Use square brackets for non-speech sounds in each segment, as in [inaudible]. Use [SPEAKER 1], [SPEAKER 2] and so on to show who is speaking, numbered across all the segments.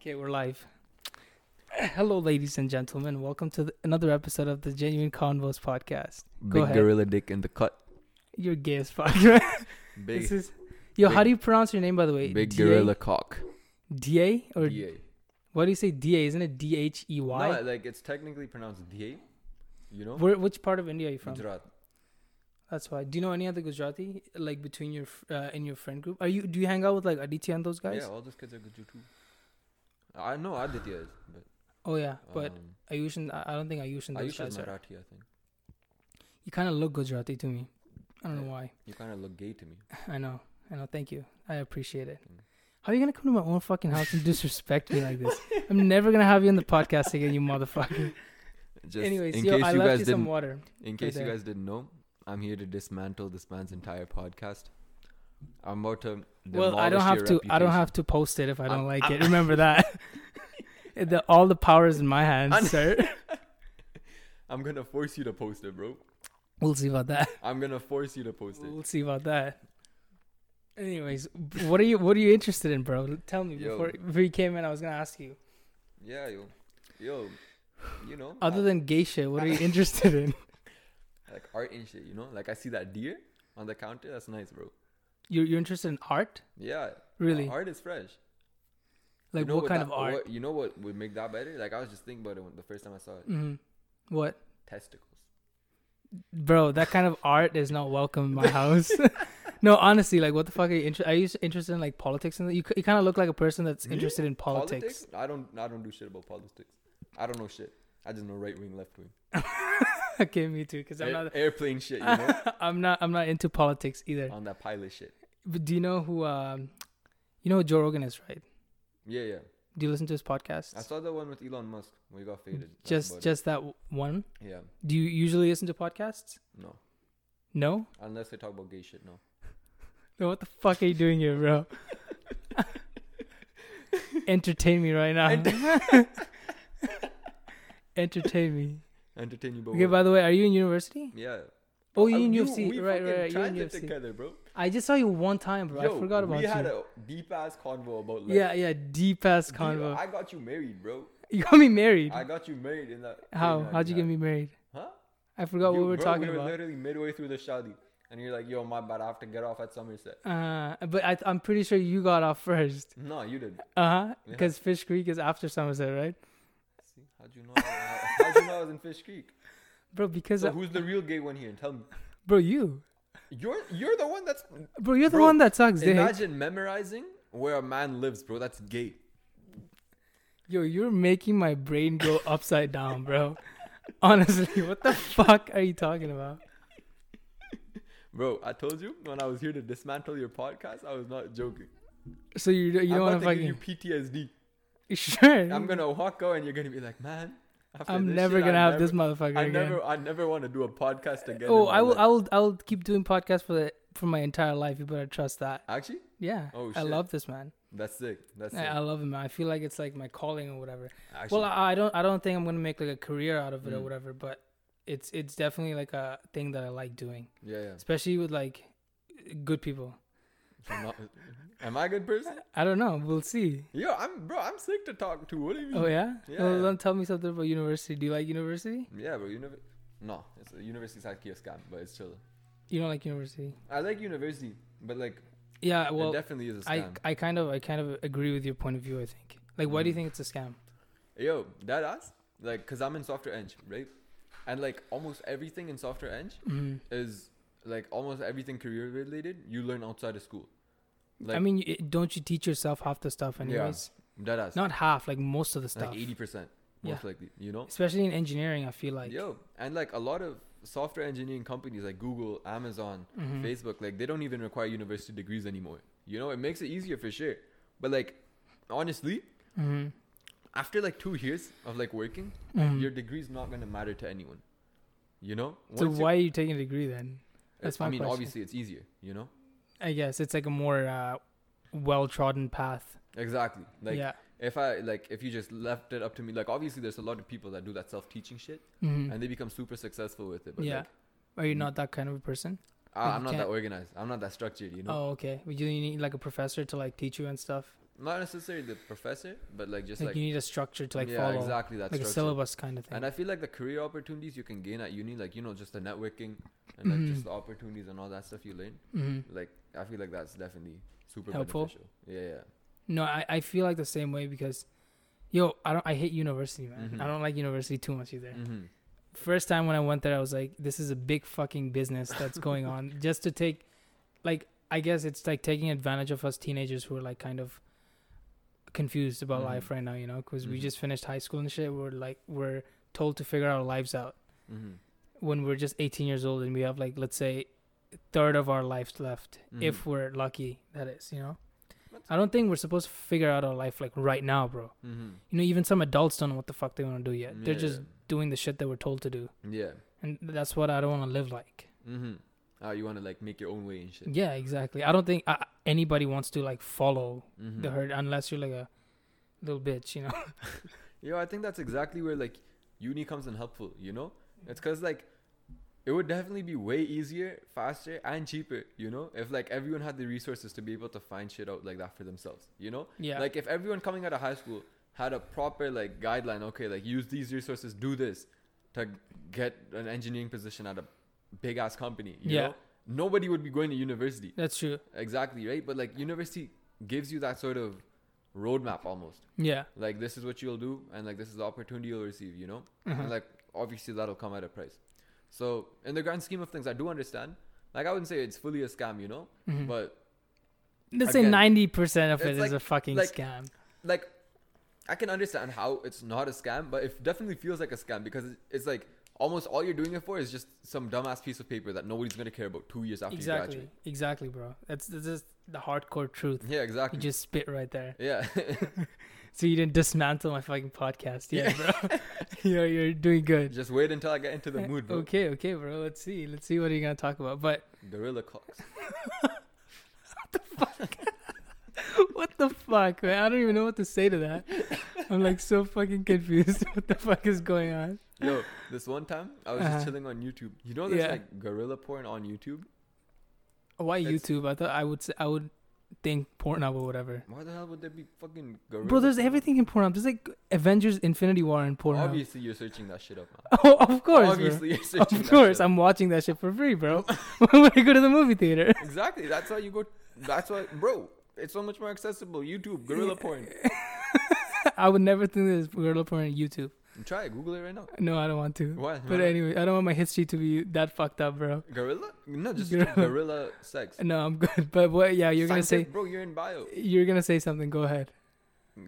[SPEAKER 1] Okay, we're live. [clears throat] Hello, ladies and gentlemen. Welcome to the, another episode of the Genuine Convos podcast. Go
[SPEAKER 2] Big
[SPEAKER 1] ahead.
[SPEAKER 2] gorilla dick in the cut.
[SPEAKER 1] You're gay as fuck, [laughs] right?
[SPEAKER 2] Big,
[SPEAKER 1] This is yo. how
[SPEAKER 2] big-
[SPEAKER 1] do you pronounce your name, by the way?
[SPEAKER 2] big
[SPEAKER 1] DA?
[SPEAKER 2] gorilla cock.
[SPEAKER 1] Da or
[SPEAKER 2] DA.
[SPEAKER 1] why do you say Da? Isn't it D H E
[SPEAKER 2] No,
[SPEAKER 1] Y?
[SPEAKER 2] like it's technically pronounced DA. You know?
[SPEAKER 1] Where? Which part of India are you from?
[SPEAKER 2] Gujarat.
[SPEAKER 1] That's why. Do you know any other Gujarati like between your f- uh, in your friend group? Are you do you hang out with like Aditya and those guys?
[SPEAKER 2] Yeah, all those kids are Gujarat too. I know Aditya is, but,
[SPEAKER 1] Oh yeah, but
[SPEAKER 2] um,
[SPEAKER 1] Ayush and I I don't think Ayush and those
[SPEAKER 2] Ayush is
[SPEAKER 1] guys are.
[SPEAKER 2] Marathi, I think.
[SPEAKER 1] You kind of look Gujarati to me. I don't know why.
[SPEAKER 2] You kind of look gay to me.
[SPEAKER 1] I know. I know. Thank you. I appreciate it.
[SPEAKER 2] Mm.
[SPEAKER 1] How are you gonna come to my own fucking house and disrespect me like this? I'm never gonna have you on the podcast again, you motherfucker.
[SPEAKER 2] [laughs] Just
[SPEAKER 1] Anyways,
[SPEAKER 2] in
[SPEAKER 1] yo,
[SPEAKER 2] case
[SPEAKER 1] I
[SPEAKER 2] you
[SPEAKER 1] left
[SPEAKER 2] guys
[SPEAKER 1] you some
[SPEAKER 2] didn't,
[SPEAKER 1] water.
[SPEAKER 2] in case you
[SPEAKER 1] there.
[SPEAKER 2] guys didn't know, I'm here to dismantle this man's entire podcast. I'm about to.
[SPEAKER 1] Well, I don't
[SPEAKER 2] demolish
[SPEAKER 1] have
[SPEAKER 2] your
[SPEAKER 1] to. I don't
[SPEAKER 2] reputation.
[SPEAKER 1] have to post it if I don't
[SPEAKER 2] I'm-
[SPEAKER 1] like
[SPEAKER 2] I'm-
[SPEAKER 1] it.
[SPEAKER 2] [laughs]
[SPEAKER 1] Remember that. [laughs] the, all the power is in my hands, [laughs]
[SPEAKER 2] I'm-
[SPEAKER 1] sir.
[SPEAKER 2] I'm gonna force you to post it, bro.
[SPEAKER 1] We'll see about that.
[SPEAKER 2] I'm gonna force you to post it.
[SPEAKER 1] We'll see about that. Anyways, what are you? What are you interested in, bro? Tell me
[SPEAKER 2] Yo.
[SPEAKER 1] before before you came in. I was gonna ask you.
[SPEAKER 2] Yeah, yo, yo, you know.
[SPEAKER 1] Other
[SPEAKER 2] I-
[SPEAKER 1] than gay shit, what are you
[SPEAKER 2] [laughs]
[SPEAKER 1] interested in?
[SPEAKER 2] like art and shit, you know? Like I see that deer on the counter, that's nice, bro.
[SPEAKER 1] You're you're interested in art,
[SPEAKER 2] Yeah.
[SPEAKER 1] really?
[SPEAKER 2] uh, art is fresh.
[SPEAKER 1] Like
[SPEAKER 2] you know
[SPEAKER 1] what kind
[SPEAKER 2] that-
[SPEAKER 1] of art?
[SPEAKER 2] What, you know what would make that better? Like I was just thinking about it when, the first time I saw it.
[SPEAKER 1] hmm What,
[SPEAKER 2] Testicles.
[SPEAKER 1] bro? That kind of art is not welcome in my house. [laughs] no, honestly, like, what the fuck are you interested? Are you s- interested in like politics? And that? you, c- you kind of look like a person that's
[SPEAKER 2] Me?
[SPEAKER 1] interested in politics.
[SPEAKER 2] I don't I don't do shit about politics. I don't know shit. I just know right wing, left wing.
[SPEAKER 1] [laughs] okay, me too. Because I'm
[SPEAKER 2] Air-
[SPEAKER 1] not,
[SPEAKER 2] airplane shit, Eh, you know?
[SPEAKER 1] [laughs] I'm not, I'm not into politics either.
[SPEAKER 2] on that pilot shit.
[SPEAKER 1] But do you know who? Um, you know who Joe Rogan is, right?
[SPEAKER 2] Yeah, yeah.
[SPEAKER 1] Do you listen to his podcast?
[SPEAKER 2] I saw the one with Elon Musk when he got faded. That's
[SPEAKER 1] just,
[SPEAKER 2] about it.
[SPEAKER 1] just that w- one.
[SPEAKER 2] Yeah.
[SPEAKER 1] Do you usually listen to podcasts?
[SPEAKER 2] No.
[SPEAKER 1] No.
[SPEAKER 2] Unless they talk about gay shit, no.
[SPEAKER 1] Then what the fuck are you doing here,
[SPEAKER 2] [laughs]
[SPEAKER 1] bro? Entertain me right now. Entertain me.
[SPEAKER 2] [laughs] Entertain you, but
[SPEAKER 1] Okay,
[SPEAKER 2] what?
[SPEAKER 1] by the way, are you in university?
[SPEAKER 2] yeah.
[SPEAKER 1] Oh,
[SPEAKER 2] I-
[SPEAKER 1] you in
[SPEAKER 2] Uh, you-
[SPEAKER 1] UFC.
[SPEAKER 2] we
[SPEAKER 1] right,
[SPEAKER 2] fucking
[SPEAKER 1] right, right. You're in
[SPEAKER 2] transit
[SPEAKER 1] UFC.
[SPEAKER 2] together, bro.
[SPEAKER 1] I just saw you one time, bro. I forgot about
[SPEAKER 2] we
[SPEAKER 1] you.
[SPEAKER 2] had a deep ass convo about like,
[SPEAKER 1] yeah, yeah. Deep ass
[SPEAKER 2] dude,
[SPEAKER 1] convo.
[SPEAKER 2] I got you married, bro.
[SPEAKER 1] [laughs] you got me married.
[SPEAKER 2] I got you married in that.
[SPEAKER 1] How?
[SPEAKER 2] in that-
[SPEAKER 1] How'd you
[SPEAKER 2] yeah.
[SPEAKER 1] get me married?
[SPEAKER 2] Huh?
[SPEAKER 1] I forgot
[SPEAKER 2] You-
[SPEAKER 1] what we were
[SPEAKER 2] bro,
[SPEAKER 1] talking
[SPEAKER 2] we were
[SPEAKER 1] about.
[SPEAKER 2] Literally midway through the shadi, and you're like, "Yo, my bad. I have to get off at Somerset."
[SPEAKER 1] Uh, but I, I'm pretty sure you got off first.
[SPEAKER 2] No, you
[SPEAKER 1] [laughs]
[SPEAKER 2] did.
[SPEAKER 1] Uh huh.
[SPEAKER 2] Yeah.
[SPEAKER 1] Because Fish Creek is after Somerset, right?
[SPEAKER 2] See, how'd you know? I- how- how'd you know I was in
[SPEAKER 1] [laughs]
[SPEAKER 2] Fish Creek?
[SPEAKER 1] Bro, because
[SPEAKER 2] So who's the real gay one here? And tell me,
[SPEAKER 1] bro, you,
[SPEAKER 2] you're you're the one that's.
[SPEAKER 1] bro, you're the
[SPEAKER 2] Bro,
[SPEAKER 1] one that sucks. They hate
[SPEAKER 2] Imagine memorizing where a man lives, bro. That's gay.
[SPEAKER 1] Yo, you're making my brain go upside down, bro. [laughs] Honestly, what the fuck are you talking about?
[SPEAKER 2] Bro, I told you when I was here to dismantle your podcast, I was not joking.
[SPEAKER 1] So you don't- you
[SPEAKER 2] I'm
[SPEAKER 1] don't want
[SPEAKER 2] about
[SPEAKER 1] to
[SPEAKER 2] to
[SPEAKER 1] fucking
[SPEAKER 2] give you
[SPEAKER 1] [laughs]
[SPEAKER 2] PTSD.
[SPEAKER 1] sure?
[SPEAKER 2] I'm gonna walk out and you're gonna be like, man. after
[SPEAKER 1] I'm
[SPEAKER 2] this
[SPEAKER 1] never
[SPEAKER 2] shit, I
[SPEAKER 1] gonna have
[SPEAKER 2] never-
[SPEAKER 1] this motherfucker
[SPEAKER 2] I
[SPEAKER 1] again.
[SPEAKER 2] never, I never want to do a podcast again.
[SPEAKER 1] oh,
[SPEAKER 2] in my
[SPEAKER 1] I will,
[SPEAKER 2] life.
[SPEAKER 1] I will, I will keep doing podcasts for the for my entire life. You better trust that.
[SPEAKER 2] Actually,
[SPEAKER 1] Yeah.
[SPEAKER 2] Oh,
[SPEAKER 1] I
[SPEAKER 2] shit.
[SPEAKER 1] love this man.
[SPEAKER 2] that's sick. That's
[SPEAKER 1] I, I
[SPEAKER 2] sick.
[SPEAKER 1] love him. I feel like it's like my calling or whatever.
[SPEAKER 2] Actually,
[SPEAKER 1] well, I, I don't, I don't think I'm gonna make like a career out of it or
[SPEAKER 2] Mm.
[SPEAKER 1] whatever. But it's, it's definitely like a thing that I like doing,
[SPEAKER 2] yeah, yeah.
[SPEAKER 1] especially with like good people.
[SPEAKER 2] I'm not- [laughs] am I a good person?
[SPEAKER 1] I don't know. We'll see.
[SPEAKER 2] Yo, I'm, bro. I'm sick to talk to. What do you mean?
[SPEAKER 1] Oh yeah.
[SPEAKER 2] Yeah.
[SPEAKER 1] Well, then tell me something about university. Do you like university?
[SPEAKER 2] yeah, bro. You never. No, it's university's actually a scam, but it's chill.
[SPEAKER 1] You don't like university.
[SPEAKER 2] I like university, but like,
[SPEAKER 1] Yeah.
[SPEAKER 2] it
[SPEAKER 1] Uh, Well,
[SPEAKER 2] definitely is a
[SPEAKER 1] I
[SPEAKER 2] scam. Mm.
[SPEAKER 1] I kind of I kind of agree with your point of view. I think. Like, why do you think it's a scam?
[SPEAKER 2] Yo, that ass, like, cause I'm in software eng, right? And like, almost everything in software eng
[SPEAKER 1] Mhm.
[SPEAKER 2] is like almost everything career related. You learn outside of school.
[SPEAKER 1] I mean, you, don't you teach yourself half the stuff, anyways?
[SPEAKER 2] that ass.
[SPEAKER 1] Not half, like most of the stuff.
[SPEAKER 2] like eighty percent, most likely. You know.
[SPEAKER 1] Especially in engineering, I feel like.
[SPEAKER 2] Yo, and like a lot of software engineering companies like Google, Amazon,
[SPEAKER 1] Mhm.
[SPEAKER 2] Facebook, like they don't even require university degrees anymore. You know, it makes it easier for sure. But like, honestly,
[SPEAKER 1] Mhm.
[SPEAKER 2] after like two years of like working,
[SPEAKER 1] Mhm.
[SPEAKER 2] your degree's not gonna matter to anyone. You know.
[SPEAKER 1] So
[SPEAKER 2] Once you-
[SPEAKER 1] why are you taking a degree then? That's my
[SPEAKER 2] I mean,
[SPEAKER 1] question.
[SPEAKER 2] obviously, it's easier. You know.
[SPEAKER 1] I guess it's like a more uh, well-trodden path.
[SPEAKER 2] Exactly. Like
[SPEAKER 1] yeah.
[SPEAKER 2] if I like if you just left it up to me, like obviously there's a lot of people that do that self teaching shit
[SPEAKER 1] Mhm.
[SPEAKER 2] and they become super successful with it. But
[SPEAKER 1] Yeah.
[SPEAKER 2] like,
[SPEAKER 1] Are you not that kind of a person?
[SPEAKER 2] I,
[SPEAKER 1] you
[SPEAKER 2] I'm not that
[SPEAKER 1] can't-
[SPEAKER 2] organized. I'm not that structured. You know.
[SPEAKER 1] Oh, okay. But you need like a professor to like teach you and stuff.
[SPEAKER 2] Not necessarily the professor, but like just
[SPEAKER 1] like,
[SPEAKER 2] like,
[SPEAKER 1] you need a structure to like
[SPEAKER 2] yeah,
[SPEAKER 1] follow,
[SPEAKER 2] exactly that
[SPEAKER 1] like a
[SPEAKER 2] structure.
[SPEAKER 1] syllabus kind of thing.
[SPEAKER 2] And I feel like the career opportunities you can gain at uni, like you know, just the networking and like
[SPEAKER 1] Mhm.
[SPEAKER 2] just the opportunities and all that stuff you learn.
[SPEAKER 1] hmm
[SPEAKER 2] Like I feel like that's definitely super
[SPEAKER 1] Helpful.
[SPEAKER 2] beneficial. Yeah, yeah.
[SPEAKER 1] No, I, I feel like the same way because, yo, I don't I hate university, man.
[SPEAKER 2] Mhm.
[SPEAKER 1] I don't like university too much either.
[SPEAKER 2] Mm-hmm.
[SPEAKER 1] First time when I went there, I was like, this is a big fucking business that's going on just to take, like, I guess it's like taking advantage of us teenagers who are like kind of confused about
[SPEAKER 2] Mhm.
[SPEAKER 1] life right now, you know, because we
[SPEAKER 2] Mhm.
[SPEAKER 1] just finished high school and shit. We're like we're told to figure our lives out
[SPEAKER 2] Mm-hmm.
[SPEAKER 1] when we're just 18 years old and we have like let's say a third of our lives left
[SPEAKER 2] Mhm.
[SPEAKER 1] if we're lucky that is you know
[SPEAKER 2] That's-
[SPEAKER 1] i don't think we're supposed to figure out our life like right now bro
[SPEAKER 2] Mm-hmm.
[SPEAKER 1] you know even some adults don't know what the fuck they want to do yet they're
[SPEAKER 2] Yeah.
[SPEAKER 1] just doing the shit that we're told to do
[SPEAKER 2] Yeah.
[SPEAKER 1] and that's what i don't want to live like
[SPEAKER 2] Mm-hmm. Oh, you want to like make your own way and shit.
[SPEAKER 1] yeah exactly i don't think I, anybody wants to like follow
[SPEAKER 2] Mm-hmm.
[SPEAKER 1] the herd unless you're like a little bitch you know [laughs]
[SPEAKER 2] Yeah, I think that's exactly where like uni comes in helpful. You know, it's because like it would definitely be way easier, faster, and cheaper. You know, if like everyone had the resources to be able to find shit out like that for themselves. You know,
[SPEAKER 1] yeah
[SPEAKER 2] like if everyone coming out of high school had a proper like guideline. Okay, like use these resources, do this to get an engineering position at a big ass company. You
[SPEAKER 1] Yeah.
[SPEAKER 2] know, nobody would be going to university.
[SPEAKER 1] that's true
[SPEAKER 2] Exactly right, but like university gives you that sort of roadmap almost
[SPEAKER 1] yeah
[SPEAKER 2] like this is what you'll do and like this is the opportunity you'll receive you know
[SPEAKER 1] Uh-huh.
[SPEAKER 2] and like obviously that'll come at a price so in the grand scheme of things i do understand like i wouldn't say it's fully a scam you know
[SPEAKER 1] Mhm.
[SPEAKER 2] but
[SPEAKER 1] let's say
[SPEAKER 2] again,
[SPEAKER 1] 90% of it
[SPEAKER 2] it's
[SPEAKER 1] is
[SPEAKER 2] like-
[SPEAKER 1] a fucking
[SPEAKER 2] like-
[SPEAKER 1] scam
[SPEAKER 2] like i can understand how it's not a scam but it definitely feels like a scam because it- it's like almost all you're doing it for is just some dumbass piece of paper that nobody's going to care about two years after you
[SPEAKER 1] exactly exactly bro that's, that's just the hardcore truth
[SPEAKER 2] graduate yeah
[SPEAKER 1] You
[SPEAKER 2] exactly
[SPEAKER 1] just spit right there.
[SPEAKER 2] yeah [laughs]
[SPEAKER 1] So you didn't dismantle my fucking podcast. Yeah, bro. [laughs] you're, you're doing good.
[SPEAKER 2] just wait until i get
[SPEAKER 1] [laughs]
[SPEAKER 2] into the mood bro
[SPEAKER 1] Okay, okay, bro. Let's see. Let's see what are you going to talk about. But [laughs]
[SPEAKER 2] gorilla cocks
[SPEAKER 1] what the fuck, man? I don't even know what to say to that. I'm like so fucking confused. [laughs] what the fuck is going on? [laughs]
[SPEAKER 2] Yo, this one time I was
[SPEAKER 1] Uh-huh.
[SPEAKER 2] just chilling on YouTube. You know, there's
[SPEAKER 1] Yeah.
[SPEAKER 2] like gorilla porn on YouTube.
[SPEAKER 1] Why
[SPEAKER 2] It's-
[SPEAKER 1] YouTube? I thought I would say, I would think Pornhub or whatever.
[SPEAKER 2] Why the hell would there be fucking gorilla?
[SPEAKER 1] Bro, there's
[SPEAKER 2] porn?
[SPEAKER 1] everything in Pornhub. There's like Avengers Infinity War in Pornhub.
[SPEAKER 2] Obviously, you're searching that shit up. Man.
[SPEAKER 1] [laughs] Oh, of course. bro. [laughs]
[SPEAKER 2] Obviously, you're searching.
[SPEAKER 1] Of course.
[SPEAKER 2] That shit up.
[SPEAKER 1] I'm watching that shit for free,
[SPEAKER 2] [laughs]
[SPEAKER 1] bro. [laughs] Why would I go to the movie theater? [laughs]
[SPEAKER 2] Exactly. That's how you go. That's why, bro. It's so much more accessible. YouTube
[SPEAKER 1] [laughs]
[SPEAKER 2] gorilla porn.
[SPEAKER 1] I would never think there's gorilla porn on YouTube.
[SPEAKER 2] Try it. Google it right now.
[SPEAKER 1] No, I don't want to.
[SPEAKER 2] Why?
[SPEAKER 1] But anyway, I don't want my history to be that fucked up, bro.
[SPEAKER 2] gorilla? No, just
[SPEAKER 1] Gorilla.
[SPEAKER 2] gorilla, sex.
[SPEAKER 1] No, I'm [laughs] good. But what? Yeah, you're gonna say
[SPEAKER 2] Scientific- bro. You're in bio.
[SPEAKER 1] you're gonna say something. Go ahead.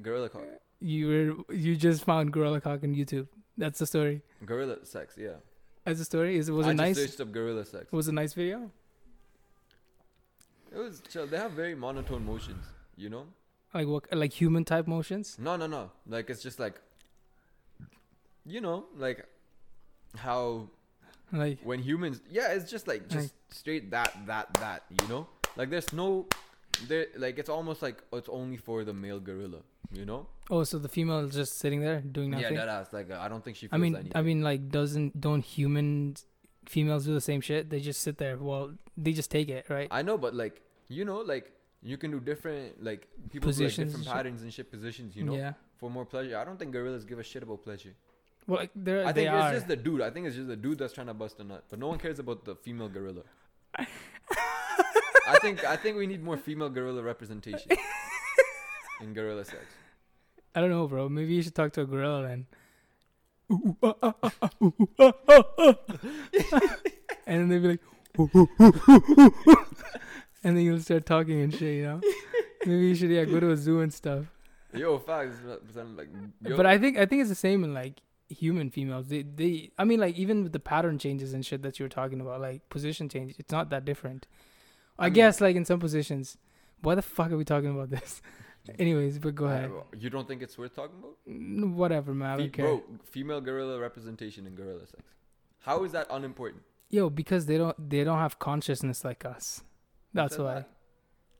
[SPEAKER 2] Gorilla cock.
[SPEAKER 1] You were you just found gorilla cock on YouTube. That's the story.
[SPEAKER 2] Gorilla sex. Yeah.
[SPEAKER 1] That's the story. Is it was
[SPEAKER 2] I
[SPEAKER 1] it
[SPEAKER 2] just
[SPEAKER 1] nice?
[SPEAKER 2] searched up gorilla sex.
[SPEAKER 1] Was it a nice video?
[SPEAKER 2] It was chill. They have very monotone motions. You know.
[SPEAKER 1] Like what? Like human type motions?
[SPEAKER 2] No, no, no. Like it's just like you know, like how
[SPEAKER 1] Like
[SPEAKER 2] when humans yeah, it's just like just straight that that that, you know? Like there's no there like it's almost like it's only for the male gorilla, you know?
[SPEAKER 1] oh, so the female is just sitting there doing
[SPEAKER 2] Yeah,
[SPEAKER 1] nothing.
[SPEAKER 2] that ass like uh, I don't think she feels
[SPEAKER 1] I mean,
[SPEAKER 2] anything.
[SPEAKER 1] I mean, like doesn't don't human females do the same shit? They just sit there. Well, they just take it, right?
[SPEAKER 2] I know, but like you know, like you can do different like people do, like,
[SPEAKER 1] Positions and
[SPEAKER 2] different
[SPEAKER 1] shit.
[SPEAKER 2] patterns and shit positions, you know,
[SPEAKER 1] Yeah.
[SPEAKER 2] for more pleasure. I don't think gorillas give a shit about pleasure.
[SPEAKER 1] Well, like they're
[SPEAKER 2] I
[SPEAKER 1] Uh, they
[SPEAKER 2] think it's
[SPEAKER 1] are. [laughs]
[SPEAKER 2] just the dude. I think it's just the dude that's trying to bust a nut, but no one cares about the female gorilla. I think I think we need more female gorilla representation in gorilla sex.
[SPEAKER 1] I don't know, bro. Maybe you should talk to a gorilla then. Ooh, ah, ah, ah, ah, ooh, ah, ah, ah. and then they'd be like, "Ooh, ooh, ooh, ooh, ooh, ooh." and then you'll start talking and shit, you know? Maybe you should, yeah, go to a zoo and stuff.
[SPEAKER 2] Yo, facts. but I'm Like, yo,
[SPEAKER 1] But I think I think it's the same in like human females. They they I mean like even with the pattern changes and shit that you were talking about, like position change, it's not that different. I,
[SPEAKER 2] I mean-
[SPEAKER 1] guess like in some positions. Why the fuck are we talking about
[SPEAKER 2] [laughs]
[SPEAKER 1] this? Anyways, but go ahead.
[SPEAKER 2] you don't think it's worth talking about?
[SPEAKER 1] Mm, Whatever, man. I
[SPEAKER 2] Fe-
[SPEAKER 1] don't care.
[SPEAKER 2] Bro, female gorilla representation in gorilla sex. How is that unimportant?
[SPEAKER 1] Yo, because they don't they don't have consciousness like us. That's
[SPEAKER 2] said
[SPEAKER 1] why.
[SPEAKER 2] that?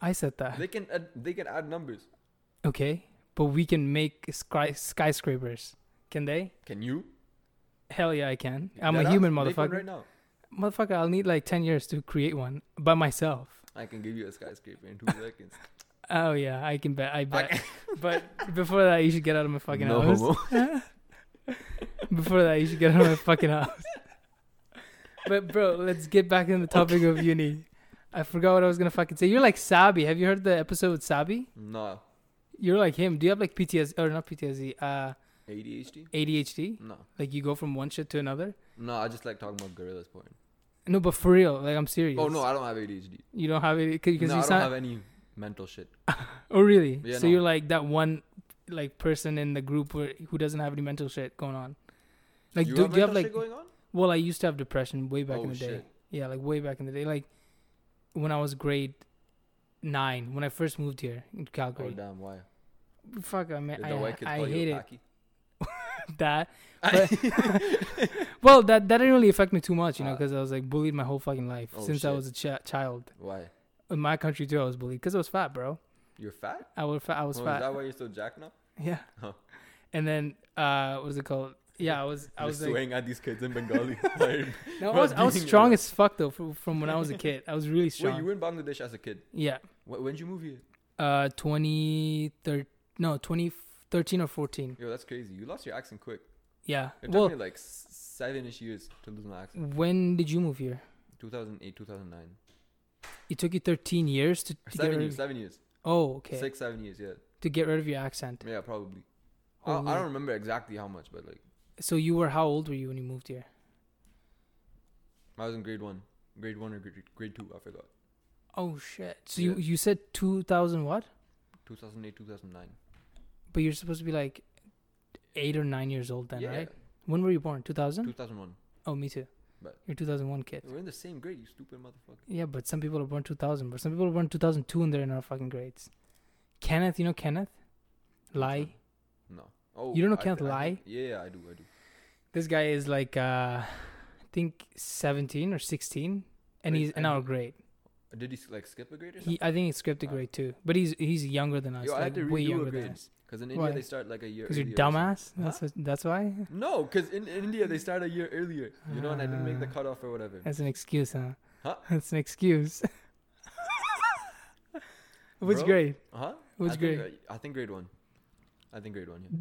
[SPEAKER 1] I said that.
[SPEAKER 2] They can add, they can add numbers.
[SPEAKER 1] okay, but we can make sky, skyscrapers. Can they?
[SPEAKER 2] Can you?
[SPEAKER 1] Hell yeah, I can. I'm
[SPEAKER 2] Deadass?
[SPEAKER 1] a human
[SPEAKER 2] Make one
[SPEAKER 1] motherfucker.
[SPEAKER 2] Right now,
[SPEAKER 1] Motherfucker, I'll need like ten years to create one by myself.
[SPEAKER 2] I can give you a skyscraper in two seconds.
[SPEAKER 1] Oh yeah, I can bet. I bet. [laughs] but before that, you should get out of my [laughs] fucking
[SPEAKER 2] no
[SPEAKER 1] house.
[SPEAKER 2] homo.
[SPEAKER 1] Before that, you should get out of my fucking
[SPEAKER 2] [laughs]
[SPEAKER 1] house. But bro, let's get back on the topic of uni. I forgot what I was gonna fucking say. You're like Sabi. Have you heard the episode with Sabi?
[SPEAKER 2] No.
[SPEAKER 1] You're like him. Do you have like PTSD or not PTSD? Uh,
[SPEAKER 2] ADHD?
[SPEAKER 1] ADHD.
[SPEAKER 2] No.
[SPEAKER 1] Like you go from one shit to another.
[SPEAKER 2] No, I just like talking about gorillas porn.
[SPEAKER 1] No, but for real, like I'm serious.
[SPEAKER 2] Oh no, I don't have ADHD.
[SPEAKER 1] you don't have it because
[SPEAKER 2] No, I
[SPEAKER 1] you
[SPEAKER 2] don't
[SPEAKER 1] sound.
[SPEAKER 2] have any mental shit.
[SPEAKER 1] Oh really?
[SPEAKER 2] Yeah,
[SPEAKER 1] so
[SPEAKER 2] no.
[SPEAKER 1] you're like that one, like person in the group where, who doesn't have any mental shit going on. Like,
[SPEAKER 2] you
[SPEAKER 1] do,
[SPEAKER 2] have
[SPEAKER 1] do you have
[SPEAKER 2] mental
[SPEAKER 1] like?
[SPEAKER 2] shit going on?
[SPEAKER 1] Well, I used to have depression way back
[SPEAKER 2] Oh,
[SPEAKER 1] in the day.
[SPEAKER 2] shit.
[SPEAKER 1] Yeah, like way back in the day, like when I was grade nine, when I first moved here in
[SPEAKER 2] Oh
[SPEAKER 1] Calgary.
[SPEAKER 2] damn, why?
[SPEAKER 1] Fuck, I mean,
[SPEAKER 2] Did
[SPEAKER 1] I,
[SPEAKER 2] the white kids
[SPEAKER 1] I
[SPEAKER 2] call
[SPEAKER 1] hate
[SPEAKER 2] you
[SPEAKER 1] it.
[SPEAKER 2] Taki?
[SPEAKER 1] That, but,
[SPEAKER 2] [laughs]
[SPEAKER 1] well, that that didn't really affect me too much, you know,
[SPEAKER 2] Ah.
[SPEAKER 1] because I was like bullied my whole fucking life
[SPEAKER 2] Oh,
[SPEAKER 1] since I
[SPEAKER 2] shit.
[SPEAKER 1] was a ch- child.
[SPEAKER 2] Why?
[SPEAKER 1] In my country too, I was bullied because I was fat, bro.
[SPEAKER 2] You're fat?
[SPEAKER 1] I was fat. I was
[SPEAKER 2] Oh,
[SPEAKER 1] fat.
[SPEAKER 2] Is that why you're so jacked now?
[SPEAKER 1] [laughs] Yeah.
[SPEAKER 2] Oh.
[SPEAKER 1] And then uh what is it called? Yeah, I was I
[SPEAKER 2] You're
[SPEAKER 1] was like
[SPEAKER 2] swearing at these kids in Bengali. [laughs]
[SPEAKER 1] [laughs]
[SPEAKER 2] Wait,
[SPEAKER 1] no, I
[SPEAKER 2] for
[SPEAKER 1] was, I was
[SPEAKER 2] being
[SPEAKER 1] strong
[SPEAKER 2] a-
[SPEAKER 1] as fuck though from, from when I
[SPEAKER 2] [laughs]
[SPEAKER 1] was a kid. I was really strong.
[SPEAKER 2] you were in Bangladesh as a kid.
[SPEAKER 1] yeah.
[SPEAKER 2] Wh- When'd you move here?
[SPEAKER 1] Uh 2013 no, 2013 or 14.
[SPEAKER 2] Yo, that's crazy. You lost your accent quick.
[SPEAKER 1] Yeah.
[SPEAKER 2] It took
[SPEAKER 1] Well,
[SPEAKER 2] me like s- seven-ish years to lose my accent.
[SPEAKER 1] when did you move here?
[SPEAKER 2] 2008, 2009.
[SPEAKER 1] It took you 13 years to, to get
[SPEAKER 2] Seven
[SPEAKER 1] rid
[SPEAKER 2] years.
[SPEAKER 1] of,
[SPEAKER 2] Seven years.
[SPEAKER 1] Oh, okay.
[SPEAKER 2] Six, seven years. Yeah.
[SPEAKER 1] To get rid of your accent.
[SPEAKER 2] Yeah, probably.
[SPEAKER 1] Oh,
[SPEAKER 2] I, I
[SPEAKER 1] really?
[SPEAKER 2] don't remember exactly how much, but like
[SPEAKER 1] So you were how old were you when you moved here?
[SPEAKER 2] I was in grade one, grade one or grade, grade two. I forgot.
[SPEAKER 1] Oh shit. So you
[SPEAKER 2] Yeah.
[SPEAKER 1] you said 2000 what?
[SPEAKER 2] 2008, 2009.
[SPEAKER 1] But you're supposed to be like 8 or 9 years old then,
[SPEAKER 2] yeah,
[SPEAKER 1] right? When were you born? 2000?
[SPEAKER 2] 2001.
[SPEAKER 1] Oh, me too.
[SPEAKER 2] But-
[SPEAKER 1] You're 2001 kid.
[SPEAKER 2] We're in the same grade, you stupid motherfucker.
[SPEAKER 1] Yeah, but some people are born 2000, but some people are born 2002 and they're in our fucking grades. Kenneth, you know Kenneth? Lie.
[SPEAKER 2] No. Oh,
[SPEAKER 1] You don't know
[SPEAKER 2] I
[SPEAKER 1] Kenneth
[SPEAKER 2] thi- I
[SPEAKER 1] Lai?
[SPEAKER 2] think- yeah, yeah, I do. I do.
[SPEAKER 1] This guy is like, uh, I think 17 or 16, and
[SPEAKER 2] Wait,
[SPEAKER 1] he's in
[SPEAKER 2] and
[SPEAKER 1] our
[SPEAKER 2] he-
[SPEAKER 1] grade.
[SPEAKER 2] Did he s- like skip a grade or something?
[SPEAKER 1] He, I think he skipped a
[SPEAKER 2] Ah.
[SPEAKER 1] grade too, but he's he's younger than us,
[SPEAKER 2] Yo, I
[SPEAKER 1] like
[SPEAKER 2] had to
[SPEAKER 1] way
[SPEAKER 2] redo
[SPEAKER 1] younger
[SPEAKER 2] a
[SPEAKER 1] than
[SPEAKER 2] grade
[SPEAKER 1] us.
[SPEAKER 2] because in India
[SPEAKER 1] Why?
[SPEAKER 2] they start like a year.
[SPEAKER 1] Because you're
[SPEAKER 2] earlier or something.
[SPEAKER 1] dumbass. That's what, that's why.
[SPEAKER 2] No, because in India they start a year earlier, you know, and I didn't make the
[SPEAKER 1] Ah.
[SPEAKER 2] cutoff or whatever.
[SPEAKER 1] That's an excuse, huh?
[SPEAKER 2] Huh?
[SPEAKER 1] [laughs] That's an excuse. [laughs] Which
[SPEAKER 2] Bro.
[SPEAKER 1] grade?
[SPEAKER 2] Huh?
[SPEAKER 1] Which
[SPEAKER 2] I think,
[SPEAKER 1] grade?
[SPEAKER 2] uh, I think grade one. I think grade one. Yeah.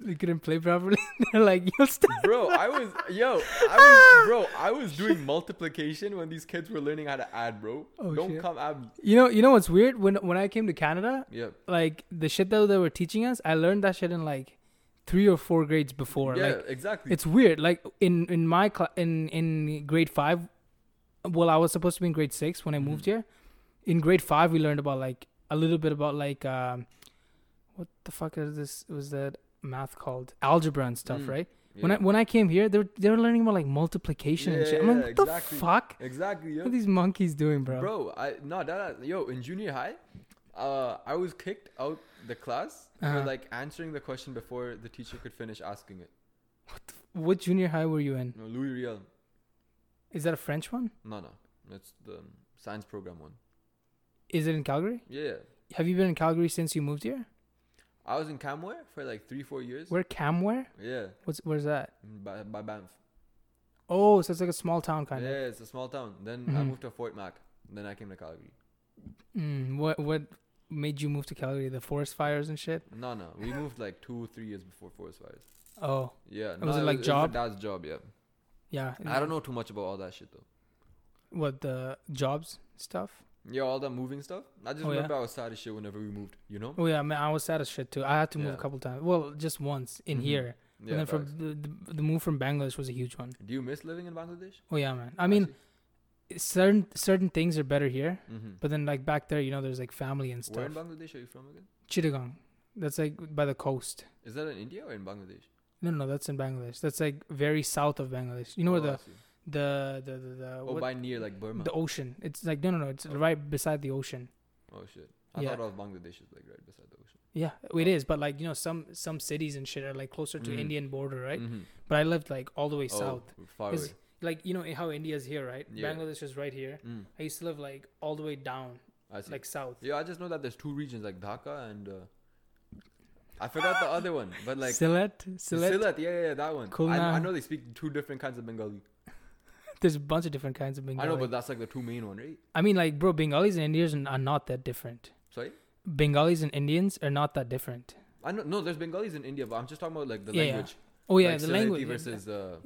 [SPEAKER 1] You couldn't play properly. [laughs] They're like, you'll stop.
[SPEAKER 2] bro, I was yo,
[SPEAKER 1] [laughs]
[SPEAKER 2] I was bro, I was doing multiplication when these kids were learning how to add, bro.
[SPEAKER 1] Oh,
[SPEAKER 2] Don't
[SPEAKER 1] shit.
[SPEAKER 2] come ab.
[SPEAKER 1] You know, you know what's weird? When when I came to Canada,
[SPEAKER 2] Yeah.
[SPEAKER 1] like the shit that they were teaching us, I learned that shit in like three or four grades before.
[SPEAKER 2] yeah,
[SPEAKER 1] Like
[SPEAKER 2] exactly.
[SPEAKER 1] it's weird. Like in in my cl- in in grade five, well, I was supposed to be in grade six when I moved
[SPEAKER 2] Mhm.
[SPEAKER 1] here. In grade five, we learned about like a little bit about like um, what the fuck is this? Was that math called algebra and stuff?
[SPEAKER 2] Mm,
[SPEAKER 1] Right.
[SPEAKER 2] yeah.
[SPEAKER 1] When I when I came here, they were they were learning about like multiplication and
[SPEAKER 2] Yeah,
[SPEAKER 1] shit. I'm like,
[SPEAKER 2] yeah,
[SPEAKER 1] what
[SPEAKER 2] exactly.
[SPEAKER 1] the fuck?
[SPEAKER 2] exactly,
[SPEAKER 1] What are
[SPEAKER 2] yo.
[SPEAKER 1] these monkeys doing, bro?
[SPEAKER 2] Bro, I no, that yo in junior high, uh, I was kicked out the class
[SPEAKER 1] Uh-huh.
[SPEAKER 2] for like answering the question before the teacher could finish asking it.
[SPEAKER 1] What junior high were you in?
[SPEAKER 2] No, Louis Riel.
[SPEAKER 1] Is that a French one?
[SPEAKER 2] No, no, that's the um, science program one.
[SPEAKER 1] Is it in Calgary?
[SPEAKER 2] Yeah,
[SPEAKER 1] Have you been in Calgary since you moved here?
[SPEAKER 2] I was in Camware for like three, four years.
[SPEAKER 1] Where Camware?
[SPEAKER 2] Yeah,
[SPEAKER 1] What's where's that?
[SPEAKER 2] by, by Banff.
[SPEAKER 1] Oh, so it's like a small town kind
[SPEAKER 2] yeah, it's a small town. Then I
[SPEAKER 1] Mhm.
[SPEAKER 2] moved to Fort Mac. Then I came to Calgary.
[SPEAKER 1] of. Mm, what what made you move to Calgary? The forest fires and shit.
[SPEAKER 2] No, no,
[SPEAKER 1] [laughs]
[SPEAKER 2] we moved like two, three years before Forest Fires.
[SPEAKER 1] Oh
[SPEAKER 2] Yeah,
[SPEAKER 1] Was it, like, job?
[SPEAKER 2] That's job, yeah.
[SPEAKER 1] yeah.
[SPEAKER 2] I don't know too much about all that shit though.
[SPEAKER 1] what the jobs stuff.
[SPEAKER 2] Yeah, all that moving stuff. I just
[SPEAKER 1] Oh, yeah?
[SPEAKER 2] remember I was sad as shit whenever we moved. You know?
[SPEAKER 1] Oh yeah, man, I was sad as shit too. I had to move
[SPEAKER 2] Yeah.
[SPEAKER 1] a couple times. Well, just once in
[SPEAKER 2] Mhm.
[SPEAKER 1] here.
[SPEAKER 2] Yeah.
[SPEAKER 1] and then
[SPEAKER 2] facts.
[SPEAKER 1] from the, the, the move from Bangladesh was a huge one.
[SPEAKER 2] Do you miss living in Bangladesh?
[SPEAKER 1] Oh yeah, man. I mean, certain certain things are better here,
[SPEAKER 2] mm-hmm.
[SPEAKER 1] but then like back there, you know, there's like family and
[SPEAKER 2] where
[SPEAKER 1] stuff.
[SPEAKER 2] in Bangladesh are you from again?
[SPEAKER 1] Chittagong, that's like by the coast.
[SPEAKER 2] Is that in India or in Bangladesh?
[SPEAKER 1] No, no, that's in Bangladesh. That's like very south of Bangladesh. You know where
[SPEAKER 2] oh,
[SPEAKER 1] the
[SPEAKER 2] I see.
[SPEAKER 1] the the the, the,
[SPEAKER 2] oh
[SPEAKER 1] what-
[SPEAKER 2] by near like Burma.
[SPEAKER 1] the ocean. It's like no, no, no. It's
[SPEAKER 2] Oh.
[SPEAKER 1] right beside the ocean.
[SPEAKER 2] oh shit! I
[SPEAKER 1] Yeah.
[SPEAKER 2] thought all of Bangladesh is like right beside the ocean.
[SPEAKER 1] Yeah, it is. But like you know, some some cities and shit are like closer to
[SPEAKER 2] Oh. Mm.
[SPEAKER 1] Indian border, right?
[SPEAKER 2] Mhm.
[SPEAKER 1] But I lived like all the way
[SPEAKER 2] Oh,
[SPEAKER 1] south.
[SPEAKER 2] far
[SPEAKER 1] Is-
[SPEAKER 2] away.
[SPEAKER 1] Like you know how India's here, right?
[SPEAKER 2] Yeah.
[SPEAKER 1] Bangladesh is right here.
[SPEAKER 2] Mm,
[SPEAKER 1] I used to live like all the way down,
[SPEAKER 2] I see.
[SPEAKER 1] like south.
[SPEAKER 2] yeah, I just know that there's two regions like Dhaka and uh, I forgot the other one, but like
[SPEAKER 1] Sylhet, Sylhet.
[SPEAKER 2] Sylhet, yeah, yeah, yeah, that one. I, I
[SPEAKER 1] Khulna.
[SPEAKER 2] know they speak two different kinds of Bengali.
[SPEAKER 1] There's a bunch of different kinds of Bengali.
[SPEAKER 2] I know, but that's like the two main one, right?
[SPEAKER 1] I mean, like, bro, Bengalis and Indians are not that different.
[SPEAKER 2] Sorry.
[SPEAKER 1] Bengalis and Indians are not that different.
[SPEAKER 2] I know, no, there's Bengalis in India, but I'm just talking about like the
[SPEAKER 1] Yeah, yeah.
[SPEAKER 2] language.
[SPEAKER 1] Oh yeah,
[SPEAKER 2] Like,
[SPEAKER 1] the
[SPEAKER 2] Sylheti
[SPEAKER 1] language. yeah.
[SPEAKER 2] versus uh,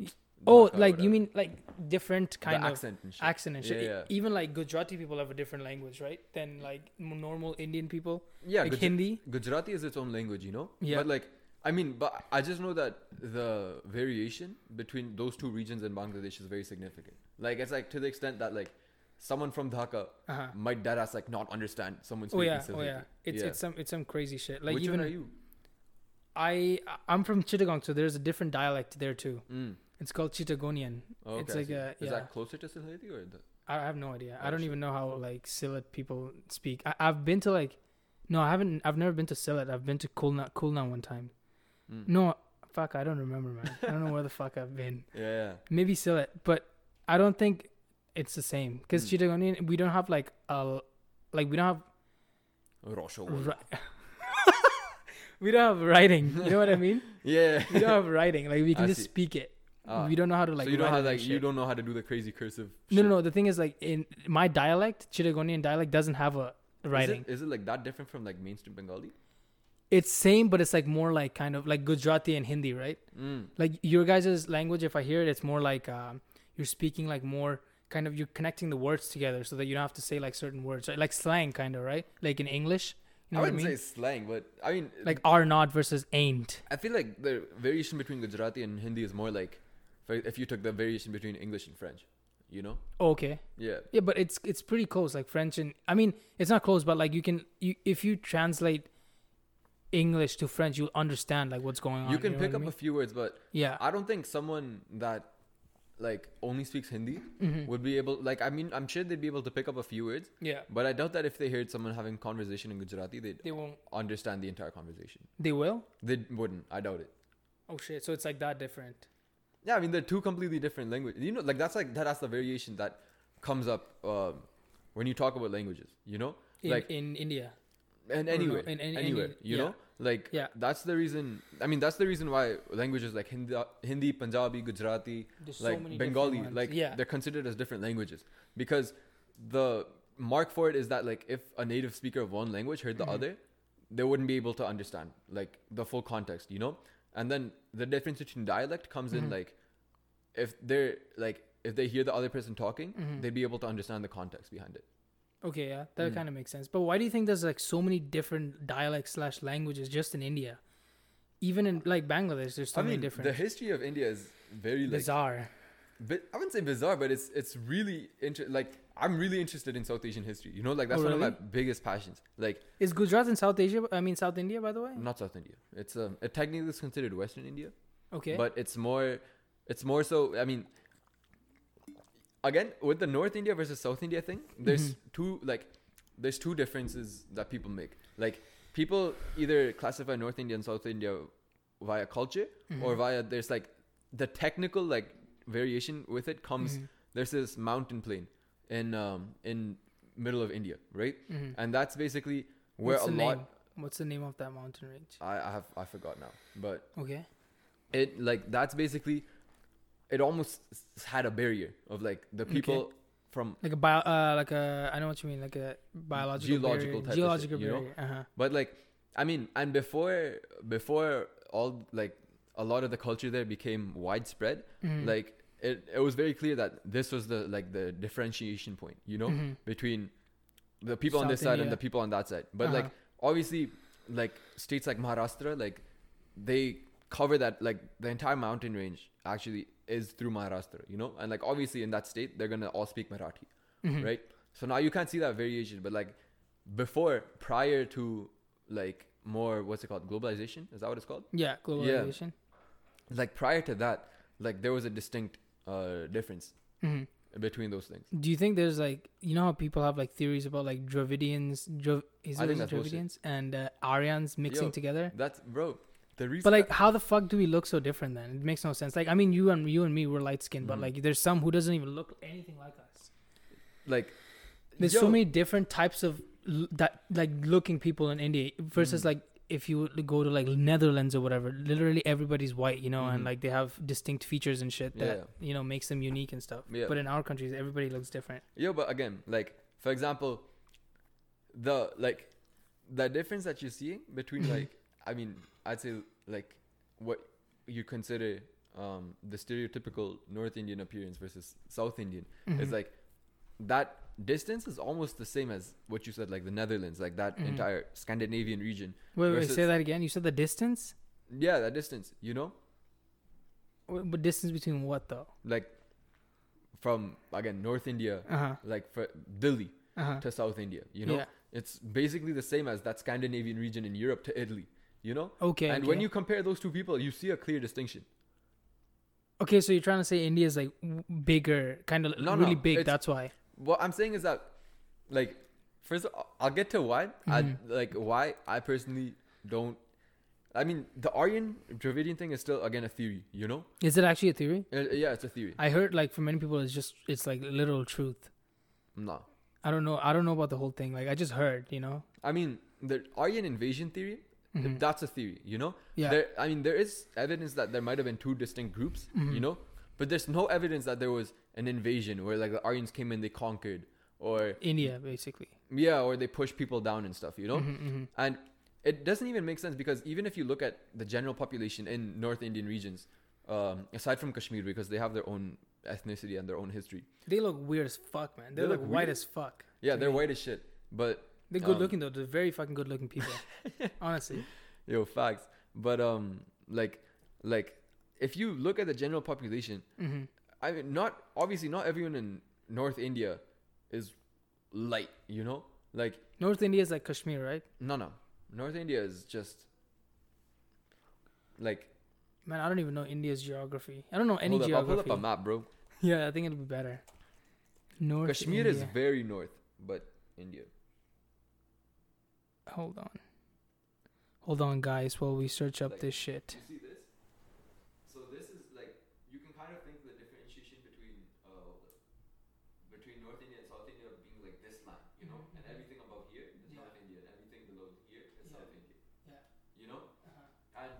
[SPEAKER 1] oh,
[SPEAKER 2] Dhaka or
[SPEAKER 1] like you
[SPEAKER 2] whatever.
[SPEAKER 1] mean like different
[SPEAKER 2] the
[SPEAKER 1] kind of
[SPEAKER 2] accent and shit.
[SPEAKER 1] accent and shit.
[SPEAKER 2] Yeah, yeah.
[SPEAKER 1] E- Even like Gujarati people have a different language, right? Than like m- normal Indian people.
[SPEAKER 2] yeah,
[SPEAKER 1] like
[SPEAKER 2] Guj-
[SPEAKER 1] Hindi.
[SPEAKER 2] Gujarati is its own language, you know.
[SPEAKER 1] Yeah.
[SPEAKER 2] But like, I mean, but I just know that the variation between those two regions in Bangladesh is very significant. Like, it's like to the extent that like someone from Dhaka
[SPEAKER 1] Uh-huh.
[SPEAKER 2] might dead ass like not understand someone
[SPEAKER 1] Oh
[SPEAKER 2] speaking
[SPEAKER 1] yeah, oh
[SPEAKER 2] Sylheti.
[SPEAKER 1] yeah. It's it's some it's some crazy shit. Like
[SPEAKER 2] Which
[SPEAKER 1] even
[SPEAKER 2] one are you?
[SPEAKER 1] I I'm from Chittagong, so there's a different dialect there too.
[SPEAKER 2] Mm.
[SPEAKER 1] It's called Chittagonian.
[SPEAKER 2] Oh, okay,
[SPEAKER 1] it's
[SPEAKER 2] I
[SPEAKER 1] like
[SPEAKER 2] see.
[SPEAKER 1] a-
[SPEAKER 2] Is
[SPEAKER 1] yeah.
[SPEAKER 2] that closer to Sylheti or the?
[SPEAKER 1] I I have no idea. I
[SPEAKER 2] Oh,
[SPEAKER 1] don't
[SPEAKER 2] shit.
[SPEAKER 1] even know how like Sylhet people speak. I, I've been to like, no, I haven't. I've never been to Sylhet. I've been to Kulna, Kulna one time.
[SPEAKER 2] Mm.
[SPEAKER 1] No, fuck, I don't remember, man. I don't know where the fuck I've been.
[SPEAKER 2] Yeah, yeah.
[SPEAKER 1] Maybe Sylhet, but I don't think it's the same because
[SPEAKER 2] Mm.
[SPEAKER 1] Chittagonian we don't have like a, like we don't have
[SPEAKER 2] Oh, Rosho.
[SPEAKER 1] ri- [laughs] we don't have writing. You know what I mean?
[SPEAKER 2] Yeah.
[SPEAKER 1] We don't have writing. Like we can
[SPEAKER 2] I
[SPEAKER 1] just
[SPEAKER 2] see.
[SPEAKER 1] speak it.
[SPEAKER 2] Ah.
[SPEAKER 1] we don't know how to like.
[SPEAKER 2] so you don't
[SPEAKER 1] write
[SPEAKER 2] have
[SPEAKER 1] it and
[SPEAKER 2] like you
[SPEAKER 1] shit.
[SPEAKER 2] don't know how to do the crazy cursive.
[SPEAKER 1] No, no,
[SPEAKER 2] shit.
[SPEAKER 1] no. The thing is, like in my dialect, Chittagonian dialect doesn't have a writing.
[SPEAKER 2] Is it, is it like that different from like mainstream Bengali?
[SPEAKER 1] it's same, but it's like more like kind of like Gujarati and Hindi, right?
[SPEAKER 2] Mm.
[SPEAKER 1] Like your guys' language, if I hear it, it's more like um, you're speaking like more kind of you're connecting the words together so that you don't have to say like certain words, right? like slang, kind of, right? Like in English, you know
[SPEAKER 2] I
[SPEAKER 1] what I
[SPEAKER 2] wouldn't
[SPEAKER 1] mean?
[SPEAKER 2] say slang, but I mean,
[SPEAKER 1] like are not versus ain't.
[SPEAKER 2] I feel like the variation between Gujarati and Hindi is more like if- if you took the variation between English and French, you know?
[SPEAKER 1] Okay,
[SPEAKER 2] Yeah.
[SPEAKER 1] yeah, but it's it's pretty close, like French and I mean it's not close, but like you can you if you translate English to French, you'll understand like what's going on.
[SPEAKER 2] You can
[SPEAKER 1] Oh, know
[SPEAKER 2] pick
[SPEAKER 1] what I
[SPEAKER 2] up
[SPEAKER 1] mean?
[SPEAKER 2] a few words, but
[SPEAKER 1] yeah.
[SPEAKER 2] I don't think someone that like only speaks Hindi
[SPEAKER 1] Mhm.
[SPEAKER 2] would be able like I mean I'm sure they'd be able to pick up a few words,
[SPEAKER 1] Yeah,
[SPEAKER 2] but I doubt that if they heard someone having conversation in Gujarati, they'd
[SPEAKER 1] they won't.
[SPEAKER 2] understand the entire conversation.
[SPEAKER 1] They will.
[SPEAKER 2] They wouldn't. I doubt it.
[SPEAKER 1] Oh shit! So it's like that different.
[SPEAKER 2] Yeah, I mean they're two completely different languages. You know, like that's like that's the variation that comes up um, when you talk about languages. You know,
[SPEAKER 1] In,
[SPEAKER 2] like
[SPEAKER 1] in India.
[SPEAKER 2] and
[SPEAKER 1] Or no,
[SPEAKER 2] anywhere,
[SPEAKER 1] in- in-
[SPEAKER 2] anywhere.
[SPEAKER 1] any-
[SPEAKER 2] you
[SPEAKER 1] yeah.
[SPEAKER 2] know, like
[SPEAKER 1] Yeah.
[SPEAKER 2] that's the reason. I mean, that's the reason why languages like Hindi, Hindi Punjabi, Gujarati,
[SPEAKER 1] There's so
[SPEAKER 2] like
[SPEAKER 1] many different
[SPEAKER 2] Bengali,
[SPEAKER 1] ones.
[SPEAKER 2] like
[SPEAKER 1] Yeah.
[SPEAKER 2] they're considered as different languages because the mark for it is that like if a native speaker of one language heard the
[SPEAKER 1] Mm-hmm.
[SPEAKER 2] other, they wouldn't be able to understand like the full context, you know. And then the difference between dialect comes in
[SPEAKER 1] Mm-hmm.
[SPEAKER 2] like if they're like if they hear the other person talking,
[SPEAKER 1] Mm-hmm.
[SPEAKER 2] they'd be able to understand the context behind it.
[SPEAKER 1] Okay, yeah, that
[SPEAKER 2] Mm.
[SPEAKER 1] kind of makes sense. But why do you think there's like so many different dialects slash languages just in India? Even in like Bangladesh, there's so
[SPEAKER 2] I
[SPEAKER 1] many
[SPEAKER 2] mean, the
[SPEAKER 1] different.
[SPEAKER 2] history of India is very like,
[SPEAKER 1] Bizarre.
[SPEAKER 2] But I wouldn't say bizarre, but it's it's really inter- like I'm really interested in South Asian history. You know, like that's
[SPEAKER 1] Oh,
[SPEAKER 2] one
[SPEAKER 1] really?
[SPEAKER 2] of my biggest passions. Like
[SPEAKER 1] Is Gujarat in South Asia? I mean, South India, by the way.
[SPEAKER 2] not South India. It's um, it technically is considered Western India,
[SPEAKER 1] Okay.
[SPEAKER 2] but it's more it's more so. I mean, again with the North India versus South India thing, there's
[SPEAKER 1] Mm-hmm.
[SPEAKER 2] two like there's two differences that people make. Like people either classify North India and South India via culture
[SPEAKER 1] Mm-hmm.
[SPEAKER 2] or via there's like the technical like variation with it comes
[SPEAKER 1] Mm-hmm.
[SPEAKER 2] there's this mountain plain in um in middle of India, right?
[SPEAKER 1] Mhm.
[SPEAKER 2] And that's basically where
[SPEAKER 1] What's
[SPEAKER 2] a
[SPEAKER 1] the
[SPEAKER 2] lot
[SPEAKER 1] name? What's the name of that mountain range?
[SPEAKER 2] I, I have I forgot now, but
[SPEAKER 1] Okay.
[SPEAKER 2] it like that's basically it almost s- had a barrier of like the
[SPEAKER 1] Okay.
[SPEAKER 2] people from
[SPEAKER 1] Like a bio, uh, like a I know what you mean, like a biological,
[SPEAKER 2] Geological
[SPEAKER 1] barrier,
[SPEAKER 2] type of shit,
[SPEAKER 1] geological
[SPEAKER 2] you know?
[SPEAKER 1] barrier. Uh-huh.
[SPEAKER 2] but like I mean and before before all like a lot of the culture there became widespread
[SPEAKER 1] Mhm.
[SPEAKER 2] like it, it was very clear that this was the like the differentiation point you know
[SPEAKER 1] Mhm.
[SPEAKER 2] between the people on this
[SPEAKER 1] South
[SPEAKER 2] side
[SPEAKER 1] India.
[SPEAKER 2] and the people on that side but like
[SPEAKER 1] Uh-huh.
[SPEAKER 2] obviously like states like maharashtra like they cover that like the entire mountain range actually is through maharashtra you know and like obviously in that state they're gonna all speak marathi
[SPEAKER 1] Mhm.
[SPEAKER 2] right so now you can't see that variation but like before prior to like more what's it called globalization is that what it's called
[SPEAKER 1] Yeah, globalization.
[SPEAKER 2] like prior to that like there was a distinct uh difference
[SPEAKER 1] Mhm.
[SPEAKER 2] between those things
[SPEAKER 1] Do you think there's like you know how people have like theories about like Dravidians, Drav- is
[SPEAKER 2] I
[SPEAKER 1] it
[SPEAKER 2] think
[SPEAKER 1] was
[SPEAKER 2] that's bullshit.
[SPEAKER 1] Dravidians and uh, Aryans mixing
[SPEAKER 2] Yo,
[SPEAKER 1] together?
[SPEAKER 2] that's bro the reason
[SPEAKER 1] But like, how the fuck do we look so different then? It makes no sense. Like, I mean, you and you and me, we're light skinned, but
[SPEAKER 2] Mhm.
[SPEAKER 1] like, there's some who doesn't even look anything like us.
[SPEAKER 2] like
[SPEAKER 1] There's so
[SPEAKER 2] yo,
[SPEAKER 1] many different types of l- that like looking people in India versus
[SPEAKER 2] Mhm.
[SPEAKER 1] like if you would go to like Netherlands or whatever. Literally everybody's white, you know, and
[SPEAKER 2] Mhm.
[SPEAKER 1] like they have distinct features and shit that
[SPEAKER 2] Yeah.
[SPEAKER 1] you know makes them unique and stuff.
[SPEAKER 2] Yeah.
[SPEAKER 1] But in our countries, everybody looks different.
[SPEAKER 2] yo but again like for example the like the difference that you're seeing between like I mean I'd say like what you consider um, the stereotypical North Indian appearance versus South Indian is
[SPEAKER 1] Mhm.
[SPEAKER 2] like that distance is almost the same as what you said like the Netherlands like that
[SPEAKER 1] Mhm.
[SPEAKER 2] entire Scandinavian region
[SPEAKER 1] Wait, wait, say
[SPEAKER 2] versus-
[SPEAKER 1] that again. You said the distance?
[SPEAKER 2] yeah that distance you know
[SPEAKER 1] Wh- But distance between what though?
[SPEAKER 2] like from again North India
[SPEAKER 1] Uh huh.
[SPEAKER 2] like for Delhi
[SPEAKER 1] Uh huh.
[SPEAKER 2] to South India you know
[SPEAKER 1] Yeah.
[SPEAKER 2] it's basically the same as that Scandinavian region in Europe to Italy you know
[SPEAKER 1] Okay.
[SPEAKER 2] and when
[SPEAKER 1] okay.
[SPEAKER 2] you compare those two people, you see a clear distinction.
[SPEAKER 1] okay, so you're trying to say India is like w- bigger, kind of
[SPEAKER 2] No,
[SPEAKER 1] really
[SPEAKER 2] no,
[SPEAKER 1] big.
[SPEAKER 2] it's-
[SPEAKER 1] That's why.
[SPEAKER 2] What I'm saying is that, like, first of all, I'll get to why. I like why I personally don't. I mean, the Aryan Dravidian thing is still again a theory. You know,
[SPEAKER 1] Is it actually a theory?
[SPEAKER 2] Uh, yeah, it's a theory.
[SPEAKER 1] I heard like from many people, it's just it's like literal truth.
[SPEAKER 2] No,
[SPEAKER 1] I don't know. I don't know about the whole thing. Like I just heard, you know.
[SPEAKER 2] I mean the Aryan invasion theory.
[SPEAKER 1] Mhm.
[SPEAKER 2] That's a theory. You know,
[SPEAKER 1] Yeah.
[SPEAKER 2] There, I mean, there is evidence that there might have been two distinct groups. You know, but there's no evidence that there was an invasion where like the Aryans came in, they conquered, or
[SPEAKER 1] India, basically.
[SPEAKER 2] yeah, or they pushed people down and stuff. You know.
[SPEAKER 1] Mhm, mhm.
[SPEAKER 2] And it doesn't even make sense because even if you look at the general population in North Indian regions, um, aside from Kashmir, because they have their own ethnicity and their own history.
[SPEAKER 1] They look weird as fuck, man. They,
[SPEAKER 2] They
[SPEAKER 1] look,
[SPEAKER 2] look
[SPEAKER 1] white
[SPEAKER 2] weird.
[SPEAKER 1] as fuck.
[SPEAKER 2] Yeah,
[SPEAKER 1] to
[SPEAKER 2] they're
[SPEAKER 1] me.
[SPEAKER 2] white as shit. But
[SPEAKER 1] They're good
[SPEAKER 2] um,
[SPEAKER 1] looking though. They're very fucking good looking
[SPEAKER 2] [laughs]
[SPEAKER 1] people. Honestly.
[SPEAKER 2] yo, facts. But um, like, like if you look at the general population,
[SPEAKER 1] hmm
[SPEAKER 2] I mean, not obviously not everyone in North India is light. You know, like
[SPEAKER 1] North India is like Kashmir, right?
[SPEAKER 2] no, no, North India is just like
[SPEAKER 1] Man, I don't even know India's geography. I don't know any
[SPEAKER 2] hold up, I'll pull
[SPEAKER 1] geography.
[SPEAKER 2] up a map, bro.
[SPEAKER 1] [laughs] Yeah, I think it'll be better. North
[SPEAKER 2] Kashmir is
[SPEAKER 1] India.
[SPEAKER 2] very north, but India.
[SPEAKER 1] Hold on. Hold on, guys, while we search up
[SPEAKER 2] Like-
[SPEAKER 1] this shit.
[SPEAKER 2] You see this? So this is like you can kind of think the differentiation between uh, between North India and South India being like this line, you know, and everything above here is
[SPEAKER 1] Mm-hmm. Yeah.
[SPEAKER 2] North India, and everything below here is
[SPEAKER 1] Yeah.
[SPEAKER 2] South India.
[SPEAKER 1] Yeah. Uh-huh.
[SPEAKER 2] You know, and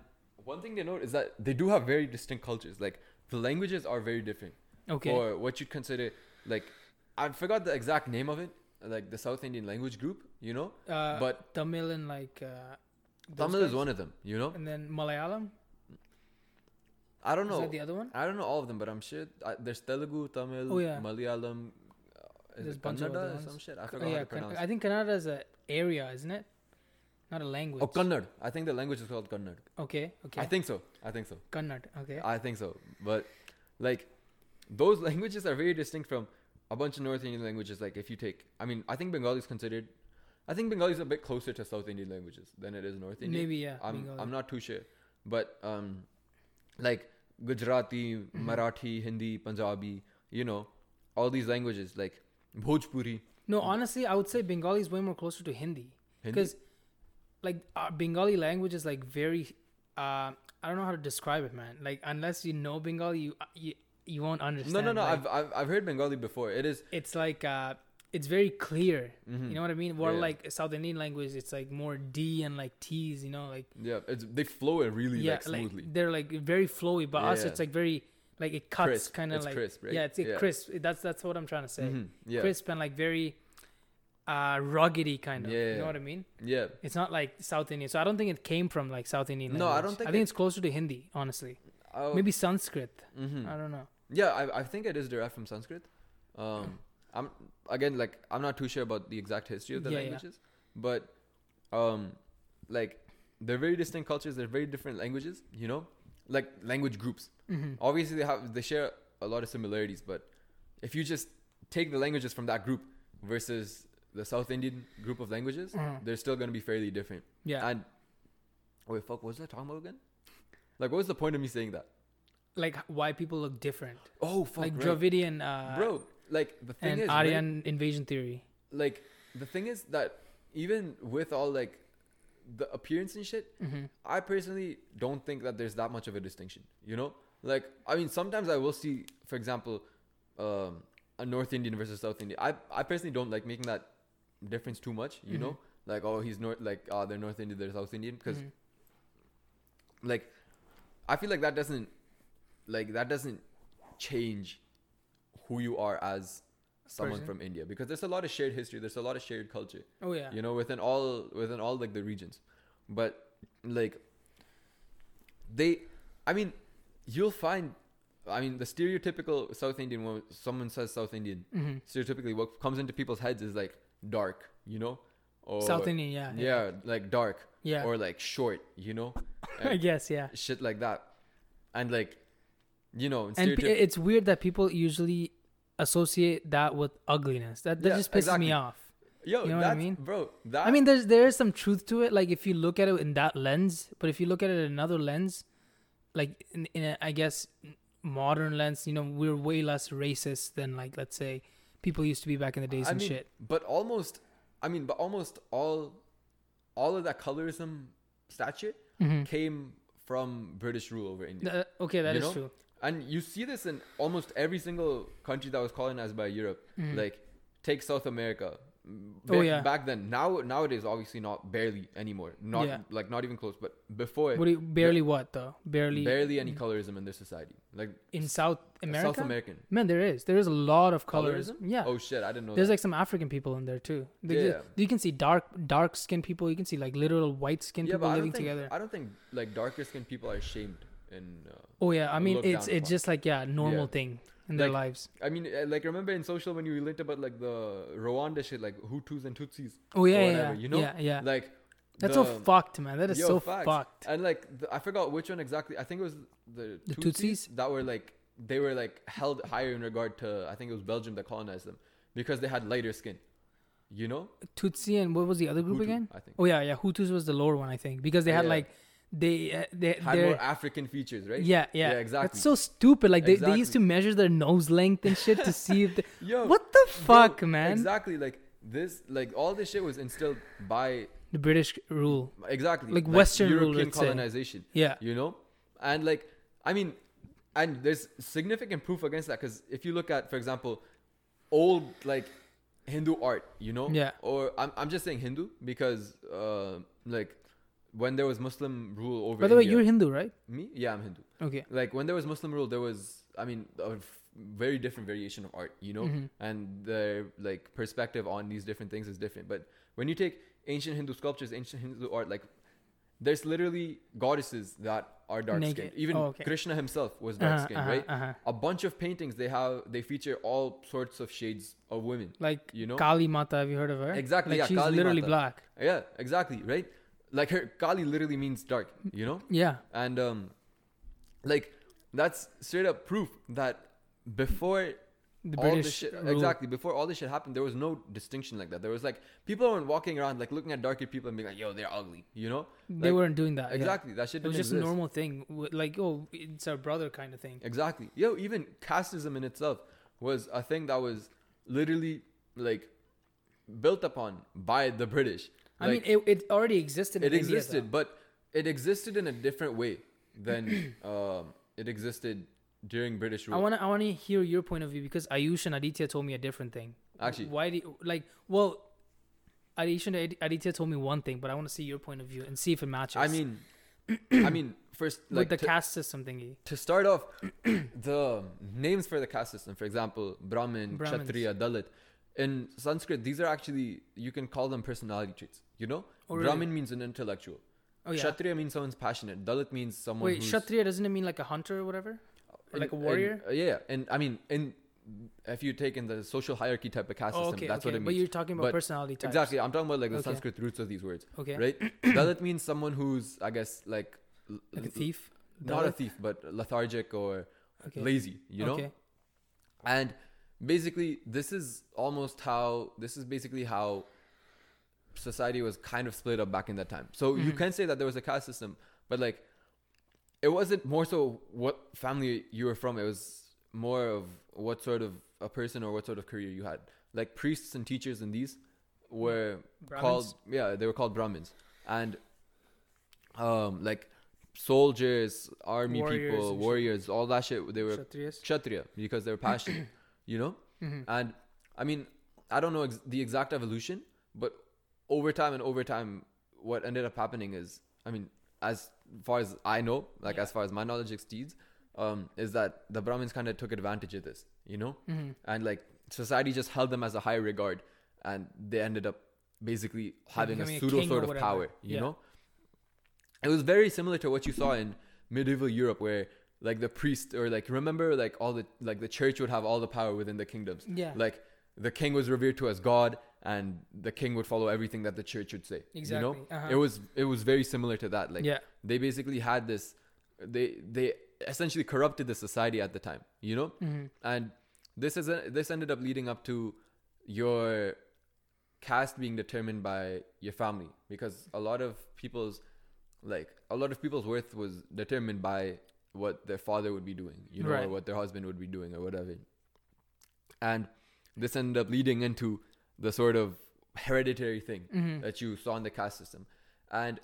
[SPEAKER 2] one thing to note is that they do have very distinct cultures. Like the languages are very different,
[SPEAKER 1] Okay.
[SPEAKER 2] or what you'd consider like I forgot the exact name of it, like the South Indian language group, you know,
[SPEAKER 1] uh,
[SPEAKER 2] but
[SPEAKER 1] Tamil and like. Uh, those
[SPEAKER 2] Tamil is
[SPEAKER 1] guys?
[SPEAKER 2] one of them, you know.
[SPEAKER 1] And then Malayalam?
[SPEAKER 2] I don't
[SPEAKER 1] Is
[SPEAKER 2] know.
[SPEAKER 1] that the other one?
[SPEAKER 2] I don't know all of them, but I'm sure I, there's Telugu, Tamil,
[SPEAKER 1] Oh, yeah.
[SPEAKER 2] Malayalam, uh, is
[SPEAKER 1] There's
[SPEAKER 2] it
[SPEAKER 1] bunch of other
[SPEAKER 2] Kannada or
[SPEAKER 1] ones.
[SPEAKER 2] some shit. I
[SPEAKER 1] Ka-
[SPEAKER 2] forgot how
[SPEAKER 1] yeah,
[SPEAKER 2] to
[SPEAKER 1] Kan-
[SPEAKER 2] pronounce.
[SPEAKER 1] I think Kannada is an area, isn't it? Not a language.
[SPEAKER 2] oh, Kannad. I think the language is called Kannad.
[SPEAKER 1] okay, okay.
[SPEAKER 2] I think so. I think so.
[SPEAKER 1] Kannad, okay.
[SPEAKER 2] I think so. But like those [laughs] languages are very distinct from a bunch of North Indian languages. Like if you take, I mean, I think Bengali is considered. I think Bengali is a bit closer to South Indian languages than it is North Indian.
[SPEAKER 1] Maybe, yeah.
[SPEAKER 2] I'm
[SPEAKER 1] Bengali.
[SPEAKER 2] I'm not too sure, but um, like Gujarati,
[SPEAKER 1] Mm-hmm.
[SPEAKER 2] Marathi, Hindi, Punjabi, you know, all these languages like Bhojpuri.
[SPEAKER 1] no, honestly, I would say Bengali is way more closer to Hindi.
[SPEAKER 2] Hindi?
[SPEAKER 1] Because, like, our Bengali language is, like, very. Uh, I don't know how to describe it, man. Like, unless you know Bengali, you uh, you, you won't understand.
[SPEAKER 2] No, no, no.
[SPEAKER 1] Like,
[SPEAKER 2] I've, I've I've heard Bengali before. It is
[SPEAKER 1] it's like uh it's very clear you know what i mean While
[SPEAKER 2] Mm-hmm. Yeah.
[SPEAKER 1] like south indian language it's like more d and like t's you know like
[SPEAKER 2] yeah. It's they flow it really
[SPEAKER 1] yeah
[SPEAKER 2] like smoothly.
[SPEAKER 1] like they're like very flowy but us
[SPEAKER 2] Yeah.
[SPEAKER 1] it's like very like it cuts
[SPEAKER 2] Crisp.
[SPEAKER 1] kind of
[SPEAKER 2] It's
[SPEAKER 1] like
[SPEAKER 2] crisp, right?
[SPEAKER 1] yeah it's like,
[SPEAKER 2] Yeah.
[SPEAKER 1] crisp that's that's what i'm trying to say
[SPEAKER 2] Mhm, yeah.
[SPEAKER 1] crisp and like very uh ruggedy kind of you
[SPEAKER 2] Yeah.
[SPEAKER 1] know what i mean
[SPEAKER 2] yeah.
[SPEAKER 1] it's not like south indian so i don't think it came from like south indian
[SPEAKER 2] No, I
[SPEAKER 1] language.
[SPEAKER 2] don't think
[SPEAKER 1] i think
[SPEAKER 2] it-
[SPEAKER 1] it's closer to hindi honestly
[SPEAKER 2] Oh,
[SPEAKER 1] maybe sanskrit
[SPEAKER 2] mhm.
[SPEAKER 1] i don't know
[SPEAKER 2] Yeah, I, I think it is derived from Sanskrit. Um, I'm again like I'm not too sure about the exact history of the
[SPEAKER 1] Yeah, yeah.
[SPEAKER 2] languages, but um, like they're very distinct cultures. They're very different languages. You know, like language groups.
[SPEAKER 1] Mhm.
[SPEAKER 2] Obviously, they have they share a lot of similarities, but if you just take the languages from that group versus the South Indian group of languages,
[SPEAKER 1] Mhm.
[SPEAKER 2] they're still going to be fairly different.
[SPEAKER 1] yeah
[SPEAKER 2] And wait, fuck, what was I talking about again? Like, what was the point of me saying that?
[SPEAKER 1] like why people look different
[SPEAKER 2] Oh, fuck,
[SPEAKER 1] like
[SPEAKER 2] right.
[SPEAKER 1] dravidian uh
[SPEAKER 2] bro. Like the thing
[SPEAKER 1] and
[SPEAKER 2] is, right?
[SPEAKER 1] Aryan invasion theory.
[SPEAKER 2] like the thing is that even with all like the appearance and shit,
[SPEAKER 1] Mhm.
[SPEAKER 2] I personally don't think that there's that much of a distinction. You know, like I mean, sometimes I will see, for example, um, a North Indian versus South Indian. I I personally don't like making that difference too much. You
[SPEAKER 1] Mm-hmm.
[SPEAKER 2] know, like oh he's North, like ah they're North Indian, they're South Indian, because
[SPEAKER 1] Mhm.
[SPEAKER 2] like I feel like that doesn't like that doesn't change who you are as someone
[SPEAKER 1] Person.
[SPEAKER 2] from India because there's a lot of shared history. There's a lot of shared culture.
[SPEAKER 1] Oh yeah.
[SPEAKER 2] You know, within all within all like the regions, but like they, I mean, you'll find. I mean, the stereotypical South Indian when someone says South Indian,
[SPEAKER 1] Mhm.
[SPEAKER 2] stereotypically what comes into people's heads is like dark, you know, or
[SPEAKER 1] South Indian, yeah.
[SPEAKER 2] yeah, like dark,
[SPEAKER 1] Yeah.
[SPEAKER 2] or like short, you know,
[SPEAKER 1] [laughs] I guess, yeah.
[SPEAKER 2] shit like that, and like, you know,
[SPEAKER 1] And p-
[SPEAKER 2] stereotyp-
[SPEAKER 1] it's weird that people usually associate that with ugliness. That that
[SPEAKER 2] Yeah,
[SPEAKER 1] just pisses
[SPEAKER 2] exactly.
[SPEAKER 1] me off.
[SPEAKER 2] yo,
[SPEAKER 1] you know what I
[SPEAKER 2] that's,
[SPEAKER 1] mean?
[SPEAKER 2] bro, that
[SPEAKER 1] I mean, there's there is some truth to it. Like if you look at it in that lens, but if you look at it in another lens, like in, in a, I guess modern lens, you know, we're way less racist than like let's say people used to be back in the days
[SPEAKER 2] I
[SPEAKER 1] and
[SPEAKER 2] mean,
[SPEAKER 1] shit.
[SPEAKER 2] But almost, I mean, but almost all, all of that colorism stature
[SPEAKER 1] Mm-hmm.
[SPEAKER 2] came from British rule over India.
[SPEAKER 1] Th- uh, okay, that
[SPEAKER 2] you
[SPEAKER 1] is
[SPEAKER 2] know?
[SPEAKER 1] true.
[SPEAKER 2] And you see this in almost every single country that was colonized by Europe. Like, take South America. Ba-
[SPEAKER 1] Mm-hmm. Oh, yeah.
[SPEAKER 2] Back then, now nowadays, obviously not barely anymore. Not
[SPEAKER 1] Yeah.
[SPEAKER 2] like not even close. But before,
[SPEAKER 1] What do you, barely what though? Barely,
[SPEAKER 2] barely any colorism in their society. Like
[SPEAKER 1] in South America.
[SPEAKER 2] South American
[SPEAKER 1] Man, there is there is a lot of colorism.
[SPEAKER 2] colorism.
[SPEAKER 1] Yeah.
[SPEAKER 2] Oh shit, I didn't know.
[SPEAKER 1] There's
[SPEAKER 2] that.
[SPEAKER 1] like some African people in there too. They-
[SPEAKER 2] Yeah.
[SPEAKER 1] You can see dark dark skinned people. You can see like literal white skinned
[SPEAKER 2] yeah, but
[SPEAKER 1] people
[SPEAKER 2] I
[SPEAKER 1] living
[SPEAKER 2] don't think
[SPEAKER 1] together.
[SPEAKER 2] I don't think like darker skinned people are shamed in. Uh,
[SPEAKER 1] oh yeah, I mean
[SPEAKER 2] look
[SPEAKER 1] it's
[SPEAKER 2] down
[SPEAKER 1] it's
[SPEAKER 2] upon.
[SPEAKER 1] just like yeah normal
[SPEAKER 2] Yeah.
[SPEAKER 1] thing in their
[SPEAKER 2] Like,
[SPEAKER 1] lives.
[SPEAKER 2] I mean, uh, like remember in social when you learned about like the Rwanda shit, like Hutus and Tutsis.
[SPEAKER 1] Oh
[SPEAKER 2] or
[SPEAKER 1] yeah, yeah,
[SPEAKER 2] whatever,
[SPEAKER 1] yeah,
[SPEAKER 2] You know,
[SPEAKER 1] yeah, yeah.
[SPEAKER 2] like
[SPEAKER 1] That's
[SPEAKER 2] the-
[SPEAKER 1] so fucked, man. That is
[SPEAKER 2] Yo,
[SPEAKER 1] so
[SPEAKER 2] facts.
[SPEAKER 1] fucked.
[SPEAKER 2] And like the, I forgot which one exactly. I think it was the,
[SPEAKER 1] The
[SPEAKER 2] Tutsis,
[SPEAKER 1] Tutsis?
[SPEAKER 2] that were like they were like held higher in regard to. I think it was Belgium that colonized them because they had lighter skin. You know,
[SPEAKER 1] Tutsi and what was the other group
[SPEAKER 2] Hutu,
[SPEAKER 1] again?
[SPEAKER 2] I think.
[SPEAKER 1] Oh yeah, yeah. Hutus was the lower one, I think, because they had
[SPEAKER 2] Oh, Yeah.
[SPEAKER 1] like they uh, they
[SPEAKER 2] had
[SPEAKER 1] their-
[SPEAKER 2] more African features, right?
[SPEAKER 1] yeah, yeah,
[SPEAKER 2] exactly.
[SPEAKER 1] That's so stupid. Like they, they used to
[SPEAKER 2] Exactly.
[SPEAKER 1] measure their nose length and shit to see
[SPEAKER 2] [laughs]
[SPEAKER 1] if. They,
[SPEAKER 2] Yo,
[SPEAKER 1] what the
[SPEAKER 2] bro,
[SPEAKER 1] fuck, man?
[SPEAKER 2] Exactly, like this, like all this shit was instilled by
[SPEAKER 1] The British rule.
[SPEAKER 2] exactly
[SPEAKER 1] Like Western rule,
[SPEAKER 2] European
[SPEAKER 1] let's say.
[SPEAKER 2] colonization.
[SPEAKER 1] Yeah.
[SPEAKER 2] you know and like i mean and there's significant proof against that because if you look at for example old like hindu art you know
[SPEAKER 1] Yeah.
[SPEAKER 2] or i'm, I'm just saying hindu because uh, like when there was muslim rule over
[SPEAKER 1] By the way,
[SPEAKER 2] India-
[SPEAKER 1] you're Hindu, right?
[SPEAKER 2] me yeah i'm hindu
[SPEAKER 1] Okay.
[SPEAKER 2] like when there was muslim rule there was i mean a f- very different variation of art you know
[SPEAKER 1] Mm-hmm.
[SPEAKER 2] and their like perspective on these different things is different but when you take ancient hindu sculptures ancient hindu art like there's literally goddesses that are dark skinned
[SPEAKER 1] Naked.
[SPEAKER 2] even
[SPEAKER 1] Oh, okay.
[SPEAKER 2] krishna himself was
[SPEAKER 1] Uh-huh,
[SPEAKER 2] dark skinned
[SPEAKER 1] uh-huh,
[SPEAKER 2] right
[SPEAKER 1] uh-huh.
[SPEAKER 2] a bunch of paintings they have they feature all sorts of shades of women
[SPEAKER 1] Like
[SPEAKER 2] you know
[SPEAKER 1] Kali Mata, have you heard of her?
[SPEAKER 2] Exactly,
[SPEAKER 1] Like
[SPEAKER 2] yeah,
[SPEAKER 1] she's
[SPEAKER 2] Kali
[SPEAKER 1] literally
[SPEAKER 2] Mata.
[SPEAKER 1] black.
[SPEAKER 2] yeah exactly right like her kali literally means dark you know
[SPEAKER 1] Yeah.
[SPEAKER 2] and um like that's straight up proof that before
[SPEAKER 1] The
[SPEAKER 2] all
[SPEAKER 1] British
[SPEAKER 2] this shit
[SPEAKER 1] rule.
[SPEAKER 2] exactly before all this shit happened there was no distinction like that there was like people weren't walking around like looking at darker people and being like yo they're ugly you know
[SPEAKER 1] They
[SPEAKER 2] Like,
[SPEAKER 1] weren't doing that. yeah.
[SPEAKER 2] exactly that shit
[SPEAKER 1] It was
[SPEAKER 2] didn't
[SPEAKER 1] just a
[SPEAKER 2] exist.
[SPEAKER 1] normal thing. w- Like, oh, it's our brother kind of thing.
[SPEAKER 2] exactly yo even casteism in itself was a thing that was literally like built upon by the british
[SPEAKER 1] I
[SPEAKER 2] Like,
[SPEAKER 1] mean, it, it already existed.
[SPEAKER 2] it
[SPEAKER 1] in India,
[SPEAKER 2] existed, but it existed in a different way than um, it existed during British
[SPEAKER 1] though. I
[SPEAKER 2] rule.
[SPEAKER 1] want to. I want to hear your point of view because Ayush and Aditya told me a different thing.
[SPEAKER 2] Actually-
[SPEAKER 1] why do you, like? Well, Ayush and Adi- Aditya told me one thing, but I want to see your point of view and see if it matches.
[SPEAKER 2] I
[SPEAKER 1] [clears throat]
[SPEAKER 2] mean, I mean, first like
[SPEAKER 1] with the
[SPEAKER 2] to, Mm-hmm.
[SPEAKER 1] caste system thingy.
[SPEAKER 2] to start off, [clears throat] the names for the caste system, for example, Brahmin,
[SPEAKER 1] Brahmins.
[SPEAKER 2] Kshatriya, Dalit. In Sanskrit, these are actually you can call them personality traits. You know,
[SPEAKER 1] Oh, really?
[SPEAKER 2] Brahmin means an intellectual.
[SPEAKER 1] Oh yeah.
[SPEAKER 2] Kshatriya means someone's passionate. Dalit means someone.
[SPEAKER 1] Wait,
[SPEAKER 2] who's,
[SPEAKER 1] Kshatriya doesn't it mean like a hunter or whatever, or
[SPEAKER 2] in-
[SPEAKER 1] like a
[SPEAKER 2] in-
[SPEAKER 1] warrior?
[SPEAKER 2] uh, yeah, and I mean, in if you take in the social hierarchy type of caste
[SPEAKER 1] Oh,
[SPEAKER 2] system,
[SPEAKER 1] okay,
[SPEAKER 2] that's
[SPEAKER 1] okay.
[SPEAKER 2] what it means.
[SPEAKER 1] But you're talking about
[SPEAKER 2] But-
[SPEAKER 1] personality types.
[SPEAKER 2] Exactly. I'm talking about like the
[SPEAKER 1] Okay.
[SPEAKER 2] Sanskrit roots of these words.
[SPEAKER 1] Okay. [clears throat]
[SPEAKER 2] Right? Dalit means someone who's, I guess, like, l-
[SPEAKER 1] Like a
[SPEAKER 2] l-
[SPEAKER 1] thief.
[SPEAKER 2] Not a
[SPEAKER 1] Dalit?
[SPEAKER 2] thief, but lethargic or
[SPEAKER 1] Okay.
[SPEAKER 2] lazy, you know?
[SPEAKER 1] Okay.
[SPEAKER 2] And basically, this is almost how, this is basically how society was kind of split up back in that time. So
[SPEAKER 1] Mm-hmm.
[SPEAKER 2] you can say that there was a caste system, but like, it wasn't more so what family you were from. It was more of what sort of a person or what sort of career you had. Like priests and teachers and these were
[SPEAKER 1] Brahmins?
[SPEAKER 2] called yeah they were called Brahmins and um like soldiers, army
[SPEAKER 1] Warriors and
[SPEAKER 2] people,
[SPEAKER 1] shit.
[SPEAKER 2] warriors, all that shit. They were
[SPEAKER 1] Kshatriyas? Mm-hmm.
[SPEAKER 2] Kshatriya because they were
[SPEAKER 1] [clears throat]
[SPEAKER 2] passionate, you know. And I mean, I don't know ex- the exact evolution, but over time and over time, what ended up happening is, I mean, as far as I know, like as far as my
[SPEAKER 1] Mm-hmm.
[SPEAKER 2] knowledge exceeds, um, is that the Brahmins kind of took advantage of this, you know, and like society just held them as a high regard, and they ended up basically having a
[SPEAKER 1] becoming a
[SPEAKER 2] pseudo
[SPEAKER 1] king or
[SPEAKER 2] sort of
[SPEAKER 1] whatever.
[SPEAKER 2] power. You
[SPEAKER 1] Yeah.
[SPEAKER 2] know, it was very similar to what you saw in medieval Europe, where like the priest or like remember like all the like the church would have all the power within the kingdoms.
[SPEAKER 1] Yeah.
[SPEAKER 2] Like the king was revered to as God, and the king would follow everything that the church would say. You know,
[SPEAKER 1] Exactly, uh-huh.
[SPEAKER 2] it was it was very similar to that. Like
[SPEAKER 1] yeah.
[SPEAKER 2] they basically had this they they essentially corrupted the society at the time you know
[SPEAKER 1] Mhm.
[SPEAKER 2] and this is a, this ended up leading up to your caste being determined by your family because a lot of people's like a lot of people's worth was determined by what their father would be doing you know or
[SPEAKER 1] Right.
[SPEAKER 2] what their husband would be doing or whatever and this ended up leading into the sort of hereditary thing
[SPEAKER 1] Mhm.
[SPEAKER 2] that you saw in the caste system. And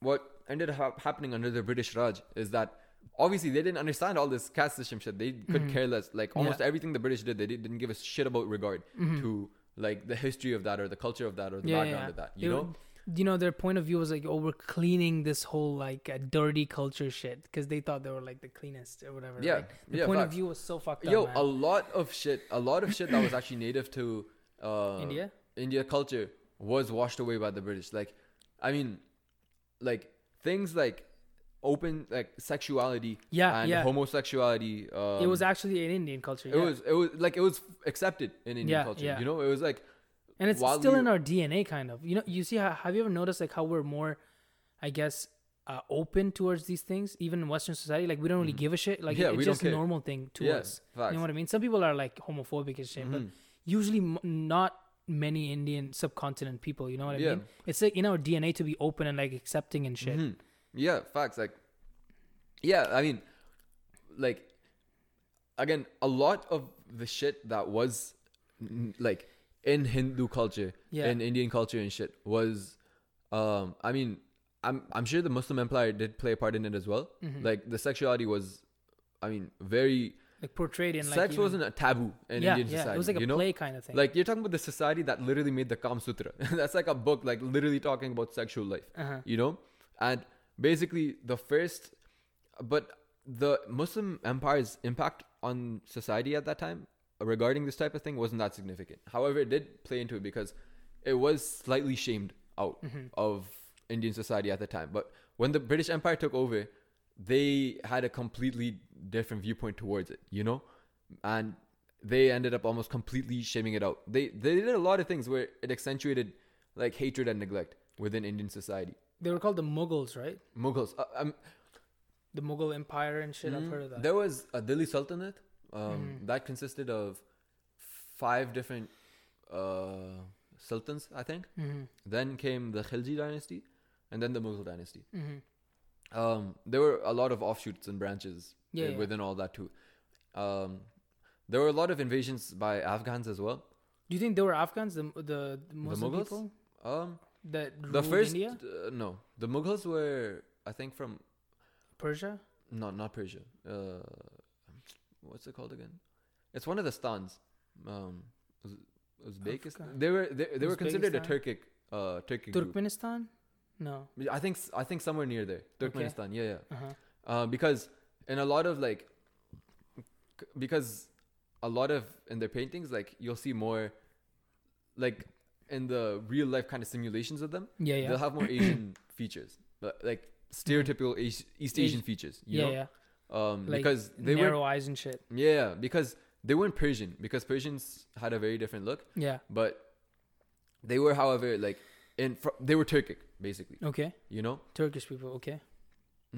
[SPEAKER 2] what ended up happening under the British Raj is that obviously they didn't understand all this caste system shit. They could
[SPEAKER 1] Mhm.
[SPEAKER 2] care less. Like
[SPEAKER 1] Yeah.
[SPEAKER 2] almost everything the British did, they did- didn't give a shit about regard
[SPEAKER 1] Mhm.
[SPEAKER 2] to like the history of that or the culture of that or the
[SPEAKER 1] Yeah,
[SPEAKER 2] background
[SPEAKER 1] yeah.
[SPEAKER 2] of that. You
[SPEAKER 1] They
[SPEAKER 2] know?
[SPEAKER 1] would- you know, their point of view was like, oh, we're cleaning this whole like uh, dirty culture shit because they thought they were like the cleanest or whatever.
[SPEAKER 2] Yeah,
[SPEAKER 1] right? the
[SPEAKER 2] yeah,
[SPEAKER 1] point of
[SPEAKER 2] facts.
[SPEAKER 1] view was so fucked up.
[SPEAKER 2] Yo,
[SPEAKER 1] man.
[SPEAKER 2] a lot of shit, a lot of shit that was actually native to uh,
[SPEAKER 1] India?
[SPEAKER 2] India culture was washed away by the British. Like, I mean, like things like open like sexuality
[SPEAKER 1] Yeah,
[SPEAKER 2] and
[SPEAKER 1] yeah.
[SPEAKER 2] homosexuality. Um,
[SPEAKER 1] it was actually an Indian culture.
[SPEAKER 2] it
[SPEAKER 1] yeah.
[SPEAKER 2] was it was like it was accepted in Indian
[SPEAKER 1] Yeah,
[SPEAKER 2] culture.
[SPEAKER 1] yeah.
[SPEAKER 2] You know, it was like
[SPEAKER 1] and it's
[SPEAKER 2] while
[SPEAKER 1] still
[SPEAKER 2] we-
[SPEAKER 1] in our DNA, kind of. You know, you see how have you ever noticed like how we're more, I guess, uh, open towards these things, even in Western society. Like we don't really give a shit. Like
[SPEAKER 2] Mm-hmm. Yeah,
[SPEAKER 1] it-
[SPEAKER 2] we
[SPEAKER 1] it's
[SPEAKER 2] don't
[SPEAKER 1] just a
[SPEAKER 2] care.
[SPEAKER 1] normal thing to
[SPEAKER 2] Yeah,
[SPEAKER 1] us. You
[SPEAKER 2] facts. Mm-hmm.
[SPEAKER 1] know what I mean? Some people are like homophobic and shit, but usually m- not many Indian subcontinent people. You know what I
[SPEAKER 2] Yeah.
[SPEAKER 1] mean? It's like in our DNA to be open and like accepting and shit.
[SPEAKER 2] Mhm. yeah, facts. Like, yeah, I mean, like, again, a lot of the shit that was n- like in Hindu culture,
[SPEAKER 1] Yeah.
[SPEAKER 2] in Indian culture and shit was, um, I mean, I'm I'm sure the Muslim Empire did play a part in it as well.
[SPEAKER 1] Mm-hmm.
[SPEAKER 2] Like the sexuality was, I mean, very
[SPEAKER 1] Like portrayed in like
[SPEAKER 2] sex
[SPEAKER 1] even-
[SPEAKER 2] wasn't a taboo in
[SPEAKER 1] yeah,
[SPEAKER 2] Indian
[SPEAKER 1] yeah.
[SPEAKER 2] society.
[SPEAKER 1] It was like a
[SPEAKER 2] you know?
[SPEAKER 1] play kind of thing.
[SPEAKER 2] Like you're talking about the society that literally made the Kama Sutra. [laughs] That's like a book, like literally talking about sexual life.
[SPEAKER 1] Uh-huh.
[SPEAKER 2] You know, and basically the first, but the Muslim empire's impact on society at that time regarding this type of thing wasn't that significant. However, it did play into it because it was slightly shamed out of Indian society at the time. But when the British Empire took over, they had a completely different viewpoint towards it. You know, and they ended up almost completely shaming it out. They they did a lot of things where it accentuated like hatred and neglect within Indian society.
[SPEAKER 1] they were called the Mughals, right?
[SPEAKER 2] Mughals. Uh, um, hmm?
[SPEAKER 1] The Mughal Empire and shit.
[SPEAKER 2] Mm-hmm.
[SPEAKER 1] I've heard of that. Hmm.
[SPEAKER 2] there was a Delhi Sultanate um, that consisted of five different uh, sultans, I think.
[SPEAKER 1] Hmm.
[SPEAKER 2] Then came the Khilji dynasty, and then the Mughal dynasty.
[SPEAKER 1] Hmm.
[SPEAKER 2] Um, there were a lot of offshoots and branches
[SPEAKER 1] Yeah,
[SPEAKER 2] uh,
[SPEAKER 1] yeah.
[SPEAKER 2] within all that too. Um, there were a lot of invasions by Afghans as well.
[SPEAKER 1] Do you think they were Afghans, the the, the Muslim
[SPEAKER 2] Mughals?
[SPEAKER 1] people
[SPEAKER 2] Um,
[SPEAKER 1] that ruled
[SPEAKER 2] the first
[SPEAKER 1] India,
[SPEAKER 2] uh, no the mughals were i think from
[SPEAKER 1] Persia?
[SPEAKER 2] no not persia uh what's it called again it's one of the stans um Uz- uzbekistan
[SPEAKER 1] Afghan-
[SPEAKER 2] they were they, they were considered a
[SPEAKER 1] Uzbekistan?
[SPEAKER 2] turkic uh turkic group.
[SPEAKER 1] Turkmenistan? No.
[SPEAKER 2] Yeah, i think s- i think somewhere near there turkmenistan yeah yeah
[SPEAKER 1] Uh-huh.
[SPEAKER 2] uh, because in a lot of like c- because a lot of in their paintings like you'll see more like in the real life kind of simulations of them
[SPEAKER 1] Yeah, yeah.
[SPEAKER 2] they'll have
[SPEAKER 1] [coughs]
[SPEAKER 2] more Asian features, but like stereotypical Asi- East
[SPEAKER 1] Asi-
[SPEAKER 2] Asian features, you
[SPEAKER 1] yeah,
[SPEAKER 2] know,
[SPEAKER 1] yeah.
[SPEAKER 2] um,
[SPEAKER 1] Like
[SPEAKER 2] because they
[SPEAKER 1] narrow
[SPEAKER 2] weren't,
[SPEAKER 1] eyes and shit.
[SPEAKER 2] yeah, because they weren't Persian, because Persians had a very different look,
[SPEAKER 1] Yeah.
[SPEAKER 2] but they were, however, like, in fr- they were Turkic, basically,
[SPEAKER 1] Okay.
[SPEAKER 2] you know,
[SPEAKER 1] Turkish people. Okay.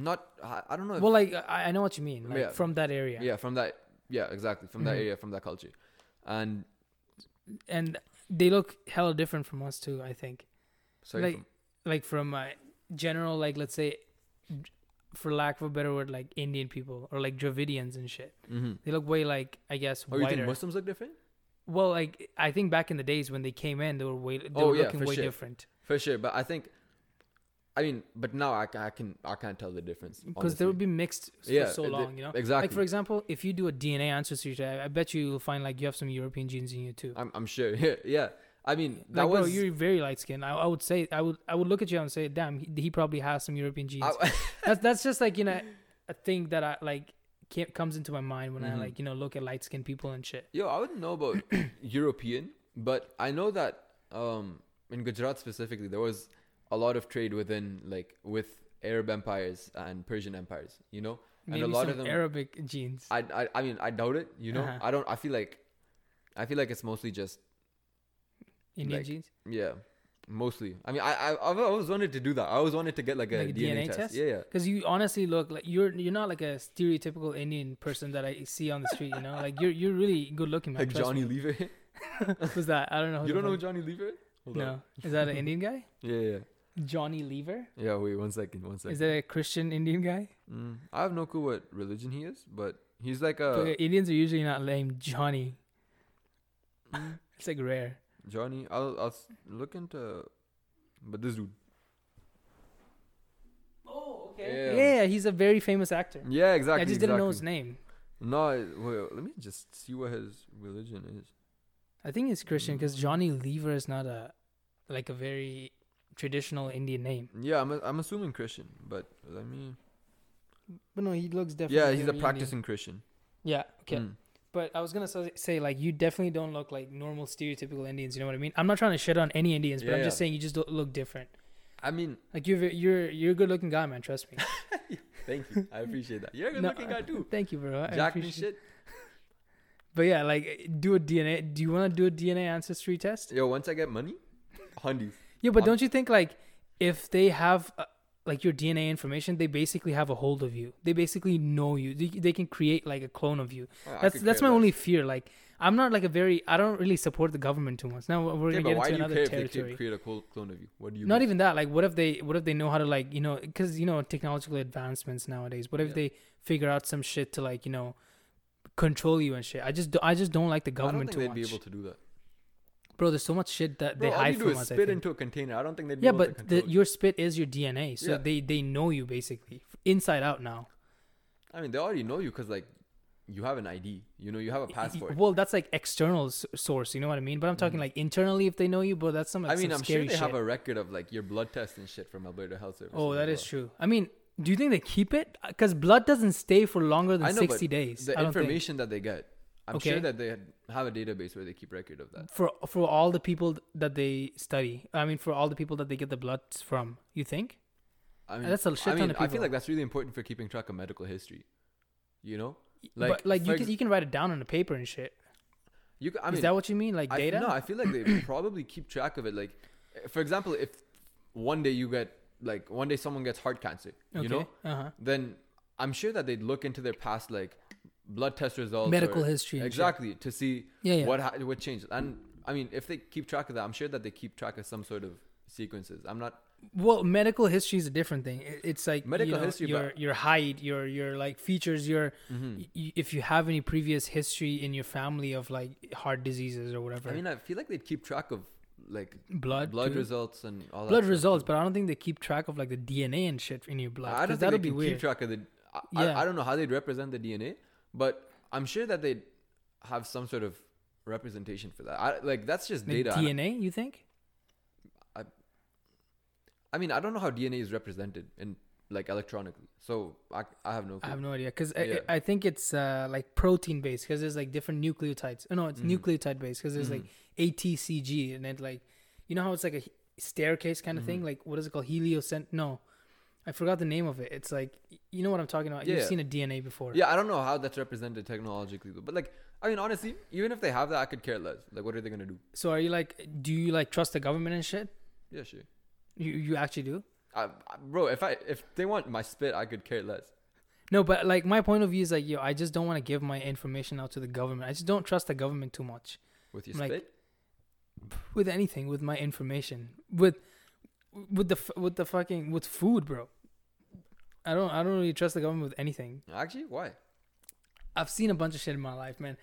[SPEAKER 2] not, I, I don't know, if-
[SPEAKER 1] Well, like I, I know what you mean. Like
[SPEAKER 2] Yeah.
[SPEAKER 1] from that area.
[SPEAKER 2] yeah. from that, yeah, exactly, from that
[SPEAKER 1] Mhm.
[SPEAKER 2] area, from that culture, and
[SPEAKER 1] And they look hella different from us too. I think.
[SPEAKER 2] sorry,
[SPEAKER 1] like,
[SPEAKER 2] from-
[SPEAKER 1] like from uh, general, like let's say, for lack of a better word, like Indian people or like Dravidians and shit.
[SPEAKER 2] Mhm.
[SPEAKER 1] They look way like I guess
[SPEAKER 2] oh, you think
[SPEAKER 1] whiter.
[SPEAKER 2] Muslims look different?
[SPEAKER 1] well, like I think back in the days when they came in, they were way they
[SPEAKER 2] Oh,
[SPEAKER 1] were
[SPEAKER 2] yeah,
[SPEAKER 1] looking
[SPEAKER 2] for
[SPEAKER 1] way
[SPEAKER 2] sure.
[SPEAKER 1] different
[SPEAKER 2] For sure, but I think, I mean, but now I, ca- I can, I can't tell the difference
[SPEAKER 1] because they
[SPEAKER 2] honestly.
[SPEAKER 1] would be mixed s- for
[SPEAKER 2] Yeah,
[SPEAKER 1] so
[SPEAKER 2] they-
[SPEAKER 1] long, you know. Like
[SPEAKER 2] exactly.
[SPEAKER 1] for example, if you do a DNA ancestry, test, I, I bet you you'll find like you have some European genes in you too.
[SPEAKER 2] I'm, I'm sure. [laughs] Yeah, yeah. I mean, Uh, that
[SPEAKER 1] Like, bro,
[SPEAKER 2] was.
[SPEAKER 1] you're very light skinned. I, I would say I would I would look at you and say,
[SPEAKER 2] [laughs]
[SPEAKER 1] damn, he, he probably has some European genes.
[SPEAKER 2] I,
[SPEAKER 1] that's that's just like you know a thing that I like ca- comes into my mind when
[SPEAKER 2] Mhm.
[SPEAKER 1] I like you know look at light skinned people and shit.
[SPEAKER 2] Yo, I wouldn't know about [clears throat] European, but I know that um, in Gujarat specifically, there was a lot of trade within like with Arab empires and Persian empires. You know,
[SPEAKER 1] Maybe
[SPEAKER 2] lot
[SPEAKER 1] some
[SPEAKER 2] of them-
[SPEAKER 1] Arabic genes.
[SPEAKER 2] I I, I mean I doubt it. You know,
[SPEAKER 1] Uh-huh.
[SPEAKER 2] I don't. I feel like I feel like it's mostly just
[SPEAKER 1] Indian
[SPEAKER 2] like,
[SPEAKER 1] genes.
[SPEAKER 2] yeah, mostly. I mean, I I I've always wanted to do that. I always wanted to get like a,
[SPEAKER 1] Like a
[SPEAKER 2] DNA,
[SPEAKER 1] DNA
[SPEAKER 2] test.
[SPEAKER 1] test?
[SPEAKER 2] Yeah, yeah.
[SPEAKER 1] Because you honestly look like you're you're not like a stereotypical Indian person that I see on the street. You know, like you're you're really good looking. Man.
[SPEAKER 2] Like
[SPEAKER 1] trust
[SPEAKER 2] Johnny
[SPEAKER 1] me. [laughs]
[SPEAKER 2] Lever.
[SPEAKER 1] Who's that? I don't know. who
[SPEAKER 2] you
[SPEAKER 1] the
[SPEAKER 2] don't know
[SPEAKER 1] fuck-
[SPEAKER 2] Johnny Lever? Hold on.
[SPEAKER 1] No, is
[SPEAKER 2] [laughs]
[SPEAKER 1] that an Indian guy?
[SPEAKER 2] Yeah, yeah.
[SPEAKER 1] Johnny Lever?
[SPEAKER 2] Yeah, wait, one second, one second.
[SPEAKER 1] Is that a Christian Indian guy?
[SPEAKER 2] Mm, I have no clue what religion he is, but he's like a
[SPEAKER 1] Okay, Indians are usually not named Johnny.
[SPEAKER 2] Mm.
[SPEAKER 1] It's like rare.
[SPEAKER 2] Johnny. I'll I'll s- look into, but this dude.
[SPEAKER 1] Oh,
[SPEAKER 2] okay.
[SPEAKER 1] Yeah,
[SPEAKER 2] Yeah.
[SPEAKER 1] he's a very famous actor.
[SPEAKER 2] Yeah, exactly.
[SPEAKER 1] I just didn't know his
[SPEAKER 2] exactly.
[SPEAKER 1] name.
[SPEAKER 2] No, I- wait, let me just see what his religion is.
[SPEAKER 1] I think it's Christian
[SPEAKER 2] Mm.
[SPEAKER 1] because Johnny Lever is not a like a very traditional Indian name.
[SPEAKER 2] Yeah, I'm a, I'm assuming Christian, but let me.
[SPEAKER 1] But no, he looks definitely.
[SPEAKER 2] Yeah, he's a
[SPEAKER 1] very
[SPEAKER 2] practicing Christian.
[SPEAKER 1] Indian. Yeah. Okay.
[SPEAKER 2] Mm.
[SPEAKER 1] But I was gonna so- say like you definitely don't look like normal stereotypical Indians. You know what I mean? I'm not trying to shit on any Indians, but I'm
[SPEAKER 2] Yeah,
[SPEAKER 1] just
[SPEAKER 2] yeah.
[SPEAKER 1] saying you just don't look different.
[SPEAKER 2] I mean,
[SPEAKER 1] Like you're ve- you're you're a good looking guy, man. Trust me.
[SPEAKER 2] thank you. I appreciate that. You're a good
[SPEAKER 1] No,
[SPEAKER 2] looking guy too.
[SPEAKER 1] [laughs] Thank you, bro. I
[SPEAKER 2] Jack me
[SPEAKER 1] appreciate-
[SPEAKER 2] shit.
[SPEAKER 1] But yeah, like do a DNA. Do you want to do a DNA ancestry test?
[SPEAKER 2] Yo, once I get money, hundies.
[SPEAKER 1] Yeah, but
[SPEAKER 2] Um,
[SPEAKER 1] don't you think like if they have uh, like your DNA information, they basically have a hold of you. They basically know you. They, they can create like a clone of you.
[SPEAKER 2] Oh, I
[SPEAKER 1] That's
[SPEAKER 2] could
[SPEAKER 1] that's
[SPEAKER 2] care
[SPEAKER 1] my
[SPEAKER 2] less.
[SPEAKER 1] only fear. Like I'm not like a very I don't really support the government too much. Now we're- we're
[SPEAKER 2] Yeah,
[SPEAKER 1] gonna
[SPEAKER 2] but
[SPEAKER 1] get
[SPEAKER 2] why
[SPEAKER 1] into
[SPEAKER 2] do you
[SPEAKER 1] another
[SPEAKER 2] care if they
[SPEAKER 1] territory.
[SPEAKER 2] ca- create a clone clone of you? What do you?
[SPEAKER 1] Not
[SPEAKER 2] care?
[SPEAKER 1] even that. Like what if they what if they know how to like you know because you know technological advancements nowadays. What if
[SPEAKER 2] Yeah.
[SPEAKER 1] they figure out some shit to like you know control you and shit? I just do, I just don't like the
[SPEAKER 2] I don't
[SPEAKER 1] government
[SPEAKER 2] think
[SPEAKER 1] too
[SPEAKER 2] they'd
[SPEAKER 1] much.
[SPEAKER 2] be able to do that.
[SPEAKER 1] Bro, there's so much shit that
[SPEAKER 2] Bro,
[SPEAKER 1] they
[SPEAKER 2] all
[SPEAKER 1] hide
[SPEAKER 2] you do
[SPEAKER 1] from
[SPEAKER 2] is
[SPEAKER 1] us. I
[SPEAKER 2] spit
[SPEAKER 1] think.
[SPEAKER 2] into a container. I don't think they'd be
[SPEAKER 1] yeah,
[SPEAKER 2] able to
[SPEAKER 1] but the,
[SPEAKER 2] control it.
[SPEAKER 1] your spit is your DNA, so
[SPEAKER 2] Yeah.
[SPEAKER 1] they they know you basically f- inside out now.
[SPEAKER 2] I mean, they already know you because like you have an ID. You know, you have a passport. Mm-hmm.
[SPEAKER 1] Well, that's like external s- source. You know what I mean? But I'm talking like internally, if they know you, bro, that's some like,
[SPEAKER 2] I mean,
[SPEAKER 1] some
[SPEAKER 2] I'm sure
[SPEAKER 1] scary
[SPEAKER 2] they
[SPEAKER 1] shit.
[SPEAKER 2] have a record of like your blood test and shit from Alberta Health Service.
[SPEAKER 1] oh, that is true. I mean, do you think they keep it? Because blood doesn't stay for longer than
[SPEAKER 2] I know,
[SPEAKER 1] sixty
[SPEAKER 2] but
[SPEAKER 1] days.
[SPEAKER 2] The
[SPEAKER 1] I don't think.
[SPEAKER 2] information that they get, I'm
[SPEAKER 1] Okay.
[SPEAKER 2] sure that they had- have a database where they keep record of that.
[SPEAKER 1] for for all the people that they study. I mean, for all the people that they get the blood from. You think?
[SPEAKER 2] I mean,
[SPEAKER 1] That's a shit
[SPEAKER 2] I
[SPEAKER 1] ton
[SPEAKER 2] mean,
[SPEAKER 1] of
[SPEAKER 2] I
[SPEAKER 1] people.
[SPEAKER 2] feel like that's really important for keeping track of medical history. You know,
[SPEAKER 1] Like,
[SPEAKER 2] Like,
[SPEAKER 1] but, like
[SPEAKER 2] for
[SPEAKER 1] you
[SPEAKER 2] ex-
[SPEAKER 1] can you can write it down on a paper and shit.
[SPEAKER 2] you. ca- I mean,
[SPEAKER 1] Is that what you mean? Like
[SPEAKER 2] I,
[SPEAKER 1] data?
[SPEAKER 2] No, I feel like
[SPEAKER 1] [clears throat]
[SPEAKER 2] they probably keep track of it. Like, eh, for example, if one day you get like one day someone gets heart cancer, you know,
[SPEAKER 1] Uh-huh.
[SPEAKER 2] then I'm sure that they'd look into their past like blood test results,
[SPEAKER 1] Medical
[SPEAKER 2] or-
[SPEAKER 1] history and shit.
[SPEAKER 2] exactly to see
[SPEAKER 1] Yeah, yeah.
[SPEAKER 2] what ha- what changed. And I mean, if they keep track of that, I'm sure that they keep track of some sort of sequences. I'm not.
[SPEAKER 1] Well, medical history is a different thing. It- It's like medical
[SPEAKER 2] Medical
[SPEAKER 1] history,
[SPEAKER 2] history, Mm-hmm.
[SPEAKER 1] your your height, your your like features, your y- if you have any previous history in your family of like heart diseases or whatever.
[SPEAKER 2] I mean, I feel like they'd keep track of like
[SPEAKER 1] blood,
[SPEAKER 2] blood
[SPEAKER 1] too.
[SPEAKER 2] results and all that
[SPEAKER 1] blood
[SPEAKER 2] stuff.
[SPEAKER 1] results, but I don't think they keep track of like the DNA and shit in your blood.
[SPEAKER 2] I don't
[SPEAKER 1] 'cause
[SPEAKER 2] think
[SPEAKER 1] that'll
[SPEAKER 2] they
[SPEAKER 1] be
[SPEAKER 2] can
[SPEAKER 1] weird.
[SPEAKER 2] keep track of the. I,
[SPEAKER 1] Yeah.
[SPEAKER 2] I, I don't know how they'd represent the DNA, but I'm sure that they'd have some sort of representation for that. I, like that's just
[SPEAKER 1] Like,
[SPEAKER 2] data. and
[SPEAKER 1] DNA, you think?
[SPEAKER 2] I mean, I don't know how DNA is represented in like electronically, so I, I have no.
[SPEAKER 1] I
[SPEAKER 2] Clue.
[SPEAKER 1] have no idea because I,
[SPEAKER 2] Yeah.
[SPEAKER 1] I think it's uh, like protein based because there's like different nucleotides. Oh, no, it's
[SPEAKER 2] Mm.
[SPEAKER 1] nucleotide based because there's like ATCG and then like you know how it's like a he- staircase kind of thing.
[SPEAKER 2] Mm-hmm.
[SPEAKER 1] Like what is it called? Heliocent? No, I forgot the name of it. It's like y- you know what I'm talking about. You've
[SPEAKER 2] Yeah.
[SPEAKER 1] seen a DNA before.
[SPEAKER 2] Yeah, I don't know how that's represented technologically, though. but like, I mean, honestly, even if they have that, I could care less. Like, what are they gonna do?
[SPEAKER 1] So are you like? Do you like trust the government and shit?
[SPEAKER 2] Yeah, sure.
[SPEAKER 1] You you actually do?
[SPEAKER 2] I, I, bro, if I if they want my spit, I could care less.
[SPEAKER 1] No, but like my point of view is like yo, I just don't want to give my information out to the government. I just don't trust the government too much.
[SPEAKER 2] With your
[SPEAKER 1] Like-
[SPEAKER 2] spit,
[SPEAKER 1] with anything with my information with with the f- with the fucking with food bro i don't i don't really trust the government with anything
[SPEAKER 2] actually, why?
[SPEAKER 1] i've seen a bunch of shit in my life man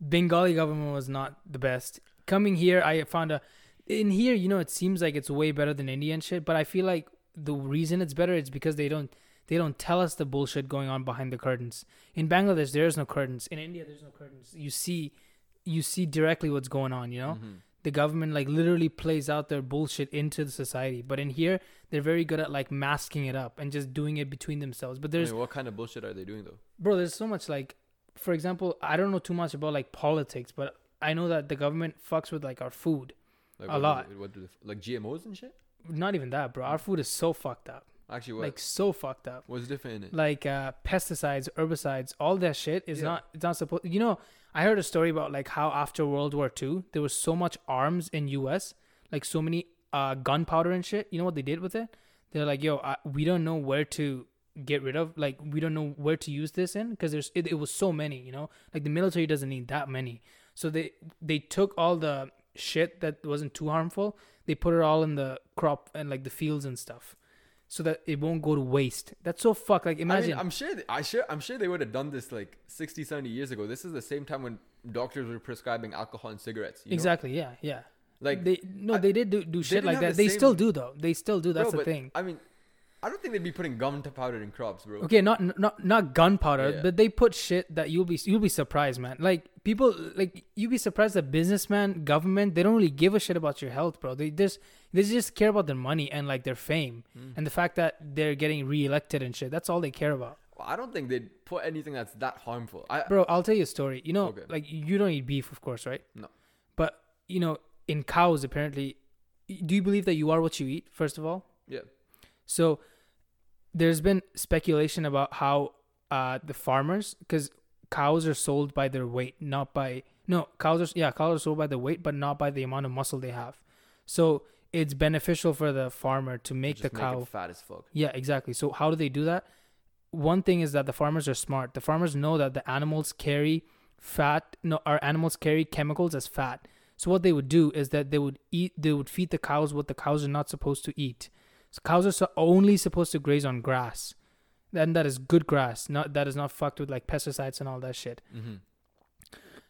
[SPEAKER 1] bengali government was not the best coming here i found a in here you know it seems like it's way better than indian shit but i feel like the reason it's better is because they don't they don't tell us the bullshit going on behind the curtains in bangladesh there is no curtains in india there's no curtains you see you see directly what's going on you know the government like literally plays out their bullshit into the society. But in here, they're very good at like masking it up and just doing it between themselves. But
[SPEAKER 2] I
[SPEAKER 1] there's
[SPEAKER 2] mean, what kind of bullshit are they doing though?
[SPEAKER 1] bro there's so much like for example i don't know too much about like politics but i know that the government fucks with like our food
[SPEAKER 2] Like
[SPEAKER 1] A
[SPEAKER 2] what do
[SPEAKER 1] lot.
[SPEAKER 2] they- what do they, like GMOs and shit?
[SPEAKER 1] not even that bro our food is so fucked up
[SPEAKER 2] Actually, what
[SPEAKER 1] like so fucked up
[SPEAKER 2] what's different in it?
[SPEAKER 1] like uh pesticides herbicides all that shit is
[SPEAKER 2] Yeah.
[SPEAKER 1] not it's not supposed you know i heard a story about like how after world war ii there was so much arms in us like so many uh gunpowder and shit you know what they did with it they're like yo I, we don't know where to get rid of like we don't know where to use this in because there's it, it was so many you know like the military doesn't need that many so they they took all the shit that wasn't too harmful they put it all in the crop and like the fields and stuff so that it won't go to waste that's so fuck like
[SPEAKER 2] I
[SPEAKER 1] imagine
[SPEAKER 2] mean, I'm sure. They, I sure. I'm sure they would have done this like 60, 70 years ago. This is the same time when doctors were prescribing alcohol and cigarettes. You know?
[SPEAKER 1] exactly yeah yeah
[SPEAKER 2] Like
[SPEAKER 1] they no
[SPEAKER 2] I-
[SPEAKER 1] they did do, do shit
[SPEAKER 2] didn't
[SPEAKER 1] like
[SPEAKER 2] have
[SPEAKER 1] that
[SPEAKER 2] the
[SPEAKER 1] they
[SPEAKER 2] same-
[SPEAKER 1] still do though they still do that's
[SPEAKER 2] bro,
[SPEAKER 1] the
[SPEAKER 2] but,
[SPEAKER 1] thing
[SPEAKER 2] I mean, I don't think they'd be putting gum to powder in crops, bro.
[SPEAKER 1] okay not not not gunpowder
[SPEAKER 2] Yeah.
[SPEAKER 1] but they put shit that you'll be you'll be surprised man like people like you'll be surprised that businessmen government they don't really give a shit about your health bro they just they just care about their money and like their fame
[SPEAKER 2] Mm.
[SPEAKER 1] and the fact that they're getting reelected and shit that's all they care about
[SPEAKER 2] I don't think they'd put anything that's that harmful. I
[SPEAKER 1] bro i'll tell you a story you know
[SPEAKER 2] Okay.
[SPEAKER 1] like you don't eat beef of course right
[SPEAKER 2] No.
[SPEAKER 1] but you know in cows apparently y- do you believe that you are what you eat first of all
[SPEAKER 2] yeah.
[SPEAKER 1] So there's been speculation about how uh, the farmers, because cows are sold by their weight, not by no cows are yeah cows are sold by the weight, but not by the amount of muscle they have. So it's beneficial for the farmer to make
[SPEAKER 2] Just
[SPEAKER 1] the cow.
[SPEAKER 2] it fat as fuck.
[SPEAKER 1] yeah, exactly. So how do they do that? One thing is that the farmers are smart. The farmers know that the animals carry fat. No, our animals carry chemicals as fat. So what they would do is that they would eat. They would feed the cows what the cows are not supposed to eat. So cows are so only supposed to graze on grass, and that is good grass. Not that is not fucked with like pesticides and all that shit.
[SPEAKER 2] Mhm.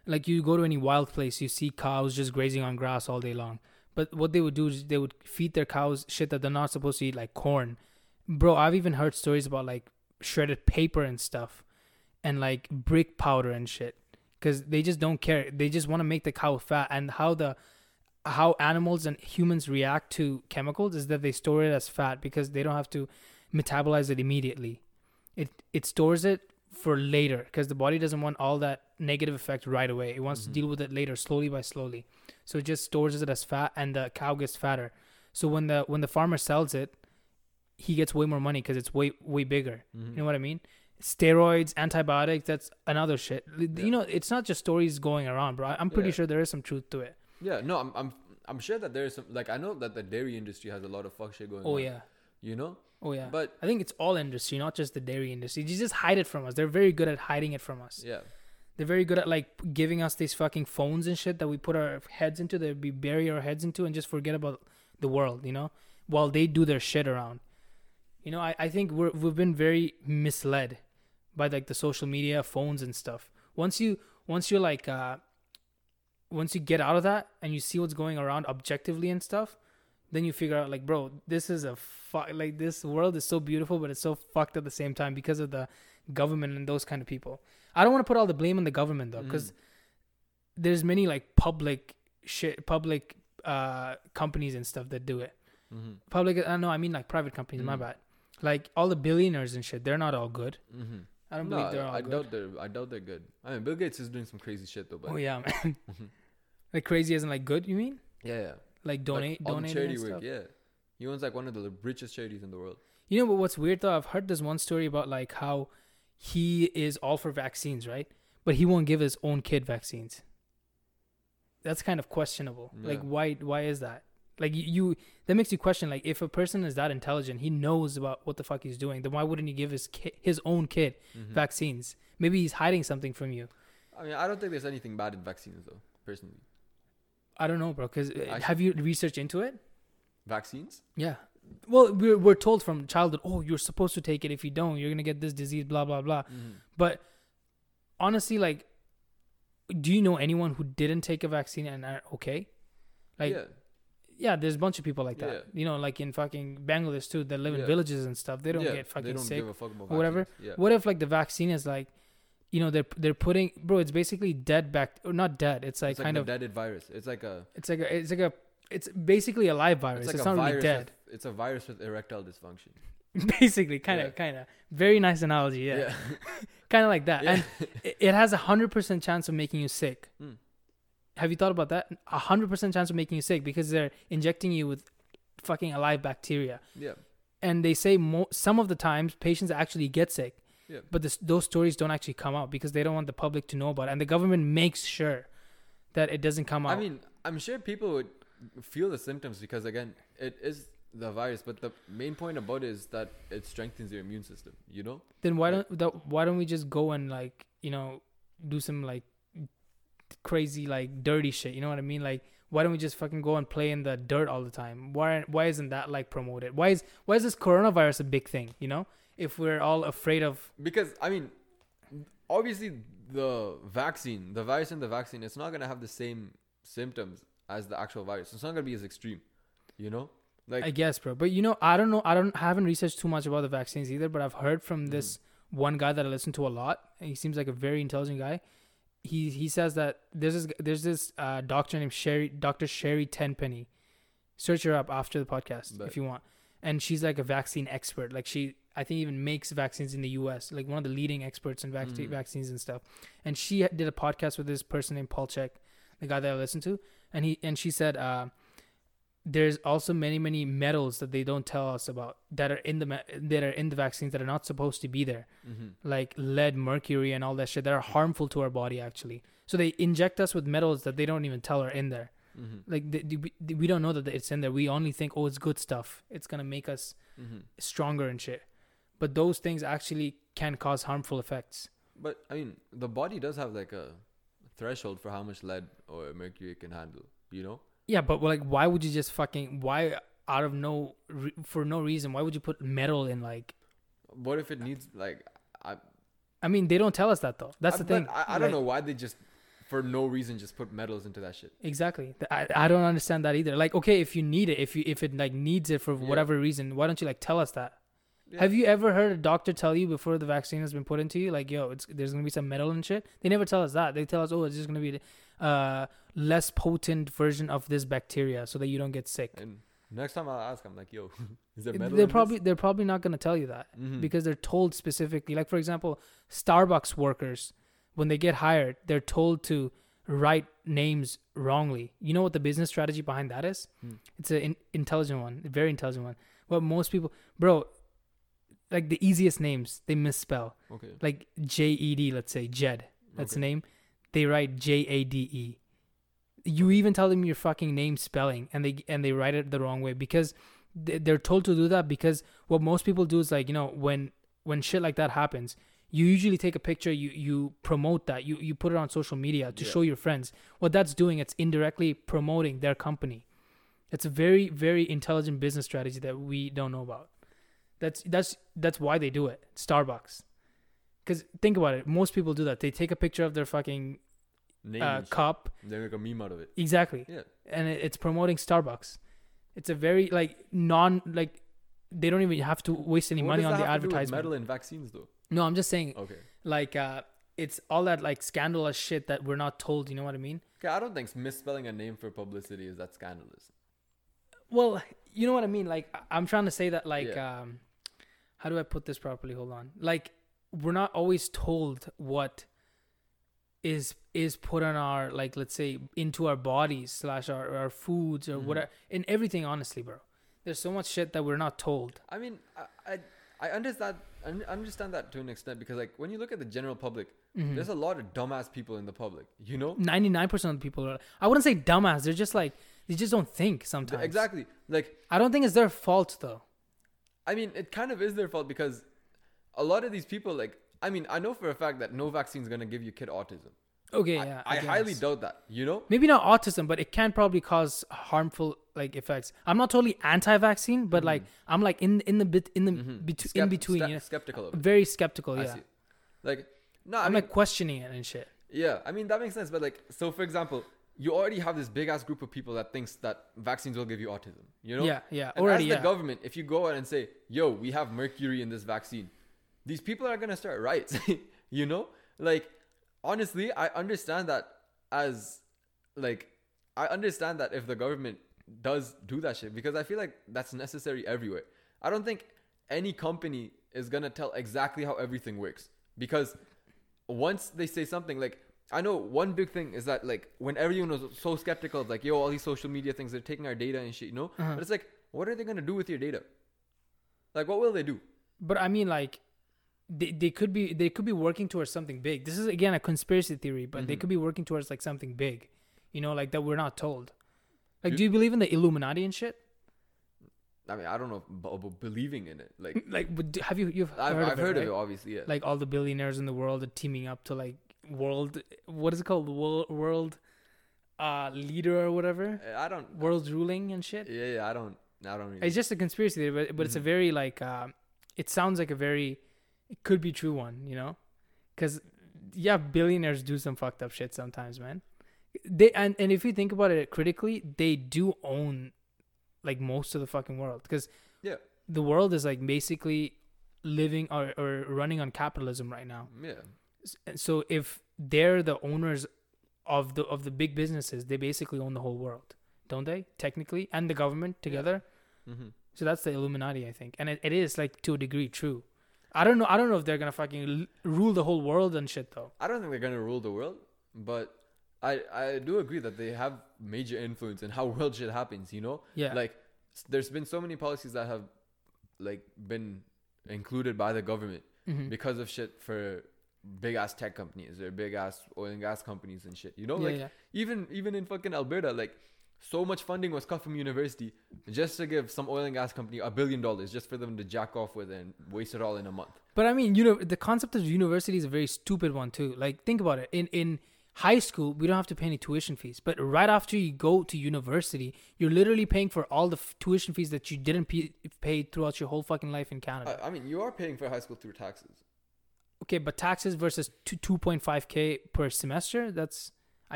[SPEAKER 1] Like you go to any wild place, you see cows just grazing on grass all day long. But what they would do is they would feed their cows shit that they're not supposed to eat, like corn. Bro, I've even heard stories about like shredded paper and stuff, and like brick powder and shit, because they just don't care. They just want to make the cow fat. And how the how animals and humans react to chemicals is that they store it as fat because they don't have to metabolize it immediately. It it stores it for later because the body doesn't want all that negative effect right away. It wants to deal with it later, slowly by slowly. So it just stores it as fat, and the cow gets fatter. So when the when the farmer sells it, he gets way more money because it's way way bigger. You know what I mean? Steroids, antibiotics, that's another shit. You know, it's not just stories going around, bro. I'm pretty
[SPEAKER 2] Yeah.
[SPEAKER 1] sure there is some truth to it.
[SPEAKER 2] Yeah. No, I'm. I'm I'm sure that there's some like I know that the dairy industry has a lot of fuck shit going on.
[SPEAKER 1] Oh yeah.
[SPEAKER 2] You know?
[SPEAKER 1] Oh yeah.
[SPEAKER 2] But-
[SPEAKER 1] I think it's all industry, not just the dairy industry. They just hide it from us. They're very good at hiding it from us.
[SPEAKER 2] Yeah.
[SPEAKER 1] They're very good at like giving us these fucking phones and shit that we put our heads into, that we bury our heads into and just forget about the world, you know? While they do their shit around. You know, I, I think we're we've been very misled by like the social media, phones and stuff. Once you once you're like uh once you get out of that and you see what's going around objectively and stuff, then you figure out like, bro, this is a fuck like this world is so beautiful, but it's so fucked at the same time because of the government and those kind of people. I don't want to put all the blame on the government though, because there's many like public shit, public uh companies and stuff that do it.
[SPEAKER 2] Mhm.
[SPEAKER 1] Public, I know, I mean like private companies. My
[SPEAKER 2] Mm.
[SPEAKER 1] bad. Like all the billionaires and shit, they're not all good.
[SPEAKER 2] Mhm.
[SPEAKER 1] I don't
[SPEAKER 2] No,
[SPEAKER 1] believe they're all
[SPEAKER 2] I
[SPEAKER 1] good.
[SPEAKER 2] doubt they're. I doubt they're good. I mean, Bill Gates is doing some crazy shit though. But
[SPEAKER 1] oh yeah, man.
[SPEAKER 2] [laughs]
[SPEAKER 1] [laughs] like crazy isn't like good. You mean
[SPEAKER 2] yeah, yeah.
[SPEAKER 1] like donate,
[SPEAKER 2] on
[SPEAKER 1] donate
[SPEAKER 2] charity
[SPEAKER 1] and stuff?
[SPEAKER 2] work. Yeah, he owns like one of the richest charities in the world.
[SPEAKER 1] You know, but what's weird though, I've heard this one story about like how he is all for vaccines, right? But he won't give his own kid vaccines. That's kind of questionable. Like,
[SPEAKER 2] Yeah.
[SPEAKER 1] why? Why is that? Like, you, you that makes you question. Like, if a person is that intelligent, he knows about what the fuck he's doing. Then why wouldn't he give his ki- his own kid
[SPEAKER 2] Mm.
[SPEAKER 1] vaccines? Maybe he's hiding something from you.
[SPEAKER 2] Mm-hmm. I mean, I don't think there's anything bad in vaccines though. Personally,
[SPEAKER 1] I don't know, bro. Because
[SPEAKER 2] I-
[SPEAKER 1] have you researched into it?
[SPEAKER 2] vaccines.
[SPEAKER 1] Yeah. Well, we're, we're told from childhood, oh, you're supposed to take it. If you don't, you're going to get this disease, blah, blah, blah.
[SPEAKER 2] Mm-hmm.
[SPEAKER 1] But honestly, like, do you know anyone who didn't take a vaccine and are okay? Like, yeah,
[SPEAKER 2] yeah,
[SPEAKER 1] there's a bunch of people like that.
[SPEAKER 2] Yeah.
[SPEAKER 1] You know, like in fucking Bangladesh, too, that live in
[SPEAKER 2] Yeah.
[SPEAKER 1] villages and stuff. They don't
[SPEAKER 2] yeah,
[SPEAKER 1] get fucking
[SPEAKER 2] they don't
[SPEAKER 1] sick.
[SPEAKER 2] give a fuck about
[SPEAKER 1] or whatever.
[SPEAKER 2] vaccines. Yeah,
[SPEAKER 1] What if, like, the vaccine is like, you know they're they're putting bro it's basically dead back or not dead it's like
[SPEAKER 2] it's like
[SPEAKER 1] kind
[SPEAKER 2] an
[SPEAKER 1] of
[SPEAKER 2] embedded virus. It's like a
[SPEAKER 1] it's like a, it's like a it's basically a live virus
[SPEAKER 2] it's
[SPEAKER 1] it's,
[SPEAKER 2] like a
[SPEAKER 1] not
[SPEAKER 2] virus.
[SPEAKER 1] really dead
[SPEAKER 2] With, it's a virus with erectile dysfunction.
[SPEAKER 1] [laughs] basically kind of
[SPEAKER 2] Yeah.
[SPEAKER 1] kind of very nice analogy yeah, [laughs]
[SPEAKER 2] yeah. [laughs]
[SPEAKER 1] kind of like that
[SPEAKER 2] Yeah. [laughs]
[SPEAKER 1] and it, it has a 100% chance of making you sick
[SPEAKER 2] Hmm.
[SPEAKER 1] have you thought about that a 100% chance of making you sick because they're injecting you with fucking alive bacteria
[SPEAKER 2] yeah.
[SPEAKER 1] and they say mo- some of the times patients actually get sick
[SPEAKER 2] Yeah.
[SPEAKER 1] but this, those stories don't actually come out because they don't want the public to know about it and the government makes sure that it doesn't come out
[SPEAKER 2] I mean, I'm sure people would feel the symptoms because again, it is the virus. But the main point about it is that it strengthens your immune system. You know,
[SPEAKER 1] then why
[SPEAKER 2] Yeah.
[SPEAKER 1] don't the, why don't we just go and like you know do some like crazy like dirty shit you know what i mean like why don't we just fucking go and play in the dirt all the time why why isn't that like promoted why is why is this coronavirus a big thing you know if we're all afraid of
[SPEAKER 2] because I mean, obviously the vaccine, the virus in the vaccine, it's not gonna have the same symptoms as the actual virus. It's not gonna be as extreme. You know, like
[SPEAKER 1] i guess bro but you know i don't know i don't I haven't researched too much about the vaccines either but i've heard from this one guy that i listen to a lot and he seems like a very intelligent guy he he says that there's this there's this uh, doctor named Sherry Dr. Sherry Tenpenny. Search her up after the podcast
[SPEAKER 2] Bet.
[SPEAKER 1] if you want. And she's like a vaccine expert. Like she I think even makes vaccines in the US, like one of the leading experts in vac-
[SPEAKER 2] Mhm.
[SPEAKER 1] vaccines and stuff. And she ha- did a podcast with this person named Paul Check, the guy that I listened to, and he and she said uh, there's also many many metals that they don't tell us about that are in the ma- that are in the vaccines that are not supposed to be there
[SPEAKER 2] mhm.
[SPEAKER 1] like lead, mercury, and all that shit that are harmful to our body actually. So they inject us with metals that they don't even tell are in there.
[SPEAKER 2] Mhm.
[SPEAKER 1] Like th th- we- we don't know that it's in there. We only think, oh, it's good stuff. It's gonna make us
[SPEAKER 2] Mhm.
[SPEAKER 1] stronger and shit. But those things actually can cause harmful effects.
[SPEAKER 2] But I mean, the body does have like a threshold for how much lead or mercury it can handle. You know,
[SPEAKER 1] Yeah, but like, why would you just fucking why out of no re- for no reason? Why would you put metal in like?
[SPEAKER 2] what if it needs like I?
[SPEAKER 1] I mean, they don't tell us that though. That's
[SPEAKER 2] I-
[SPEAKER 1] the
[SPEAKER 2] but
[SPEAKER 1] thing.
[SPEAKER 2] I, I don't
[SPEAKER 1] Like,
[SPEAKER 2] know why they just for no reason just put metals into that shit.
[SPEAKER 1] Exactly. Th- I, I don't understand that either. Like, okay, if you need it, if you if it like needs it for
[SPEAKER 2] Yeah.
[SPEAKER 1] whatever reason, why don't you like tell us that?
[SPEAKER 2] Yeah.
[SPEAKER 1] Have you ever heard a doctor tell you before the vaccine has been put into you, like, yo, it's there's gonna be some metal and shit? They never tell us that. They tell us, oh, it's just gonna be a uh, less potent version of this bacteria, so that you don't get sick.
[SPEAKER 2] And next time I'll ask, I'm like, yo, [laughs] is there metal?
[SPEAKER 1] They're probably they're probably not gonna tell you that
[SPEAKER 2] mm-hmm.
[SPEAKER 1] because they're told specifically. Like for example, Starbucks workers, when they get hired, they're told to write names wrongly. You know what the business strategy behind that is?
[SPEAKER 2] Hmm.
[SPEAKER 1] It's an in- intelligent one, a very intelligent one. But most people, bro, like the easiest names they misspell.
[SPEAKER 2] okay.
[SPEAKER 1] Like J E D, let's say Jed. That's the
[SPEAKER 2] okay.
[SPEAKER 1] name. They write J A D E. You even tell them your fucking name spelling, and they and they write it the wrong way because they- they're told to do that. Because what most people do is like you know when when shit like that happens, you usually take a picture, you you promote that, you you put it on social media to
[SPEAKER 2] Yeah.
[SPEAKER 1] show your friends. What that's doing, it's indirectly promoting their company. It's a very very intelligent business strategy that we don't know about. That's that's that's why they do it. Starbucks. Because think about it, most people do that. They take a picture of their fucking
[SPEAKER 2] Name
[SPEAKER 1] uh,
[SPEAKER 2] and shit.
[SPEAKER 1] cup,
[SPEAKER 2] They make a meme out of it.
[SPEAKER 1] exactly,
[SPEAKER 2] Yeah.
[SPEAKER 1] and it, it's promoting Starbucks. It's a very like non like they don't even have to waste any
[SPEAKER 2] What
[SPEAKER 1] money
[SPEAKER 2] does
[SPEAKER 1] on
[SPEAKER 2] that
[SPEAKER 1] the
[SPEAKER 2] have to do with Oh.
[SPEAKER 1] advertisement.
[SPEAKER 2] Metal and vaccines, though.
[SPEAKER 1] No, I'm just saying
[SPEAKER 2] Okay.
[SPEAKER 1] like uh, it's all that like scandalous shit that we're not told. You know what I mean?
[SPEAKER 2] Okay. I don't think misspelling a name for publicity is that scandalous.
[SPEAKER 1] Well, you know what I mean. Like I- I'm trying to say that like
[SPEAKER 2] Yeah.
[SPEAKER 1] um, how do I put this properly? Hold on. Like we're not always told what is is put on our like let's say into our bodies slash our, our foods or
[SPEAKER 2] Mhm.
[SPEAKER 1] whatever in everything. Honestly, bro, there's so much shit that we're not told.
[SPEAKER 2] I mean, I, I, I understand I un- understand that to an extent because like when you look at the general public,
[SPEAKER 1] Mm-hmm.
[SPEAKER 2] there's a lot of dumbass people in the public. You know.
[SPEAKER 1] Ninety nine percent of the people are. I wouldn't say dumbass. They're just like they just don't think sometimes.
[SPEAKER 2] Exactly. Like
[SPEAKER 1] I don't think it's their fault though.
[SPEAKER 2] I mean, it kind of is their fault because a lot of these people, like, I mean, I know for a fact that no vaccine is going to give your kid autism.
[SPEAKER 1] Okay,
[SPEAKER 2] I-
[SPEAKER 1] yeah.
[SPEAKER 2] I, highly
[SPEAKER 1] guess.
[SPEAKER 2] doubt that, you know?
[SPEAKER 1] maybe not autism, but it can probably cause harmful like effects. I'm not totally anti-vaccine, but like I'm like in in the bit in the bet- in
[SPEAKER 2] Mm-hmm. Skep-
[SPEAKER 1] between.
[SPEAKER 2] ske-
[SPEAKER 1] you know?
[SPEAKER 2] Skeptical of it.
[SPEAKER 1] Very skeptical.
[SPEAKER 2] I
[SPEAKER 1] Yeah,
[SPEAKER 2] see. Like, no, I
[SPEAKER 1] I'm
[SPEAKER 2] mean,
[SPEAKER 1] like questioning it and shit.
[SPEAKER 2] yeah, I mean, that makes sense. But, like, so for example, you already have this big ass group of people that thinks that vaccines will give you autism, you know?
[SPEAKER 1] Yeah, yeah,
[SPEAKER 2] And
[SPEAKER 1] already,
[SPEAKER 2] as the
[SPEAKER 1] yeah.
[SPEAKER 2] government, if you go out and say, yo, we have mercury in this vaccine, these people are going to start riots, [laughs] you know? Like honestly, I understand that as like I understand that if the government does do that shit because I feel like that's necessary everywhere. I don't think any company is gonna tell exactly how everything works because once they say something like I know one big thing is that like when everyone was so skeptical of like yo all these social media things they're taking our data and shit you know
[SPEAKER 1] Uh-huh.
[SPEAKER 2] but it's like what are they gonna do with your data like what will they do
[SPEAKER 1] But I mean, like, they, they could be they could be working towards something big. This is again a conspiracy theory, but
[SPEAKER 2] Mm-hmm.
[SPEAKER 1] they could be working towards like something big, you know, like that we're not told. Like,
[SPEAKER 2] You-
[SPEAKER 1] do you believe in the Illuminati and shit? [clears throat]
[SPEAKER 2] I mean I don't know but, but believing in it like
[SPEAKER 1] [laughs] Like, but do- have you you've
[SPEAKER 2] I've,
[SPEAKER 1] heard,
[SPEAKER 2] I've
[SPEAKER 1] of,
[SPEAKER 2] heard
[SPEAKER 1] it,
[SPEAKER 2] of it
[SPEAKER 1] right?
[SPEAKER 2] obviously yeah
[SPEAKER 1] Like all the billionaires in the world are teaming up to like world what is it called world world uh leader or whatever
[SPEAKER 2] Uh, I don't
[SPEAKER 1] world ruling and shit.
[SPEAKER 2] yeah yeah Mm-hmm. I don't I don't really
[SPEAKER 1] It's just a conspiracy theory, but, but it's a very like uh, it sounds like a very it could be true one, you know? Because yeah, billionaires do some fucked up shit sometimes, man. They and and if you think about it critically, they do own like most of the fucking world because
[SPEAKER 2] yeah
[SPEAKER 1] the world is like basically living or, or running on capitalism right now.
[SPEAKER 2] yeah
[SPEAKER 1] S- So if they're the owners of the of the big businesses, they basically own the whole world, don't they? Technically, and the government together.
[SPEAKER 2] hmm
[SPEAKER 1] So that's the Illuminati, I think, and it, it is like to a degree true. I don't know. I don't know if they're gonna fucking l- rule the whole world and shit though.
[SPEAKER 2] I don't think they're gonna rule the world, but I I do agree that they have major influence in how [laughs] world shit happens. You know,
[SPEAKER 1] Yeah.
[SPEAKER 2] like s- there's been so many policies that have like been included by the government
[SPEAKER 1] Mhm.
[SPEAKER 2] because of shit for big ass tech companies or big ass oil and gas companies and shit. You know,
[SPEAKER 1] Yeah,
[SPEAKER 2] like
[SPEAKER 1] yeah.
[SPEAKER 2] even even in fucking Alberta, like so much funding was cut from university just to give some oil and gas company a billion dollars just for them to jack off with and waste it all in a month.
[SPEAKER 1] But I mean, you know, the concept of university is a very stupid one too. Like, think about it. In in high school, we don't have to pay any tuition fees, but right after you go to university, you're literally paying for all the f- tuition fees that you didn't pe- pay throughout your whole fucking life in Canada.
[SPEAKER 2] I, I mean, you are paying for high school through taxes.
[SPEAKER 1] okay, but taxes versus two point five k per semester. That's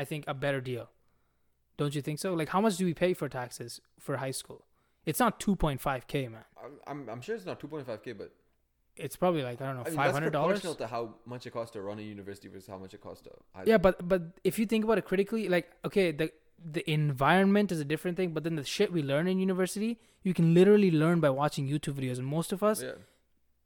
[SPEAKER 1] I think a better deal. Don't you think so? Like, how much do we pay for taxes for high school? It's not two point five k, man.
[SPEAKER 2] I'm- I'm, I'm sure it's not 2.5k, but
[SPEAKER 1] It's probably like I don't know
[SPEAKER 2] I mean,
[SPEAKER 1] five hundred
[SPEAKER 2] That's
[SPEAKER 1] dollars.
[SPEAKER 2] proportional to how much it costs to run a university versus how much it costs to. High
[SPEAKER 1] Yeah, but but if you think about it critically, like okay, the the environment is a different thing, but then the shit we learn in university, you can literally learn by watching YouTube videos, and most of us
[SPEAKER 2] yeah,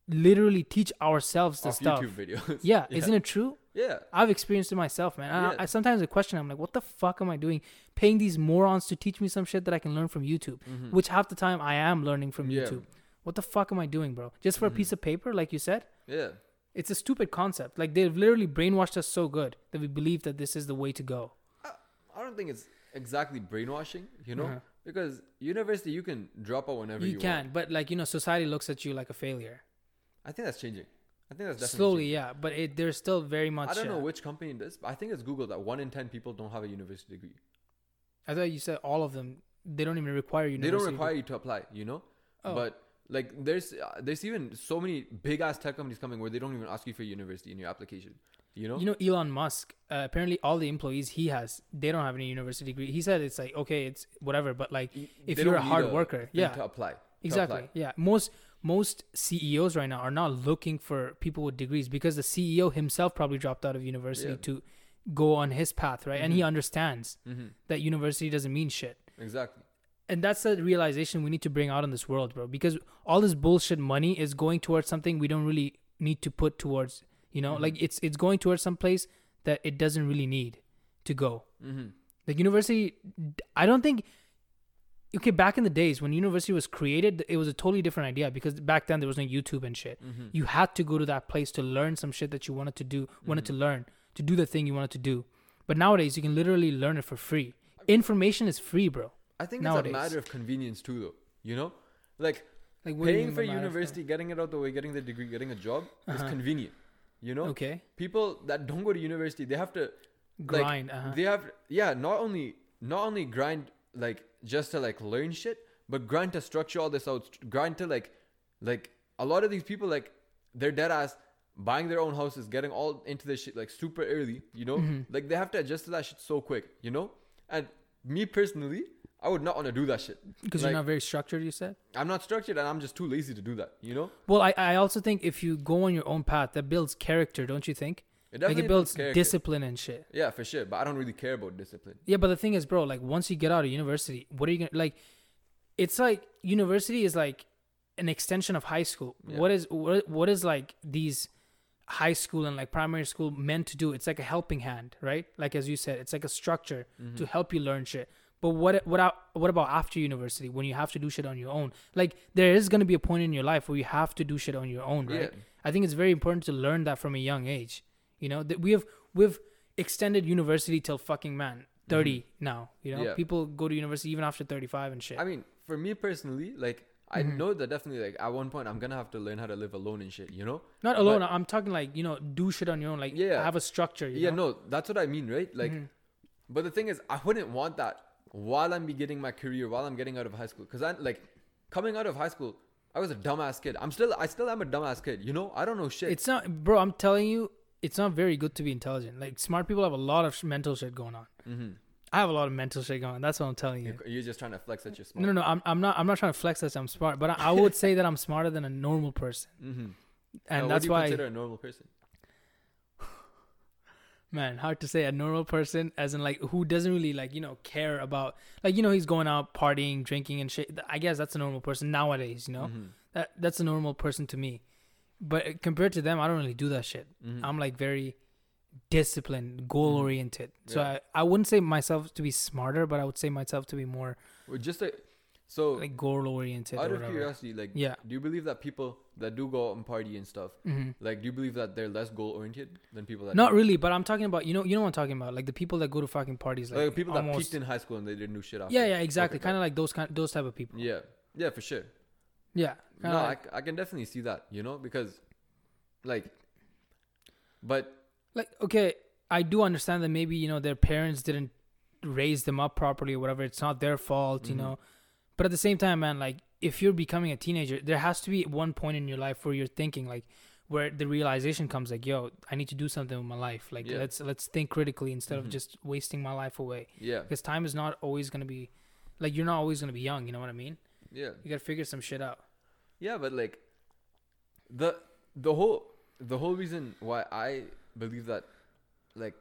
[SPEAKER 1] literally teach ourselves the
[SPEAKER 2] off
[SPEAKER 1] stuff.
[SPEAKER 2] YouTube videos.
[SPEAKER 1] Yeah,
[SPEAKER 2] yeah.
[SPEAKER 1] isn't it true?
[SPEAKER 2] [laughs] Yeah,
[SPEAKER 1] I've experienced it myself, man. And I,
[SPEAKER 2] Yeah.
[SPEAKER 1] I sometimes I question. I'm like, what the fuck am I doing? Paying these morons to teach me some shit that I can learn from YouTube, which half the time I am learning from
[SPEAKER 2] Mm-hmm. Yeah. Mm-hmm.
[SPEAKER 1] YouTube. What the fuck am I doing, bro? Just for a piece of paper, like you said.
[SPEAKER 2] yeah.
[SPEAKER 1] It's a stupid concept. Like they've literally brainwashed us so good that we believe that this is the way to go.
[SPEAKER 2] I, I don't think it's exactly brainwashing, you know,
[SPEAKER 1] Uh-huh.
[SPEAKER 2] because university you can drop out whenever
[SPEAKER 1] you,
[SPEAKER 2] you,
[SPEAKER 1] can,
[SPEAKER 2] Want.
[SPEAKER 1] but like you know, society looks at you like a failure.
[SPEAKER 2] I think that's changing. I think that's definitely
[SPEAKER 1] Slowly,
[SPEAKER 2] changing.
[SPEAKER 1] yeah, but it, there's still very much.
[SPEAKER 2] I don't know
[SPEAKER 1] uh,
[SPEAKER 2] which company it is, but I think it's Google that one in ten people don't have a university degree.
[SPEAKER 1] I thought you said all of them. They don't even require you.
[SPEAKER 2] They don't require you to apply, you know.
[SPEAKER 1] Oh.
[SPEAKER 2] But like, there's uh, there's even so many big ass tech companies coming where they don't even ask you for university in your application, you know.
[SPEAKER 1] You know Elon Musk. Uh, apparently, all the employees he has, they don't have any university degree. He said it's like okay, it's whatever, but like if
[SPEAKER 2] They
[SPEAKER 1] you're
[SPEAKER 2] don't
[SPEAKER 1] a
[SPEAKER 2] need
[SPEAKER 1] hard worker,
[SPEAKER 2] thing
[SPEAKER 1] yeah,
[SPEAKER 2] to apply to
[SPEAKER 1] exactly,
[SPEAKER 2] apply.
[SPEAKER 1] yeah. Most most CEOs right now are not looking for people with degrees because the CEO himself probably dropped out of university
[SPEAKER 2] Yeah. Mm-hmm.
[SPEAKER 1] to go on his path, right? And he understands that university doesn't mean shit.
[SPEAKER 2] Exactly.
[SPEAKER 1] and that's the realization we need to bring out in this world, bro. Because all this bullshit money is going towards something we don't really need to put towards. You know, like it's it's going towards some place that it doesn't really need to go.
[SPEAKER 2] Mm-hmm.
[SPEAKER 1] Like university, I don't think. Okay, back in the days when university was created, it was a totally different idea because back then there was no YouTube and shit. You had to go to that place to learn some shit that you wanted to do, wanted to learn, to do the thing you wanted to do. But nowadays, you can literally learn it for free. Information is free, bro.
[SPEAKER 2] I think
[SPEAKER 1] Nowadays.
[SPEAKER 2] it's a matter of convenience too, though. You know, like,
[SPEAKER 1] Like what do you
[SPEAKER 2] paying
[SPEAKER 1] mean
[SPEAKER 2] for
[SPEAKER 1] by matter of Uh-huh.
[SPEAKER 2] university, getting it out the way, getting the degree, getting a job is convenient. You know,
[SPEAKER 1] Uh, Okay.
[SPEAKER 2] people that don't go to university, they have to like,
[SPEAKER 1] Grind, uh-huh.
[SPEAKER 2] They have yeah, not only not only grind like just to like learn shit, but grind to structure all this out. st- Grind to like like a lot of these people like they're dead ass buying their own houses, getting all into this shit like super early. You know,
[SPEAKER 1] Mm-hmm.
[SPEAKER 2] like they have to adjust to that shit so quick. You know, and me personally, I would not want to do that shit
[SPEAKER 1] Because
[SPEAKER 2] Like,
[SPEAKER 1] you're not very structured, you said.
[SPEAKER 2] I'm not structured and I'm just too lazy to do that. You know,
[SPEAKER 1] Well, I, I also think if you go on your own path, that builds character, don't you think?
[SPEAKER 2] It
[SPEAKER 1] Like
[SPEAKER 2] definitely
[SPEAKER 1] it builds
[SPEAKER 2] character.
[SPEAKER 1] discipline and shit.
[SPEAKER 2] Yeah, for sure. But I don't really care about discipline.
[SPEAKER 1] Yeah, but the thing is, bro, like once you get out of university, what are you gonna like? It's like university is like an extension of high school.
[SPEAKER 2] Yeah.
[SPEAKER 1] What is what what is like these high school and like primary school meant to do? It's like a helping hand, right? Like as you said, it's like a structure
[SPEAKER 2] Mm-hmm.
[SPEAKER 1] to help you learn shit. But what what a- what about after university when you have to do shit on your own? Like there is gonna be a point in your life where you have to do shit on your own, right?
[SPEAKER 2] Yeah.
[SPEAKER 1] I think it's very important to learn that from a young age. You know that we have we've extended university till fucking man 30 now. You know
[SPEAKER 2] Mm-hmm. Yeah.
[SPEAKER 1] people go to university even after thirty five and shit.
[SPEAKER 2] I mean, for me personally, like I
[SPEAKER 1] Mm-hmm.
[SPEAKER 2] know that definitely, like at one point, I'm gonna have to learn how to live alone and shit. You know?
[SPEAKER 1] Not
[SPEAKER 2] but-
[SPEAKER 1] alone. I'm talking like you know do shit on your own. Like
[SPEAKER 2] Yeah.
[SPEAKER 1] have a structure. You
[SPEAKER 2] yeah,
[SPEAKER 1] know? Mm-hmm.
[SPEAKER 2] no, that's what I mean, right? Like, but the thing is, I wouldn't want that while I'm beginning my career, while I'm getting out of high school, because I like coming out of high school, I was a dumbass kid. I'm still, I still am a dumbass kid. You know? I don't know shit.
[SPEAKER 1] It's not, bro. I'm telling you, it's not very good to be intelligent. Like smart people have a lot of sh- mental shit going on. I have a lot of mental shit going on. That's what I'm telling you.
[SPEAKER 2] Mm-hmm. You're just trying to flex that you're smart.
[SPEAKER 1] No, no, no. I'm, I'm not. I'm not trying to flex that I'm smart, but I, I would say that I'm smarter than a normal person,
[SPEAKER 2] Mm-hmm. Now,
[SPEAKER 1] and
[SPEAKER 2] what
[SPEAKER 1] that's
[SPEAKER 2] do you
[SPEAKER 1] why.
[SPEAKER 2] consider a normal person.
[SPEAKER 1] man hard to say a normal person as in like who doesn't really like you know care about like you know he's going out partying drinking and shit Th- i guess that's a normal person nowadays you know
[SPEAKER 2] Mm-hmm.
[SPEAKER 1] that that's a normal person to me but uh, compared to them i don't really do that shit
[SPEAKER 2] Mm-hmm.
[SPEAKER 1] i'm like very disciplined goal oriented so
[SPEAKER 2] Mm-hmm. Yeah.
[SPEAKER 1] I, I wouldn't say myself to be smarter but i would say myself to be more
[SPEAKER 2] Well, Just a, so
[SPEAKER 1] like goal oriented
[SPEAKER 2] out
[SPEAKER 1] or
[SPEAKER 2] of
[SPEAKER 1] whatever
[SPEAKER 2] curiosity, like,
[SPEAKER 1] Yeah.
[SPEAKER 2] do you believe that people that do go out and party and stuff, like, do you believe that they're less goal oriented than people that
[SPEAKER 1] Mm-hmm. not
[SPEAKER 2] don't?
[SPEAKER 1] really but i'm talking about you know you know what i'm talking about like the people that go to fucking parties like,
[SPEAKER 2] like people that
[SPEAKER 1] almost,
[SPEAKER 2] peaked in high school and they didn't do shit after?
[SPEAKER 1] yeah yeah exactly
[SPEAKER 2] Okay,
[SPEAKER 1] kind of like those kind those type of people
[SPEAKER 2] got it. Yeah, yeah, for sure.
[SPEAKER 1] yeah kinda
[SPEAKER 2] no,
[SPEAKER 1] like-
[SPEAKER 2] I c- I, can definitely see that, you know, because, like, but
[SPEAKER 1] like okay i do understand that maybe you know their parents didn't raise them up properly or whatever it's not their fault
[SPEAKER 2] Mm-hmm.
[SPEAKER 1] you know but at the same time man like if you're becoming a teenager there has to be one point in your life where you're thinking like where the realization comes like yo i need to do something with my life like
[SPEAKER 2] Yeah. Mm-hmm.
[SPEAKER 1] let's let's think critically instead of just wasting my life away
[SPEAKER 2] yeah,
[SPEAKER 1] because time is not always going to be like you're not always going to be young you know what i mean
[SPEAKER 2] yeah,
[SPEAKER 1] you got to figure some shit out
[SPEAKER 2] yeah, but like, the the whole the whole reason why I believe that, like,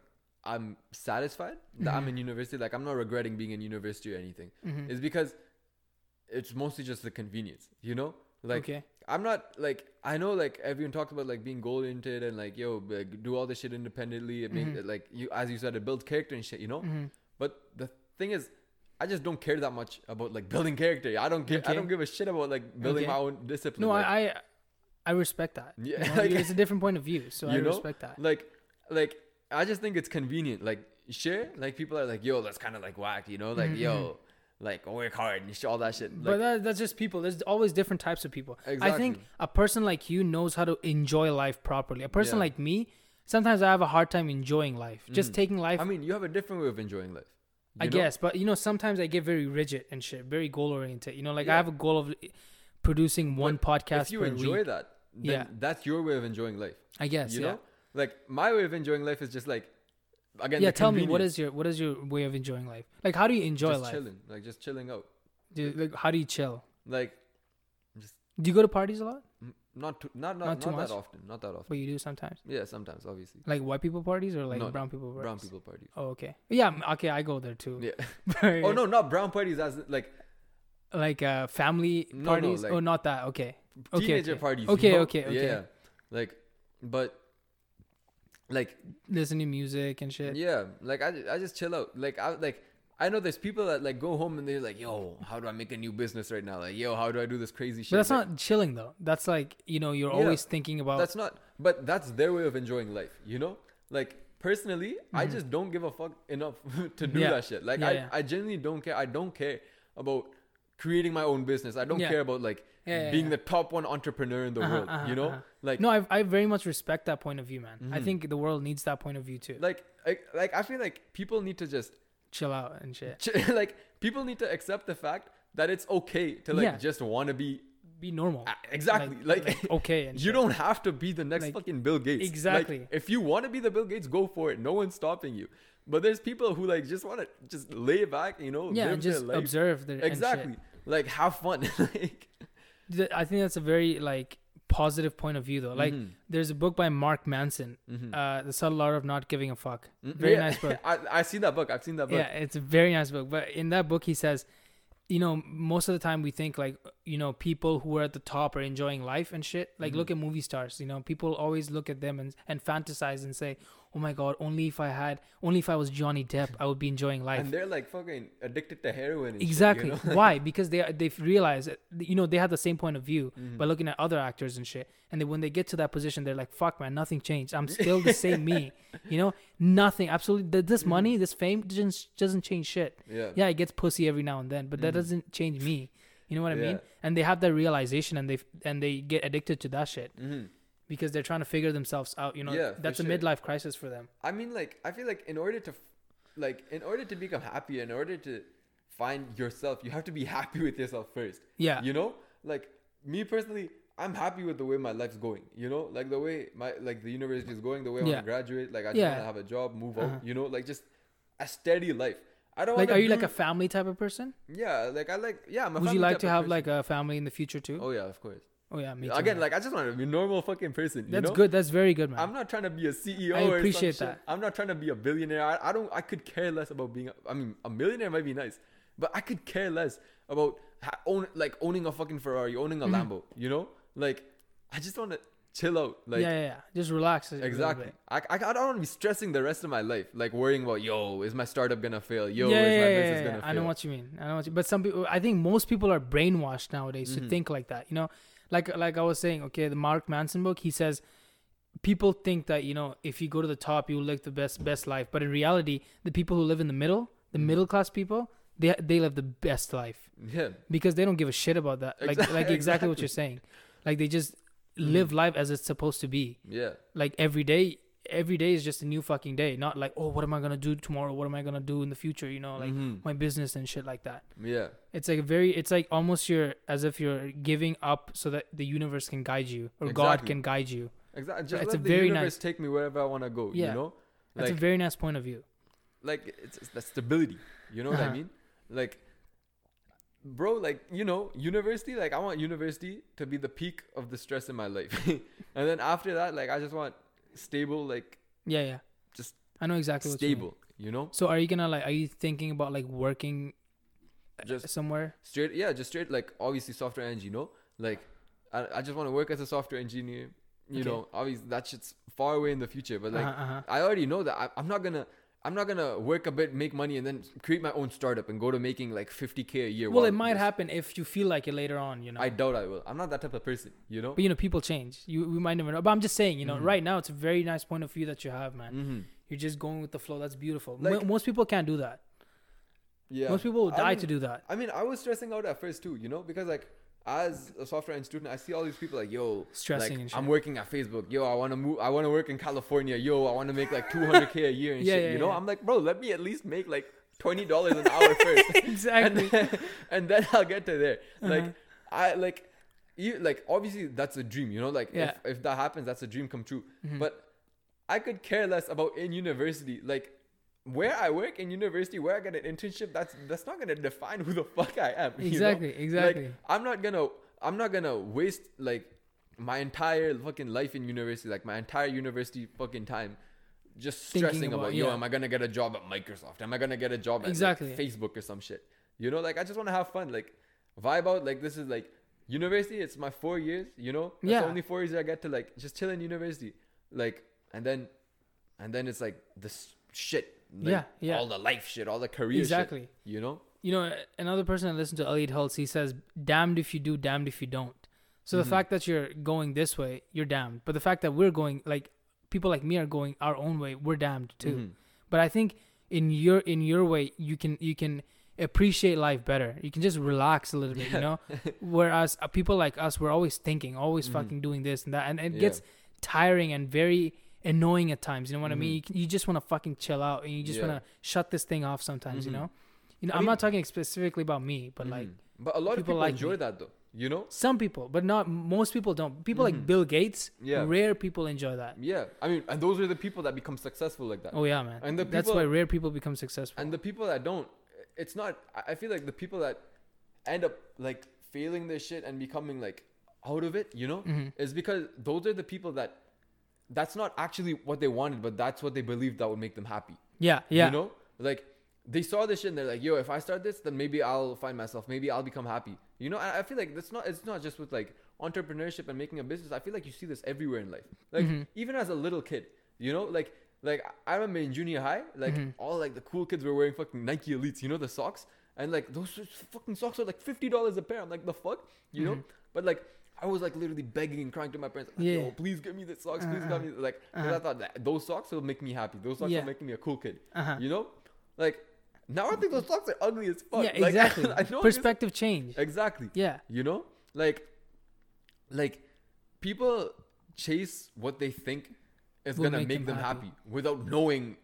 [SPEAKER 2] I'm satisfied that I'm
[SPEAKER 1] Mm-hmm.
[SPEAKER 2] in university, like, I'm not regretting being in university or anything,
[SPEAKER 1] Hmm.
[SPEAKER 2] is because it's mostly just the convenience, you know, like.
[SPEAKER 1] okay
[SPEAKER 2] I'm not like I know like everyone talks about like being goal oriented and like yo like, do all this shit independently. It make,
[SPEAKER 1] Mm-hmm.
[SPEAKER 2] like you as you said it builds character and shit, you know. But the thing is, I just don't care that much about like building character. I don't give I
[SPEAKER 1] Okay.
[SPEAKER 2] don't give a shit about like building
[SPEAKER 1] Okay.
[SPEAKER 2] my own discipline.
[SPEAKER 1] no
[SPEAKER 2] like,
[SPEAKER 1] i i i respect that
[SPEAKER 2] Yeah,
[SPEAKER 1] yeah
[SPEAKER 2] like- [laughs]
[SPEAKER 1] it's a different point of view so i
[SPEAKER 2] you know?
[SPEAKER 1] respect that
[SPEAKER 2] Like like I just think it's convenient. Like sure, like people are like yo that's kind of like whack, you know, like yo like work hard and shit, all that shit.
[SPEAKER 1] Mm-hmm, but
[SPEAKER 2] Like,
[SPEAKER 1] that, that's just people. There's always different types of people. I think
[SPEAKER 2] Exactly.
[SPEAKER 1] a person like you knows how to enjoy life properly. A person
[SPEAKER 2] Yeah. Mm.
[SPEAKER 1] like me, sometimes I have a hard time enjoying life. Just taking life,
[SPEAKER 2] I mean, you have a different way of enjoying life.
[SPEAKER 1] I
[SPEAKER 2] you know?
[SPEAKER 1] guess. But you know, sometimes I get very rigid and shit, very goal oriented. You know, like
[SPEAKER 2] Yeah.
[SPEAKER 1] I have a goal of producing one podcast
[SPEAKER 2] If you
[SPEAKER 1] per
[SPEAKER 2] enjoy
[SPEAKER 1] week.
[SPEAKER 2] that, then
[SPEAKER 1] Yeah.
[SPEAKER 2] that's your way of enjoying life.
[SPEAKER 1] I guess.
[SPEAKER 2] you
[SPEAKER 1] yeah.
[SPEAKER 2] know like my way of enjoying life is just like again
[SPEAKER 1] yeah.
[SPEAKER 2] the
[SPEAKER 1] Tell me what
[SPEAKER 2] convenience.
[SPEAKER 1] is your what is your way of enjoying life? Like, how do you enjoy
[SPEAKER 2] just
[SPEAKER 1] life?
[SPEAKER 2] chilling like just chilling out
[SPEAKER 1] Do you- like, how do you chill?
[SPEAKER 2] like
[SPEAKER 1] Do you go to parties a lot?
[SPEAKER 2] m- not too, not not,
[SPEAKER 1] Not
[SPEAKER 2] not,
[SPEAKER 1] too much?
[SPEAKER 2] that often not that often
[SPEAKER 1] What you do sometimes?
[SPEAKER 2] yeah sometimes obviously
[SPEAKER 1] Like white people parties or like
[SPEAKER 2] No, no,
[SPEAKER 1] brown people parties?
[SPEAKER 2] brown people parties
[SPEAKER 1] Oh, okay. Yeah. Okay, I go there too. [laughs]
[SPEAKER 2] yeah
[SPEAKER 1] But-
[SPEAKER 2] oh no not brown parties as in, like
[SPEAKER 1] like uh family
[SPEAKER 2] No, no,
[SPEAKER 1] parties
[SPEAKER 2] like-
[SPEAKER 1] oh not that okay okay
[SPEAKER 2] teenager
[SPEAKER 1] okay.
[SPEAKER 2] parties you
[SPEAKER 1] okay
[SPEAKER 2] know?
[SPEAKER 1] okay okay
[SPEAKER 2] yeah like but like
[SPEAKER 1] listen to music and shit
[SPEAKER 2] yeah like I, ju- I just chill out like i like i know there's people that like go home and they're like yo how do i make a new business right now like yo how do i do this crazy shit
[SPEAKER 1] but that's
[SPEAKER 2] Like,
[SPEAKER 1] not chilling though that's like you know you're
[SPEAKER 2] Yeah.
[SPEAKER 1] always thinking about
[SPEAKER 2] That's not, but that's their way of enjoying life, you know? Like, personally, I just don't give a fuck enough [laughs] to do
[SPEAKER 1] Mm-hmm. Yeah.
[SPEAKER 2] that shit. Like,
[SPEAKER 1] Yeah,
[SPEAKER 2] I,
[SPEAKER 1] yeah.
[SPEAKER 2] I genuinely don't care. I don't care about creating my own business. I don't
[SPEAKER 1] Yeah.
[SPEAKER 2] care about, like,
[SPEAKER 1] Yeah, yeah,
[SPEAKER 2] being
[SPEAKER 1] yeah.
[SPEAKER 2] the top one entrepreneur in the world,
[SPEAKER 1] uh-huh,
[SPEAKER 2] you know?
[SPEAKER 1] uh-huh.
[SPEAKER 2] Like, Mm-hmm.
[SPEAKER 1] no I, I very much respect that point of view man i think the world needs that point of view too
[SPEAKER 2] like, I, like, I feel like people need to just,
[SPEAKER 1] chill out and shit
[SPEAKER 2] [laughs] ch- like, people need to accept the fact that it's okay to, like,
[SPEAKER 1] Yeah.
[SPEAKER 2] just want to be.
[SPEAKER 1] be normal
[SPEAKER 2] ah, Exactly. Like, [laughs]
[SPEAKER 1] okay and
[SPEAKER 2] You
[SPEAKER 1] shit.
[SPEAKER 2] don't have to be the next
[SPEAKER 1] Like,
[SPEAKER 2] fucking Bill Gates. Like,
[SPEAKER 1] exactly.
[SPEAKER 2] if you want to be the Bill Gates, go for it. No one's stopping you. But there's people who like just want to just lay back, you know,
[SPEAKER 1] yeah
[SPEAKER 2] live
[SPEAKER 1] and
[SPEAKER 2] their
[SPEAKER 1] just
[SPEAKER 2] life.
[SPEAKER 1] observe the and shit.
[SPEAKER 2] Exactly. [laughs] Like have fun. like
[SPEAKER 1] Th- I think that's a very like positive point of view though. Like
[SPEAKER 2] Mhm.
[SPEAKER 1] there's a book by Mark Manson,
[SPEAKER 2] Mhm.
[SPEAKER 1] uh, The Subtle Art of Not Giving a Fuck.
[SPEAKER 2] Mm,
[SPEAKER 1] Very
[SPEAKER 2] yeah.
[SPEAKER 1] nice book.
[SPEAKER 2] I, [laughs] I see that book. I've seen that book.
[SPEAKER 1] Yeah, it's a very nice book. But in that book, he says, you know, most of the time we think like, you know, people who are at the top are enjoying life and shit. Like,
[SPEAKER 2] Mm-hmm.
[SPEAKER 1] look at movie stars. You know, people always look at them and and fantasize and say, oh my god, only if I had, only if I was Johnny Depp, I would be enjoying life.
[SPEAKER 2] [laughs] And they're like fucking addicted to heroin. And shit, you
[SPEAKER 1] Exactly.
[SPEAKER 2] know? [laughs]
[SPEAKER 1] Why? Because they they've realized that, you know they have the same point of view
[SPEAKER 2] Mm-hmm.
[SPEAKER 1] by looking at other actors and shit. And then when they get to that position, they're like, "Fuck, man, nothing changed. I'm still the
[SPEAKER 2] [laughs]
[SPEAKER 1] same me. You know, nothing. Absolutely. th-
[SPEAKER 2] Mm-hmm.
[SPEAKER 1] This money, this fame doesn't doesn't change shit.
[SPEAKER 2] Yeah.
[SPEAKER 1] Yeah, it gets pussy every now and then, but that doesn't change me. You know what I mean?
[SPEAKER 2] Mm. Yeah.
[SPEAKER 1] And they have that realization, and they and they get addicted to that shit because they're trying to figure themselves out. You know,
[SPEAKER 2] Mm-hmm. Yeah, for
[SPEAKER 1] that's a
[SPEAKER 2] sure.
[SPEAKER 1] midlife crisis for them.
[SPEAKER 2] I mean, like, I feel like in order to, f- like, in order to become happy, in order to find yourself, you have to be [laughs] happy with yourself first.
[SPEAKER 1] Yeah.
[SPEAKER 2] You know, like me personally, I'm happy with the way my life's going. You know, like the way my like the university is going, the way I want
[SPEAKER 1] Yeah.
[SPEAKER 2] to graduate. Like I just
[SPEAKER 1] Yeah. Uh-huh.
[SPEAKER 2] want to have a job, move out. You know, like just a steady life. I don't
[SPEAKER 1] Like,
[SPEAKER 2] wanna
[SPEAKER 1] are you
[SPEAKER 2] do-
[SPEAKER 1] like a family type of person?
[SPEAKER 2] yeah? Like I like yeah. I'm a
[SPEAKER 1] Would
[SPEAKER 2] family
[SPEAKER 1] you like
[SPEAKER 2] type
[SPEAKER 1] to
[SPEAKER 2] of
[SPEAKER 1] have
[SPEAKER 2] person.
[SPEAKER 1] like a family in the future too?
[SPEAKER 2] Oh yeah, of course.
[SPEAKER 1] Oh yeah, me too.
[SPEAKER 2] Again,
[SPEAKER 1] man.
[SPEAKER 2] like I just want to be a normal fucking person. You
[SPEAKER 1] that's
[SPEAKER 2] know?
[SPEAKER 1] good. That's very good, man.
[SPEAKER 2] I'm not trying to be a CEO.
[SPEAKER 1] I
[SPEAKER 2] or some
[SPEAKER 1] appreciate
[SPEAKER 2] shit.
[SPEAKER 1] that.
[SPEAKER 2] I'm not trying to be a billionaire. I, I don't. I could care less about being. A, I mean, a millionaire might be nice, but I could care less about ha- own like owning a fucking Ferrari, owning a
[SPEAKER 1] Mm-hmm.
[SPEAKER 2] Lambo. You know, like I just want to chill out. Like
[SPEAKER 1] yeah, yeah, yeah. Just relax. a little
[SPEAKER 2] exactly.
[SPEAKER 1] bit.
[SPEAKER 2] I, I I don't want to be stressing the rest of my life, like worrying about yo, is my startup gonna fail? Yo,
[SPEAKER 1] yeah,
[SPEAKER 2] is
[SPEAKER 1] yeah,
[SPEAKER 2] my
[SPEAKER 1] yeah,
[SPEAKER 2] business
[SPEAKER 1] yeah,
[SPEAKER 2] gonna
[SPEAKER 1] yeah.
[SPEAKER 2] fail?
[SPEAKER 1] I know what you mean. I know what you. But some people, I think most people are brainwashed nowadays
[SPEAKER 2] Mm-hmm.
[SPEAKER 1] to think like that. You know, like like I was saying, okay, the Mark Manson book. He says people think that you know if you go to the top, you will live the best best life. But in reality, the people who live in the middle, the
[SPEAKER 2] Mm-hmm.
[SPEAKER 1] middle class people, they they live the best life
[SPEAKER 2] yeah.
[SPEAKER 1] because they don't give a shit about that. Like
[SPEAKER 2] Exact-
[SPEAKER 1] like exactly what
[SPEAKER 2] exactly. Mm-hmm.
[SPEAKER 1] you're saying. Like they just live life as it's supposed to be.
[SPEAKER 2] Yeah.
[SPEAKER 1] like every day every day is just a new fucking day not like oh what am i gonna do tomorrow what am i gonna do in the future you know like
[SPEAKER 2] Mm-hmm.
[SPEAKER 1] my business and shit like that
[SPEAKER 2] Yeah.
[SPEAKER 1] it's like very it's like almost you're as if you're giving up so that the universe can guide you or god
[SPEAKER 2] Exactly.
[SPEAKER 1] can guide you
[SPEAKER 2] Exactly. Just
[SPEAKER 1] it's
[SPEAKER 2] let
[SPEAKER 1] a
[SPEAKER 2] the
[SPEAKER 1] very
[SPEAKER 2] universe
[SPEAKER 1] nice-
[SPEAKER 2] take me wherever I want to go.
[SPEAKER 1] Yeah.
[SPEAKER 2] You know.
[SPEAKER 1] that's a very nice point of view
[SPEAKER 2] like it's, it's that stability. You know what
[SPEAKER 1] Uh-huh.
[SPEAKER 2] I mean? Like, bro, like you know, university. Like I want university to be the peak of the stress in my life, [laughs] and then after that, like I just want stable, like
[SPEAKER 1] yeah yeah
[SPEAKER 2] Just
[SPEAKER 1] i know exactly what you mean.
[SPEAKER 2] stable. You know,
[SPEAKER 1] so are you gonna like are you thinking about like working uh,
[SPEAKER 2] just
[SPEAKER 1] somewhere
[SPEAKER 2] straight. Yeah, just straight. Like obviously, software engineer. You know, like I, I just want to work as a software engineer. You
[SPEAKER 1] Okay.
[SPEAKER 2] know, obviously that shit's far away in the future, but like
[SPEAKER 1] uh-huh, uh-huh.
[SPEAKER 2] I already know that I, I'm not gonna. I'm not gonna work a bit, make money, and then create my own startup and go to making like 50k a year.
[SPEAKER 1] well
[SPEAKER 2] while
[SPEAKER 1] it might
[SPEAKER 2] just-
[SPEAKER 1] happen if you feel like it later on you know
[SPEAKER 2] I doubt I will. I'm not that type of person, you know.
[SPEAKER 1] but you know people change you we might never know but i'm just saying you know right now it's a very nice point of view that you have man
[SPEAKER 2] Mm-hmm.
[SPEAKER 1] You're just going with the flow. That's beautiful.
[SPEAKER 2] Like-
[SPEAKER 1] Mo- most people can't do that.
[SPEAKER 2] Yeah.
[SPEAKER 1] Most people will die
[SPEAKER 2] I mean,
[SPEAKER 1] to do
[SPEAKER 2] [laughs]
[SPEAKER 1] that.
[SPEAKER 2] I mean, I was stressing out at first too, you know, because like as a software engineer student, I see all these people like, yo,
[SPEAKER 1] Stressing
[SPEAKER 2] like,
[SPEAKER 1] and shit.
[SPEAKER 2] I'm working at Facebook. Yo, I want to move. I want to work in California. Yo, I want to make like 200k a year
[SPEAKER 1] [laughs]
[SPEAKER 2] and
[SPEAKER 1] Yeah,
[SPEAKER 2] shit.
[SPEAKER 1] yeah,
[SPEAKER 2] you know,
[SPEAKER 1] yeah.
[SPEAKER 2] I'm like, bro, let me at least make like twenty dollars an
[SPEAKER 1] [laughs]
[SPEAKER 2] hour first. and
[SPEAKER 1] exactly. Uh-huh.
[SPEAKER 2] then, [laughs] and then I'll get to there. Like I like you like obviously that's a dream, you know, like
[SPEAKER 1] Yeah. Mm-hmm.
[SPEAKER 2] if, if that happens, that's a dream come true. But I could care less about in university, like where I work in university, where I get an internship, that's that's not gonna define who the fuck I am. [laughs] you know?
[SPEAKER 1] Exactly, exactly.
[SPEAKER 2] Like, I'm not gonna I'm not gonna waste like my entire fucking life in university, like my entire university fucking time. Just
[SPEAKER 1] Thinking
[SPEAKER 2] stressing about,
[SPEAKER 1] about-
[SPEAKER 2] yo,
[SPEAKER 1] yeah.
[SPEAKER 2] am I gonna get a job at Microsoft? Am I gonna get a job at like,
[SPEAKER 1] Exactly.
[SPEAKER 2] Facebook or some shit. You know, like I just want to have fun, like vibe out. Like this is like university. It's my four years. You know, That's
[SPEAKER 1] Yeah.
[SPEAKER 2] The only four years I get to like just chill in university, like and then, and then it's like this shit. Like,
[SPEAKER 1] Yeah, yeah.
[SPEAKER 2] All the life shit, all the career.
[SPEAKER 1] Exactly.
[SPEAKER 2] Shit, you know.
[SPEAKER 1] you know, another person I listened to, Elliot Hulse, he says, damned if you do, damned if you don't. So
[SPEAKER 2] Mm-hmm.
[SPEAKER 1] the fact that you're going this way, you're damned. But the fact that we're going, like, people like me are going our own way, we're damned too.
[SPEAKER 2] Mm-hmm.
[SPEAKER 1] But I think in your in your way, you can you can appreciate life better. You can just relax a little bit, you
[SPEAKER 2] [laughs]
[SPEAKER 1] know. Whereas uh, people like us, we're always thinking, always fucking doing this and that, and it
[SPEAKER 2] Mm-hmm. Yeah.
[SPEAKER 1] gets tiring and very annoying at times. You know what I mean? You, can- you just want to fucking chill out and you just
[SPEAKER 2] Mm-hmm. Yeah. Mm-hmm.
[SPEAKER 1] want to shut this thing off sometimes. You know. You know, I am
[SPEAKER 2] mean-
[SPEAKER 1] not talking specifically about me, but
[SPEAKER 2] Mm-hmm.
[SPEAKER 1] like
[SPEAKER 2] But a lot of
[SPEAKER 1] people
[SPEAKER 2] people
[SPEAKER 1] like
[SPEAKER 2] enjoy
[SPEAKER 1] me.
[SPEAKER 2] that though. You know.
[SPEAKER 1] some people, but not most people don't. People like Bill Gates,
[SPEAKER 2] Mm-hmm. Yeah.
[SPEAKER 1] rare people enjoy that.
[SPEAKER 2] Yeah. I mean, and those are the people that become successful like that.
[SPEAKER 1] Oh yeah, man.
[SPEAKER 2] And the
[SPEAKER 1] That's
[SPEAKER 2] people-
[SPEAKER 1] why rare people become successful.
[SPEAKER 2] and the people that don't it's not I- i feel like the people that end up like failing this shit and becoming like out of it, you know,
[SPEAKER 1] Mhm.
[SPEAKER 2] is because those are the people that that's not actually what they wanted, but that's what they believed that would make them happy.
[SPEAKER 1] Yeah, yeah.
[SPEAKER 2] You know, like they saw this shit and they're like, "Yo, if I start this, then maybe I'll find myself. Maybe I'll become happy." You know, I, I feel like that's not. It's not just with like entrepreneurship and making a business. I feel like you see this everywhere in life. Like
[SPEAKER 1] Mhm.
[SPEAKER 2] even as a little kid, you know, like like I remember in junior high, like
[SPEAKER 1] Mhm.
[SPEAKER 2] all like the cool kids were wearing fucking Nike Elites. You know the socks and like those fucking socks are like fifty dollars a pair. I'm like the fuck, you know. But like. I was like literally begging and crying to my parents, like,
[SPEAKER 1] Mm-hmm. Yeah.
[SPEAKER 2] "Yo, please give me the socks, please
[SPEAKER 1] Uh-uh.
[SPEAKER 2] give me like." 'cause I
[SPEAKER 1] Uh-huh.
[SPEAKER 2] thought that those socks will make me happy. Those socks
[SPEAKER 1] Yeah.
[SPEAKER 2] will make me a cool kid.
[SPEAKER 1] Uh-huh.
[SPEAKER 2] You know, like now I think those socks are ugly as fuck.
[SPEAKER 1] yeah,
[SPEAKER 2] Like, [laughs]
[SPEAKER 1] exactly.
[SPEAKER 2] I know this-
[SPEAKER 1] Perspective change.
[SPEAKER 2] exactly.
[SPEAKER 1] Yeah.
[SPEAKER 2] You know, like, like people chase what they think is
[SPEAKER 1] Will
[SPEAKER 2] gonna
[SPEAKER 1] make
[SPEAKER 2] make,
[SPEAKER 1] them
[SPEAKER 2] them
[SPEAKER 1] happy.
[SPEAKER 2] happy. without knowing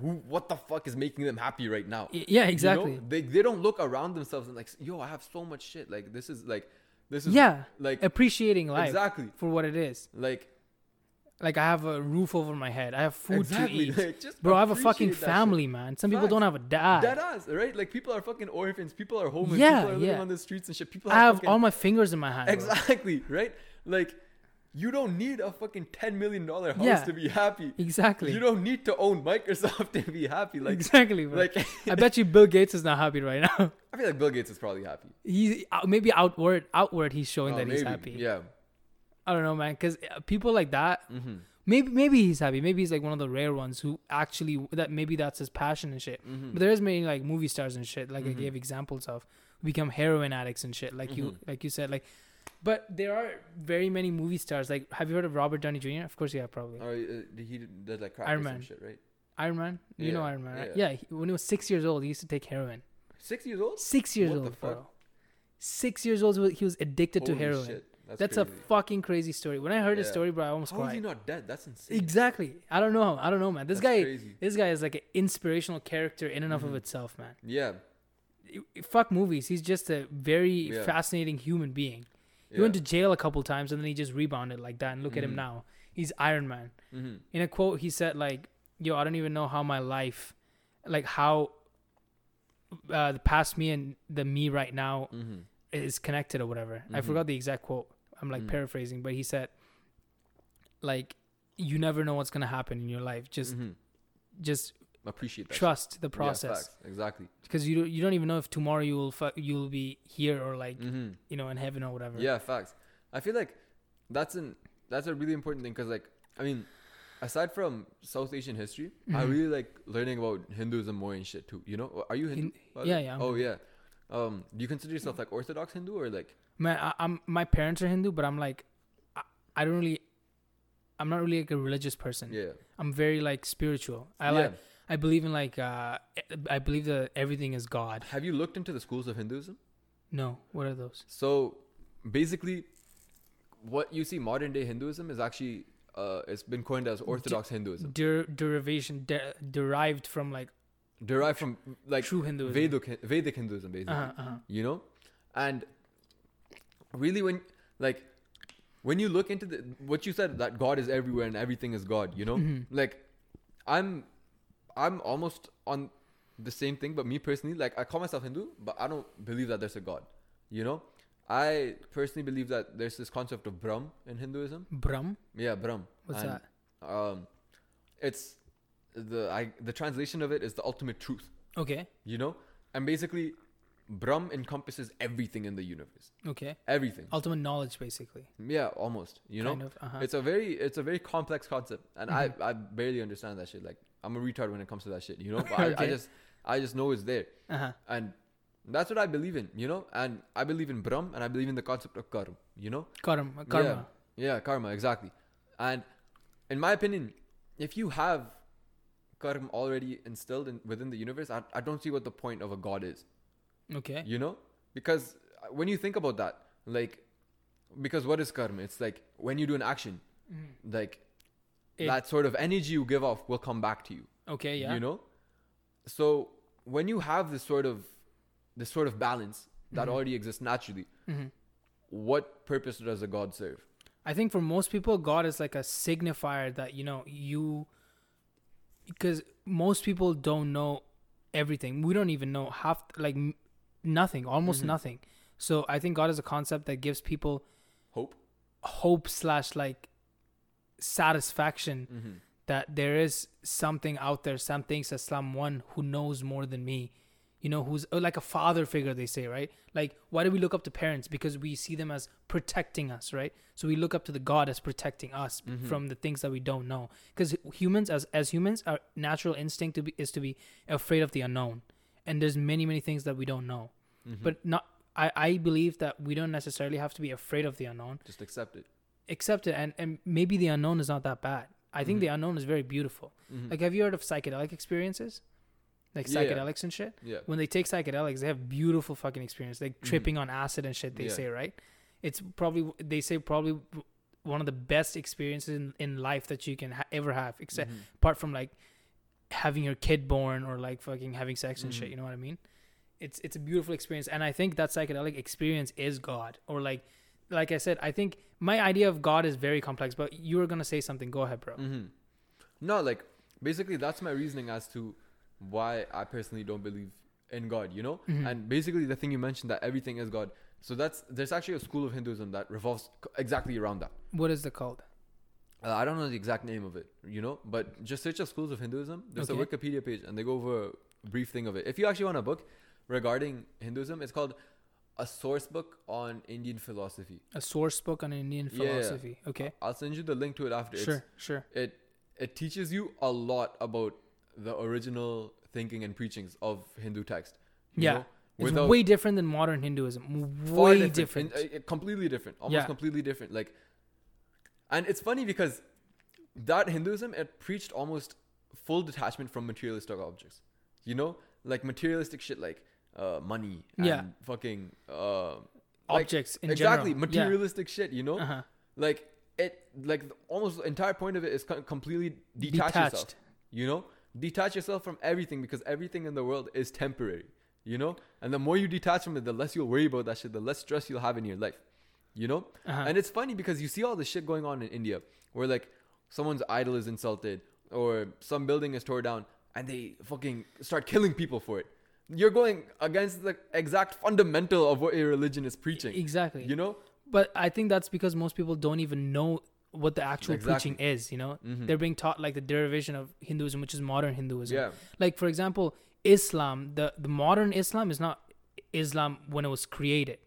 [SPEAKER 2] who what the fuck is making them happy right now.
[SPEAKER 1] Y- Yeah,
[SPEAKER 2] You know?
[SPEAKER 1] E- exactly.
[SPEAKER 2] They they don't look around themselves and like, yo, I have so much shit. Like this is like this is
[SPEAKER 1] yeah.
[SPEAKER 2] like
[SPEAKER 1] appreciating life
[SPEAKER 2] exactly
[SPEAKER 1] for what it is.
[SPEAKER 2] like
[SPEAKER 1] Like I have a roof over my head. I have food to
[SPEAKER 2] exactly.
[SPEAKER 1] eat.
[SPEAKER 2] [laughs] Like, just
[SPEAKER 1] Bro, I have a
[SPEAKER 2] appreciate
[SPEAKER 1] fucking
[SPEAKER 2] that shit.
[SPEAKER 1] family, man. Some people
[SPEAKER 2] Facts.
[SPEAKER 1] don't have a dad.
[SPEAKER 2] Dead ass, right? Like people are fucking orphans. People are homeless.
[SPEAKER 1] Yeah,
[SPEAKER 2] people are living
[SPEAKER 1] yeah.
[SPEAKER 2] on the streets and shit. People
[SPEAKER 1] I have
[SPEAKER 2] fucking,
[SPEAKER 1] all my fingers in my hand. bro.
[SPEAKER 2] [laughs] exactly right. Like you don't need a fucking ten million dollar house
[SPEAKER 1] Yeah.
[SPEAKER 2] to be happy.
[SPEAKER 1] Exactly.
[SPEAKER 2] You don't need to own Microsoft [laughs] to be happy. Like
[SPEAKER 1] exactly, bro.
[SPEAKER 2] like [laughs]
[SPEAKER 1] I bet you Bill Gates is not happy right now.
[SPEAKER 2] I feel like Bill Gates is probably happy.
[SPEAKER 1] He's uh, maybe outward, outward he's showing
[SPEAKER 2] Oh,
[SPEAKER 1] that he's
[SPEAKER 2] maybe.
[SPEAKER 1] happy.
[SPEAKER 2] Yeah.
[SPEAKER 1] I don't know, man. Because people like that,
[SPEAKER 2] Mm-hmm.
[SPEAKER 1] maybe maybe he's happy. Maybe he's like one of the rare ones who actually that maybe that's his passion and shit.
[SPEAKER 2] Mm-hmm.
[SPEAKER 1] But there is many like movie stars and shit, like I gave examples of, who become heroin addicts and shit. Like you
[SPEAKER 2] Mm-hmm.
[SPEAKER 1] like you said, like. But there are very many movie stars. Like, have you heard of Robert Downey Jr.? Of course you have, probably.
[SPEAKER 2] Or uh, he did did, like crack
[SPEAKER 1] Iron
[SPEAKER 2] or some
[SPEAKER 1] Man.
[SPEAKER 2] shit, right?
[SPEAKER 1] Iron Man, you know
[SPEAKER 2] Yeah,
[SPEAKER 1] Iron Man, right? Yeah.
[SPEAKER 2] yeah.
[SPEAKER 1] he- when he was six years old, he used to take heroin.
[SPEAKER 2] Six years old.
[SPEAKER 1] Six years
[SPEAKER 2] What the
[SPEAKER 1] old,
[SPEAKER 2] fuck?
[SPEAKER 1] bro. Six years old, he was addicted to
[SPEAKER 2] Holy
[SPEAKER 1] heroin.
[SPEAKER 2] shit, That's,
[SPEAKER 1] That's,
[SPEAKER 2] crazy.
[SPEAKER 1] a fucking crazy story. When I heard his
[SPEAKER 2] Yeah.
[SPEAKER 1] story, bro, I almost
[SPEAKER 2] How is
[SPEAKER 1] cried.
[SPEAKER 2] he not dead? That's insane.
[SPEAKER 1] Exactly. I don't know. I don't know, man. This
[SPEAKER 2] That's
[SPEAKER 1] guy,
[SPEAKER 2] crazy. Mm-hmm.
[SPEAKER 1] this guy is like an inspirational character in and of itself, man.
[SPEAKER 2] Yeah.
[SPEAKER 1] You- you- Fuck movies. He's just a very
[SPEAKER 2] Yeah.
[SPEAKER 1] fascinating human being. He
[SPEAKER 2] Yeah.
[SPEAKER 1] went
[SPEAKER 2] Mm-hmm.
[SPEAKER 1] to jail a couple times and then he just rebounded like that. And look at him now. He's Iron Man.
[SPEAKER 2] Mhm.
[SPEAKER 1] In a quote, he said like, "Yo, I don't even know how my life, like how uh, the past me and the me right now
[SPEAKER 2] Mhm.
[SPEAKER 1] is connected or whatever. I
[SPEAKER 2] Mm-hmm.
[SPEAKER 1] forgot the exact quote. I'm
[SPEAKER 2] Mm.
[SPEAKER 1] like paraphrasing, but he said, like, you never know what's gonna happen in your life. Just,
[SPEAKER 2] Mhm.
[SPEAKER 1] just
[SPEAKER 2] Appreciate that. shit.
[SPEAKER 1] trust the
[SPEAKER 2] Yeah,
[SPEAKER 1] process
[SPEAKER 2] facts. exactly.
[SPEAKER 1] because you don't, you don't even know if tomorrow you'll fu- you'll be here or like
[SPEAKER 2] Mm-hmm.
[SPEAKER 1] you know in heaven or whatever.
[SPEAKER 2] Yeah, facts. I feel like that's an that's a really important thing because like I mean, aside from South Asian history, I
[SPEAKER 1] Mhm.
[SPEAKER 2] really like learning about Hinduism more and shit too. You know, are you Hindu?
[SPEAKER 1] Hin-
[SPEAKER 2] by the
[SPEAKER 1] yeah,
[SPEAKER 2] way?
[SPEAKER 1] yeah, I'm
[SPEAKER 2] Oh yeah. Um, do you consider yourself like Orthodox Hindu or like?
[SPEAKER 1] Man, I, I'm my parents are Hindu, but I'm like, I, I don't really, I'm not really like a religious person.
[SPEAKER 2] Yeah.
[SPEAKER 1] I'm very like spiritual. I
[SPEAKER 2] Yeah.
[SPEAKER 1] like I believe in like uh I believe that everything is God.
[SPEAKER 2] Have you looked into the schools of Hinduism?
[SPEAKER 1] No, what are those?
[SPEAKER 2] So basically, what you see modern day Hinduism is actually uh, it's been coined as Orthodox Hinduism,
[SPEAKER 1] Der- derivation de- derived from like
[SPEAKER 2] derived from like
[SPEAKER 1] true Hinduism.
[SPEAKER 2] Vedic Vedic Hinduism basically.
[SPEAKER 1] Uh-huh, uh-huh.
[SPEAKER 2] you know and really when like when you look into the what you said that god is everywhere and everything is god you know like i'm i'm almost on the same thing but me personally like i call myself hindu but i don't believe that there's a god you know i personally believe that there's this concept of brahm in hinduism
[SPEAKER 1] Brahm.
[SPEAKER 2] yeah brahm
[SPEAKER 1] What's
[SPEAKER 2] And, um it's the i the translation of it is the ultimate truth
[SPEAKER 1] Okay.
[SPEAKER 2] you know and basically brahm encompasses everything in the universe
[SPEAKER 1] Okay.
[SPEAKER 2] everything
[SPEAKER 1] Ultimate knowledge, basically.
[SPEAKER 2] yeah almost you know
[SPEAKER 1] Kind of, Mm-hmm. uh-huh.
[SPEAKER 2] it's a very it's a very complex concept and i i barely understand that shit like i'm a retard when it comes to that shit you
[SPEAKER 1] [laughs]
[SPEAKER 2] know but I, I
[SPEAKER 1] Okay.
[SPEAKER 2] just i just know it's there
[SPEAKER 1] Uh huh.
[SPEAKER 2] and that's what i believe in you know and i believe in brahm and i believe in the concept of karma you know
[SPEAKER 1] Karma. Karma.
[SPEAKER 2] yeah, yeah karma exactly and in my opinion if you have karma already instilled in, within the universe I, I don't see what the point of a god is
[SPEAKER 1] Okay.
[SPEAKER 2] you know because uh, when you think about that like because what is karma it's like when you do an action like
[SPEAKER 1] Mm-hmm. It-
[SPEAKER 2] that sort of energy you give off will come back to you
[SPEAKER 1] Okay. Yeah.
[SPEAKER 2] you know so when you have this sort of this sort of balance that
[SPEAKER 1] Mm-hmm.
[SPEAKER 2] already exists naturally what purpose does a god serve
[SPEAKER 1] I think for most people, God is like a signifier that you know you, because most people don't know everything. We don't even know half, like
[SPEAKER 2] Mm-hmm.
[SPEAKER 1] m- nothing, almost nothing. So I think God is a concept that gives people
[SPEAKER 2] hope
[SPEAKER 1] hope slash like satisfaction
[SPEAKER 2] Mm-hmm.
[SPEAKER 1] that there is something out there, something, so someone who knows more than me, you know, who's uh, like a father figure, they say, right? Like, why do we look up to parents? Because we see them as protecting us, right? So we look up to the God as protecting us from the things that we don't know. Because humans, as as humans, our natural instinct to be is to be afraid of the unknown, and there's many many things that we don't know, but not. I, I believe that we don't necessarily have to be afraid of the unknown
[SPEAKER 2] Just accept it.
[SPEAKER 1] accept it and, and maybe the unknown is not that bad i think the unknown is very beautiful like have you heard of psychedelic experiences like
[SPEAKER 2] Yeah.
[SPEAKER 1] psychedelics and shit
[SPEAKER 2] Yeah.
[SPEAKER 1] when they take psychedelics they have beautiful fucking experience like tripping on acid and shit they
[SPEAKER 2] Mm-hmm. Yeah.
[SPEAKER 1] say right it's probably they say probably one of the best experiences in, in life that you can ha- ever have except
[SPEAKER 2] Mm-hmm.
[SPEAKER 1] apart from like having your kid born or like fucking having sex and shit
[SPEAKER 2] Mm-hmm.
[SPEAKER 1] you know what i mean it's it's a beautiful experience and i think that psychedelic experience is god or like like i said i think my idea of god is very complex but you were gonna say something go ahead bro
[SPEAKER 2] Mm-hmm. No, like basically that's my reasoning as to why I personally don't believe in God, you know?
[SPEAKER 1] Mm-hmm.
[SPEAKER 2] And basically the thing you mentioned that everything is God. So that's there's actually a school of Hinduism that revolves c- exactly around that.
[SPEAKER 1] what is it called
[SPEAKER 2] Uh, I don't know the exact name of it, you know, but just search up schools of Hinduism. There's a
[SPEAKER 1] Okay.
[SPEAKER 2] Wikipedia page and they go over a brief thing of it. If you actually want a book regarding Hinduism, it's called A Source Book on Indian Philosophy.
[SPEAKER 1] a source book on indian
[SPEAKER 2] Yeah, yeah.
[SPEAKER 1] philosophy okay
[SPEAKER 2] I'll send you the link to it after. It's-
[SPEAKER 1] sure sure
[SPEAKER 2] it it teaches you a lot about the original thinking and preachings of Hindu text. you
[SPEAKER 1] yeah
[SPEAKER 2] know,
[SPEAKER 1] it's
[SPEAKER 2] without-
[SPEAKER 1] way different than modern hinduism
[SPEAKER 2] far
[SPEAKER 1] way different,
[SPEAKER 2] in- uh, uh, completely different, almost
[SPEAKER 1] Yeah.
[SPEAKER 2] completely different. Like, and it's funny because that Hinduism it preached almost full detachment from materialistic objects. You know, like materialistic shit, like uh, money and
[SPEAKER 1] Yeah.
[SPEAKER 2] fucking uh, like-
[SPEAKER 1] objects in
[SPEAKER 2] exactly
[SPEAKER 1] general. Yeah.
[SPEAKER 2] materialistic shit. You know,
[SPEAKER 1] Uh-huh.
[SPEAKER 2] like it like the- almost the entire point of it is co- completely detach yourself
[SPEAKER 1] Detached.
[SPEAKER 2] you know detach yourself from everything because everything in the world is temporary you know and the more you detach from it the less you'll worry about that shit the less stress you'll have in your life you know
[SPEAKER 1] Uh-huh.
[SPEAKER 2] and it's funny because you see all this shit going on in india where like someone's idol is insulted or some building is torn down and they fucking start killing people for it you're going against the exact fundamental of what your religion is preaching
[SPEAKER 1] Exactly.
[SPEAKER 2] you know
[SPEAKER 1] But I think that's because most people don't even know what the actual
[SPEAKER 2] Exactly.
[SPEAKER 1] preaching is, you know? They're being taught like the derivation of Hinduism, which is modern Hinduism.
[SPEAKER 2] Yeah.
[SPEAKER 1] Like for example, Islam, the, the modern Islam is not Islam when it was created.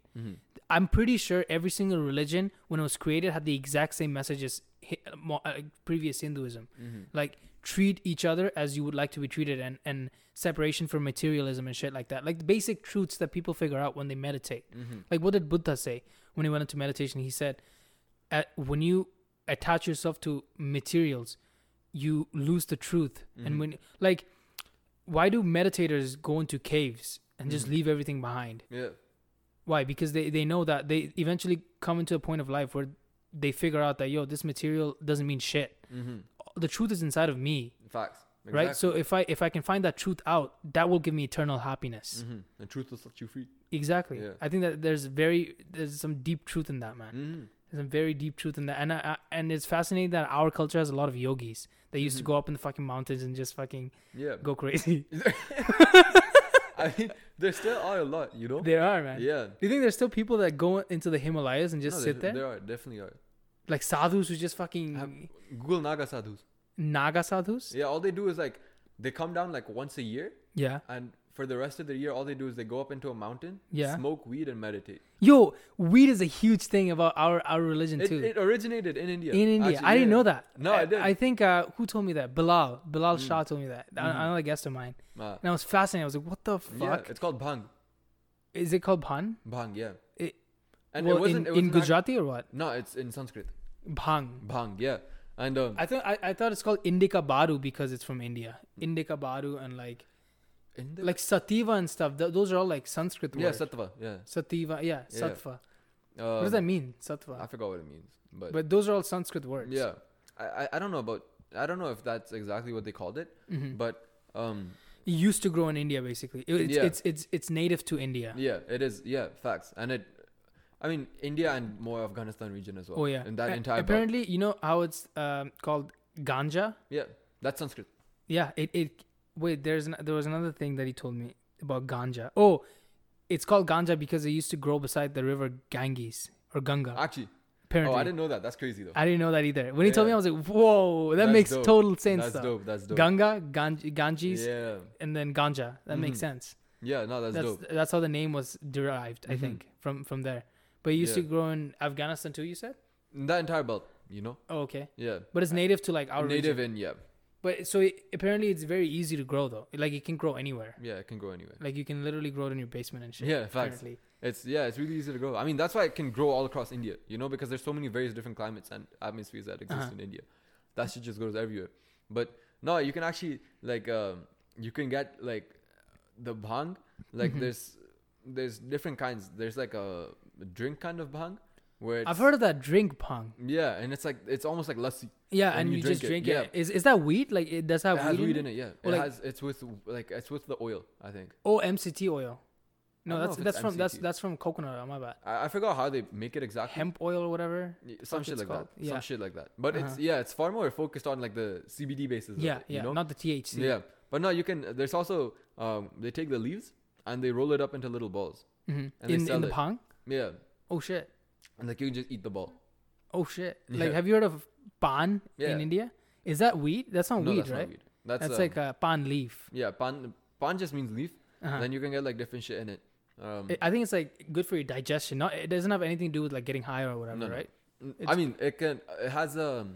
[SPEAKER 1] I'm pretty sure every single religion when it was created had the exact same message as hi- mo- uh, previous Hinduism. Like treat each other as you would like to be treated and and separation from materialism and shit like that. Like the basic truths that people figure out when they meditate. Like what did Buddha say when he went into meditation? He said at, when you attach yourself to materials, you lose the truth.
[SPEAKER 2] Mm-hmm.
[SPEAKER 1] And when like why do meditators go into caves and
[SPEAKER 2] Mm.
[SPEAKER 1] just leave everything behind?
[SPEAKER 2] yeah
[SPEAKER 1] Why? Because they, they know that they eventually come into a point of life where they figure out that, yo, this material doesn't mean shit.
[SPEAKER 2] Mm-hmm.
[SPEAKER 1] The truth is inside of me,
[SPEAKER 2] facts
[SPEAKER 1] right? So if I if I can find that truth out, that will give me eternal happiness.
[SPEAKER 2] Mm-hmm. The truth will set you free.
[SPEAKER 1] Exactly.
[SPEAKER 2] Yeah.
[SPEAKER 1] I think that there's very there's some deep truth in that, man.
[SPEAKER 2] Mm-hmm.
[SPEAKER 1] There's some very deep truth in that, and I, I, and it's fascinating that our culture has a lot of yogis. They used to go up in the fucking mountains and just fucking
[SPEAKER 2] Mm-hmm. Yeah.
[SPEAKER 1] go crazy.
[SPEAKER 2] [laughs]
[SPEAKER 1] [laughs]
[SPEAKER 2] I mean, there still are a lot, you know?
[SPEAKER 1] there are, man.
[SPEAKER 2] yeah.
[SPEAKER 1] Do you think there's still people that go into the Himalayas and just
[SPEAKER 2] No,
[SPEAKER 1] sit there? Mm-hmm.
[SPEAKER 2] There are, definitely are.
[SPEAKER 1] Like sadhus who just fucking
[SPEAKER 2] Have- Google Naga sadhus.
[SPEAKER 1] Naga sadhus?
[SPEAKER 2] Yeah, all they do is like, they come down like once a year,
[SPEAKER 1] Yeah.
[SPEAKER 2] and for the rest of the year, all they do is they go up into a mountain,
[SPEAKER 1] Yeah.
[SPEAKER 2] smoke weed, and meditate.
[SPEAKER 1] Yo, weed is a huge thing about our, our religion
[SPEAKER 2] It,
[SPEAKER 1] too.
[SPEAKER 2] it originated in India.
[SPEAKER 1] in India.
[SPEAKER 2] actually,
[SPEAKER 1] I didn't
[SPEAKER 2] yeah.
[SPEAKER 1] know that.
[SPEAKER 2] No, I didn't. Mm.
[SPEAKER 1] I think, uh, who told me that? Bilal. Bilal Shah told me that. An- Another guest of mine.
[SPEAKER 2] Ah.
[SPEAKER 1] And I was fascinated. I was like, what the
[SPEAKER 2] Mm-hmm. yeah,
[SPEAKER 1] fuck?
[SPEAKER 2] it's called bhang.
[SPEAKER 1] Is it called bhang?
[SPEAKER 2] Bhang, yeah.
[SPEAKER 1] It,
[SPEAKER 2] And
[SPEAKER 1] well,
[SPEAKER 2] it wasn't
[SPEAKER 1] in,
[SPEAKER 2] it was
[SPEAKER 1] in Gujarati or what?
[SPEAKER 2] No, it's in Sanskrit.
[SPEAKER 1] Bhang.
[SPEAKER 2] Bhang, yeah. And um,
[SPEAKER 1] I, thought I, I thought it's called Indica Baru because it's from India. Indica Baru and like
[SPEAKER 2] in the,
[SPEAKER 1] like Sativa and stuff. Th- those are all like Sanskrit
[SPEAKER 2] yeah,
[SPEAKER 1] words.
[SPEAKER 2] sattva, yeah.
[SPEAKER 1] Sativa, yeah,
[SPEAKER 2] Yeah.
[SPEAKER 1] Sattva.
[SPEAKER 2] Um,
[SPEAKER 1] What does that mean? Sattva.
[SPEAKER 2] I forgot what it means, but
[SPEAKER 1] But those are all Sanskrit words.
[SPEAKER 2] Yeah, I, I I don't know about I don't know if that's exactly what they called it,
[SPEAKER 1] Mm-hmm.
[SPEAKER 2] but um
[SPEAKER 1] It used to grow in India, basically. It- it's,
[SPEAKER 2] Yeah.
[SPEAKER 1] it's it's it's native to India.
[SPEAKER 2] yeah, it is yeah facts and it, I mean India and more Afghanistan region as well.
[SPEAKER 1] Oh yeah,
[SPEAKER 2] and that
[SPEAKER 1] A-
[SPEAKER 2] entire belt.
[SPEAKER 1] Apparently, you know how it's um, called ganja.
[SPEAKER 2] yeah, that's Sanskrit.
[SPEAKER 1] Yeah, it it wait. There's an, there was another thing that he told me about ganja. Oh, it's called ganja because it used to grow beside the river Ganges or Ganga.
[SPEAKER 2] Actually, Oh,
[SPEAKER 1] Apparently,
[SPEAKER 2] I
[SPEAKER 1] I, didn't,
[SPEAKER 2] didn't know that. That's crazy though.
[SPEAKER 1] know that either. When he told me,
[SPEAKER 2] Yeah.
[SPEAKER 1] I was like, "Whoa, that
[SPEAKER 2] That's
[SPEAKER 1] makes
[SPEAKER 2] dope.
[SPEAKER 1] total sense."
[SPEAKER 2] That's
[SPEAKER 1] though.
[SPEAKER 2] dope. That's dope.
[SPEAKER 1] Ganga, Ganj- Ganges,
[SPEAKER 2] Yeah.
[SPEAKER 1] and then Ganja. That makes
[SPEAKER 2] Mhm.
[SPEAKER 1] sense.
[SPEAKER 2] Yeah. No, that's,
[SPEAKER 1] That's
[SPEAKER 2] dope.
[SPEAKER 1] that's how the name was derived, I
[SPEAKER 2] Mhm.
[SPEAKER 1] think, from from there. But it used
[SPEAKER 2] Yeah.
[SPEAKER 1] to grow in Afghanistan too. You said,
[SPEAKER 2] That entire belt, you know.
[SPEAKER 1] oh, okay,
[SPEAKER 2] Yeah.
[SPEAKER 1] but it's native to like our
[SPEAKER 2] Uh, Native
[SPEAKER 1] region.
[SPEAKER 2] and yeah,
[SPEAKER 1] But so it, apparently, it's very easy to grow though. Like it can grow anywhere.
[SPEAKER 2] yeah, it can go anywhere.
[SPEAKER 1] Like you can literally grow it in your basement and shit.
[SPEAKER 2] Yeah, facts.
[SPEAKER 1] apparently.
[SPEAKER 2] It's yeah, it's really easy to grow. I mean, that's why it can grow all across India, you know, because there's so many various different climates and atmospheres that exist
[SPEAKER 1] Uh-huh.
[SPEAKER 2] in India. That shit just goes everywhere. But no, you can actually like um, you can get like the bhang. Like
[SPEAKER 1] Mhm.
[SPEAKER 2] there's there's different kinds. There's like a drink kind of bhang where it's,
[SPEAKER 1] I've heard of that drink pong.
[SPEAKER 2] Yeah, and it's like it's almost like lassi.
[SPEAKER 1] Yeah,
[SPEAKER 2] When
[SPEAKER 1] and
[SPEAKER 2] you
[SPEAKER 1] you,
[SPEAKER 2] drink
[SPEAKER 1] just
[SPEAKER 2] it,
[SPEAKER 1] drink it.
[SPEAKER 2] yeah.
[SPEAKER 1] Is is that weed? Like it does have
[SPEAKER 2] It has
[SPEAKER 1] weed,
[SPEAKER 2] weed
[SPEAKER 1] in it?
[SPEAKER 2] in it, yeah.
[SPEAKER 1] Or
[SPEAKER 2] it
[SPEAKER 1] like-
[SPEAKER 2] has it's with like it's with the oil, I think.
[SPEAKER 1] Oh, MCT oil. No,
[SPEAKER 2] I don't know
[SPEAKER 1] that's
[SPEAKER 2] if
[SPEAKER 1] that's
[SPEAKER 2] it's
[SPEAKER 1] from that's
[SPEAKER 2] MCT.
[SPEAKER 1] that's from coconut. oil, My bad.
[SPEAKER 2] I, I forgot how they make it exactly.
[SPEAKER 1] Hemp oil or whatever.
[SPEAKER 2] Y- some
[SPEAKER 1] fuck
[SPEAKER 2] shit
[SPEAKER 1] it's
[SPEAKER 2] like
[SPEAKER 1] called.
[SPEAKER 2] that.
[SPEAKER 1] Yeah.
[SPEAKER 2] Some shit like that. But it's
[SPEAKER 1] Uh-huh.
[SPEAKER 2] yeah, it's far more focused on like the CBD basis.
[SPEAKER 1] yeah,
[SPEAKER 2] of it,
[SPEAKER 1] yeah.
[SPEAKER 2] You know?
[SPEAKER 1] Not the THC.
[SPEAKER 2] yeah. But no, you can. There's also um, they take the leaves and they roll it up into little balls.
[SPEAKER 1] Mhm.
[SPEAKER 2] And they
[SPEAKER 1] In in
[SPEAKER 2] sell
[SPEAKER 1] the
[SPEAKER 2] it.
[SPEAKER 1] pong.
[SPEAKER 2] Yeah,
[SPEAKER 1] Oh shit.
[SPEAKER 2] and like you can just eat the ball.
[SPEAKER 1] Oh shit.
[SPEAKER 2] Yeah.
[SPEAKER 1] Like, have you heard of pan
[SPEAKER 2] Yeah.
[SPEAKER 1] in India? Is that weed? That's not
[SPEAKER 2] no,
[SPEAKER 1] weed,
[SPEAKER 2] that's
[SPEAKER 1] right?
[SPEAKER 2] not weed. That's,
[SPEAKER 1] That's
[SPEAKER 2] um,
[SPEAKER 1] like a pan leaf.
[SPEAKER 2] yeah, pan pan just means leaf.
[SPEAKER 1] Uh-huh.
[SPEAKER 2] Then you can get like different shit in it. Um,
[SPEAKER 1] I- I think it's like good for your digestion. Not it doesn't have anything to do with like getting high or whatever,
[SPEAKER 2] No, no.
[SPEAKER 1] right?
[SPEAKER 2] n- I
[SPEAKER 1] it's-
[SPEAKER 2] mean, it can. It has a.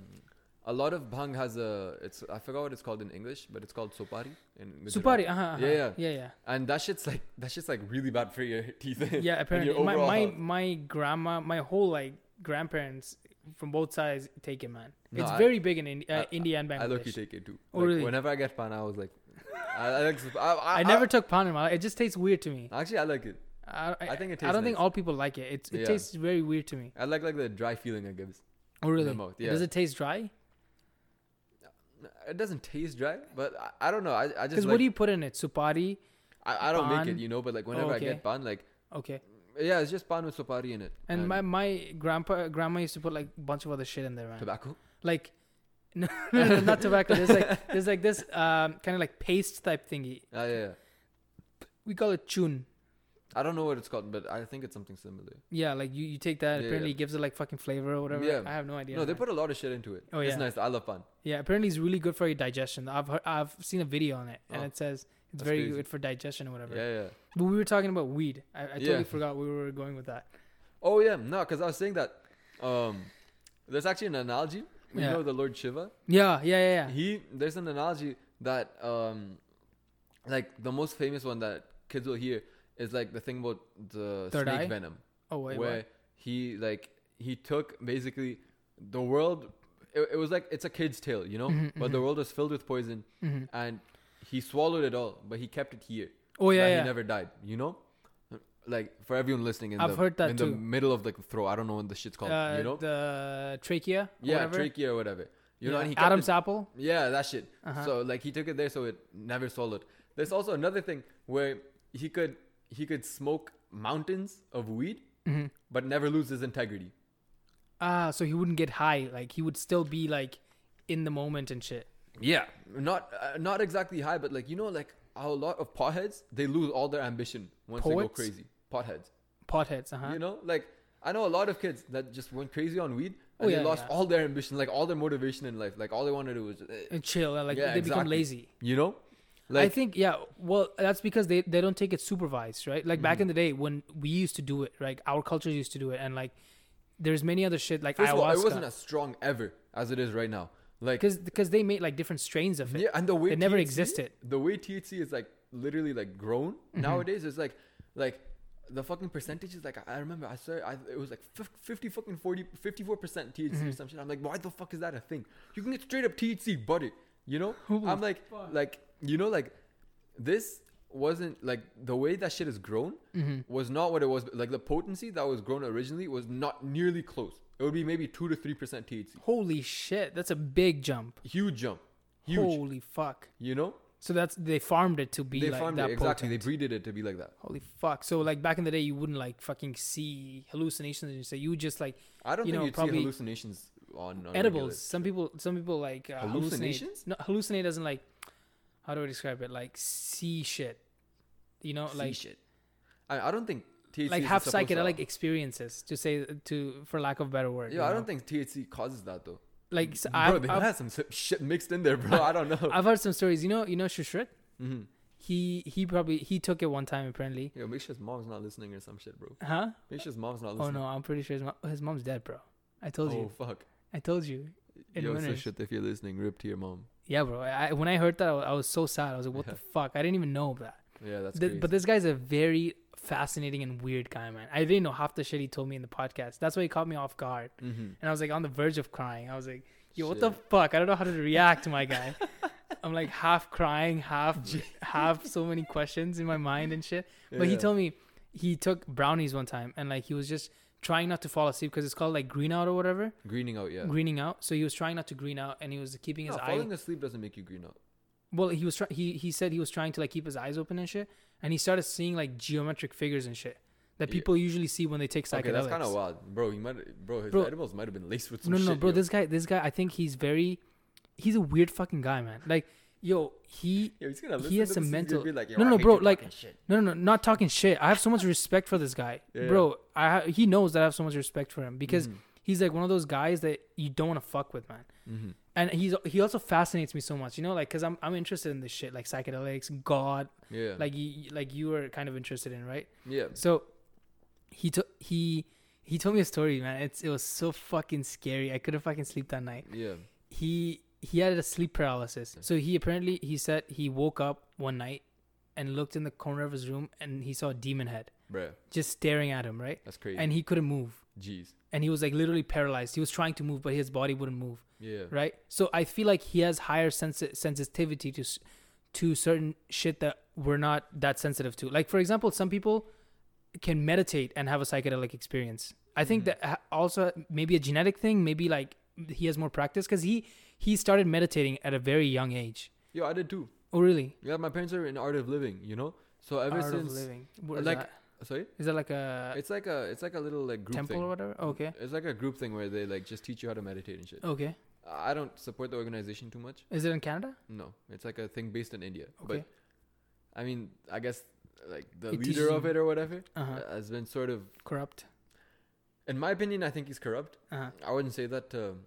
[SPEAKER 2] A lot of bhang has a. It's I forgot what it's called in English, but it's called sopari. In Gujarat.
[SPEAKER 1] Supari. Uh-huh, uh-huh.
[SPEAKER 2] Yeah, yeah.
[SPEAKER 1] yeah, yeah.
[SPEAKER 2] And that shit's like that shit's like really bad for your [laughs] teeth. [laughs] and your
[SPEAKER 1] yeah apparently my, my
[SPEAKER 2] overall-
[SPEAKER 1] my grandma my whole like grandparents from both sides take it man
[SPEAKER 2] No,
[SPEAKER 1] it's
[SPEAKER 2] I-
[SPEAKER 1] very big in Indi- uh,
[SPEAKER 2] I-
[SPEAKER 1] india and
[SPEAKER 2] I look you
[SPEAKER 1] bangladesh
[SPEAKER 2] take it too.
[SPEAKER 1] Oh,
[SPEAKER 2] Like,
[SPEAKER 1] really?
[SPEAKER 2] Whenever I get pan, I was like, I, I, like, I,
[SPEAKER 1] i,
[SPEAKER 2] I-
[SPEAKER 1] never took pan in my life it just tastes weird to me
[SPEAKER 2] actually I like it.
[SPEAKER 1] i, I,
[SPEAKER 2] I think it
[SPEAKER 1] I
[SPEAKER 2] tastes
[SPEAKER 1] don't think
[SPEAKER 2] nice.
[SPEAKER 1] all people like it it's, it
[SPEAKER 2] Yeah.
[SPEAKER 1] tastes very weird to me
[SPEAKER 2] I like like the dry feeling it gives.
[SPEAKER 1] oh really
[SPEAKER 2] mouth, yeah.
[SPEAKER 1] does it taste dry
[SPEAKER 2] It doesn't taste dry, but I, I don't know. I, I just
[SPEAKER 1] because
[SPEAKER 2] like,
[SPEAKER 1] what do you put in it supari
[SPEAKER 2] I, I don't make
[SPEAKER 1] pan?
[SPEAKER 2] it, you know. But like whenever I
[SPEAKER 1] Oh, okay.
[SPEAKER 2] get pan, like
[SPEAKER 1] okay
[SPEAKER 2] yeah, it's just pan with sopari in it
[SPEAKER 1] and my my grandpa grandma used to put like a bunch of other shit in there man
[SPEAKER 2] tobacco.
[SPEAKER 1] like [laughs] no, no, no, not tobacco there's like [laughs] there's like this um kind of like paste type thingy
[SPEAKER 2] Ah, yeah, yeah.
[SPEAKER 1] we call it chun
[SPEAKER 2] I don't know what it's called, but I think it's something similar.
[SPEAKER 1] Yeah, like you, you take that.
[SPEAKER 2] Yeah,
[SPEAKER 1] apparently,
[SPEAKER 2] yeah.
[SPEAKER 1] it gives it like fucking flavor or whatever.
[SPEAKER 2] Yeah.
[SPEAKER 1] I have no idea.
[SPEAKER 2] no, they
[SPEAKER 1] man.
[SPEAKER 2] put a lot of shit into it.
[SPEAKER 1] Oh,
[SPEAKER 2] it's
[SPEAKER 1] yeah.
[SPEAKER 2] nice. I love pan.
[SPEAKER 1] Yeah, apparently it's really good for your digestion. I've heard, I've seen a video on it, and
[SPEAKER 2] Oh,
[SPEAKER 1] it says it's
[SPEAKER 2] that's
[SPEAKER 1] very
[SPEAKER 2] crazy.
[SPEAKER 1] good for digestion or whatever.
[SPEAKER 2] Yeah, yeah.
[SPEAKER 1] But we were talking about weed. I, I totally
[SPEAKER 2] Yeah.
[SPEAKER 1] forgot we were going with that.
[SPEAKER 2] Oh yeah, no, because I was saying that. Um, there's actually an analogy. You
[SPEAKER 1] Yeah.
[SPEAKER 2] know the Lord Shiva.
[SPEAKER 1] Yeah, yeah, yeah, yeah.
[SPEAKER 2] he there's an analogy that um like the most famous one that kids will hear is like the thing about the
[SPEAKER 1] Third
[SPEAKER 2] snake
[SPEAKER 1] eye?
[SPEAKER 2] venom
[SPEAKER 1] oh wait,
[SPEAKER 2] where
[SPEAKER 1] what?
[SPEAKER 2] he like he took basically the world it, it was like it's a kid's tale you know
[SPEAKER 1] Mhm,
[SPEAKER 2] but the world was filled with poison
[SPEAKER 1] Mhm.
[SPEAKER 2] and he swallowed it all but he kept it here
[SPEAKER 1] Oh
[SPEAKER 2] so
[SPEAKER 1] yeah,
[SPEAKER 2] that
[SPEAKER 1] yeah.
[SPEAKER 2] he never died you know like for everyone listening in
[SPEAKER 1] I've
[SPEAKER 2] the,
[SPEAKER 1] heard that
[SPEAKER 2] in the
[SPEAKER 1] too.
[SPEAKER 2] middle of like the throat i don't know what the shit's called
[SPEAKER 1] uh,
[SPEAKER 2] Oh, you know
[SPEAKER 1] the trachea. or
[SPEAKER 2] yeah
[SPEAKER 1] whatever.
[SPEAKER 2] trachea or whatever you know
[SPEAKER 1] Yeah,
[SPEAKER 2] and he kept it
[SPEAKER 1] Adam's apple.
[SPEAKER 2] yeah, that shit.
[SPEAKER 1] Uh-huh.
[SPEAKER 2] So like he took it there, so it never swallowed. There's also another thing where he could he could smoke mountains of weed,
[SPEAKER 1] Mhm.
[SPEAKER 2] but never lose his integrity.
[SPEAKER 1] Ah, so he wouldn't get high. Like he would still be like in the moment and shit.
[SPEAKER 2] Yeah, not uh, not exactly high, but like you know, like how a lot of potheads they lose all their ambition once they go
[SPEAKER 1] Poets?
[SPEAKER 2] crazy. Potheads,
[SPEAKER 1] Potheads, uh huh.
[SPEAKER 2] you know, like I know a lot of kids that just went crazy on weed
[SPEAKER 1] Oh,
[SPEAKER 2] and they
[SPEAKER 1] yeah,
[SPEAKER 2] lost
[SPEAKER 1] yeah.
[SPEAKER 2] all their ambition, like all their motivation in life, like all they wanted to do was, just, eh,
[SPEAKER 1] and chill. And like
[SPEAKER 2] Yeah,
[SPEAKER 1] they become
[SPEAKER 2] exactly.
[SPEAKER 1] lazy.
[SPEAKER 2] you know,
[SPEAKER 1] I
[SPEAKER 2] like
[SPEAKER 1] think yeah. Well, that's because they they don't take it supervised, right? Like
[SPEAKER 2] Mm-hmm.
[SPEAKER 1] back in the day when we used to do it, like our cultures used to do it, and like there's many other shit like
[SPEAKER 2] first of all, it wasn't
[SPEAKER 1] ayahuasca
[SPEAKER 2] as strong ever as it is right now. Like
[SPEAKER 1] because because they made like different strains of it.
[SPEAKER 2] Yeah, and the way
[SPEAKER 1] It never
[SPEAKER 2] THC
[SPEAKER 1] existed. Mm-hmm.
[SPEAKER 2] The way THC is like literally like grown nowadays is like like the fucking percentages like I I remember I saw I, it was like fif- 50 fucking 40 54% THC
[SPEAKER 1] Mm-hmm.
[SPEAKER 2] or some shit. I'm like why the fuck is that a thing? You can get straight up THC butter,
[SPEAKER 1] [laughs]
[SPEAKER 2] you know? I'm like like you know like this wasn't like the way that shit is grown
[SPEAKER 1] Mm-hmm.
[SPEAKER 2] was not what it was like the potency that was grown originally was not nearly close. It would be maybe 2 to 3% THC.
[SPEAKER 1] Holy shit, that's a big jump.
[SPEAKER 2] Huge jump. Huge,
[SPEAKER 1] Holy fuck.
[SPEAKER 2] you know?
[SPEAKER 1] So that's they farmed it to be
[SPEAKER 2] they
[SPEAKER 1] like
[SPEAKER 2] farmed
[SPEAKER 1] that
[SPEAKER 2] it exactly.
[SPEAKER 1] potent.
[SPEAKER 2] They breeded it to be like that.
[SPEAKER 1] Holy fuck. So like back in the day, you wouldn't like fucking see hallucinations and shit. You would just like
[SPEAKER 2] I don't
[SPEAKER 1] You
[SPEAKER 2] think
[SPEAKER 1] know,
[SPEAKER 2] you'd see
[SPEAKER 1] probably
[SPEAKER 2] hallucinations on, on
[SPEAKER 1] edibles. Some people, some people like uh, hallucinations.
[SPEAKER 2] Hallucinations?
[SPEAKER 1] No, hallucinate doesn't like. How do I describe it? Like see shit. You know,
[SPEAKER 2] regular-
[SPEAKER 1] like
[SPEAKER 2] See shit. I, I don't think THC
[SPEAKER 1] like
[SPEAKER 2] is a
[SPEAKER 1] have
[SPEAKER 2] supposed to-
[SPEAKER 1] psychedelic experiences to say to for lack of better word.
[SPEAKER 2] Yo,
[SPEAKER 1] you
[SPEAKER 2] I
[SPEAKER 1] know?
[SPEAKER 2] don't think THC causes that though.
[SPEAKER 1] like s-
[SPEAKER 2] bro,
[SPEAKER 1] I've,
[SPEAKER 2] they
[SPEAKER 1] I've,
[SPEAKER 2] had some si- shit mixed in there,
[SPEAKER 1] [laughs]
[SPEAKER 2] bro. I don't know.
[SPEAKER 1] I've heard some stories. You know, you know Shushrit.
[SPEAKER 2] hmm
[SPEAKER 1] He he probably he took it one time apparently.
[SPEAKER 2] Yo, make sure his mom's not listening or some shit, bro.
[SPEAKER 1] Huh?
[SPEAKER 2] Make sure his mom's not
[SPEAKER 1] Oh
[SPEAKER 2] listening.
[SPEAKER 1] no, I'm pretty sure his, mom, his mom's dead, bro. I told you.
[SPEAKER 2] Oh fuck.
[SPEAKER 1] I told you. In
[SPEAKER 2] Yo, so
[SPEAKER 1] Winners.
[SPEAKER 2] shit, if you're listening, rip to your mom.
[SPEAKER 1] Yeah, bro. I, I- when I heard that, I was, I was so sad. I was like,
[SPEAKER 2] [laughs]
[SPEAKER 1] what the fuck? I didn't even know that.
[SPEAKER 2] Yeah, that's
[SPEAKER 1] Th-
[SPEAKER 2] crazy.
[SPEAKER 1] but this guy's a very fascinating and weird guy, man. I didn't know half the shit he told me in the podcast. That's why he caught me off guard.
[SPEAKER 2] Mhm.
[SPEAKER 1] And I was like on the verge of crying. I was like, yo, what the fuck? I don't know how to react to my
[SPEAKER 2] [laughs]
[SPEAKER 1] guy. I'm like half crying, half half so many questions in my mind and shit. But he
[SPEAKER 2] Yeah.
[SPEAKER 1] told me he took brownies one time and like he was just trying not to fall asleep because it's called like green out or whatever,
[SPEAKER 2] greening out, yeah.
[SPEAKER 1] greening out. So he was trying not to green out and he was keeping
[SPEAKER 2] No,
[SPEAKER 1] his eye
[SPEAKER 2] falling asleep doesn't make you green out.
[SPEAKER 1] well, he was try- he he said he was trying to like keep his eyes open and shit, and he started seeing like geometric figures and shit that
[SPEAKER 2] Yeah.
[SPEAKER 1] people usually see when they take psychedelics.
[SPEAKER 2] Okay, that's kind of wild, bro. He might, bro. His
[SPEAKER 1] Bro-
[SPEAKER 2] edibles might have been laced with some
[SPEAKER 1] No, no,
[SPEAKER 2] shit.
[SPEAKER 1] no, bro.
[SPEAKER 2] yo.
[SPEAKER 1] This guy, this guy, I think he's very, he's a weird fucking guy, man. Like, yo, he
[SPEAKER 2] Yo, he's gonna listen
[SPEAKER 1] he has
[SPEAKER 2] to
[SPEAKER 1] some
[SPEAKER 2] this, he's gonna
[SPEAKER 1] mental.
[SPEAKER 2] be like, yo,
[SPEAKER 1] no,
[SPEAKER 2] I
[SPEAKER 1] no,
[SPEAKER 2] hate
[SPEAKER 1] bro.
[SPEAKER 2] you
[SPEAKER 1] Like,
[SPEAKER 2] talking shit.
[SPEAKER 1] no, no, no, not talking shit. I have so much respect for this guy,
[SPEAKER 2] Yeah. Mm.
[SPEAKER 1] bro. I ha- he knows that I have so much respect for him because he's like one of those guys that you don't want to fuck with, man.
[SPEAKER 2] Mm-hmm.
[SPEAKER 1] And he's he also fascinates me so much, you know, like because I'm I'm interested in this shit, like psychedelics, God,
[SPEAKER 2] yeah,
[SPEAKER 1] like you like you were kind of interested in, right?
[SPEAKER 2] yeah.
[SPEAKER 1] So he took he he told me a story, man. It's it was so fucking scary. I couldn't fucking sleep that night.
[SPEAKER 2] Yeah.
[SPEAKER 1] He he had a sleep paralysis. So he apparently he said he woke up one night and looked in the corner of his room and he saw a demon head
[SPEAKER 2] Bruh.
[SPEAKER 1] just staring at him, right?
[SPEAKER 2] That's crazy.
[SPEAKER 1] And he couldn't move.
[SPEAKER 2] Jeez.
[SPEAKER 1] And he was like literally paralyzed. He was trying to move, but his body wouldn't move
[SPEAKER 2] Yeah.
[SPEAKER 1] right? So I feel like he has higher sensi- sensitivity to s- to certain shit that we're not that sensitive to. Like for example, some people can meditate and have a psychedelic experience. I think
[SPEAKER 2] Mm-hmm.
[SPEAKER 1] that ha- also maybe a genetic thing, maybe like he has more practice because he he started meditating at a very young age.
[SPEAKER 2] Yo, I did too.
[SPEAKER 1] Oh really?
[SPEAKER 2] Yeah, my parents are in art of living. You know, so ever
[SPEAKER 1] Art of
[SPEAKER 2] since,
[SPEAKER 1] living. What is
[SPEAKER 2] like,
[SPEAKER 1] that?
[SPEAKER 2] sorry,
[SPEAKER 1] is that like a
[SPEAKER 2] it's like a, it's like a little like group
[SPEAKER 1] temple
[SPEAKER 2] thing.
[SPEAKER 1] or whatever? Oh, Okay, Oh.
[SPEAKER 2] It's like a group thing where they like just teach you how to meditate and shit.
[SPEAKER 1] okay.
[SPEAKER 2] I don't support the organization too much.
[SPEAKER 1] Is it in Canada?
[SPEAKER 2] No, it's like a thing based in India.
[SPEAKER 1] Okay.
[SPEAKER 2] But I mean, I guess like the
[SPEAKER 1] It teaches
[SPEAKER 2] leader of
[SPEAKER 1] you-
[SPEAKER 2] it or whatever
[SPEAKER 1] Uh-huh.
[SPEAKER 2] uh, has been sort of,
[SPEAKER 1] Corrupt.
[SPEAKER 2] in my opinion, I think he's corrupt.
[SPEAKER 1] Uh-huh.
[SPEAKER 2] I wouldn't say that to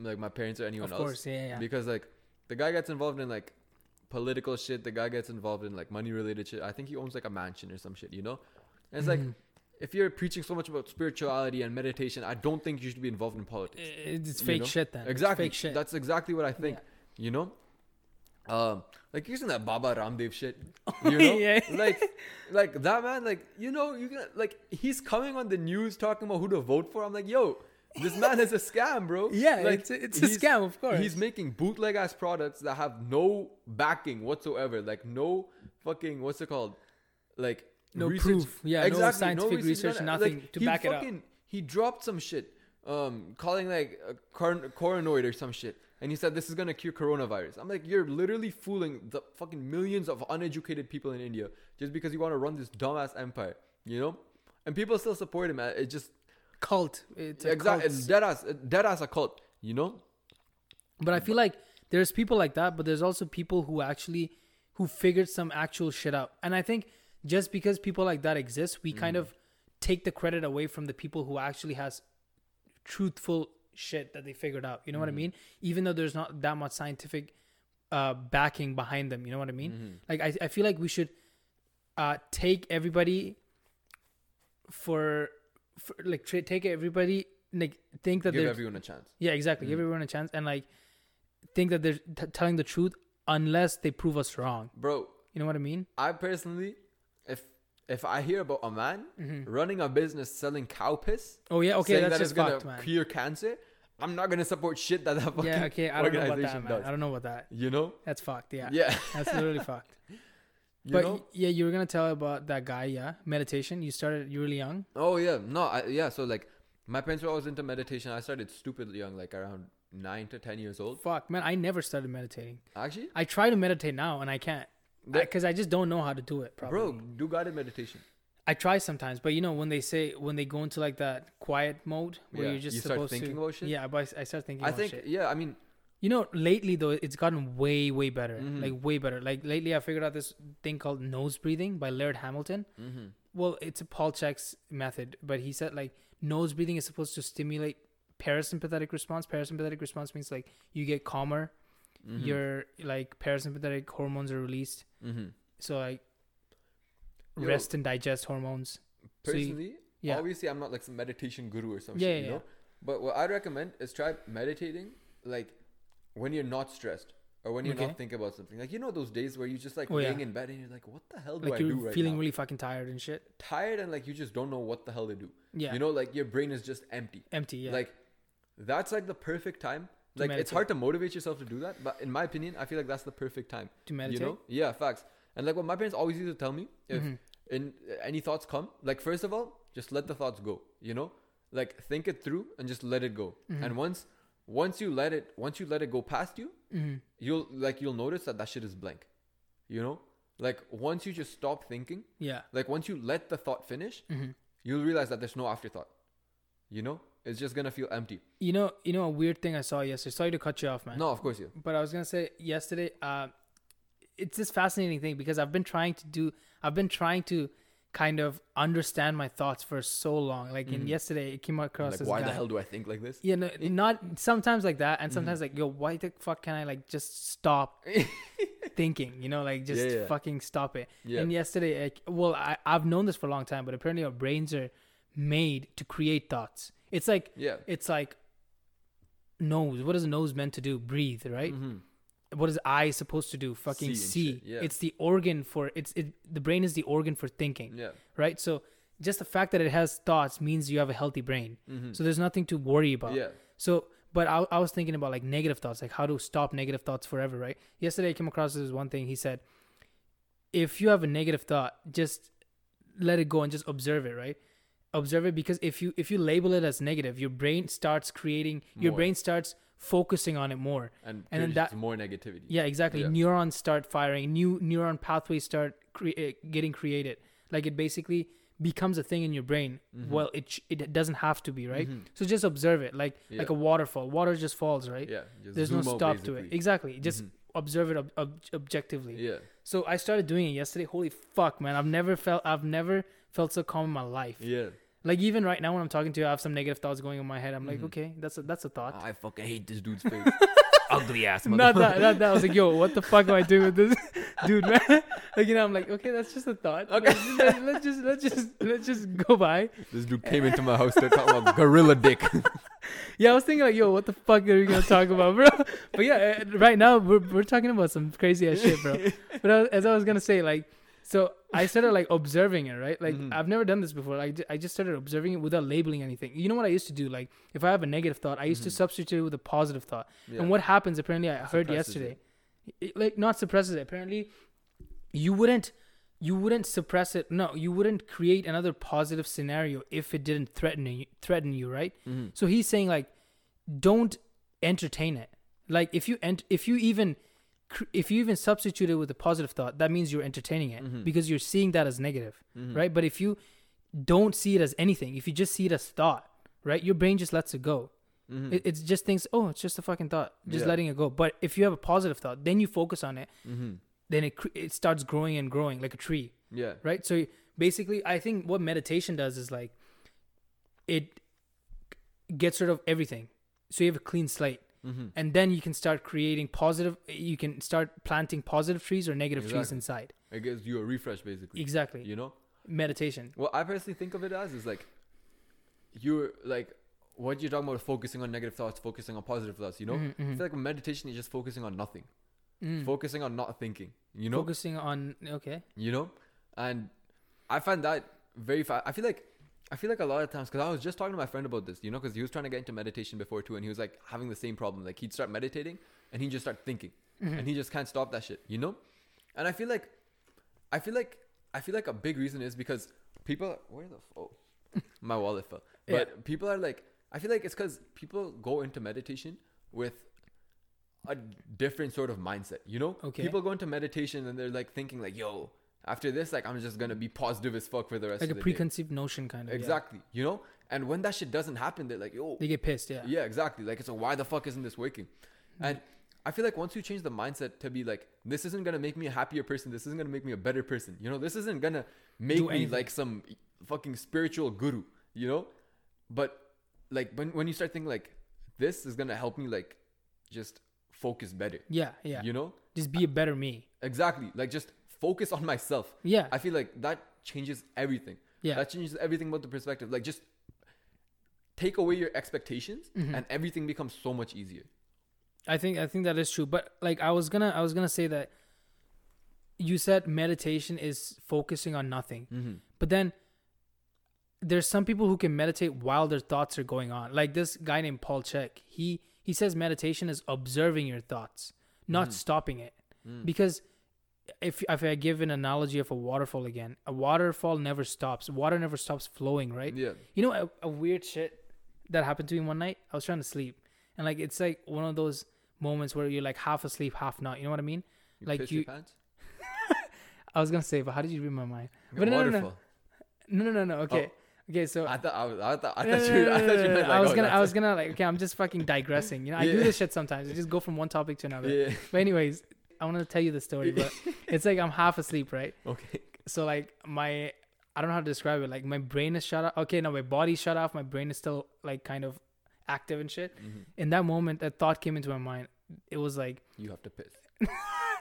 [SPEAKER 2] like my parents or anyone
[SPEAKER 1] Of
[SPEAKER 2] else.
[SPEAKER 1] course, yeah, yeah, yeah.
[SPEAKER 2] Because like the guy gets involved in like political shit, the guy gets involved in like money related shit. I think he owns like a mansion or some shit, you know? And it's
[SPEAKER 1] Mm-hmm.
[SPEAKER 2] like if you're preaching so much about spirituality and meditation, I don't think you should be involved in politics.
[SPEAKER 1] It- It's
[SPEAKER 2] you
[SPEAKER 1] fake
[SPEAKER 2] know?
[SPEAKER 1] shit then. It's
[SPEAKER 2] Exactly.
[SPEAKER 1] fake shit.
[SPEAKER 2] That's exactly what I think.
[SPEAKER 1] Yeah.
[SPEAKER 2] You know? Um, like using that Baba
[SPEAKER 1] [laughs]
[SPEAKER 2] Ramdev shit. You know?
[SPEAKER 1] Yeah.
[SPEAKER 2] Like like that man, like, you know, you can like he's coming on the news talking about who to vote for. I'm like, yo, this man is a scam, bro.
[SPEAKER 1] [laughs] Yeah,
[SPEAKER 2] like,
[SPEAKER 1] it's a- it's a
[SPEAKER 2] he's-
[SPEAKER 1] scam, of course.
[SPEAKER 2] He's making bootleg ass products that have no backing whatsoever. Like no fucking what's it called? Like
[SPEAKER 1] No proof. Yeah, no scientific research,
[SPEAKER 2] done.
[SPEAKER 1] nothing to
[SPEAKER 2] he
[SPEAKER 1] back it up.
[SPEAKER 2] fucking- He dropped some shit, um, calling like a corn- coronoid or some shit, and he said this is gonna cure coronavirus. I'm like, you're literally fooling the fucking millions of uneducated people in India just because you want to run this dumbass empire, you know? And people still support him. uh, It just
[SPEAKER 1] cult. It's a
[SPEAKER 2] exactly
[SPEAKER 1] cult.
[SPEAKER 2] dead ass, dead ass a cult, you know?
[SPEAKER 1] But I feel like there's people like that, but there's also people who actually who figured some actual shit out. And I think just because people like that exist, we kind of take the credit away from the people who actually has truthful shit that they figured out. You know what I mean? Even though there's not that much scientific uh backing behind them, you know what I mean? Like I, I feel like we should uh take everybody for, for like tra- take everybody like think that
[SPEAKER 2] Give
[SPEAKER 1] they're
[SPEAKER 2] everyone a chance.
[SPEAKER 1] yeah, exactly. Give everyone a chance and like think that they're t- telling the truth unless they prove us wrong.
[SPEAKER 2] Bro,
[SPEAKER 1] You know what I mean?
[SPEAKER 2] I personally, if if I hear about a man running a business selling cow piss,
[SPEAKER 1] Oh yeah, Mm-hmm. okay,
[SPEAKER 2] saying
[SPEAKER 1] that's
[SPEAKER 2] that
[SPEAKER 1] just
[SPEAKER 2] it's gonna
[SPEAKER 1] fucked, man.
[SPEAKER 2] cure cancer, I'm not gonna support shit that that fucking
[SPEAKER 1] yeah, okay. I don't know about
[SPEAKER 2] organization
[SPEAKER 1] that, man.
[SPEAKER 2] does.
[SPEAKER 1] I don't know about that.
[SPEAKER 2] you know?
[SPEAKER 1] That's fucked. Yeah,
[SPEAKER 2] Yeah.
[SPEAKER 1] that's
[SPEAKER 2] [laughs]
[SPEAKER 1] literally fucked.
[SPEAKER 2] You
[SPEAKER 1] but
[SPEAKER 2] know?
[SPEAKER 1] y- yeah, you were gonna tell about that guy. Yeah, meditation. You started. You were really young.
[SPEAKER 2] Oh yeah, no, I, yeah. So like, my parents were always into meditation. I started stupidly young, like around nine to ten years old.
[SPEAKER 1] Fuck, man. I never started meditating.
[SPEAKER 2] Actually,
[SPEAKER 1] I try to meditate now and I can't
[SPEAKER 2] That-
[SPEAKER 1] because I, just don't know how to do it. Probably.
[SPEAKER 2] bro, do guided meditation.
[SPEAKER 1] I try sometimes, but you know when they say when they go into like that quiet mode where
[SPEAKER 2] Yeah,
[SPEAKER 1] you're just
[SPEAKER 2] you start
[SPEAKER 1] supposed
[SPEAKER 2] thinking
[SPEAKER 1] to.
[SPEAKER 2] about shit?
[SPEAKER 1] Yeah, but I, I start thinking.
[SPEAKER 2] I
[SPEAKER 1] about
[SPEAKER 2] think,
[SPEAKER 1] shit.
[SPEAKER 2] yeah. I mean,
[SPEAKER 1] You know, lately though, it's gotten way, way better.
[SPEAKER 2] Mm-hmm. Mm-hmm.
[SPEAKER 1] Like way better. Like lately, I figured out this thing called nose breathing by Laird Hamilton, well, it's a Paul Check's method, but he said like nose breathing is supposed to stimulate parasympathetic response. Parasympathetic response means like you get calmer,
[SPEAKER 2] Mm-hmm.
[SPEAKER 1] your like parasympathetic hormones are released.
[SPEAKER 2] hmm
[SPEAKER 1] So like
[SPEAKER 2] Yo.
[SPEAKER 1] rest and digest hormones. So you-
[SPEAKER 2] personally,
[SPEAKER 1] yeah.
[SPEAKER 2] obviously I'm not like some meditation guru or some
[SPEAKER 1] Yeah,
[SPEAKER 2] shit,
[SPEAKER 1] yeah,
[SPEAKER 2] you know.
[SPEAKER 1] yeah.
[SPEAKER 2] But what I'd recommend is try meditating like when you're not stressed or when you're
[SPEAKER 1] Okay.
[SPEAKER 2] not thinking about something. Like you know those days where you just like
[SPEAKER 1] Oh, yeah.
[SPEAKER 2] laying in bed and you're like, what the hell do
[SPEAKER 1] Like
[SPEAKER 2] I
[SPEAKER 1] you're
[SPEAKER 2] do right
[SPEAKER 1] feeling
[SPEAKER 2] now?
[SPEAKER 1] really fucking tired and shit.
[SPEAKER 2] Tired and like you just don't know what the hell to do.
[SPEAKER 1] Yeah.
[SPEAKER 2] You know, like your brain is just empty.
[SPEAKER 1] Empty. Yeah.
[SPEAKER 2] Like that's like the perfect time.
[SPEAKER 1] To
[SPEAKER 2] Like it's
[SPEAKER 1] meditate.
[SPEAKER 2] hard to motivate yourself to do that, but in my opinion, I feel like that's the perfect time.
[SPEAKER 1] to meditate.
[SPEAKER 2] You know? Yeah, facts. And like what my parents always used to tell me, if
[SPEAKER 1] Mhm.
[SPEAKER 2] in any thoughts come, like first of all, just let the thoughts go. You know, like think it through and just let it go.
[SPEAKER 1] Mm-hmm.
[SPEAKER 2] And once once you let it once you let it go past you,
[SPEAKER 1] Mhm.
[SPEAKER 2] you'll like you'll notice that that shit is blank. You know, like once you just stop thinking,
[SPEAKER 1] Yeah.
[SPEAKER 2] like once you let the thought finish,
[SPEAKER 1] Mhm.
[SPEAKER 2] you'll realize that there's no afterthought. You know, it's just gonna feel empty.
[SPEAKER 1] You know. You know a weird thing I saw yesterday. Sorry to cut you off, man.
[SPEAKER 2] No, of course you.
[SPEAKER 1] but I was gonna say yesterday. Uh, it's this fascinating thing because I've been trying to do. I've been trying to kind of understand my thoughts for so long. Like in yesterday, it came across
[SPEAKER 2] Mm. Like
[SPEAKER 1] this
[SPEAKER 2] why
[SPEAKER 1] guy.
[SPEAKER 2] the hell do I think like this?
[SPEAKER 1] yeah, no, not sometimes like that, and sometimes
[SPEAKER 2] Mm-hmm.
[SPEAKER 1] like, yo, why the fuck can I like just
[SPEAKER 2] [laughs]
[SPEAKER 1] stop thinking? You know, like just
[SPEAKER 2] Yeah, yeah.
[SPEAKER 1] fucking stop it.
[SPEAKER 2] Yeah.
[SPEAKER 1] And yesterday, like, well, I I've known this for a long time, but apparently our brains are made to create thoughts. It's like
[SPEAKER 2] Yeah.
[SPEAKER 1] it's like nose. What is a nose meant to do? Breathe, right? What is eye supposed to do? Fucking
[SPEAKER 2] Mm-hmm. See
[SPEAKER 1] see.
[SPEAKER 2] and shit, yeah.
[SPEAKER 1] It's the organ for it's it. The brain is the organ for thinking
[SPEAKER 2] Yeah.
[SPEAKER 1] right? So just the fact that it has thoughts means you have a healthy brain. So there's nothing to worry about.
[SPEAKER 2] Mm-hmm. Yeah.
[SPEAKER 1] So, but I, I was thinking about like negative thoughts, like how to stop negative thoughts forever, right? Yesterday I came across this one thing. He said, if you have a negative thought, just let it go and just observe it, right? Observe it because if you if you label it as negative, your brain starts creating, your
[SPEAKER 2] More.
[SPEAKER 1] brain starts focusing on it more,
[SPEAKER 2] And,
[SPEAKER 1] and then that
[SPEAKER 2] that more negativity.
[SPEAKER 1] yeah, exactly.
[SPEAKER 2] Yeah.
[SPEAKER 1] Neurons start firing. New neuron pathways start cre- uh, getting created. Like it basically becomes a thing in your brain.
[SPEAKER 2] Mm-hmm.
[SPEAKER 1] Well, it sh- it doesn't have to be, right? So just observe it, like like
[SPEAKER 2] Yeah.
[SPEAKER 1] a waterfall. Water just falls, right?
[SPEAKER 2] Yeah. Just
[SPEAKER 1] There's no
[SPEAKER 2] zoom out,
[SPEAKER 1] stop to it.
[SPEAKER 2] basically. Mm-hmm.
[SPEAKER 1] Exactly. Just observe it ob- ob- objectively.
[SPEAKER 2] Yeah.
[SPEAKER 1] So I started doing it yesterday. Holy fuck, man! I've never felt I've never felt so calm in my life.
[SPEAKER 2] Yeah.
[SPEAKER 1] Like even right now when I'm talking to you, I have some negative thoughts going in my head. I'm
[SPEAKER 2] Mm-hmm.
[SPEAKER 1] like, okay, that's a that's a thought.
[SPEAKER 2] I fucking hate this dude's
[SPEAKER 1] [laughs]
[SPEAKER 2] face. Ugly ass
[SPEAKER 1] not that, not that. I was like, yo, what the fuck am I doing with this [laughs] dude, man? Like, you know, I'm like, okay, that's just a thought.
[SPEAKER 2] Okay.
[SPEAKER 1] Let's just, let's just, let's just, let's just go by.
[SPEAKER 2] This dude came into my house to talk
[SPEAKER 1] [laughs]
[SPEAKER 2] about gorilla dick.
[SPEAKER 1] Yeah, I was thinking like, yo, what the fuck are we gonna talk about, bro? [laughs] But yeah, uh, right now we're we're talking about some crazy ass shit, bro. But I, was- as I was gonna say, like, so I started like observing it, right? Like, I've never done this before. Like, I just started observing it without labeling anything. You know what I used to do? Like, if I have a negative thought, I used to substitute it with a positive thought.
[SPEAKER 2] Yeah.
[SPEAKER 1] And what happens? Apparently, I heard
[SPEAKER 2] Suppresses
[SPEAKER 1] yesterday, it, like, not suppresses it. Apparently, you wouldn't. You wouldn't suppress it. No, you wouldn't create another positive scenario if it didn't threaten you, threaten you, right?
[SPEAKER 2] Mm-hmm.
[SPEAKER 1] So he's saying like don't entertain it. Like if you ent- if you even cr- if you even substitute it with a positive thought, that means you're entertaining it because you're seeing that as negative, right? But if you don't see it as anything, if you just see it as thought, right? Your brain just lets it go. It, it just thinks, oh, it's just a fucking thought, just
[SPEAKER 2] Yeah.
[SPEAKER 1] letting it go. But if you have a positive thought, then you focus on it, then it cr- it starts growing and growing like a tree
[SPEAKER 2] Yeah.
[SPEAKER 1] right so basically i think what meditation does is like it gets rid of everything so you have a clean slate
[SPEAKER 2] Mm-hmm.
[SPEAKER 1] and then you can start creating positive you can start planting positive trees or negative trees
[SPEAKER 2] Exactly.
[SPEAKER 1] inside
[SPEAKER 2] It gives you a refresh, basically.
[SPEAKER 1] exactly
[SPEAKER 2] You know?
[SPEAKER 1] meditation
[SPEAKER 2] What I personally think of it as is like, you're like, what you're talking about focusing on negative thoughts, focusing on positive thoughts, you know?
[SPEAKER 1] Mhm, mhm.
[SPEAKER 2] It's like meditation is just focusing on nothing,
[SPEAKER 1] Mm.
[SPEAKER 2] focusing on not thinking, you know?
[SPEAKER 1] focusing on okay
[SPEAKER 2] you know and i find that very fa- i feel like i feel like a lot of times because i was just talking to my friend about this you know because he was trying to get into meditation before too and he was like having the same problem like he'd start meditating and he'd just start thinking
[SPEAKER 1] Mm-hmm.
[SPEAKER 2] and he just can't stop that shit you know and i feel like i feel like i feel like a big reason is because people where the f-
[SPEAKER 1] [laughs]
[SPEAKER 2] oh my wallet fell but people are like i feel like it's because people go into meditation with a different sort of mindset you know
[SPEAKER 1] Okay.
[SPEAKER 2] people go into meditation and they're like thinking like yo after this like i'm just gonna be positive as fuck for the rest
[SPEAKER 1] like a
[SPEAKER 2] of the day
[SPEAKER 1] preconceived notion kind of yeah.
[SPEAKER 2] exactly you know and when that shit doesn't happen they're like yo
[SPEAKER 1] they get pissed yeah Mm.
[SPEAKER 2] yeah exactly like so why the fuck isn't this working and I feel like once you change the mindset to be like, this isn't gonna make me a happier person. This isn't gonna make me a better person. You know, this isn't gonna make
[SPEAKER 1] Do
[SPEAKER 2] me
[SPEAKER 1] anything.
[SPEAKER 2] like some fucking spiritual guru. You know, but like when when you start thinking like, this is gonna help me like just focus better.
[SPEAKER 1] Yeah, yeah.
[SPEAKER 2] You know,
[SPEAKER 1] Just be a better me.
[SPEAKER 2] exactly. Like just focus on myself.
[SPEAKER 1] Yeah.
[SPEAKER 2] I feel like that changes everything.
[SPEAKER 1] Yeah.
[SPEAKER 2] That changes everything about the perspective. Like just take away your expectations
[SPEAKER 1] Mm-hmm.
[SPEAKER 2] and everything becomes so much easier.
[SPEAKER 1] I think I think that is true. But like I was gonna I was gonna say that you said meditation is focusing on nothing. But then there's some people who can meditate while their thoughts are going on. Like this guy named Paul Check. He he says meditation is observing your thoughts, not stopping it. Because if if I give an analogy of a waterfall again, a waterfall never stops. Water never stops flowing, right?
[SPEAKER 2] Yeah.
[SPEAKER 1] You know a, a weird shit that happened to me one night. I was trying to sleep, and like it's like one of those moments where you're like half asleep, half not. You know what I mean? like
[SPEAKER 2] Piss
[SPEAKER 1] you,
[SPEAKER 2] your pants?
[SPEAKER 1] I was gonna say, but how did you read my mind? But no, no, no,
[SPEAKER 2] Waterfall.
[SPEAKER 1] no, no, no, no. Okay, okay. So
[SPEAKER 2] Oh. I thought I, was, I thought I
[SPEAKER 1] no,
[SPEAKER 2] thought
[SPEAKER 1] no,
[SPEAKER 2] you
[SPEAKER 1] no,
[SPEAKER 2] I
[SPEAKER 1] no,
[SPEAKER 2] thought you
[SPEAKER 1] no, no.
[SPEAKER 2] meant like
[SPEAKER 1] I was
[SPEAKER 2] oh,
[SPEAKER 1] gonna, I
[SPEAKER 2] that's-
[SPEAKER 1] was gonna like, okay, I'm just fucking digressing. You know, I do
[SPEAKER 2] Yeah.
[SPEAKER 1] this shit sometimes. I just go from one topic to another.
[SPEAKER 2] Yeah.
[SPEAKER 1] But anyways, I want to tell you the story, but it's like I'm half asleep, right?
[SPEAKER 2] [laughs] okay.
[SPEAKER 1] So like my, I don't know how to describe it. Like my brain is shut off. Okay, no, my body shut off. My brain is still like kind of active and shit. In that moment, that thought came into my mind. It was like, [laughs]
[SPEAKER 2] Mm-hmm. You have to piss.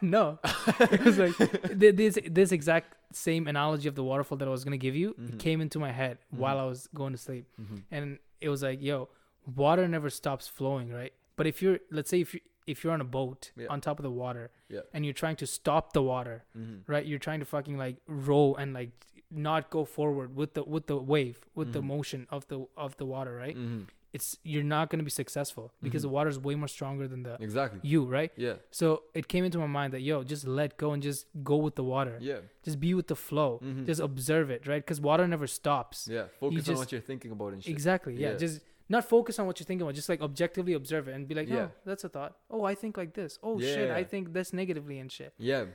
[SPEAKER 1] no, it was
[SPEAKER 2] [laughs]
[SPEAKER 1] like th- this this exact same analogy of the waterfall that I was gonna give you
[SPEAKER 2] Mm-hmm.
[SPEAKER 1] it came into my head while I was going to sleep, and it was like, yo, water never stops flowing, right? But if you're, let's say, if you if you're on a boat
[SPEAKER 2] Yeah.
[SPEAKER 1] on top of the water
[SPEAKER 2] Yeah.
[SPEAKER 1] and you're trying to stop the water,
[SPEAKER 2] Mm-hmm.
[SPEAKER 1] right? You're trying to fucking like row and like not go forward with the with the wave with
[SPEAKER 2] Mm-hmm.
[SPEAKER 1] the motion of the of the water,
[SPEAKER 2] Mm.
[SPEAKER 1] right? It's you're not gonna be successful because
[SPEAKER 2] Mm-hmm.
[SPEAKER 1] the water is way more stronger than the
[SPEAKER 2] Exactly.
[SPEAKER 1] you, right?
[SPEAKER 2] Yeah.
[SPEAKER 1] So it came into my mind that yo, just let go and just go with the water.
[SPEAKER 2] Yeah. Mm-hmm.
[SPEAKER 1] Just be with the flow. Just observe it, right? Because water never stops.
[SPEAKER 2] Yeah. Focus on
[SPEAKER 1] just-
[SPEAKER 2] what you're thinking about and shit.
[SPEAKER 1] Exactly. Yeah.
[SPEAKER 2] Yeah.
[SPEAKER 1] Just not focus on what you're thinking about. Just like objectively observe it and be like,
[SPEAKER 2] Yeah.
[SPEAKER 1] oh, that's a thought. Oh, I think like this. Oh shit,
[SPEAKER 2] Yeah.
[SPEAKER 1] I think this negatively and shit.
[SPEAKER 2] Yeah.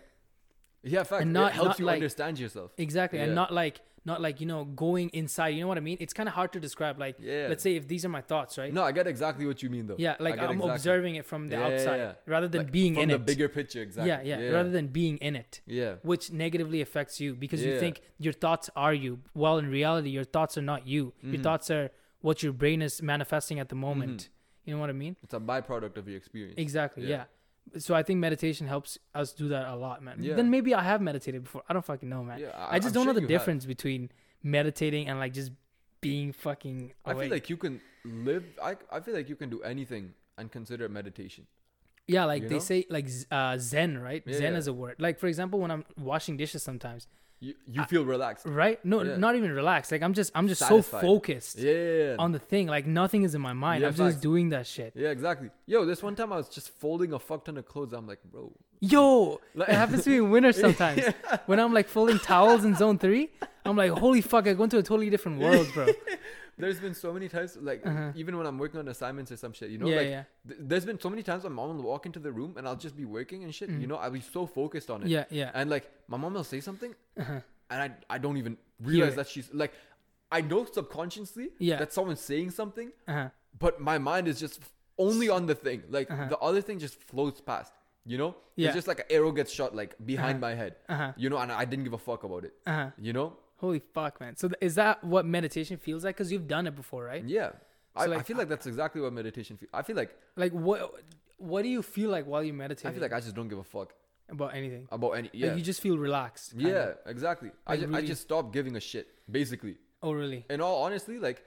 [SPEAKER 2] Yeah, fact.
[SPEAKER 1] And
[SPEAKER 2] it
[SPEAKER 1] not-
[SPEAKER 2] helps
[SPEAKER 1] not
[SPEAKER 2] you
[SPEAKER 1] like-
[SPEAKER 2] understand yourself.
[SPEAKER 1] Exactly. And
[SPEAKER 2] Yeah.
[SPEAKER 1] not like not like, you know, going inside. You know what I mean? It's kinda hard to describe. Like
[SPEAKER 2] Yeah.
[SPEAKER 1] let's say if these are my thoughts, right?
[SPEAKER 2] No, I get exactly what you mean though.
[SPEAKER 1] Yeah, like
[SPEAKER 2] I get
[SPEAKER 1] I'm
[SPEAKER 2] exactly.
[SPEAKER 1] observing it from the
[SPEAKER 2] Yeah, yeah,
[SPEAKER 1] outside
[SPEAKER 2] yeah.
[SPEAKER 1] rather than
[SPEAKER 2] Like,
[SPEAKER 1] being
[SPEAKER 2] from
[SPEAKER 1] in
[SPEAKER 2] the
[SPEAKER 1] it.
[SPEAKER 2] bigger picture, exactly.
[SPEAKER 1] yeah, yeah, Rather than being in it.
[SPEAKER 2] yeah.
[SPEAKER 1] which negatively affects you because you
[SPEAKER 2] Yeah.
[SPEAKER 1] think your thoughts are you. Well, in reality, your thoughts are not you.
[SPEAKER 2] Mm-hmm.
[SPEAKER 1] Your thoughts are what your brain is manifesting at the moment. You know what I mean?
[SPEAKER 2] It's a byproduct of your experience.
[SPEAKER 1] Exactly. Yeah.
[SPEAKER 2] Yeah.
[SPEAKER 1] So I think meditation helps us do that a lot, man.
[SPEAKER 2] Yeah.
[SPEAKER 1] Then maybe I have meditated before. I don't fucking know, man.
[SPEAKER 2] Yeah,
[SPEAKER 1] I,
[SPEAKER 2] I-
[SPEAKER 1] just
[SPEAKER 2] I'm
[SPEAKER 1] don't
[SPEAKER 2] sure
[SPEAKER 1] know the
[SPEAKER 2] you have.
[SPEAKER 1] difference between meditating and like just being fucking.
[SPEAKER 2] I
[SPEAKER 1] Awake.
[SPEAKER 2] feel like you can live. I, I feel like you can do anything and consider it meditation.
[SPEAKER 1] Yeah, like
[SPEAKER 2] You
[SPEAKER 1] they
[SPEAKER 2] know?
[SPEAKER 1] say, like z- uh, Zen, right?
[SPEAKER 2] Yeah,
[SPEAKER 1] zen
[SPEAKER 2] yeah.
[SPEAKER 1] is a word. Like for example, when I'm washing dishes, sometimes,
[SPEAKER 2] You you feel relaxed.
[SPEAKER 1] right? No,
[SPEAKER 2] Yeah.
[SPEAKER 1] not even relaxed. Like I'm just, I'm just
[SPEAKER 2] Satisfied.
[SPEAKER 1] so focused.
[SPEAKER 2] Yeah, yeah, yeah.
[SPEAKER 1] on the thing. Like nothing is in my mind.
[SPEAKER 2] Yeah,
[SPEAKER 1] I'm just
[SPEAKER 2] facts.
[SPEAKER 1] doing that shit.
[SPEAKER 2] yeah, exactly. Yo, this one time I was just folding a fuck ton of clothes. I'm like, bro,
[SPEAKER 1] Yo,
[SPEAKER 2] Like-
[SPEAKER 1] it happens to me in
[SPEAKER 2] [laughs]
[SPEAKER 1] winter sometimes. When I'm like folding towels in zone three, I'm like, holy fuck, I go into a totally different world, bro.
[SPEAKER 2] there's been so many times, like even when I'm working on assignments or some shit, you know,
[SPEAKER 1] Uh-huh. Yeah,
[SPEAKER 2] like
[SPEAKER 1] yeah.
[SPEAKER 2] Th- there's been so many times my mom will walk into the room and I'll just be working and shit. You know, I'll be so focused on it.
[SPEAKER 1] Mm. Yeah, yeah.
[SPEAKER 2] And like my mom will say something, and I I don't even realize
[SPEAKER 1] it.
[SPEAKER 2] that she's like, I know subconsciously
[SPEAKER 1] Yeah.
[SPEAKER 2] that someone's saying something,
[SPEAKER 1] Uh-huh.
[SPEAKER 2] but my mind is just f- only on the thing. Like the other thing just floats past. You know,
[SPEAKER 1] Yeah.
[SPEAKER 2] it's just like an arrow gets shot like behind my head.
[SPEAKER 1] Uh-huh.
[SPEAKER 2] You know, and I didn't give a fuck about it.
[SPEAKER 1] Uh-huh.
[SPEAKER 2] You know,
[SPEAKER 1] Holy fuck, man. So th- is that what meditation feels like? Because you've done it before, right?
[SPEAKER 2] yeah. I, I
[SPEAKER 1] like, uh,
[SPEAKER 2] feel like that's exactly what meditation. Fe- I feel like
[SPEAKER 1] Like what? What do you feel like while you meditate?
[SPEAKER 2] I feel like I just don't give a fuck
[SPEAKER 1] about anything.
[SPEAKER 2] about any. Yeah,
[SPEAKER 1] Like you just feel relaxed. kind
[SPEAKER 2] yeah,
[SPEAKER 1] of.
[SPEAKER 2] exactly. I,
[SPEAKER 1] Like,
[SPEAKER 2] ju- I
[SPEAKER 1] really-
[SPEAKER 2] just stopped giving a shit, basically.
[SPEAKER 1] Oh really?
[SPEAKER 2] In all honestly, like,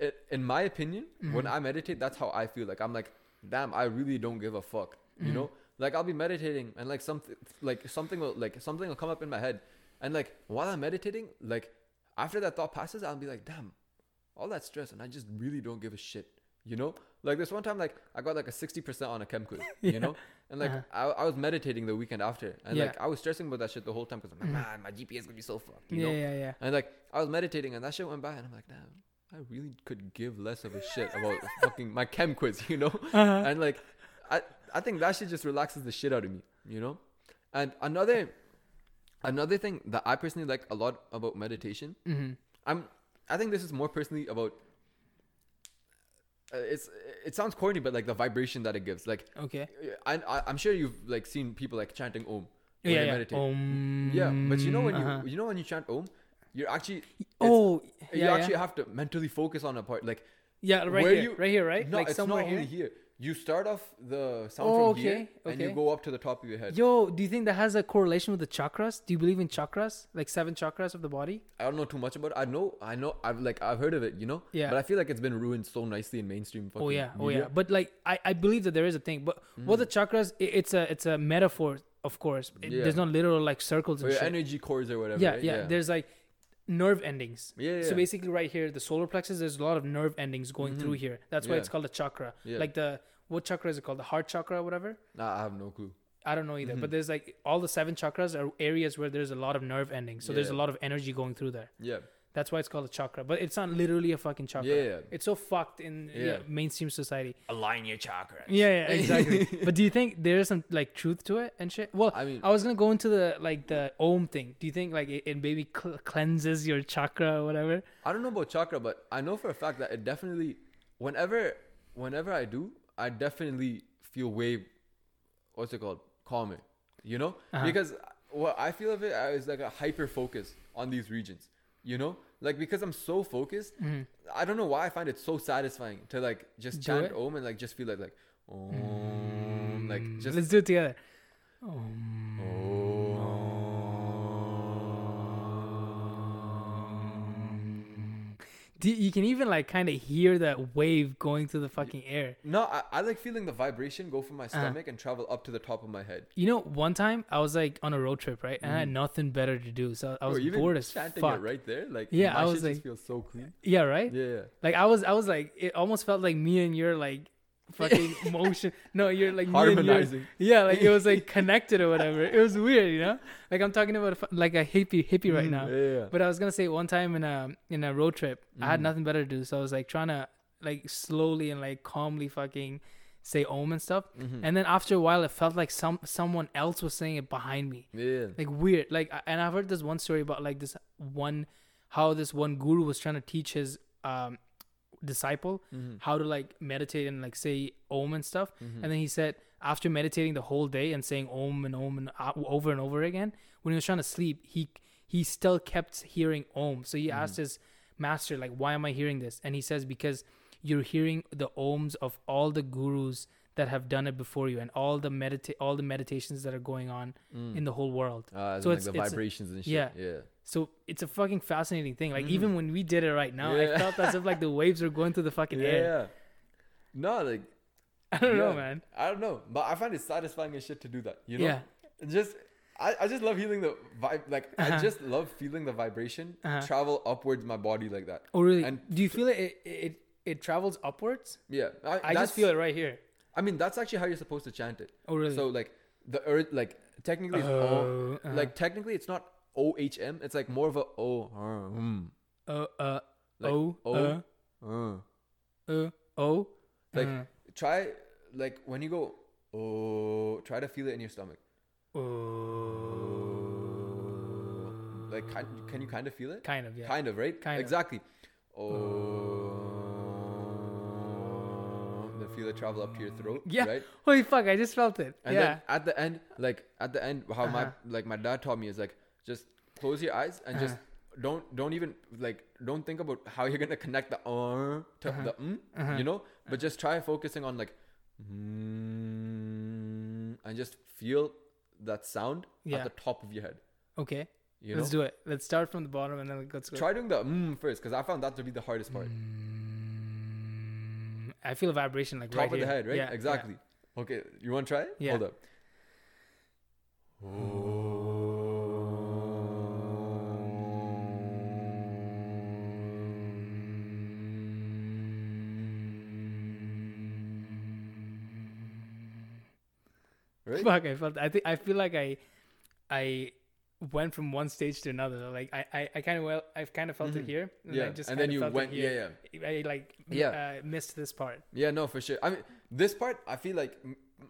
[SPEAKER 2] i in my opinion, when
[SPEAKER 1] Mm-hmm.
[SPEAKER 2] I meditate, that's how I feel. Like I'm like, damn, I really don't give a fuck. You
[SPEAKER 1] Mm.
[SPEAKER 2] know, like I'll be meditating and like something, like something will like something will come up in my head, and like while I'm meditating, like after that thought passes, I'll be like, damn, all that stress, and I just really don't give a shit. You know, like this one time, like I got like a sixty percent on a chem
[SPEAKER 1] [laughs]
[SPEAKER 2] quiz. You know, and like I, I was meditating the weekend after, and
[SPEAKER 1] Uh-huh. Yeah. Mm-hmm.
[SPEAKER 2] like I was stressing about that shit the whole time because I'm like, man, my GPA is gonna be so fucked. You
[SPEAKER 1] yeah,
[SPEAKER 2] know,
[SPEAKER 1] yeah, yeah.
[SPEAKER 2] and like I was meditating and that shit went by and I'm like, damn, I really could give less of a shit
[SPEAKER 1] [laughs]
[SPEAKER 2] about fucking my chem quiz, [laughs] you know?
[SPEAKER 1] Uh-huh.
[SPEAKER 2] And like I I think that shit just relaxes the shit out of me, you know? And another another thing that I personally like a lot about
[SPEAKER 1] Mm-hmm.
[SPEAKER 2] meditation, I'm I think this is more personally about uh, it's it sounds corny, but like the vibration that it gives, like
[SPEAKER 1] Okay.
[SPEAKER 2] I, I I'm sure you've like seen people like chanting Om when
[SPEAKER 1] yeah,
[SPEAKER 2] they
[SPEAKER 1] yeah.
[SPEAKER 2] meditate.
[SPEAKER 1] Um,
[SPEAKER 2] Yeah, but you know when
[SPEAKER 1] uh-huh.
[SPEAKER 2] you you know when you chant Om, you're actually
[SPEAKER 1] oh
[SPEAKER 2] you
[SPEAKER 1] yeah,
[SPEAKER 2] actually
[SPEAKER 1] yeah.
[SPEAKER 2] have to mentally focus on a part like
[SPEAKER 1] yeah right
[SPEAKER 2] where
[SPEAKER 1] here
[SPEAKER 2] you-
[SPEAKER 1] right here right
[SPEAKER 2] no,
[SPEAKER 1] like
[SPEAKER 2] it's
[SPEAKER 1] somewhere
[SPEAKER 2] not
[SPEAKER 1] here.
[SPEAKER 2] only here. You start off the sound
[SPEAKER 1] Oh,
[SPEAKER 2] from here,
[SPEAKER 1] okay,
[SPEAKER 2] and you
[SPEAKER 1] okay.
[SPEAKER 2] go up to the top of your head.
[SPEAKER 1] Yo, do you think that has a correlation with the chakras? Do you believe in chakras? Like seven chakras of the body?
[SPEAKER 2] I don't know too much about. it. I know, I know, I've like I've heard of it, you know.
[SPEAKER 1] Yeah.
[SPEAKER 2] But I feel like it's been ruined so nicely in mainstream. Fucking
[SPEAKER 1] oh yeah, oh
[SPEAKER 2] media. Mm.
[SPEAKER 1] yeah. But like I, I believe that there is a thing. But what the chakras i it's a it's a metaphor, of course. It-
[SPEAKER 2] Yeah.
[SPEAKER 1] There's not literal like circles
[SPEAKER 2] Or
[SPEAKER 1] and
[SPEAKER 2] your
[SPEAKER 1] shit.
[SPEAKER 2] energy cores or whatever.
[SPEAKER 1] yeah,
[SPEAKER 2] right?
[SPEAKER 1] yeah, There's like nerve endings.
[SPEAKER 2] Yeah, yeah,
[SPEAKER 1] So
[SPEAKER 2] yeah.
[SPEAKER 1] basically right here, the solar plexus, there's a lot of nerve endings going through here. That's why
[SPEAKER 2] Mm-hmm. Yeah.
[SPEAKER 1] it's called a chakra.
[SPEAKER 2] Yeah.
[SPEAKER 1] Like the what chakra is it called? The heart chakra or whatever?
[SPEAKER 2] Nah, I have no clue.
[SPEAKER 1] I don't know either.
[SPEAKER 2] Mm-hmm.
[SPEAKER 1] But there's like all the seven chakras are areas where there's a lot of nerve endings. So there's a
[SPEAKER 2] Yeah.
[SPEAKER 1] lot of energy going through there.
[SPEAKER 2] Yeah.
[SPEAKER 1] That's why it's called a chakra, but it's not literally a fucking chakra.
[SPEAKER 2] Yeah, yeah.
[SPEAKER 1] It's so fucked in yeah,
[SPEAKER 2] Yeah.
[SPEAKER 1] mainstream society.
[SPEAKER 2] Align your chakras.
[SPEAKER 1] Yeah,
[SPEAKER 2] [laughs]
[SPEAKER 1] yeah, exactly. but do you think there is some like truth to it and shit? Well, I
[SPEAKER 2] I mean-
[SPEAKER 1] was gonna go into the like the Om thing. Do you think like it, it maybe cl- cleanses your chakra or whatever?
[SPEAKER 2] I don't know about chakra, but I know for a fact that it definitely, whenever, whenever I do, I definitely feel way, what's it called, calmer. You know,
[SPEAKER 1] Uh-huh.
[SPEAKER 2] because what I feel of it is like a hyper focus on these regions. You know, like because I'm so focused, I don't know why I find it so satisfying to like just
[SPEAKER 1] Mm-hmm. Do
[SPEAKER 2] chant
[SPEAKER 1] it? Mm.
[SPEAKER 2] Om and like just feel like like Om, like just
[SPEAKER 1] Let's do it together. Do, you can even like kind of hear that wave going through the fucking air.
[SPEAKER 2] No, I, I like feeling the vibration go from my
[SPEAKER 1] Uh-huh.
[SPEAKER 2] stomach and travel up to the top of my head.
[SPEAKER 1] You know, one time I was like on a road trip, right? And I
[SPEAKER 2] Mm.
[SPEAKER 1] had nothing better to do, so I was
[SPEAKER 2] Or even
[SPEAKER 1] bored as
[SPEAKER 2] chanting
[SPEAKER 1] fuck.
[SPEAKER 2] it right there, like
[SPEAKER 1] Yeah, I
[SPEAKER 2] my shit
[SPEAKER 1] was like-
[SPEAKER 2] just feels so clean.
[SPEAKER 1] Yeah, right.
[SPEAKER 2] Yeah, yeah.
[SPEAKER 1] Like I was, I was like, it almost felt like me and your like
[SPEAKER 2] [laughs]
[SPEAKER 1] fucking motion. No, you're like me and your-
[SPEAKER 2] Harmonizing.
[SPEAKER 1] yeah, like it was
[SPEAKER 2] [laughs]
[SPEAKER 1] like connected or whatever. It was weird, you know. Like I'm talking about a, fu- like a hippie hippie [laughs] right now.
[SPEAKER 2] Mm, yeah, yeah.
[SPEAKER 1] But I was gonna say one time in a in a road trip, I
[SPEAKER 2] Mm.
[SPEAKER 1] had nothing better to do, so I was like trying to like slowly and like calmly fucking say om and stuff.
[SPEAKER 2] Mm-hmm.
[SPEAKER 1] And then after a while, it felt like some someone else was saying it behind me
[SPEAKER 2] yeah.
[SPEAKER 1] like weird like I- and i've heard this one story about like this one how this one guru was trying to teach his um disciple how to like meditate and like say om and stuff and then he said after meditating the whole day and saying om and om and uh, over and over again when he was trying to sleep he he still kept hearing om so he asked his master like why am i hearing this and he says because you're hearing the ohms of all the gurus that have done it before you and all the medita- all the meditations that are going on in the whole world
[SPEAKER 2] Uh, as
[SPEAKER 1] so
[SPEAKER 2] in,
[SPEAKER 1] it's,
[SPEAKER 2] like the
[SPEAKER 1] it's
[SPEAKER 2] vibrations and shit.
[SPEAKER 1] yeah.
[SPEAKER 2] yeah.
[SPEAKER 1] so it's a fucking fascinating thing like even when we did it right now i
[SPEAKER 2] Mm. Yeah.
[SPEAKER 1] felt as if like
[SPEAKER 2] [laughs]
[SPEAKER 1] the waves were going through the fucking air
[SPEAKER 2] Yeah. No, like
[SPEAKER 1] [laughs] i don't know
[SPEAKER 2] yeah.
[SPEAKER 1] man
[SPEAKER 2] I don't know, but I find it satisfying as shit to do that. You know,
[SPEAKER 1] Yeah. Uh-huh.
[SPEAKER 2] It's just I, I just love feeling the vibe. Like I just love feeling the vibration travel upwards my body like that.
[SPEAKER 1] oh really
[SPEAKER 2] And
[SPEAKER 1] do you feel it it it, it travels upwards
[SPEAKER 2] yeah,
[SPEAKER 1] i
[SPEAKER 2] that's-
[SPEAKER 1] just feel it right here
[SPEAKER 2] I mean, that's actually how you're supposed to chant it.
[SPEAKER 1] Oh, really?
[SPEAKER 2] So like the earth, like technically, it's
[SPEAKER 1] Oh,
[SPEAKER 2] o,
[SPEAKER 1] uh-huh.
[SPEAKER 2] like technically, it's not O H M. It's like more of a O. uh, hmm.
[SPEAKER 1] uh uh
[SPEAKER 2] Like,
[SPEAKER 1] oh
[SPEAKER 2] oh,
[SPEAKER 1] uh,
[SPEAKER 2] uh.
[SPEAKER 1] uh oh
[SPEAKER 2] Like
[SPEAKER 1] uh,
[SPEAKER 2] try like when you go oh, try to feel it in your stomach. oh. Like can, can you kind of feel it?
[SPEAKER 1] kind of yeah
[SPEAKER 2] Kind of, right?
[SPEAKER 1] Kind of.
[SPEAKER 2] exactly. Oh, then feel it travel up to your throat.
[SPEAKER 1] yeah
[SPEAKER 2] Right.
[SPEAKER 1] holy fuck i just felt it
[SPEAKER 2] And
[SPEAKER 1] yeah Uh-huh.
[SPEAKER 2] then at the end, like at the end, how my like my dad taught me is like just close your eyes and just
[SPEAKER 1] Uh-huh.
[SPEAKER 2] don't don't even like don't think about how you're gonna connect the uh
[SPEAKER 1] Uh-huh.
[SPEAKER 2] to the mm, you
[SPEAKER 1] [laughs]
[SPEAKER 2] know, but just try focusing on like mm, and just feel that sound
[SPEAKER 1] Yeah.
[SPEAKER 2] at the top of your head.
[SPEAKER 1] okay
[SPEAKER 2] You
[SPEAKER 1] let's
[SPEAKER 2] know,
[SPEAKER 1] do it let's start from the bottom and then let's go
[SPEAKER 2] try doing the mm first because I found that to be the hardest part.
[SPEAKER 1] Mm, i feel a vibration like
[SPEAKER 2] top
[SPEAKER 1] right
[SPEAKER 2] of the
[SPEAKER 1] here.
[SPEAKER 2] head, right?
[SPEAKER 1] Yeah, yeah.
[SPEAKER 2] exactly. Okay, you want to try it?
[SPEAKER 1] Yeah.
[SPEAKER 2] Hold up.
[SPEAKER 1] [laughs]
[SPEAKER 2] Right?
[SPEAKER 1] Fuck, I felt. I think I feel like I, I went from one stage to another. Like I, I, I kind of well, I've kind of felt it here.
[SPEAKER 2] Mm-hmm. Yeah,
[SPEAKER 1] I just
[SPEAKER 2] and then
[SPEAKER 1] kinda
[SPEAKER 2] you
[SPEAKER 1] felt it
[SPEAKER 2] went- yeah,
[SPEAKER 1] here. I like.
[SPEAKER 2] Yeah.
[SPEAKER 1] Uh, missed this part.
[SPEAKER 2] Yeah, no, for sure. I mean, this part, I feel like, m- m-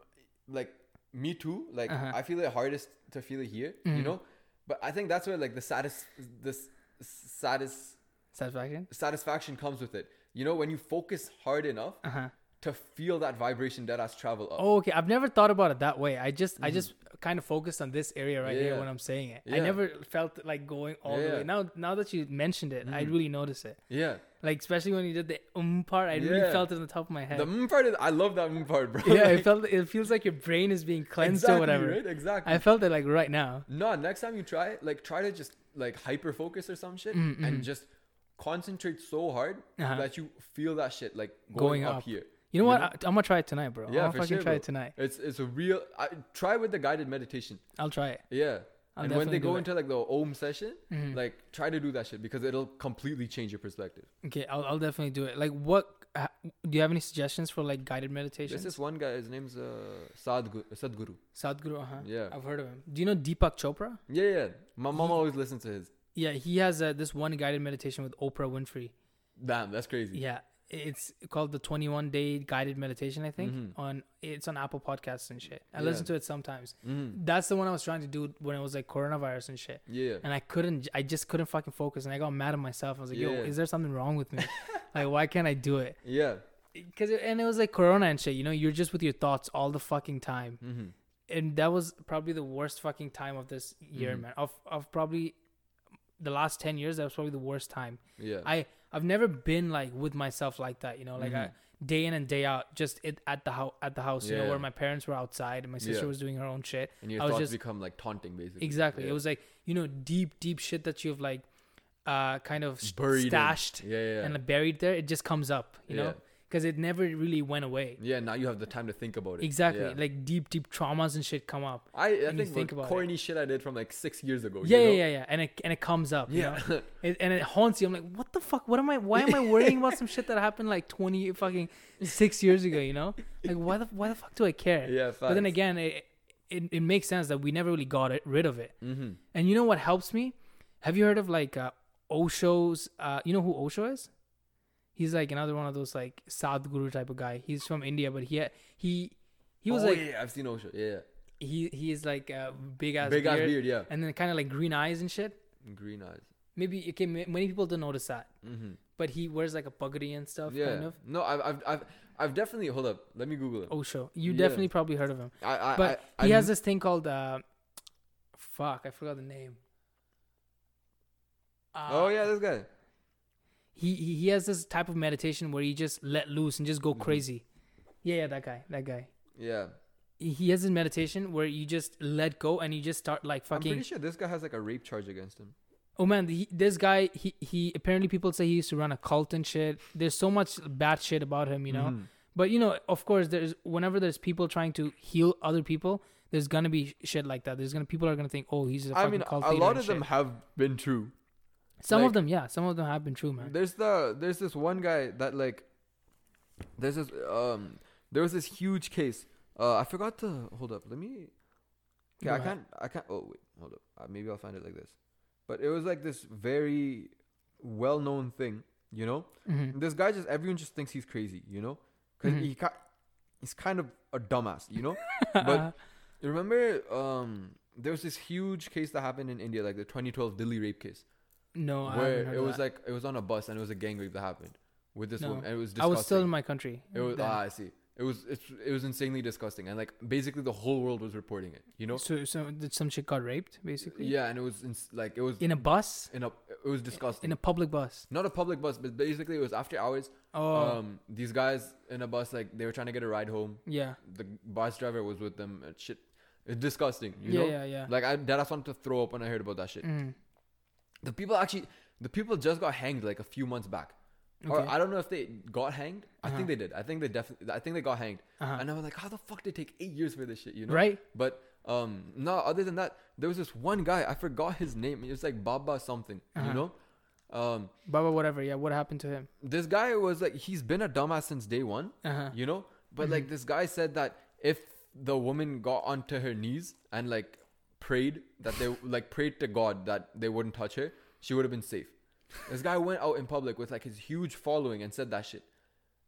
[SPEAKER 2] like me too. Like
[SPEAKER 1] Uh-huh.
[SPEAKER 2] I feel it hardest to feel it here,
[SPEAKER 1] Mm-hmm.
[SPEAKER 2] you know. But I think that's where like the satis, this satis
[SPEAKER 1] Satisfaction.
[SPEAKER 2] satisfaction comes with it. You know, when you focus hard enough
[SPEAKER 1] Uh huh.
[SPEAKER 2] to feel that vibration that has traveled up.
[SPEAKER 1] Oh, okay. I've never thought about it that way. I just I just kind of focused on this area right here
[SPEAKER 2] Mm-hmm. Yeah.
[SPEAKER 1] when I'm saying it. I
[SPEAKER 2] Yeah.
[SPEAKER 1] never felt like going all the
[SPEAKER 2] Yeah. Mm-hmm.
[SPEAKER 1] way. Now now that you mentioned it, I really notice it.
[SPEAKER 2] Yeah.
[SPEAKER 1] Like especially when you did the um part, I really
[SPEAKER 2] Yeah.
[SPEAKER 1] felt it on the top of my head.
[SPEAKER 2] The mm part is, I love that mm part, bro.
[SPEAKER 1] [laughs]
[SPEAKER 2] [laughs]
[SPEAKER 1] yeah, it
[SPEAKER 2] Like,
[SPEAKER 1] felt it feels like your brain is being cleansed
[SPEAKER 2] exactly,
[SPEAKER 1] or whatever.
[SPEAKER 2] Right? Exactly.
[SPEAKER 1] I felt it like right now.
[SPEAKER 2] No, next time you try, it, like try to just like hyper focus or some shit and just concentrate so hard
[SPEAKER 1] Uh-huh.
[SPEAKER 2] that you feel that shit like
[SPEAKER 1] Going
[SPEAKER 2] going, up,
[SPEAKER 1] up.
[SPEAKER 2] here.
[SPEAKER 1] You know what? I, I'm gonna try it tonight, bro.
[SPEAKER 2] Yeah,
[SPEAKER 1] I'm
[SPEAKER 2] for
[SPEAKER 1] gonna fucking
[SPEAKER 2] sure,
[SPEAKER 1] try
[SPEAKER 2] bro.
[SPEAKER 1] it tonight.
[SPEAKER 2] It's it's a real I, try with the guided meditation.
[SPEAKER 1] I'll try it.
[SPEAKER 2] Yeah.
[SPEAKER 1] I'll
[SPEAKER 2] and when
[SPEAKER 1] definitely
[SPEAKER 2] they
[SPEAKER 1] do that.
[SPEAKER 2] go
[SPEAKER 1] Mm-hmm.
[SPEAKER 2] into like the om session, like try to do that shit because it'll completely change your perspective.
[SPEAKER 1] Okay, I'll, I'll definitely do it. Like, what? Uh, do you have any suggestions for like guided meditation?
[SPEAKER 2] There's this one guy, his name's uh, Sadhguru. Sadhguru.
[SPEAKER 1] Sadhguru, huh?
[SPEAKER 2] Yeah.
[SPEAKER 1] I've heard of him. Do you know Deepak Chopra?
[SPEAKER 2] Yeah, yeah. My mom always listens to his.
[SPEAKER 1] Yeah, he has uh, this one guided meditation with Oprah Winfrey.
[SPEAKER 2] Damn, that's crazy.
[SPEAKER 1] Yeah, it's called the 21 day guided meditation. I think
[SPEAKER 2] Mm-hmm.
[SPEAKER 1] on it's on Apple Podcasts and shit. I listen to it sometimes. That's the one I was trying to do when it was like coronavirus and shit.
[SPEAKER 2] Mm-hmm. Yeah.
[SPEAKER 1] And I couldn't. I just couldn't fucking focus, and I got mad at myself. I was like, "Yo,
[SPEAKER 2] Yeah.
[SPEAKER 1] is there something wrong with
[SPEAKER 2] [laughs]
[SPEAKER 1] me? like, why can't I do it?"
[SPEAKER 2] Yeah.
[SPEAKER 1] Because and it was like Corona and shit. You know, you're just with your thoughts all the fucking time,
[SPEAKER 2] Mm-hmm.
[SPEAKER 1] and that was probably the worst fucking time of this year,
[SPEAKER 2] Mm-hmm.
[SPEAKER 1] man. Of of probably the last ten years, that was probably the worst time.
[SPEAKER 2] Yeah.
[SPEAKER 1] I I've never been like with myself like that, you know, like I, day in and day out, just it at the house at the house, you know,
[SPEAKER 2] Mm-hmm. Yeah.
[SPEAKER 1] where my parents were outside and my sister
[SPEAKER 2] Yeah.
[SPEAKER 1] was doing her own shit.
[SPEAKER 2] and your
[SPEAKER 1] I was
[SPEAKER 2] thoughts
[SPEAKER 1] just
[SPEAKER 2] become like taunting basically.
[SPEAKER 1] exactly.
[SPEAKER 2] Yeah.
[SPEAKER 1] It was like you know deep deep shit that you've like, uh, kind of s-
[SPEAKER 2] Buried in.
[SPEAKER 1] stashed
[SPEAKER 2] Yeah, yeah.
[SPEAKER 1] and buried there. It just comes up, you know,
[SPEAKER 2] Yeah.
[SPEAKER 1] because it never really went away.
[SPEAKER 2] Yeah, now you have the time to think about it.
[SPEAKER 1] Exactly,
[SPEAKER 2] Yeah.
[SPEAKER 1] like deep deep traumas and shit come up.
[SPEAKER 2] I, I
[SPEAKER 1] and you
[SPEAKER 2] think,
[SPEAKER 1] think
[SPEAKER 2] think
[SPEAKER 1] about it.
[SPEAKER 2] corny shit I did from like six years ago.
[SPEAKER 1] Yeah,
[SPEAKER 2] you know?
[SPEAKER 1] yeah, yeah, yeah, and it and it comes up. Yeah,
[SPEAKER 2] Yeah.
[SPEAKER 1] it, and it haunts you. I'm like, what the fuck? What am I? Why am I worrying about some shit that happened like 20 fucking six years ago? You know, like why the why the fuck do I care?
[SPEAKER 2] Yeah,
[SPEAKER 1] but then
[SPEAKER 2] facts.
[SPEAKER 1] again, it, it it makes sense that we never really got it, rid of it. Mm-hmm. And you know what helps me? Have you heard of like uh, Osho's? Uh, you know who Osho is? He's like another one of those like Sadhguru type of guy. He's from India, but he he he was
[SPEAKER 2] oh,
[SPEAKER 1] like
[SPEAKER 2] yeah, I've seen Osho. Yeah,
[SPEAKER 1] he he is like uh, big ass
[SPEAKER 2] Big ass
[SPEAKER 1] beard,
[SPEAKER 2] beard, yeah.
[SPEAKER 1] and then kind of like green eyes and shit.
[SPEAKER 2] yeah. green eyes.
[SPEAKER 1] Maybe okay, ma- many people don't notice that, but he wears like a pagadi and stuff,
[SPEAKER 2] Mm-hmm. Yeah.
[SPEAKER 1] kind of.
[SPEAKER 2] No, I've, I've, I've, I've definitely hold up. Let me Google it.
[SPEAKER 1] Osho, you
[SPEAKER 2] Yeah.
[SPEAKER 1] definitely probably heard of him,
[SPEAKER 2] I, I,
[SPEAKER 1] but
[SPEAKER 2] I,
[SPEAKER 1] he
[SPEAKER 2] I,
[SPEAKER 1] has this thing called uh, fuck, I forgot the name. Uh,
[SPEAKER 2] Oh yeah, this guy.
[SPEAKER 1] he he he has this type of meditation where he just let loose and just
[SPEAKER 2] Mm-hmm.
[SPEAKER 1] go crazy. Yeah, yeah, that guy, that guy.
[SPEAKER 2] Yeah,
[SPEAKER 1] He- He has this meditation where you just let go and you just start like
[SPEAKER 2] I'm
[SPEAKER 1] fucking.
[SPEAKER 2] pretty sure this guy has like a rape charge against him.
[SPEAKER 1] Oh man, he, this guy, he, he apparently people say he used to run a cult and shit. There's so much bad shit about him, you know.
[SPEAKER 2] Mm-hmm.
[SPEAKER 1] But you know, of course, there's whenever there's people trying to heal other people, there's gonna be shit like that. There's gonna people are gonna think, oh, he's a
[SPEAKER 2] I
[SPEAKER 1] fucking
[SPEAKER 2] mean,
[SPEAKER 1] cult
[SPEAKER 2] a
[SPEAKER 1] leader
[SPEAKER 2] lot
[SPEAKER 1] and
[SPEAKER 2] of them
[SPEAKER 1] shit.
[SPEAKER 2] have been true.
[SPEAKER 1] Some of
[SPEAKER 2] like-
[SPEAKER 1] them, yeah, some of them have been true, man.
[SPEAKER 2] There's the there's this one guy that like there's this um there was this huge case. Uh, I forgot to hold up. Let me. Okay,
[SPEAKER 1] Go
[SPEAKER 2] I
[SPEAKER 1] ahead.
[SPEAKER 2] can't. I can't. Oh wait, hold up. Uh, maybe I'll find it like this. But it was like this very well-known thing, you know.
[SPEAKER 1] Mm-hmm. [laughs]
[SPEAKER 2] This guy just everyone just thinks he's crazy, you know, because he ca- he's kind of a dumbass, you know. [laughs] but remember, um, there was this huge case that happened in India, like the 2012 Delhi rape case
[SPEAKER 1] No, Oh, I haven't
[SPEAKER 2] where
[SPEAKER 1] heard
[SPEAKER 2] it
[SPEAKER 1] of
[SPEAKER 2] was
[SPEAKER 1] that.
[SPEAKER 2] like it was on a bus and it was a gang rape that happened with this
[SPEAKER 1] No.
[SPEAKER 2] woman. And it was
[SPEAKER 1] I
[SPEAKER 2] disgusting.
[SPEAKER 1] was still in my country.
[SPEAKER 2] It was
[SPEAKER 1] then.
[SPEAKER 2] ah, I see. It was it's, it was insanely disgusting and like basically the whole world was reporting it. You know?
[SPEAKER 1] so, so did some shit got raped, basically.
[SPEAKER 2] Yeah, and it was ins- like it was
[SPEAKER 1] In a bus,
[SPEAKER 2] in a it was disgusting.
[SPEAKER 1] in a public bus.
[SPEAKER 2] Not a public bus, but basically it was after hours.
[SPEAKER 1] Oh.
[SPEAKER 2] Um, these guys in a bus like they were trying to get a ride home.
[SPEAKER 1] Yeah.
[SPEAKER 2] The bus driver was with them. And shit, it's disgusting. You
[SPEAKER 1] Yeah,
[SPEAKER 2] know?
[SPEAKER 1] yeah, Mm. yeah.
[SPEAKER 2] Like I that I just wanted to throw up when I heard about that shit. The people actually, the people just got hanged like a few months back. Or
[SPEAKER 1] Okay. Uh-huh.
[SPEAKER 2] I don't know if they got hanged. I think they did. I think they definitely. I think they got hanged. And I was like, how the fuck did it take eight years for this shit? You know,
[SPEAKER 1] Right.
[SPEAKER 2] But um, no. Other than that, there was this one guy. I forgot his name. It was like Baba something.
[SPEAKER 1] Uh-huh.
[SPEAKER 2] You know, um,
[SPEAKER 1] Baba, whatever. Yeah, what happened to him?
[SPEAKER 2] this guy was like he's been a dumbass since day one.
[SPEAKER 1] Uh-huh.
[SPEAKER 2] You know, but like this guy said that if the woman got onto her knees and like prayed that they [laughs] like prayed to God that they wouldn't touch her, she would have been safe. This guy went out in public with like his huge following and said that shit,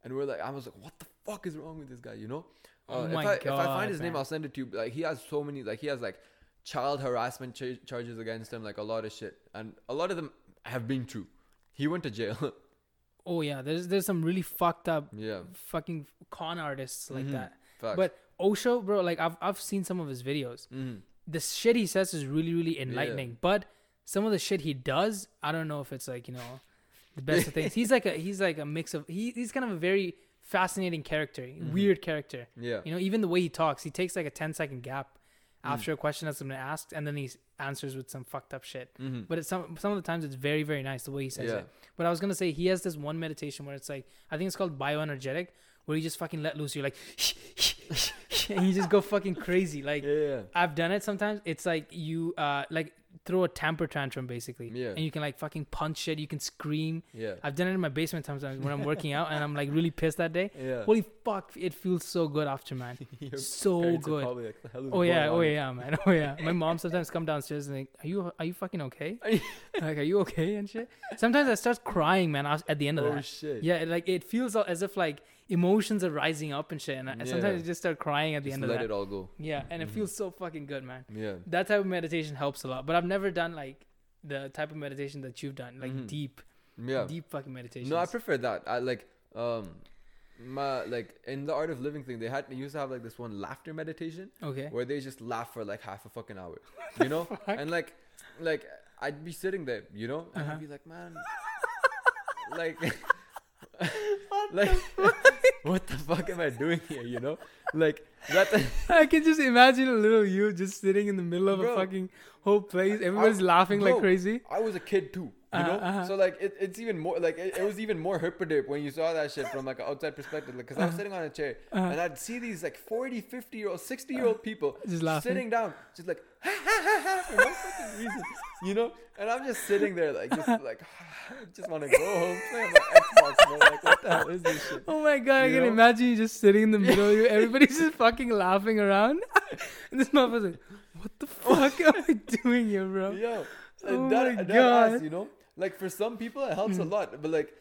[SPEAKER 2] and we're like, I was like, what the fuck is wrong with this guy? You know, uh,
[SPEAKER 1] Oh
[SPEAKER 2] if
[SPEAKER 1] my
[SPEAKER 2] I if
[SPEAKER 1] God,
[SPEAKER 2] I find his name,
[SPEAKER 1] man.
[SPEAKER 2] I'll send it to you. Like he has so many, like he has like child harassment cha- charges against him, like a lot of shit, and a lot of them have been true. He went to jail. [laughs]
[SPEAKER 1] oh yeah, there's there's some really fucked up
[SPEAKER 2] Yeah.
[SPEAKER 1] fucking con artists like
[SPEAKER 2] Mhm.
[SPEAKER 1] that.
[SPEAKER 2] Facts.
[SPEAKER 1] But Osho, bro, like I've I've seen some of his videos.
[SPEAKER 2] Mhm.
[SPEAKER 1] The shit he says is really really enlightening, but some of the shit he does, I don't know if it's like you know the best of things. He's like a he's like a mix of he, he's kind of a very fascinating character, weird character.
[SPEAKER 2] yeah. Mm.
[SPEAKER 1] You know, even the way he talks, he takes like a 10 second gap after a question that's been asked, and then he s- answers with some fucked up shit.
[SPEAKER 2] Mhm.
[SPEAKER 1] But it's some some of the times it's very very nice the way he says
[SPEAKER 2] Yeah.
[SPEAKER 1] it. But I was gonna say he has this one meditation where it's like I think it's called bioenergetic, where you just fucking let loose. You're like, [laughs] and you just go fucking crazy. Like
[SPEAKER 2] yeah. Yeah.
[SPEAKER 1] I've done it sometimes. It's like you uh like throw a temper tantrum basically,
[SPEAKER 2] Yeah.
[SPEAKER 1] and you can like fucking punch shit. You can scream.
[SPEAKER 2] Yeah.
[SPEAKER 1] I've done it in my basement sometimes when I'm working out and I'm like really pissed that day.
[SPEAKER 2] Yeah.
[SPEAKER 1] Holy fuck, it feels so good after, man.
[SPEAKER 2] [laughs] Your
[SPEAKER 1] so
[SPEAKER 2] parents are
[SPEAKER 1] good.
[SPEAKER 2] probably like, "What the hell is
[SPEAKER 1] Oh
[SPEAKER 2] going
[SPEAKER 1] yeah, oh
[SPEAKER 2] on?"
[SPEAKER 1] yeah, man. [laughs] Oh yeah. My mom sometimes come downstairs and like, "Are you are you fucking okay? [laughs] like, are you okay and shit?" Sometimes I start crying, man. af- At the end of
[SPEAKER 2] Oh
[SPEAKER 1] that,
[SPEAKER 2] shit.
[SPEAKER 1] yeah, it, like it feels all- as if like emotions are rising up and shit, and I,
[SPEAKER 2] Yeah.
[SPEAKER 1] sometimes I just start crying at the
[SPEAKER 2] Just
[SPEAKER 1] end of
[SPEAKER 2] let
[SPEAKER 1] that.
[SPEAKER 2] it all Mm-hmm. go.
[SPEAKER 1] Yeah, and it feels so fucking good, man.
[SPEAKER 2] Yeah.
[SPEAKER 1] That type of meditation helps a lot, but I've never done like the type of meditation that you've done, like
[SPEAKER 2] Mhm.
[SPEAKER 1] deep,
[SPEAKER 2] Yeah.
[SPEAKER 1] deep fucking meditation.
[SPEAKER 2] No, I prefer that. I like um my like in the art of living thing they had they used to have like this one laughter meditation
[SPEAKER 1] okay.
[SPEAKER 2] where they just laugh for like half a fucking hour. You
[SPEAKER 1] [laughs]
[SPEAKER 2] know? And like like I'd be sitting there, you know? And
[SPEAKER 1] Uh-huh.
[SPEAKER 2] I'd be like, man [laughs]
[SPEAKER 1] [laughs]
[SPEAKER 2] like [laughs] like what the fuck am I doing here, you know? Like that
[SPEAKER 1] [laughs] I can just imagine a little you just sitting in the middle of a
[SPEAKER 2] Bro.
[SPEAKER 1] fucking whole place. Everyone's
[SPEAKER 2] I-
[SPEAKER 1] laughing like
[SPEAKER 2] bro,
[SPEAKER 1] crazy.
[SPEAKER 2] I was a kid too, you
[SPEAKER 1] Uh-huh,
[SPEAKER 2] know.
[SPEAKER 1] uh-huh.
[SPEAKER 2] So like, it, it's even more like it, it was even more hypocrite when you saw that shit from like an outside perspective. Like, cause
[SPEAKER 1] Uh-huh.
[SPEAKER 2] I was sitting on a chair and I'd see these like 40, 50 year old, 60 year old people
[SPEAKER 1] Uh-huh. Just laughing.
[SPEAKER 2] sitting down, just like [laughs] for no fucking reason, you know. And I'm just sitting there like, just like, [sighs] just want to go home, play on my Xbox. bro. Like, what the hell is this shit?
[SPEAKER 1] Oh my god, I
[SPEAKER 2] You
[SPEAKER 1] can
[SPEAKER 2] know?
[SPEAKER 1] imagine you just sitting in the middle
[SPEAKER 2] [laughs]
[SPEAKER 1] of you. Everybody's just fucking laughing around. [laughs] and this motherfucker's like, what
[SPEAKER 2] [laughs]
[SPEAKER 1] the fuck am I doing here, bro?
[SPEAKER 2] Yo,
[SPEAKER 1] Oh
[SPEAKER 2] and that,
[SPEAKER 1] my
[SPEAKER 2] that adds,
[SPEAKER 1] God. Mm.
[SPEAKER 2] you know, like for some people it helps a lot, but like,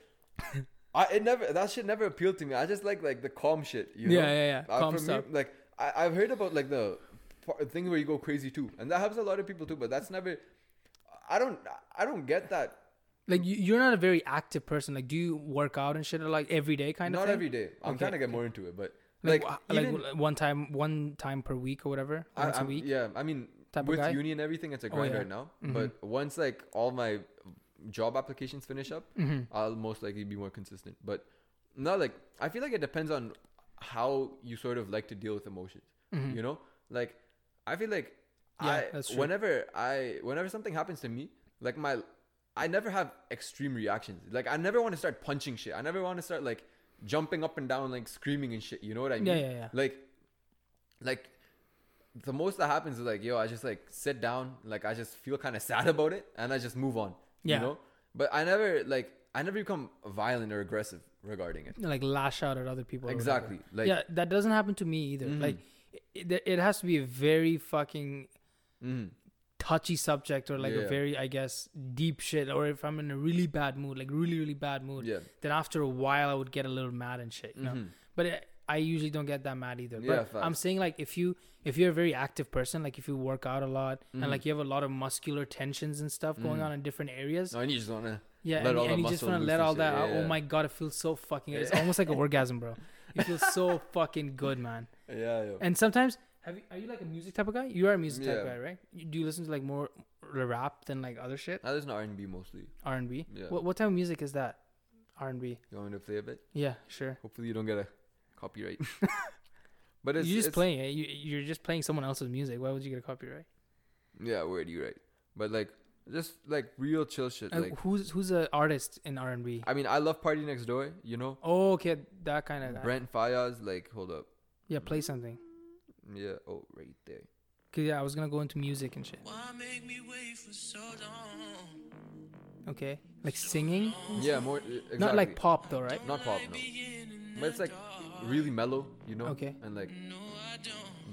[SPEAKER 2] I it never that shit never appealed to me. I just like like the calm shit, you
[SPEAKER 1] Yeah,
[SPEAKER 2] know.
[SPEAKER 1] yeah, yeah.
[SPEAKER 2] Uh,
[SPEAKER 1] Calm
[SPEAKER 2] for me,
[SPEAKER 1] stuff.
[SPEAKER 2] like I, I've heard about like the par- thing where you go crazy too, and that helps a lot of people too. But that's never. I don't. I don't get that.
[SPEAKER 1] Like, you, you're not a very active person. Like, do you work out and shit like every day kind of
[SPEAKER 2] Not
[SPEAKER 1] thing?
[SPEAKER 2] every day. I'm
[SPEAKER 1] Okay,
[SPEAKER 2] trying to get more into it, but
[SPEAKER 1] Like,
[SPEAKER 2] like,
[SPEAKER 1] like,
[SPEAKER 2] even-
[SPEAKER 1] like one time one time per week or whatever?
[SPEAKER 2] I-
[SPEAKER 1] Once a
[SPEAKER 2] I'm-
[SPEAKER 1] week?
[SPEAKER 2] Yeah, I mean,
[SPEAKER 1] type of
[SPEAKER 2] with
[SPEAKER 1] guy? Oh,
[SPEAKER 2] uni and everything, it's a grind
[SPEAKER 1] yeah. Mm-hmm.
[SPEAKER 2] right now. But once like all my job applications finish up,
[SPEAKER 1] Mm-hmm.
[SPEAKER 2] I'll most likely be more consistent. But no, like I feel like it depends on how you sort of like to deal with emotions. You know, like I feel like
[SPEAKER 1] Mm-hmm. Yeah,
[SPEAKER 2] I
[SPEAKER 1] that's true.
[SPEAKER 2] whenever I whenever something happens to me, like my I never have extreme reactions. Like I never want to start punching shit. I never want to start like jumping up and down, like screaming and shit. You know what I mean?
[SPEAKER 1] Yeah, yeah, yeah.
[SPEAKER 2] Like like the most that happens is like yo i just like sit down like i just feel kind of sad about it and i just move on
[SPEAKER 1] Yeah.
[SPEAKER 2] you know but i never like i never become violent or aggressive regarding it
[SPEAKER 1] Like, lash out at other people. or whatever.
[SPEAKER 2] exactly like Mm-hmm.
[SPEAKER 1] yeah, that doesn't happen to me either. Like, it, it has to be a very fucking
[SPEAKER 2] mhm.
[SPEAKER 1] touchy subject or like a
[SPEAKER 2] Yeah.
[SPEAKER 1] very i guess deep shit or if i'm in a really bad mood like really really bad mood
[SPEAKER 2] Yeah. Mm-hmm.
[SPEAKER 1] then after a while i would get a little mad and shit you know but it, i usually don't get that mad either
[SPEAKER 2] Yeah,
[SPEAKER 1] but i'm
[SPEAKER 2] facts.
[SPEAKER 1] saying like if you if you're a very active person like if you work out a lot
[SPEAKER 2] Mm-hmm.
[SPEAKER 1] and like you have a lot of muscular tensions and stuff going on in different areas
[SPEAKER 2] no and you just want to
[SPEAKER 1] yeah
[SPEAKER 2] let
[SPEAKER 1] and,
[SPEAKER 2] all
[SPEAKER 1] and
[SPEAKER 2] the
[SPEAKER 1] you just
[SPEAKER 2] muscle
[SPEAKER 1] want to
[SPEAKER 2] loose
[SPEAKER 1] let
[SPEAKER 2] and
[SPEAKER 1] all
[SPEAKER 2] shit.
[SPEAKER 1] that
[SPEAKER 2] Yeah,
[SPEAKER 1] out oh
[SPEAKER 2] yeah.
[SPEAKER 1] my god it feels so fucking it's almost
[SPEAKER 2] [laughs]
[SPEAKER 1] like an orgasm bro it feels so fucking good man
[SPEAKER 2] yeah yo.
[SPEAKER 1] and sometimes, have you, are you like a music type of guy? You are a music type
[SPEAKER 2] Yeah.
[SPEAKER 1] guy, right? You, do you listen to like more r- rap than like other shit?
[SPEAKER 2] now there's an r&b mostly
[SPEAKER 1] R and B.
[SPEAKER 2] Yeah.
[SPEAKER 1] What what type of music is that? R and B.
[SPEAKER 2] you want me to play a bit
[SPEAKER 1] Yeah, sure.
[SPEAKER 2] hopefully you don't get a copyright
[SPEAKER 1] [laughs]
[SPEAKER 2] [laughs] but it's
[SPEAKER 1] you're just
[SPEAKER 2] it's-
[SPEAKER 1] playing it. You, you're just playing someone else's music. Why would you get a copyright?
[SPEAKER 2] yeah word you right but like just like real chill shit
[SPEAKER 1] Uh,
[SPEAKER 2] like
[SPEAKER 1] who's who's an artist in R and B?
[SPEAKER 2] i mean i love party next door you know
[SPEAKER 1] Oh, okay, that kind of guy.
[SPEAKER 2] brent fayaz like hold up
[SPEAKER 1] Yeah, play something.
[SPEAKER 2] yeah oh right there
[SPEAKER 1] Cause yeah, I was gonna go into music and shit. Okay, like singing,
[SPEAKER 2] Yeah, more e, exactly.
[SPEAKER 1] not like pop though, right?
[SPEAKER 2] Not pop, no. But it's like really mellow, you know.
[SPEAKER 1] Okay.
[SPEAKER 2] And like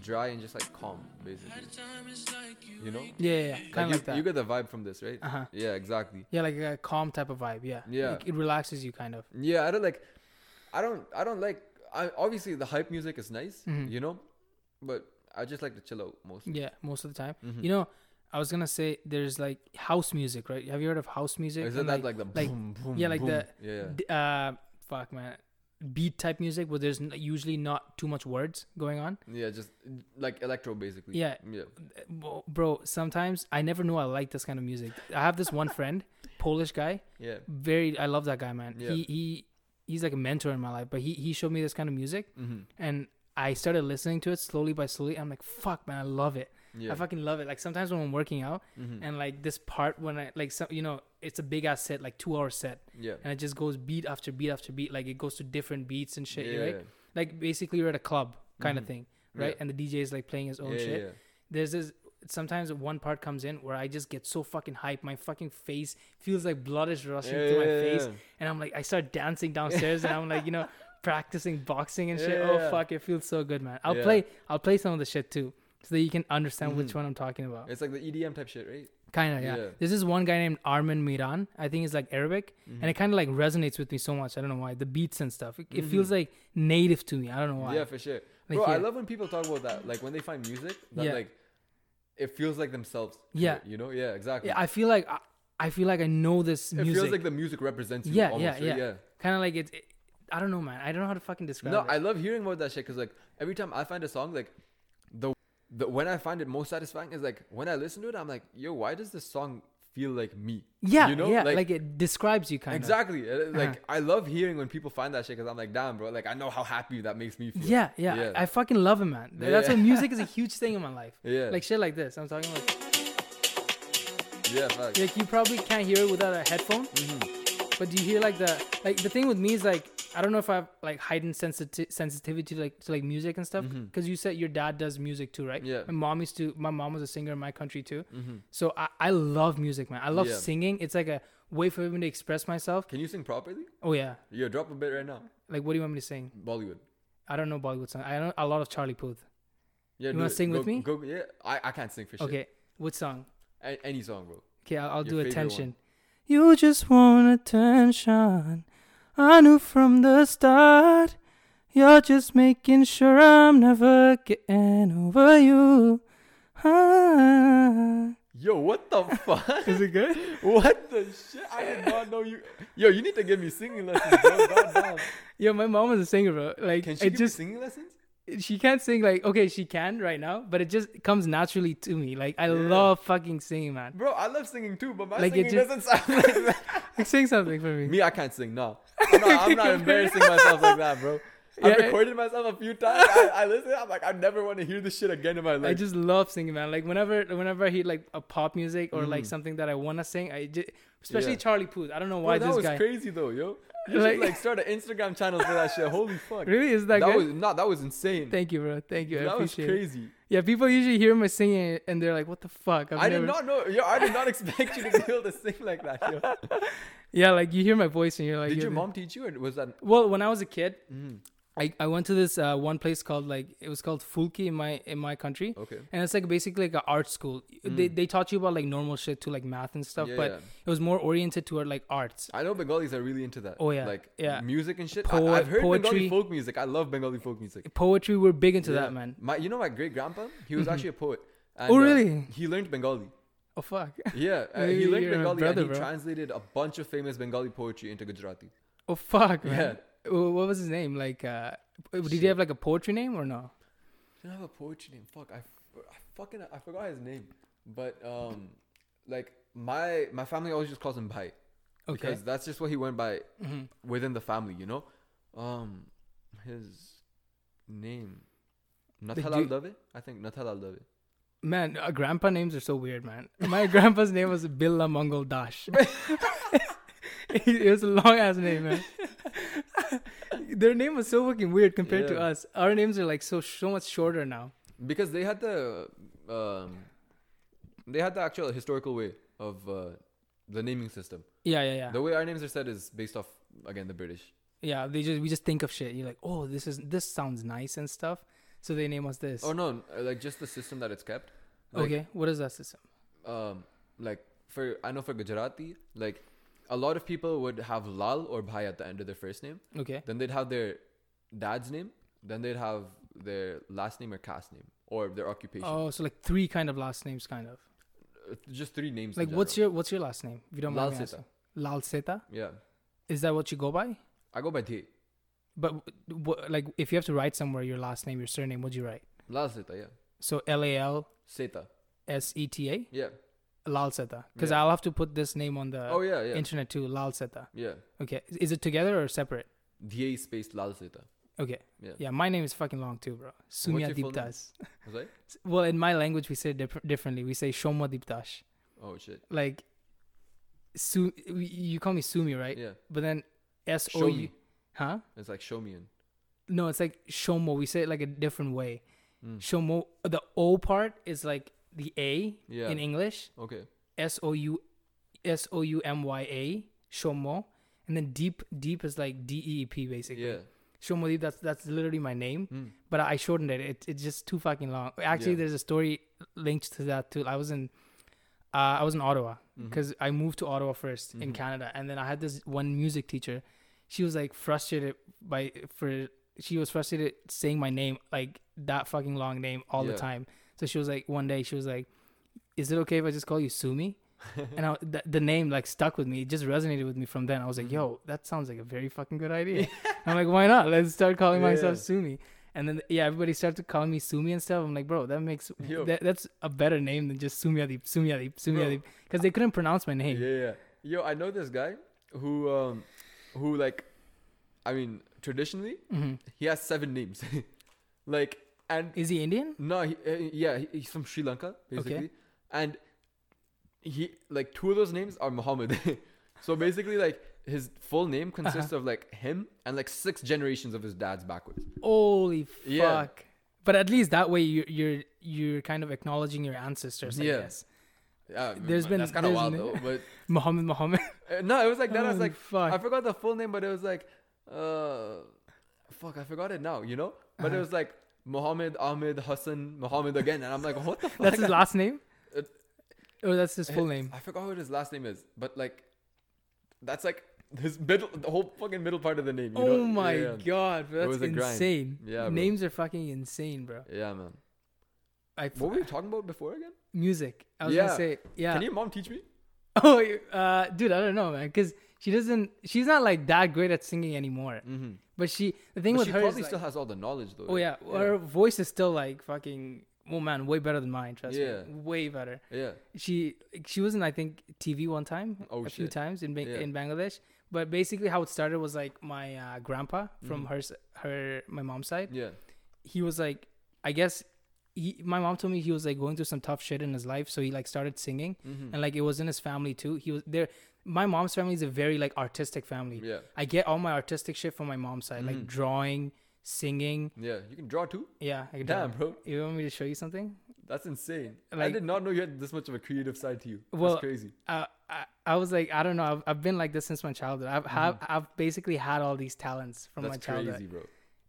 [SPEAKER 2] dry and just like calm, basically. You know.
[SPEAKER 1] Yeah, yeah, yeah. kind
[SPEAKER 2] you,
[SPEAKER 1] of like that.
[SPEAKER 2] you get the vibe from this, right?
[SPEAKER 1] Uh-huh.
[SPEAKER 2] Yeah, exactly.
[SPEAKER 1] yeah, like a calm type of vibe. Yeah.
[SPEAKER 2] Yeah.
[SPEAKER 1] Like, it relaxes you, kind of.
[SPEAKER 2] Yeah, I don't like. I don't. I don't like. I obviously the hype music
[SPEAKER 1] Mm-hmm.
[SPEAKER 2] is nice, you know, but I just like to chill out mostly. Mm-hmm.
[SPEAKER 1] Yeah, most of the time. You know, I was gonna say there's like house music, right? Have you heard of house music?
[SPEAKER 2] Is it
[SPEAKER 1] And,
[SPEAKER 2] that like, the
[SPEAKER 1] like-
[SPEAKER 2] boom, boom,
[SPEAKER 1] yeah, like
[SPEAKER 2] boom?
[SPEAKER 1] the-
[SPEAKER 2] yeah, yeah.
[SPEAKER 1] d- uh, fuck man, beat type music where there's n- usually not too much words going on?
[SPEAKER 2] yeah, just like electro basically.
[SPEAKER 1] Yeah.
[SPEAKER 2] yeah.
[SPEAKER 1] Bo- Bro, sometimes I never knew I liked this kind of music. I have this
[SPEAKER 2] [laughs]
[SPEAKER 1] one friend, Polish guy,
[SPEAKER 2] Yeah.
[SPEAKER 1] very I love that guy, man.
[SPEAKER 2] Yeah.
[SPEAKER 1] He he he's like a mentor in my life, but he he showed me this kind of music
[SPEAKER 2] Mm-hmm.
[SPEAKER 1] and I started listening to it slowly by slowly. I'm like, fuck, man, I love it.
[SPEAKER 2] Yeah.
[SPEAKER 1] I fucking love it. Like sometimes when I'm working out,
[SPEAKER 2] Mhm.
[SPEAKER 1] and like this part when I like some, you know, it's a big ass set, like two hour set,
[SPEAKER 2] yeah.
[SPEAKER 1] and it just goes beat after beat after beat. Like it goes to different beats and shit,
[SPEAKER 2] yeah.
[SPEAKER 1] right? Like basically you're at a club kind
[SPEAKER 2] Mhm.
[SPEAKER 1] of thing, right?
[SPEAKER 2] Yeah.
[SPEAKER 1] And the DJ is like playing his own
[SPEAKER 2] yeah,
[SPEAKER 1] shit.
[SPEAKER 2] yeah.
[SPEAKER 1] There's this sometimes one part comes in where I just get so fucking hyped, my fucking face feels like blood is rushing
[SPEAKER 2] Yeah,
[SPEAKER 1] through my
[SPEAKER 2] yeah,
[SPEAKER 1] face,
[SPEAKER 2] yeah.
[SPEAKER 1] and I'm like, I start dancing downstairs, and I'm like, you
[SPEAKER 2] [laughs]
[SPEAKER 1] know, practicing boxing and shit.
[SPEAKER 2] Yeah, yeah.
[SPEAKER 1] Oh fuck, it feels so good, man. I'll
[SPEAKER 2] Yeah.
[SPEAKER 1] play, I'll play some of the shit too, so that you can understand
[SPEAKER 2] Mhm.
[SPEAKER 1] which one I'm talking about.
[SPEAKER 2] It's like the EDM type shit, right?
[SPEAKER 1] Kind of, yeah.
[SPEAKER 2] Yeah.
[SPEAKER 1] This is one guy named Armin Miran. I think he's like Arabic, and it
[SPEAKER 2] Mm-hmm.
[SPEAKER 1] kind of like resonates with me so much. I don't know why. The beats and stuff, it, it feels like native to me. I don't know why.
[SPEAKER 2] Yeah, for sure.
[SPEAKER 1] Like,
[SPEAKER 2] Bro, I
[SPEAKER 1] yeah.
[SPEAKER 2] love when people talk about that. Like when they find music, that
[SPEAKER 1] Yeah.
[SPEAKER 2] like it feels like themselves. to
[SPEAKER 1] Yeah.
[SPEAKER 2] it, you know? Yeah, exactly.
[SPEAKER 1] Yeah, I feel like I, I feel like I know this
[SPEAKER 2] it
[SPEAKER 1] music.
[SPEAKER 2] feels like the music represents you.
[SPEAKER 1] Yeah,
[SPEAKER 2] almost,
[SPEAKER 1] yeah,
[SPEAKER 2] right?
[SPEAKER 1] yeah. kind of like it, it. I don't know, man. I don't know how to fucking describe
[SPEAKER 2] No,
[SPEAKER 1] it.
[SPEAKER 2] I love hearing about that shit because like every time I find a song, like the the when I find it most satisfying is like when I listen to it, I'm like, yo, why does this song feel like me?
[SPEAKER 1] yeah,
[SPEAKER 2] you know,
[SPEAKER 1] yeah.
[SPEAKER 2] like,
[SPEAKER 1] Like, Uh-huh. it describes you kind of.
[SPEAKER 2] exactly. Uh, Like I love hearing when people find that shit because I'm like, damn, bro, like I know how happy that makes me feel.
[SPEAKER 1] Yeah, yeah. I, I fucking love it, man. Th-
[SPEAKER 2] Yeah.
[SPEAKER 1] That's why
[SPEAKER 2] [laughs]
[SPEAKER 1] music is a huge thing in my life.
[SPEAKER 2] Yeah.
[SPEAKER 1] Like shit like this. I'm talking about.
[SPEAKER 2] yeah, facts.
[SPEAKER 1] Like you probably can't hear it without a headphone.
[SPEAKER 2] Mm-hmm.
[SPEAKER 1] But do you hear like the like the thing with me is like I don't know if I have like heightened sensitivity sensitivity to like to like music and stuff because you said your dad does music too, right?
[SPEAKER 2] Mm-hmm. Yeah. Mm-hmm.
[SPEAKER 1] My mom used to. My mom was a singer in my country too. So I I love music, man. I love
[SPEAKER 2] Yeah.
[SPEAKER 1] singing. It's like a way for me to express myself.
[SPEAKER 2] Can you sing properly?
[SPEAKER 1] Oh yeah.
[SPEAKER 2] Yo, drop a bit right now.
[SPEAKER 1] Like what do you want me to sing?
[SPEAKER 2] Bollywood.
[SPEAKER 1] I don't know Bollywood song. I know a lot of Charlie Puth.
[SPEAKER 2] Yeah,
[SPEAKER 1] You
[SPEAKER 2] do
[SPEAKER 1] wanna
[SPEAKER 2] it.
[SPEAKER 1] sing
[SPEAKER 2] Go-
[SPEAKER 1] with me?
[SPEAKER 2] Go, yeah, I, I can't sing for shit.
[SPEAKER 1] Okay. What song?
[SPEAKER 2] A- any song, bro.
[SPEAKER 1] Okay, I'll, I'll do
[SPEAKER 2] Your favorite one.
[SPEAKER 1] attention. You just want attention. I knew from the start. You're just making sure I'm never getting over you. Ah.
[SPEAKER 2] Yo, what the [laughs] fuck?
[SPEAKER 1] Is it good?
[SPEAKER 2] what the shit? I did not know you. Yo, you need to give me singing lessons, bro.
[SPEAKER 1] [laughs]
[SPEAKER 2] Goddamn.
[SPEAKER 1] Yeah, my mom is a singer, bro. Like,
[SPEAKER 2] Can she
[SPEAKER 1] it
[SPEAKER 2] give
[SPEAKER 1] just
[SPEAKER 2] me singing lessons?
[SPEAKER 1] she can't sing like okay, she can right now, but it just comes naturally to me. Like, I
[SPEAKER 2] Yeah.
[SPEAKER 1] love fucking singing, man.
[SPEAKER 2] Bro, I love singing too, but my
[SPEAKER 1] Like,
[SPEAKER 2] singing
[SPEAKER 1] it just-
[SPEAKER 2] doesn't sound
[SPEAKER 1] [laughs]
[SPEAKER 2] like that.
[SPEAKER 1] Like, sing something for me.
[SPEAKER 2] Me, I can't sing.
[SPEAKER 1] [laughs]
[SPEAKER 2] No, I'm not, I'm not embarrassing myself like that, bro. I
[SPEAKER 1] Yeah.
[SPEAKER 2] have recorded myself a few times. I, I listen. I'm like, I never want to hear this shit again in my life.
[SPEAKER 1] I just love singing, man. Like whenever, whenever I hear like a pop music or like something that I wanna sing, I just, especially
[SPEAKER 2] Mm. Yeah.
[SPEAKER 1] Charlie Puth. I don't know
[SPEAKER 2] Bro,
[SPEAKER 1] why
[SPEAKER 2] that
[SPEAKER 1] this
[SPEAKER 2] was
[SPEAKER 1] guy
[SPEAKER 2] crazy though, yo. You should
[SPEAKER 1] Like-
[SPEAKER 2] like start an Instagram channel for that shit. Holy fuck.
[SPEAKER 1] [laughs] really is that,
[SPEAKER 2] that
[SPEAKER 1] good.
[SPEAKER 2] was not. That was insane.
[SPEAKER 1] Thank you, bro. Thank you. I
[SPEAKER 2] that was
[SPEAKER 1] appreciate it.
[SPEAKER 2] crazy.
[SPEAKER 1] Yeah, people usually hear my singing and they're like, "What the fuck?" I've
[SPEAKER 2] I
[SPEAKER 1] never-
[SPEAKER 2] did not know. Yo, I did not [laughs] expect you to be able to sing like that. Yo.
[SPEAKER 1] Yeah, like you hear my voice and you're like,
[SPEAKER 2] Did
[SPEAKER 1] you're
[SPEAKER 2] your
[SPEAKER 1] the-
[SPEAKER 2] mom teach you, or was that? mm,
[SPEAKER 1] Well, when I was a kid, I, I went to this uh, one place called like it was called Fulki in my in my country.
[SPEAKER 2] Okay. Mm.
[SPEAKER 1] And it's like basically like an art school. They, they taught you about like normal shit to like math and stuff,
[SPEAKER 2] Yeah,
[SPEAKER 1] but
[SPEAKER 2] yeah.
[SPEAKER 1] it was more oriented toward like arts.
[SPEAKER 2] I know Bengalis are really into that.
[SPEAKER 1] Oh, yeah,
[SPEAKER 2] like
[SPEAKER 1] yeah.
[SPEAKER 2] music and shit.
[SPEAKER 1] Poe-
[SPEAKER 2] I, have heard Bengali
[SPEAKER 1] poetry.
[SPEAKER 2] folk music. I love Bengali folk music.
[SPEAKER 1] Poetry, we're big into
[SPEAKER 2] Yeah.
[SPEAKER 1] that, man. Mm-hmm.
[SPEAKER 2] My, you know, my great grandpa, he was actually a poet. And,
[SPEAKER 1] Oh,
[SPEAKER 2] uh,
[SPEAKER 1] really?
[SPEAKER 2] he learned Bengali.
[SPEAKER 1] Oh fuck. [laughs]
[SPEAKER 2] Yeah, uh,
[SPEAKER 1] Maybe
[SPEAKER 2] he learned
[SPEAKER 1] you're my
[SPEAKER 2] Bengali
[SPEAKER 1] brother,
[SPEAKER 2] and he
[SPEAKER 1] bro.
[SPEAKER 2] translated a bunch of famous Bengali poetry into Gujarati.
[SPEAKER 1] Oh fuck,
[SPEAKER 2] Yeah.
[SPEAKER 1] man. Wh- What was his name? Like, uh, did he have like a poetry name or no?
[SPEAKER 2] didn't have a poetry name. Fuck, I, I fucking I forgot his name. But um, like my my family always just calls him Bhai.
[SPEAKER 1] Okay. Mm-hmm.
[SPEAKER 2] Because that's just what he went by within the family, you know. Um, his name, Nathalal
[SPEAKER 1] you-
[SPEAKER 2] Dave. I think Nathalal Dave.
[SPEAKER 1] Man, uh, grandpa names are so weird, man. My [laughs] grandpa's name was Billa Mongol Dash. [laughs] it it was a long ass name, man. [laughs] Their name was so fucking weird compared to
[SPEAKER 2] Yeah.
[SPEAKER 1] us. Our names are like so so much shorter now.
[SPEAKER 2] Because they had the um, they had the actual historical way of uh, the naming system.
[SPEAKER 1] Yeah, yeah, yeah.
[SPEAKER 2] The way our names are said is based off again the British.
[SPEAKER 1] yeah, they just we just think of shit. You're like, oh, this is this sounds nice and stuff. So they name us this.
[SPEAKER 2] Oh no, uh, like just the system that it's kept. Like,
[SPEAKER 1] okay, what is that system?
[SPEAKER 2] um, like for I know for Gujarati, like a lot of people would have Lal or Bhai at the end of their first name.
[SPEAKER 1] Okay,
[SPEAKER 2] Then they'd have their dad's name. Then they'd have their last name or caste name or their occupation.
[SPEAKER 1] oh, so like three kind of last names, kind of.
[SPEAKER 2] uh, just three names.
[SPEAKER 1] Like, what's your what's your last name? If you don't mind me
[SPEAKER 2] Lalseta.
[SPEAKER 1] asking. Lalseta.
[SPEAKER 2] your? Yeah,
[SPEAKER 1] Is that what you go by?
[SPEAKER 2] I go by T.
[SPEAKER 1] But what, like, if you have to write somewhere your last name, your surname, what'd you write?
[SPEAKER 2] Lal Seta, yeah.
[SPEAKER 1] So L A L
[SPEAKER 2] Seta,
[SPEAKER 1] S E T A.
[SPEAKER 2] yeah.
[SPEAKER 1] Lal Seta. Because
[SPEAKER 2] Yeah.
[SPEAKER 1] I'll have to put this name on the
[SPEAKER 2] oh yeah, yeah,
[SPEAKER 1] internet too. Lal Seta.
[SPEAKER 2] yeah.
[SPEAKER 1] Okay. Is- Is it together or separate?
[SPEAKER 2] Da space Lal Seta.
[SPEAKER 1] Okay.
[SPEAKER 2] Yeah.
[SPEAKER 1] Yeah. My name is fucking long too, bro. Sumya
[SPEAKER 2] your full name?
[SPEAKER 1] Diptas.
[SPEAKER 2] Was I?
[SPEAKER 1] [laughs] Well, in my language, we say it differ- differently. We say Shomwa Diptash.
[SPEAKER 2] Oh shit.
[SPEAKER 1] Like, Su- you call me Sumi, right?
[SPEAKER 2] Yeah.
[SPEAKER 1] But then S O
[SPEAKER 2] Show
[SPEAKER 1] U.
[SPEAKER 2] me.
[SPEAKER 1] Huh?
[SPEAKER 2] It's like show me in.
[SPEAKER 1] No, it's like Shomo. We say it like a different way.
[SPEAKER 2] Mm.
[SPEAKER 1] Shomo. The O part is like the A
[SPEAKER 2] Yeah.
[SPEAKER 1] in English.
[SPEAKER 2] Okay.
[SPEAKER 1] S O U S O U M Y A. Shomo. And then deep deep is like D E E P basically.
[SPEAKER 2] Yeah.
[SPEAKER 1] Shomo Deep. That's that's literally my name.
[SPEAKER 2] Mm.
[SPEAKER 1] But I shortened it. it. It's just too fucking long. Actually,
[SPEAKER 2] Yeah.
[SPEAKER 1] there's a story linked to that too. I was in uh, I was in Ottawa
[SPEAKER 2] Mm-hmm.
[SPEAKER 1] because I moved to Ottawa 1st in
[SPEAKER 2] Mhm.
[SPEAKER 1] Canada, and then I had this one music teacher. She was like frustrated by for she was frustrated saying my name like that fucking long name all the
[SPEAKER 2] Yeah.
[SPEAKER 1] time. So she was like one day she was like, "Is it okay if I just call you
[SPEAKER 2] [laughs]
[SPEAKER 1] Sumi?" and I, th- the name like stuck with me. It just resonated with me from then. I was like,
[SPEAKER 2] Mhm.
[SPEAKER 1] "Yo, that sounds like a very fucking good idea." [laughs] I'm like, "Why not? Let's start calling myself
[SPEAKER 2] Yeah.
[SPEAKER 1] Sumi." And then yeah, everybody started calling me Sumi and stuff. I'm like, "Bro, that makes
[SPEAKER 2] Yo.
[SPEAKER 1] that, that's a better name than just Sumiadip, Sumiadip, Sumiadip." because they couldn't pronounce my name.
[SPEAKER 2] Yeah, yeah. Yo, I know this guy who, um, who like, I mean, traditionally
[SPEAKER 1] Mhm.
[SPEAKER 2] he has seven names, [laughs] like, and
[SPEAKER 1] Is he Indian?
[SPEAKER 2] no, he, uh, yeah, he, he's from Sri Lanka basically, and he like two of those names are Muhammad. [laughs] so basically, like his full name consists
[SPEAKER 1] Uh-huh.
[SPEAKER 2] of like him and like six generations of his dad's backwards.
[SPEAKER 1] Holy fuck!
[SPEAKER 2] Yeah.
[SPEAKER 1] But at least that way you're you're you're kind of acknowledging your ancestors. I
[SPEAKER 2] Yeah.
[SPEAKER 1] guess.
[SPEAKER 2] Yeah,
[SPEAKER 1] [laughs] There's
[SPEAKER 2] man,
[SPEAKER 1] been-
[SPEAKER 2] that's kind of
[SPEAKER 1] there's
[SPEAKER 2] wild
[SPEAKER 1] been- [laughs]
[SPEAKER 2] though, but
[SPEAKER 1] Muhammad Muhammad.
[SPEAKER 2] Uh, no, it was like that. I was
[SPEAKER 1] Holy
[SPEAKER 2] like,
[SPEAKER 1] fuck.
[SPEAKER 2] I forgot the full name, but it was like, uh, fuck, I forgot it now. You know, but
[SPEAKER 1] Uh-huh.
[SPEAKER 2] it was like Mohammed Ahmed Hassan Mohammed again, and I'm like, what the fuck?
[SPEAKER 1] That's his last name.
[SPEAKER 2] It-
[SPEAKER 1] oh, that's his full name.
[SPEAKER 2] I forgot what his last name is, but like, that's like his middle, the whole fucking middle part of the name. You know?
[SPEAKER 1] oh my
[SPEAKER 2] yeah.
[SPEAKER 1] god, bro,
[SPEAKER 2] was
[SPEAKER 1] that's
[SPEAKER 2] a grind.
[SPEAKER 1] insane.
[SPEAKER 2] Yeah, bro.
[SPEAKER 1] names are fucking insane, bro.
[SPEAKER 2] Yeah, man.
[SPEAKER 1] I
[SPEAKER 2] What were we talking about before again?
[SPEAKER 1] music. I was
[SPEAKER 2] Yeah.
[SPEAKER 1] gonna say yeah.
[SPEAKER 2] Can your mom teach me?
[SPEAKER 1] [laughs] oh, uh, dude, I don't know, man, because she doesn't. She's not like that great at singing anymore.
[SPEAKER 2] Mm-hmm.
[SPEAKER 1] But she, the thing
[SPEAKER 2] But
[SPEAKER 1] with
[SPEAKER 2] she
[SPEAKER 1] her is
[SPEAKER 2] probably
[SPEAKER 1] like,
[SPEAKER 2] still has all the knowledge though.
[SPEAKER 1] Oh yeah, her voice is still like fucking. Oh man, way better than mine. Trust
[SPEAKER 2] Yeah.
[SPEAKER 1] me, way better.
[SPEAKER 2] yeah.
[SPEAKER 1] She she was in I think TV one time,
[SPEAKER 2] Oh,
[SPEAKER 1] a few
[SPEAKER 2] shit.
[SPEAKER 1] times in Bang
[SPEAKER 2] Yeah.
[SPEAKER 1] in Bangladesh. But basically, how it started was like my uh, grandpa from
[SPEAKER 2] Mm-hmm.
[SPEAKER 1] her s- her my mom's side.
[SPEAKER 2] Yeah.
[SPEAKER 1] He was like, I guess. He, my mom told me he was like going through some tough shit in his life, so he like started singing,
[SPEAKER 2] Mm-hmm.
[SPEAKER 1] and like it was in his family too. He was there. My mom's family is a very like artistic family.
[SPEAKER 2] Yeah. Mm-hmm.
[SPEAKER 1] I get all my artistic shit from my mom's side, like drawing, singing.
[SPEAKER 2] Yeah. You can draw too.
[SPEAKER 1] Yeah, I can tell.
[SPEAKER 2] Damn, bro.
[SPEAKER 1] You want me to show you something?
[SPEAKER 2] That's insane. I
[SPEAKER 1] Like-
[SPEAKER 2] did not know you had this much of a creative side to you.
[SPEAKER 1] Well,
[SPEAKER 2] That's crazy.
[SPEAKER 1] Uh, I, I was like, I don't know. I've, I've been like this since my childhood. I've have, I've basically had all these talents from
[SPEAKER 2] Mm-hmm. That's
[SPEAKER 1] my childhood,
[SPEAKER 2] crazy, bro.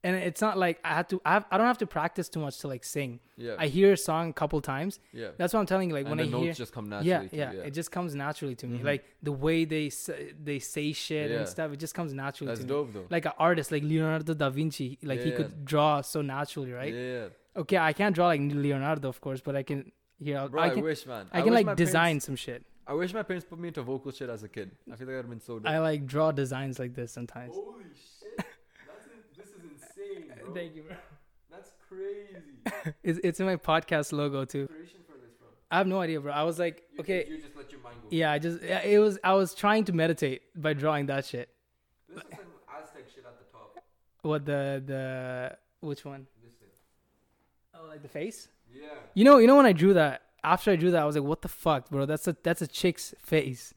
[SPEAKER 1] and it's not like I had to. I've, I don't have to practice too much to like sing.
[SPEAKER 2] Yeah.
[SPEAKER 1] I hear a song a couple times.
[SPEAKER 2] Yeah.
[SPEAKER 1] That's what I'm telling you. Like
[SPEAKER 2] and
[SPEAKER 1] when
[SPEAKER 2] the
[SPEAKER 1] I
[SPEAKER 2] notes
[SPEAKER 1] hear,
[SPEAKER 2] just come
[SPEAKER 1] yeah,
[SPEAKER 2] naturally. to you, Mm-hmm.
[SPEAKER 1] yeah, it just comes naturally to me. Like the way they say, they say shit
[SPEAKER 2] Yeah.
[SPEAKER 1] and stuff, it just comes naturally
[SPEAKER 2] That's
[SPEAKER 1] to me.
[SPEAKER 2] dope, though.
[SPEAKER 1] Like an artist, like Leonardo da Vinci, like he
[SPEAKER 2] Yeah.
[SPEAKER 1] could draw so naturally, right?
[SPEAKER 2] Yeah.
[SPEAKER 1] Okay, I can't draw like Leonardo, of course, but I can. Here, I'll,
[SPEAKER 2] Bro,
[SPEAKER 1] I
[SPEAKER 2] I,
[SPEAKER 1] can,
[SPEAKER 2] wish, man.
[SPEAKER 1] I can
[SPEAKER 2] wish my
[SPEAKER 1] like design
[SPEAKER 2] parents-
[SPEAKER 1] some shit.
[SPEAKER 2] I wish my parents put me into vocal shit as a kid. I feel like I'd have been so dope.
[SPEAKER 1] I like draw designs like this sometimes.
[SPEAKER 2] Holy shit. That's in, this is insane, bro.
[SPEAKER 1] Thank you, bro.
[SPEAKER 2] That's crazy.
[SPEAKER 1] It's, it's in my podcast logo too.
[SPEAKER 2] Inspiration for this, bro.
[SPEAKER 1] I have no idea, bro. I was like,
[SPEAKER 2] You,
[SPEAKER 1] okay,
[SPEAKER 2] You just let your mind go.
[SPEAKER 1] yeah, I just yeah, it was I was trying to meditate by drawing that shit.
[SPEAKER 2] This is some Aztec shit at the top.
[SPEAKER 1] What the the which one?
[SPEAKER 2] This thing.
[SPEAKER 1] Oh, like the face.
[SPEAKER 2] Yeah.
[SPEAKER 1] You know, you know when I drew that. After I drew that, I was like, what the fuck, bro? That's a that's a chick's face,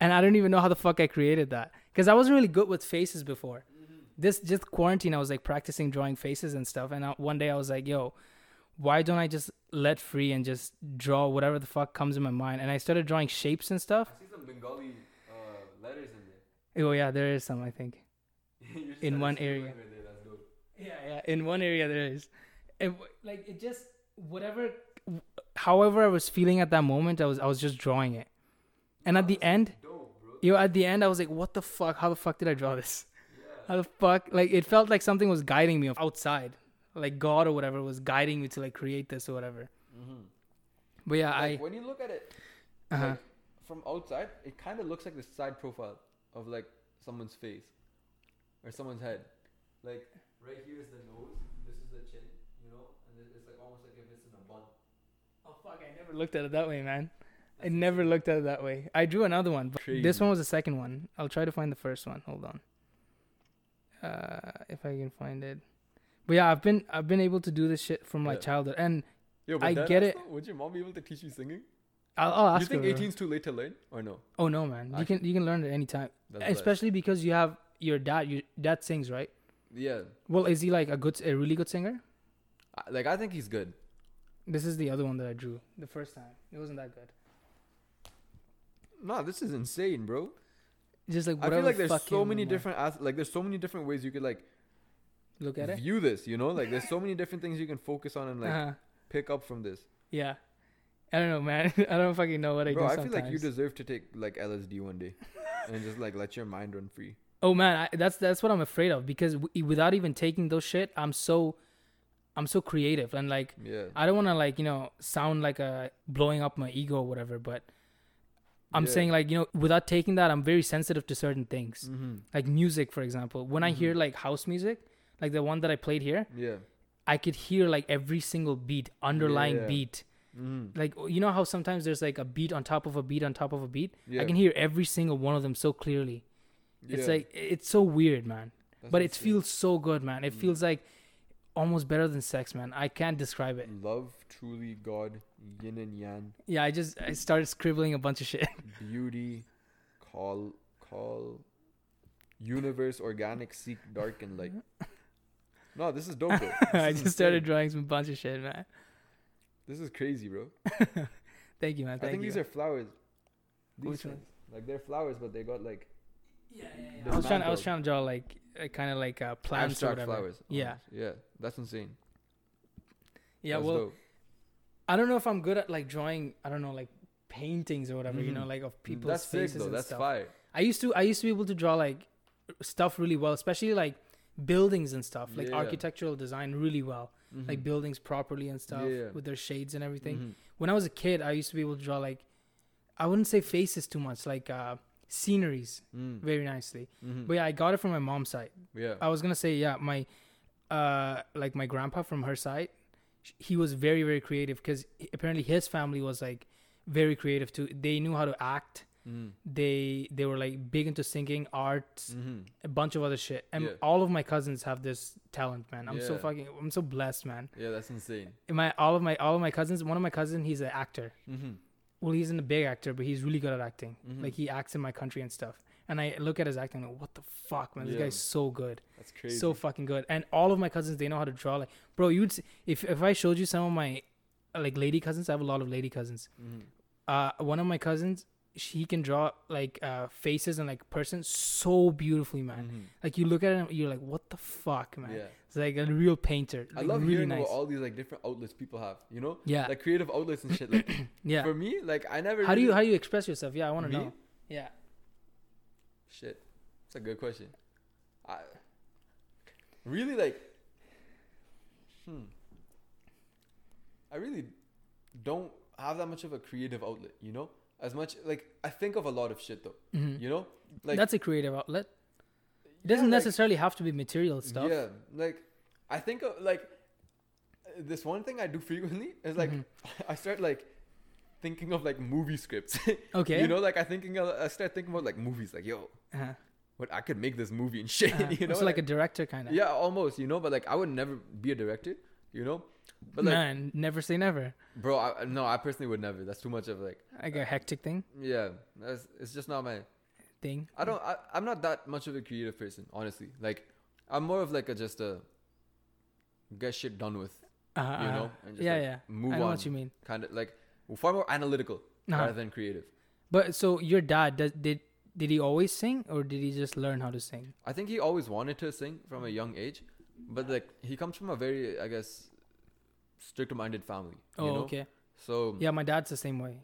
[SPEAKER 1] and I don't even know how the fuck I created that because I wasn't really good with faces before. This just quarantine, I was like practicing drawing faces and stuff, and I, one day I was like, yo. why don't I just let free and just draw whatever the fuck comes in my mind? And I started drawing shapes and stuff.
[SPEAKER 2] I see some Bengali uh, letters in
[SPEAKER 1] Oh yeah, there is some I think.
[SPEAKER 2] there. [laughs] You just
[SPEAKER 1] In
[SPEAKER 2] had a
[SPEAKER 1] one
[SPEAKER 2] skill
[SPEAKER 1] area.
[SPEAKER 2] right there, that's dope.
[SPEAKER 1] Yeah, yeah. In one area there is, it, w- like it just whatever, however I was feeling at that moment, I was I was just drawing it, and at the end,
[SPEAKER 2] Dope, bro.
[SPEAKER 1] yo, at the end I was like, what the fuck? How the fuck did I draw this? How the fuck? Like it felt like something was guiding me outside, like God Mm-hmm. or whatever was guiding me to like create this or whatever. But yeah, I
[SPEAKER 2] When you look at it,
[SPEAKER 1] Uh-huh.
[SPEAKER 2] Like, from outside, it kind of looks like the side profile of like someone's face or someone's head. Like right here is the nose, this is the chin, you know, and it- it's like almost like if it's in a bun.
[SPEAKER 1] Oh fuck! I never looked at it that way, man. I never looked at it that way. I drew another one, but this
[SPEAKER 2] Crazy.
[SPEAKER 1] one was the second one. I'll try to find the first one. Hold on. Uh, if I can find it. But yeah, I've been I've been able to do this shit from my
[SPEAKER 2] Yeah.
[SPEAKER 1] childhood, and
[SPEAKER 2] Yo,
[SPEAKER 1] I
[SPEAKER 2] dead
[SPEAKER 1] get
[SPEAKER 2] ass
[SPEAKER 1] it.
[SPEAKER 2] though, would your mom be able to teach you singing?
[SPEAKER 1] I'll, I'll
[SPEAKER 2] you
[SPEAKER 1] ask
[SPEAKER 2] think
[SPEAKER 1] her.
[SPEAKER 2] 18's too late to learn or no?
[SPEAKER 1] Oh no, man! You
[SPEAKER 2] Actually-
[SPEAKER 1] can you can learn it anytime,
[SPEAKER 2] That's bad.
[SPEAKER 1] especially because you have your dad. Your dad sings, right?
[SPEAKER 2] yeah,
[SPEAKER 1] Well, is he like a good, a really good singer?
[SPEAKER 2] I, like I think he's good.
[SPEAKER 1] This is the other one that I drew the first time. It wasn't that good.
[SPEAKER 2] Nah, this is insane, bro.
[SPEAKER 1] Just like
[SPEAKER 2] I
[SPEAKER 1] whatever.
[SPEAKER 2] feel like there's
[SPEAKER 1] fucking
[SPEAKER 2] so many
[SPEAKER 1] uh,
[SPEAKER 2] different as- like there's so many different ways you could like
[SPEAKER 1] Look at it.
[SPEAKER 2] view this, you know?
[SPEAKER 1] [laughs]
[SPEAKER 2] Like there's so many different things you can focus on and like
[SPEAKER 1] uh-huh.
[SPEAKER 2] pick up from this.
[SPEAKER 1] Yeah. I don't know, man. [laughs] I don't fucking know what I
[SPEAKER 2] Bro,
[SPEAKER 1] do
[SPEAKER 2] I
[SPEAKER 1] sometimes.
[SPEAKER 2] feel like you deserve to take like LSD one day [laughs] and just like let your mind run free.
[SPEAKER 1] oh man, I, that's that's what I'm afraid of because w- without even taking those shit, I'm so, I'm so creative and like
[SPEAKER 2] Yeah.
[SPEAKER 1] I don't want to like you know sound like a blowing up my ego or whatever, but I'm
[SPEAKER 2] Yeah.
[SPEAKER 1] saying like you know without taking that, I'm very sensitive to certain things,
[SPEAKER 2] Mm-hmm.
[SPEAKER 1] like music, for example. When I hear like house music, like the one that I played here,
[SPEAKER 2] Yeah.
[SPEAKER 1] I could hear like every single beat, underlying
[SPEAKER 2] Yeah.
[SPEAKER 1] beat.
[SPEAKER 2] Mm-hmm.
[SPEAKER 1] Like you know how sometimes there's like a beat on top of a beat on top of a beat.
[SPEAKER 2] Yeah.
[SPEAKER 1] I can hear every single one of them so clearly. It's
[SPEAKER 2] Yeah.
[SPEAKER 1] like it's so weird, man.
[SPEAKER 2] That's Mm.
[SPEAKER 1] but it
[SPEAKER 2] insane.
[SPEAKER 1] feels so good, man. It feels like almost better than sex, man. I can't describe it.
[SPEAKER 2] love truly God yin and yang
[SPEAKER 1] Yeah, I just I started scribbling a bunch of shit. [laughs]
[SPEAKER 2] beauty call call universe organic seek dark and light. No, this is dope. Bro. This
[SPEAKER 1] [laughs] I
[SPEAKER 2] is
[SPEAKER 1] just started
[SPEAKER 2] insane.
[SPEAKER 1] drawing some bunch of shit, man.
[SPEAKER 2] This is crazy, bro.
[SPEAKER 1] Thank you, man.
[SPEAKER 2] I
[SPEAKER 1] Thank
[SPEAKER 2] think
[SPEAKER 1] you.
[SPEAKER 2] these are flowers. These
[SPEAKER 1] Which
[SPEAKER 2] ones. Like they're flowers, but they got like
[SPEAKER 1] yeah,
[SPEAKER 2] yeah.
[SPEAKER 1] I was trying. I was
[SPEAKER 2] dismantled.
[SPEAKER 1] trying to draw like uh, kind of like uh, plants or
[SPEAKER 2] abstract
[SPEAKER 1] whatever.
[SPEAKER 2] flowers.
[SPEAKER 1] Yeah.
[SPEAKER 2] Yeah, that's insane.
[SPEAKER 1] Yeah.
[SPEAKER 2] That's
[SPEAKER 1] well,
[SPEAKER 2] dope.
[SPEAKER 1] I don't know if I'm good at like drawing. I don't know, like paintings or whatever. You
[SPEAKER 2] Mhm.
[SPEAKER 1] know, like of people's
[SPEAKER 2] that's
[SPEAKER 1] faces
[SPEAKER 2] sick though.
[SPEAKER 1] and
[SPEAKER 2] That's
[SPEAKER 1] stuff.
[SPEAKER 2] fire.
[SPEAKER 1] I used to. I used to be able to draw like stuff really well, especially like buildings and stuff, like
[SPEAKER 2] Yeah. Mm-hmm.
[SPEAKER 1] architectural design really well, like buildings properly and stuff
[SPEAKER 2] Yeah.
[SPEAKER 1] with their shades and everything.
[SPEAKER 2] Mhm.
[SPEAKER 1] When I was a kid, I used to be able to draw like, I wouldn't say faces too much, like uh, sceneries
[SPEAKER 2] Mm.
[SPEAKER 1] very nicely.
[SPEAKER 2] Mhm.
[SPEAKER 1] But yeah, I got it from my mom's side.
[SPEAKER 2] Yeah.
[SPEAKER 1] I was gonna say yeah, my uh like my grandpa from her side, sh- he was very very creative because apparently his family was like very creative too. They knew how to act.
[SPEAKER 2] Mm.
[SPEAKER 1] They they were like big into singing, arts,
[SPEAKER 2] Mhm.
[SPEAKER 1] a bunch of other shit. And
[SPEAKER 2] Yeah.
[SPEAKER 1] all of my cousins have this talent, man. I'm so
[SPEAKER 2] Yeah.
[SPEAKER 1] fucking I'm so blessed, man.
[SPEAKER 2] Yeah, that's insane.
[SPEAKER 1] My all of my all of my cousins. One of my cousins, he's an actor.
[SPEAKER 2] Mhm.
[SPEAKER 1] Well, he's not a big actor, but he's really good at acting.
[SPEAKER 2] Mhm.
[SPEAKER 1] Like he acts in my country and stuff. And I look at his acting, like, what the fuck, man? This
[SPEAKER 2] Yeah.
[SPEAKER 1] guy's so good
[SPEAKER 2] That's crazy.
[SPEAKER 1] so fucking good. And all of my cousins, they know how to draw. Like, bro, you'd s- if if I showed you some of my uh, like lady cousins, I have a lot of lady cousins.
[SPEAKER 2] Mhm.
[SPEAKER 1] Uh, one of my cousins, she can draw like uh faces and like persons so beautifully, man.
[SPEAKER 2] Mhm.
[SPEAKER 1] Like you look at him, you're like, what the fuck, man?
[SPEAKER 2] Yeah.
[SPEAKER 1] It's like a real painter.
[SPEAKER 2] I
[SPEAKER 1] Like,
[SPEAKER 2] love
[SPEAKER 1] really
[SPEAKER 2] hearing
[SPEAKER 1] nice.
[SPEAKER 2] about all these like different outlets people have. You know,
[SPEAKER 1] yeah,
[SPEAKER 2] like creative outlets and shit. Like
[SPEAKER 1] [laughs] yeah.
[SPEAKER 2] for me, like I never.
[SPEAKER 1] How do you
[SPEAKER 2] really-
[SPEAKER 1] how do you express yourself? Yeah, I want to
[SPEAKER 2] Me?
[SPEAKER 1] know. Yeah,
[SPEAKER 2] Shit, that's a good question. I really like. Hmm. I really don't have that much of a creative outlet. You know, as much like I think of a lot of shit though.
[SPEAKER 1] Mhm.
[SPEAKER 2] You know, Mm-hmm. like
[SPEAKER 1] that's a creative outlet. It doesn't
[SPEAKER 2] yeah, like-
[SPEAKER 1] necessarily have to be material stuff.
[SPEAKER 2] Yeah, like I think of like this one thing I do frequently [laughs] is like
[SPEAKER 1] Mhm.
[SPEAKER 2] I start like thinking of like movie scripts. [laughs]
[SPEAKER 1] Okay.
[SPEAKER 2] you know, like I thinking of, I start thinking about like movies, like yo,
[SPEAKER 1] Uh-huh.
[SPEAKER 2] what I could make this movie and [laughs] shit.
[SPEAKER 1] Uh-huh.
[SPEAKER 2] [laughs] you know,
[SPEAKER 1] so like a director kind of.
[SPEAKER 2] yeah, almost. You know, but like I would never be a director. You know, but like
[SPEAKER 1] man, never say never.
[SPEAKER 2] bro, I, no, I personally would never. That's too much of like
[SPEAKER 1] Like a hectic thing.
[SPEAKER 2] yeah, that's, it's just not my.
[SPEAKER 1] Thing.
[SPEAKER 2] I don't. I, I'm not that much of a creative person, honestly. Like I'm more of like a just a get shit done with
[SPEAKER 1] Uh,
[SPEAKER 2] you know, and just
[SPEAKER 1] yeah,
[SPEAKER 2] like
[SPEAKER 1] yeah.
[SPEAKER 2] move
[SPEAKER 1] I know
[SPEAKER 2] on.
[SPEAKER 1] what you mean.
[SPEAKER 2] Kind of like far more analytical
[SPEAKER 1] Uh-huh.
[SPEAKER 2] rather than creative.
[SPEAKER 1] But so your dad does, did did he always sing or did he just learn how to sing?
[SPEAKER 2] I think he always wanted to sing from a young age, but like he comes from a very, I guess, strict-minded family. You
[SPEAKER 1] Oh,
[SPEAKER 2] know?
[SPEAKER 1] okay.
[SPEAKER 2] So yeah.
[SPEAKER 1] Yeah, my dad's the same way.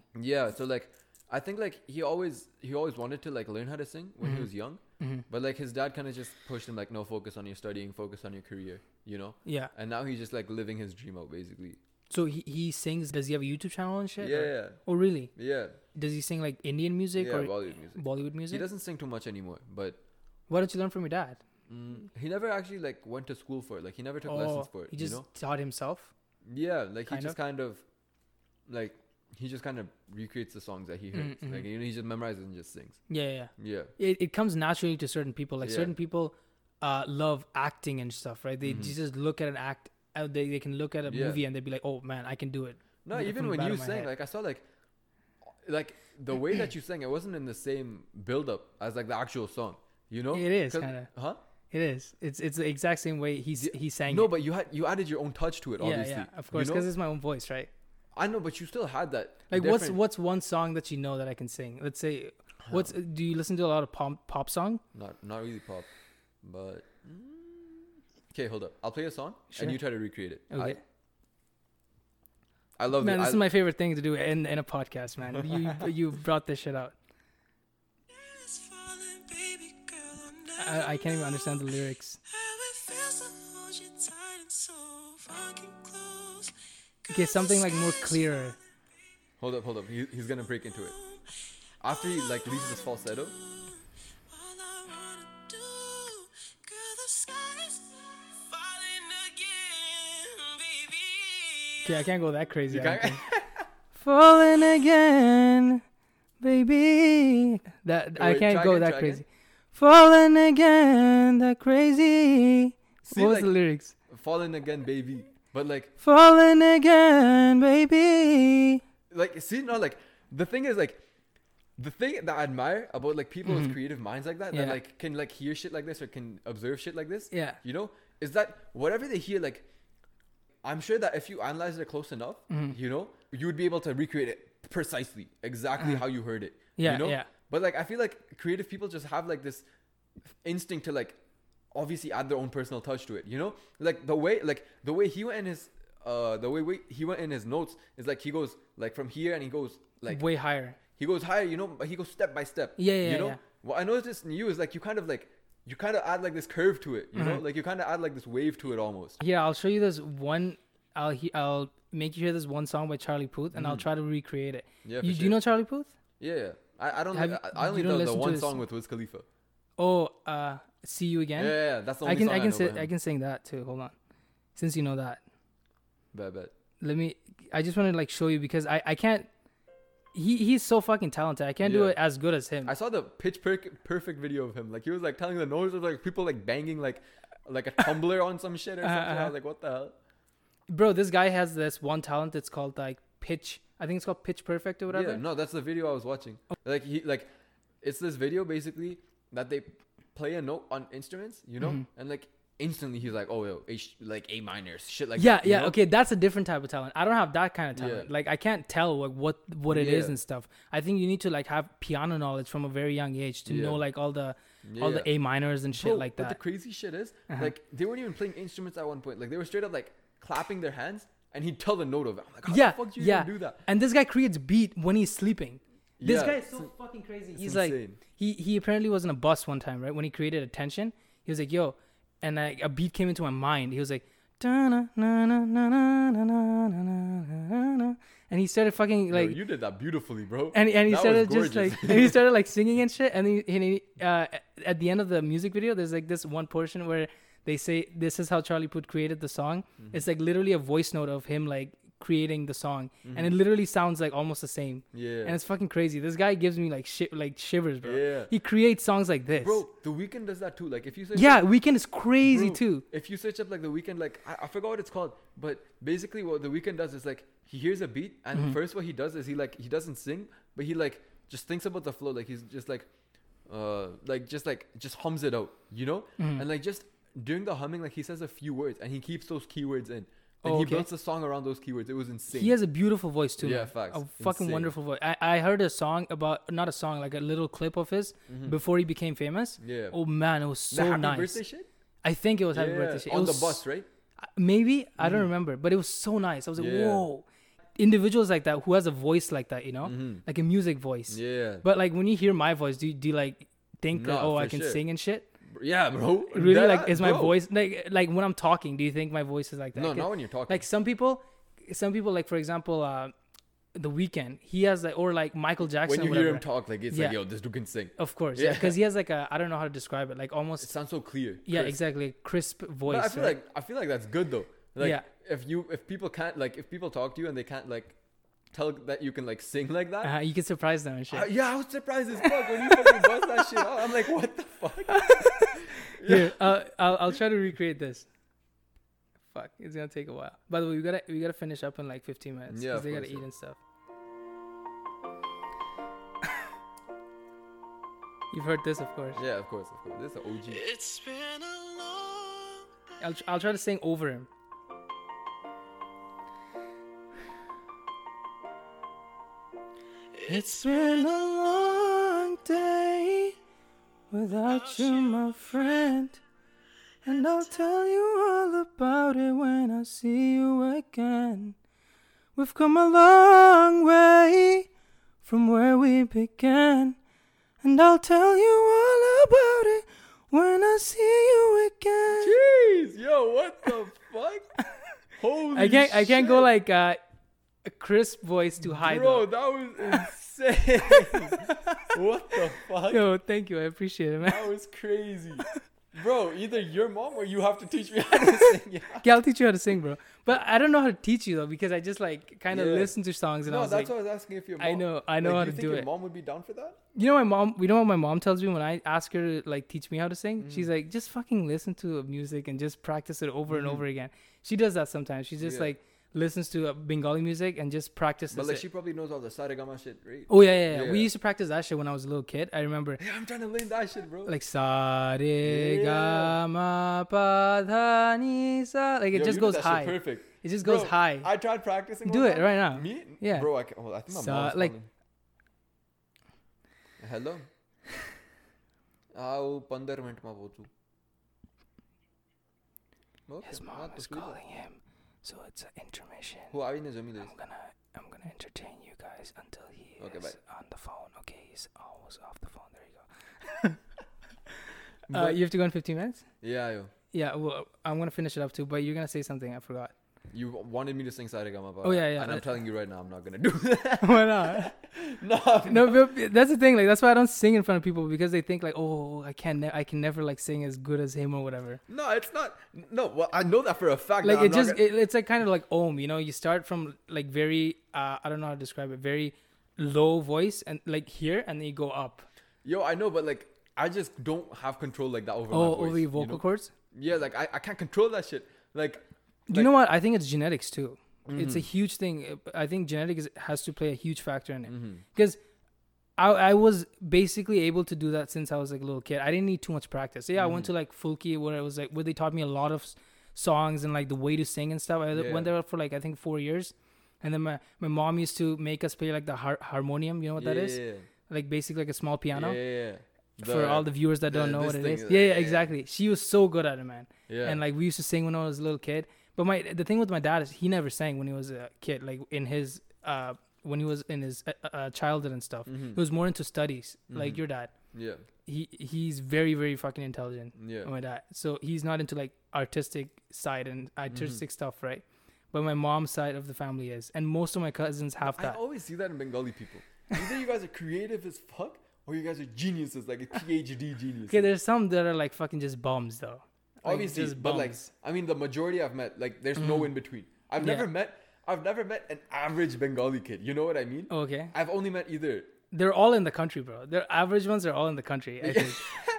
[SPEAKER 2] so like I think like he always he always wanted to like learn how to sing when he was young,
[SPEAKER 1] Mhm.
[SPEAKER 2] but like his dad kind of just pushed him like, no, focus on your studying, focus on your career, you know.
[SPEAKER 1] Yeah.
[SPEAKER 2] And now he's just like living his dream out basically.
[SPEAKER 1] So he, he sings. Does he have a YouTube channel and shit?
[SPEAKER 2] yeah,
[SPEAKER 1] Or,
[SPEAKER 2] yeah,
[SPEAKER 1] oh really?
[SPEAKER 2] yeah,
[SPEAKER 1] Does he sing like Indian music
[SPEAKER 2] yeah,
[SPEAKER 1] or
[SPEAKER 2] Bollywood music.
[SPEAKER 1] Bollywood
[SPEAKER 2] He
[SPEAKER 1] music?
[SPEAKER 2] doesn't sing too much anymore, but
[SPEAKER 1] What did you learn from your dad?
[SPEAKER 2] mm, he never actually like went to school for it. Like he never took
[SPEAKER 1] Oh,
[SPEAKER 2] lessons for it.
[SPEAKER 1] he just
[SPEAKER 2] you know?
[SPEAKER 1] taught himself.
[SPEAKER 2] Yeah, like he
[SPEAKER 1] Kind
[SPEAKER 2] just
[SPEAKER 1] of?
[SPEAKER 2] kind of, like he just kind of recreates the songs that he hears.
[SPEAKER 1] Mm, mhm.
[SPEAKER 2] Like you know, he just memorizes and just sings.
[SPEAKER 1] Yeah, yeah, yeah.
[SPEAKER 2] Yeah,
[SPEAKER 1] It it comes naturally to certain people. Like
[SPEAKER 2] Yeah.
[SPEAKER 1] certain people, uh, love acting and stuff, right? They
[SPEAKER 2] Mhm.
[SPEAKER 1] just look at an act. Uh, they they can look at a
[SPEAKER 2] Yeah.
[SPEAKER 1] movie and they'd be like, oh man, I can do it.
[SPEAKER 2] no,
[SPEAKER 1] Like, from
[SPEAKER 2] even
[SPEAKER 1] the
[SPEAKER 2] when
[SPEAKER 1] back
[SPEAKER 2] you
[SPEAKER 1] of my
[SPEAKER 2] sang,
[SPEAKER 1] head.
[SPEAKER 2] like I saw like, like the way that you sang, it wasn't in the same build up as like the actual song. You know,
[SPEAKER 1] It is
[SPEAKER 2] 'Cause-
[SPEAKER 1] kinda.
[SPEAKER 2] huh?
[SPEAKER 1] It is. It's it's the exact same way he s
[SPEAKER 2] Yeah.
[SPEAKER 1] he sang.
[SPEAKER 2] No,
[SPEAKER 1] it.
[SPEAKER 2] but you had you added your own touch to it.
[SPEAKER 1] yeah,
[SPEAKER 2] Obviously,
[SPEAKER 1] yeah, of
[SPEAKER 2] you
[SPEAKER 1] course,
[SPEAKER 2] know?
[SPEAKER 1] because it's my own voice, right?
[SPEAKER 2] I know, but you still had that.
[SPEAKER 1] Like, what's
[SPEAKER 2] different-
[SPEAKER 1] what's one song that you know that I can sing? Let's say, what's do you listen to a lot of pop pop song?
[SPEAKER 2] Not not really pop, but okay. Hold up, I'll play a song
[SPEAKER 1] Sure.
[SPEAKER 2] and you try to recreate it.
[SPEAKER 1] Okay.
[SPEAKER 2] I, I love
[SPEAKER 1] man,
[SPEAKER 2] it.
[SPEAKER 1] this
[SPEAKER 2] I-
[SPEAKER 1] is my favorite thing to do in in a podcast,
[SPEAKER 2] [laughs]
[SPEAKER 1] man. You you brought this shit out. I, I can't even understand the lyrics.
[SPEAKER 3] Okay, something like more clearer.
[SPEAKER 2] Hold up, hold up. He, he's gonna break into it. After he like leaves this falsetto,
[SPEAKER 1] Okay, I can't go that crazy.
[SPEAKER 2] you
[SPEAKER 1] I don't
[SPEAKER 2] [laughs] can't-
[SPEAKER 1] think. Falling again, baby. That I
[SPEAKER 2] Wait,
[SPEAKER 1] can't
[SPEAKER 2] try
[SPEAKER 1] go
[SPEAKER 2] again,
[SPEAKER 1] that
[SPEAKER 2] try
[SPEAKER 1] crazy.
[SPEAKER 2] again.
[SPEAKER 1] Falling again, that crazy.
[SPEAKER 2] See,
[SPEAKER 1] what was
[SPEAKER 2] like-
[SPEAKER 1] the lyrics?
[SPEAKER 2] fall in again, baby. But like,
[SPEAKER 1] Falling again, baby.
[SPEAKER 2] like, see, no, like, the thing is, like, the thing that I admire about like people with creative minds like that, that
[SPEAKER 1] Mm-hmm. Yeah.
[SPEAKER 2] like can like hear shit like this or can observe shit like this,
[SPEAKER 1] Yeah.
[SPEAKER 2] you know, is that whatever they hear, like, I'm sure that if you analyze it close enough, you know, you would be able to recreate it precisely, exactly how you heard it.
[SPEAKER 1] Yeah,
[SPEAKER 2] you know?
[SPEAKER 1] yeah.
[SPEAKER 2] But like, I feel like creative people just have like this instinct to like obviously add their own personal touch to it. You know, like the way like the way he went in his uh the way we, he went in his notes is like he goes like from here and he goes like
[SPEAKER 1] Way higher.
[SPEAKER 2] he goes higher. You know, but he goes step by step.
[SPEAKER 1] Yeah, yeah,
[SPEAKER 2] You know,
[SPEAKER 1] yeah.
[SPEAKER 2] what I noticed in you is like you kind of like you kind of add like this curve to it. You
[SPEAKER 1] Mm-hmm.
[SPEAKER 2] know, like you kind of add like this wave to it almost.
[SPEAKER 1] Here, I'll show you this one. I'll he, I'll make you hear this one song by Charlie Puth, and I'll try to recreate it.
[SPEAKER 2] Mm. Yeah, for
[SPEAKER 1] you, Do you
[SPEAKER 2] sure.
[SPEAKER 1] know Charlie Puth?
[SPEAKER 2] Yeah, yeah. I, I don't.
[SPEAKER 1] Have
[SPEAKER 2] Like,
[SPEAKER 1] you-
[SPEAKER 2] I, I only
[SPEAKER 1] you don't
[SPEAKER 2] know the
[SPEAKER 1] listen to
[SPEAKER 2] one
[SPEAKER 1] his-
[SPEAKER 2] song with Wiz Khalifa.
[SPEAKER 1] Oh, uh, see you
[SPEAKER 2] Yeah,
[SPEAKER 1] again.
[SPEAKER 2] yeah, yeah, that's the only
[SPEAKER 1] I can
[SPEAKER 2] song
[SPEAKER 1] I can
[SPEAKER 2] know
[SPEAKER 1] say
[SPEAKER 2] by
[SPEAKER 1] I
[SPEAKER 2] him.
[SPEAKER 1] can sing that too. Hold on, since you know that,
[SPEAKER 2] Bet, bet.
[SPEAKER 1] let me. I just want to like show you because I I can't. He he's so fucking talented. I can't do
[SPEAKER 2] Yeah.
[SPEAKER 1] it as good as him.
[SPEAKER 2] I saw the pitch per- perfect video of him. Like he was like telling the nose of like people like banging like
[SPEAKER 1] [laughs]
[SPEAKER 2] like a tumbler on some shit or
[SPEAKER 1] Uh-huh,
[SPEAKER 2] something. I was like, what the hell?
[SPEAKER 1] Bro, this guy has this one talent. It's called like pitch. I think it's called pitch perfect or whatever.
[SPEAKER 2] Yeah, no, that's the video I was watching. Like he like it's this video basically that they play a note on instruments, you know,
[SPEAKER 1] Mm-hmm.
[SPEAKER 2] and like instantly he's like, oh yo, H, like A minors, shit like
[SPEAKER 1] yeah,
[SPEAKER 2] that, you
[SPEAKER 1] yeah,
[SPEAKER 2] know?
[SPEAKER 1] okay. That's a different type of talent. I don't have that kind of
[SPEAKER 2] Yeah.
[SPEAKER 1] talent. Like I can't tell like what what it is
[SPEAKER 2] Yeah.
[SPEAKER 1] and stuff. I think you need to like have piano knowledge from a very young age to
[SPEAKER 2] Yeah.
[SPEAKER 1] know like all the all the
[SPEAKER 2] Yeah.
[SPEAKER 1] A minors and shit
[SPEAKER 2] Bro,
[SPEAKER 1] like
[SPEAKER 2] But
[SPEAKER 1] that. Uh-huh.
[SPEAKER 2] the crazy shit is, like they weren't even playing instruments at one point. Like they were straight up like clapping their hands, and he'd tell the note of it. I'm like, how
[SPEAKER 1] yeah,
[SPEAKER 2] the fuck do you
[SPEAKER 1] yeah.
[SPEAKER 2] even do that?
[SPEAKER 1] And this guy creates beat when he's sleeping. This
[SPEAKER 2] Yeah.
[SPEAKER 1] guy is so fucking crazy. He's like
[SPEAKER 2] insane.
[SPEAKER 1] he he apparently was in a bus one time, right? When he created attention, he was like, "Yo," and I, a beat came into my mind. He was like, "Da-na, na-na, na-na, na-na, na-na, na-na," and he started fucking
[SPEAKER 2] Yo,
[SPEAKER 1] like
[SPEAKER 2] you did that beautifully, bro.
[SPEAKER 1] and and he
[SPEAKER 2] That was
[SPEAKER 1] started just
[SPEAKER 2] gorgeous.
[SPEAKER 1] like and he started like singing and shit. And he, and he uh, at the end of the music video, there's like this one portion where they say this is how Charlie Puth created the song.
[SPEAKER 2] Mm-hmm.
[SPEAKER 1] It's like literally a voice note of him like creating the song, and it literally sounds like almost the same.
[SPEAKER 2] [laughs] Mm-hmm. Yeah.
[SPEAKER 1] and it's fucking crazy. This guy gives me like shit, like shivers, bro.
[SPEAKER 2] Yeah.
[SPEAKER 1] he creates songs like this,
[SPEAKER 2] Bro, The Weeknd does that too. Like if you search
[SPEAKER 1] Yeah,
[SPEAKER 2] up-
[SPEAKER 1] Weekend is crazy
[SPEAKER 2] bro,
[SPEAKER 1] too.
[SPEAKER 2] If you search up like The Weeknd, like I, I forgot what it's called, but basically what The Weeknd does is like he hears a beat and
[SPEAKER 1] Mm-hmm.
[SPEAKER 2] first what he does is he like he doesn't sing, but he like just thinks about the flow. Like he's just like, uh, like just like just hums it out, you know,
[SPEAKER 1] Mm-hmm.
[SPEAKER 2] and like just during the humming, like he says a few words and he keeps those keywords in. And
[SPEAKER 1] Oh,
[SPEAKER 2] he
[SPEAKER 1] okay.
[SPEAKER 2] builds the song around those keywords. It was insane.
[SPEAKER 1] He has a beautiful voice too.
[SPEAKER 2] Yeah,
[SPEAKER 1] man.
[SPEAKER 2] facts.
[SPEAKER 1] A fucking
[SPEAKER 2] Insane.
[SPEAKER 1] wonderful voice. I, I heard a song about not a song like a little clip of his before he became famous.
[SPEAKER 2] Mm-hmm. Yeah.
[SPEAKER 1] Oh man, it was
[SPEAKER 2] the
[SPEAKER 1] so
[SPEAKER 2] happy
[SPEAKER 1] nice.
[SPEAKER 2] birthday shit.
[SPEAKER 1] I think it was happy
[SPEAKER 2] Yeah,
[SPEAKER 1] birthday shit. It
[SPEAKER 2] on the
[SPEAKER 1] was
[SPEAKER 2] bus, right? Mm.
[SPEAKER 1] Maybe I don't remember, but it was so nice. I was like,
[SPEAKER 2] Yeah.
[SPEAKER 1] whoa. Individuals like that who has a voice like that, you know, like a music voice.
[SPEAKER 2] Mm-hmm. Yeah,
[SPEAKER 1] But like when you hear my voice, do you, do you like think like,
[SPEAKER 2] Nah,
[SPEAKER 1] oh I
[SPEAKER 2] for
[SPEAKER 1] can
[SPEAKER 2] sure.
[SPEAKER 1] sing and shit?
[SPEAKER 2] yeah, bro.
[SPEAKER 1] Really?
[SPEAKER 2] That-
[SPEAKER 1] like is my
[SPEAKER 2] bro.
[SPEAKER 1] voice like like when I'm talking? Do you think my voice is like that?
[SPEAKER 2] No,
[SPEAKER 1] Okay.
[SPEAKER 2] not when you're talking.
[SPEAKER 1] Like some people some people like for example uh the weekend he has like or like michael jackson
[SPEAKER 2] when you
[SPEAKER 1] whatever.
[SPEAKER 2] hear him talk, like it's like,
[SPEAKER 1] Yeah.
[SPEAKER 2] yo, this dude can sing.
[SPEAKER 1] of course yeah
[SPEAKER 2] Yeah.
[SPEAKER 1] because he has like a i don't know how to describe it like almost
[SPEAKER 2] It sounds so clear.
[SPEAKER 1] yeah
[SPEAKER 2] crisp.
[SPEAKER 1] exactly a crisp voice
[SPEAKER 2] But I feel
[SPEAKER 1] right?
[SPEAKER 2] like I feel like that's good though. Like
[SPEAKER 1] Yeah.
[SPEAKER 2] if you if people can't like if people talk to you and they can't like tell that you can like sing like that.
[SPEAKER 1] uh, you can surprise them and shit
[SPEAKER 2] I- yeah, I was surprised as fuck when you fucking bust that shit out. I'm like, what the fuck?
[SPEAKER 1] Here, I'll, I'll I'll try to recreate this. Fuck, it's gonna take a while. By the way, we gotta we gotta finish up in like 15 minutes.
[SPEAKER 2] Yeah,
[SPEAKER 1] Yeah,
[SPEAKER 2] of
[SPEAKER 1] they gotta
[SPEAKER 2] course,
[SPEAKER 1] eat
[SPEAKER 2] yeah.
[SPEAKER 1] and stuff. [laughs] You've heard this, of course.
[SPEAKER 2] Yeah, of course, of course. This is an OG.
[SPEAKER 4] It's been a long
[SPEAKER 1] I'll tr- I'll try to sing over him.
[SPEAKER 4] It's been a long day
[SPEAKER 1] Without you, my friend, and I'll tell you all about it when I see you again. We've come a long way from where we began, and I'll tell you all about it when I see you again.
[SPEAKER 2] Jeez, yo, what the
[SPEAKER 1] [laughs]
[SPEAKER 2] fuck? Holy
[SPEAKER 1] I can't, I can't go
[SPEAKER 2] shit,
[SPEAKER 1] like uh, a crisp voice too high though.
[SPEAKER 2] Bro, that was insane.
[SPEAKER 1] [laughs]
[SPEAKER 2] what the fuck?
[SPEAKER 1] Yo, thank you, I appreciate it, man. [laughs]
[SPEAKER 2] That was crazy. Bro, either your mom or you have to teach me
[SPEAKER 1] [laughs]
[SPEAKER 2] how to sing. Yeah.
[SPEAKER 1] Yeah, I'll teach you how to sing, bro. But I don't know how to teach you though because I just like kind of
[SPEAKER 2] Yeah.
[SPEAKER 1] listen to songs and I
[SPEAKER 2] No,
[SPEAKER 1] was
[SPEAKER 2] that's
[SPEAKER 1] like,
[SPEAKER 2] what I was asking if your mom.
[SPEAKER 1] I know- I know
[SPEAKER 2] like,
[SPEAKER 1] how
[SPEAKER 2] do
[SPEAKER 1] to
[SPEAKER 2] you think
[SPEAKER 1] do
[SPEAKER 2] your
[SPEAKER 1] it.
[SPEAKER 2] mom would be down for that?
[SPEAKER 1] you know, my mom. We know what my mom tells me when I ask her to like teach me how to sing.
[SPEAKER 2] Mm.
[SPEAKER 1] She's like, just fucking listen to music and just practice it over and over again. She does that sometimes. She just
[SPEAKER 2] Mm. Yeah.
[SPEAKER 1] like listens to uh, Bengali music and just practices
[SPEAKER 2] But like,
[SPEAKER 1] it.
[SPEAKER 2] she probably knows all the saregama shit, right?
[SPEAKER 1] oh yeah, yeah, yeah, We
[SPEAKER 2] Yeah.
[SPEAKER 1] used to practice that shit when I was a little kid. I remember
[SPEAKER 2] Yeah, I'm trying to learn that shit, bro.
[SPEAKER 1] like sa re ga ma pa dha ni sa. Like it
[SPEAKER 2] Yo,
[SPEAKER 1] just
[SPEAKER 2] you did
[SPEAKER 1] goes
[SPEAKER 2] that shit
[SPEAKER 1] high.
[SPEAKER 2] perfect.
[SPEAKER 1] It just
[SPEAKER 2] Bro,
[SPEAKER 1] goes high.
[SPEAKER 2] I tried practicing.
[SPEAKER 1] Do
[SPEAKER 2] one
[SPEAKER 1] it
[SPEAKER 2] time.
[SPEAKER 1] right now.
[SPEAKER 2] Me?
[SPEAKER 1] Yeah.
[SPEAKER 2] Bro, I, can, oh, I think my
[SPEAKER 1] Sa-
[SPEAKER 2] mom's
[SPEAKER 1] like-
[SPEAKER 2] like. Hello. आओ पंद्रह minute में पहुंचू
[SPEAKER 1] His mom is calling him, so it's an intermission.
[SPEAKER 2] हो આવી ને જમી લઈશ
[SPEAKER 1] I'm gonna I'm gonna entertain you guys until he
[SPEAKER 2] Okay,
[SPEAKER 1] is
[SPEAKER 2] bye.
[SPEAKER 1] on the phone. Okay, he's almost off the phone. There you go. uh,
[SPEAKER 2] But-
[SPEAKER 1] you have to go in 15 minutes.
[SPEAKER 2] yeah yo
[SPEAKER 1] Yeah, well, I'm gonna finish it up too. But you're gonna say something. I forgot. [laughs]
[SPEAKER 2] you wanted me to sing saregama
[SPEAKER 1] Oh, yeah, yeah.
[SPEAKER 2] and i'm telling you right now i'm not gonna do [laughs] that
[SPEAKER 1] Why not?
[SPEAKER 2] [laughs] no I'm
[SPEAKER 1] no, but that's the thing. Like that's why I don't sing in front of people because they think like, oh, I can ne- I can never like sing as good as him or whatever.
[SPEAKER 2] No, it's not. No, well, I know that for a fact.
[SPEAKER 1] Like it
[SPEAKER 2] that I'm not
[SPEAKER 1] just
[SPEAKER 2] gonna-
[SPEAKER 1] it, it's like kind of like ohm. You know, you start from like very uh, I don't know how to describe it. Very low voice and like here, and then you go up.
[SPEAKER 2] yo, I know, but like, I just don't have control like that over.
[SPEAKER 1] Oh,
[SPEAKER 2] my voice,
[SPEAKER 1] over your
[SPEAKER 2] you
[SPEAKER 1] vocal
[SPEAKER 2] know?
[SPEAKER 1] cords.
[SPEAKER 2] Yeah, like I, I can't control that shit. Like, Mm-hmm.
[SPEAKER 1] Do you know what? I think it's genetics too. It's a huge thing. I think genetics has to play a huge factor in it
[SPEAKER 2] Mm-hmm.
[SPEAKER 1] because I, I was basically able to do that since I was like a little kid. I didn't need too much practice. Yeah, I
[SPEAKER 2] Mm-hmm.
[SPEAKER 1] went to like Fulki where I was like where they taught me a lot of s- songs and like the way to sing and stuff. I
[SPEAKER 2] Yeah.
[SPEAKER 1] went there for like I think four years, and then my my mom used to make us play like the har- harmonium. You know what
[SPEAKER 2] yeah,
[SPEAKER 1] that is?
[SPEAKER 2] Yeah,
[SPEAKER 1] Like basically like a small piano.
[SPEAKER 2] yeah, yeah.
[SPEAKER 1] For all the viewers that don't
[SPEAKER 2] the-
[SPEAKER 1] know what
[SPEAKER 2] this
[SPEAKER 1] it
[SPEAKER 2] thing
[SPEAKER 1] is,
[SPEAKER 2] is-
[SPEAKER 1] yeah, yeah,
[SPEAKER 2] yeah.
[SPEAKER 1] exactly. She was so good at it, man
[SPEAKER 2] yeah,
[SPEAKER 1] and like we used to sing when I was a little kid. But my the thing with my dad is he never sang when he was a kid, like in his uh when he was in his uh, uh, childhood and stuff.
[SPEAKER 2] Mhm.
[SPEAKER 1] He was more into studies, like
[SPEAKER 2] Mm-hmm.
[SPEAKER 1] your dad.
[SPEAKER 2] yeah,
[SPEAKER 1] He he's very very fucking intelligent.
[SPEAKER 2] yeah.
[SPEAKER 1] My dad, so he's not into like artistic side and
[SPEAKER 2] Mm-hmm.
[SPEAKER 1] artistic stuff, right? But my mom's side of the family is, and most of my cousins have
[SPEAKER 2] I
[SPEAKER 1] that.
[SPEAKER 2] always see that in Bengali people. Either you guys are creative as fuck, or you guys are geniuses, like a PhD genius.
[SPEAKER 1] Okay, there's some that are like fucking just bums though. Like,
[SPEAKER 2] Obviously,
[SPEAKER 1] just
[SPEAKER 2] but like,
[SPEAKER 1] bums. Mm.
[SPEAKER 2] I mean, the majority I've met, like, there's no in between. I've
[SPEAKER 1] Yeah.
[SPEAKER 2] never met, I've never met an average Bengali kid. You know what I mean?
[SPEAKER 1] okay,
[SPEAKER 2] I've only met either
[SPEAKER 1] they're all in the country, bro. Their average ones are all in the country. I think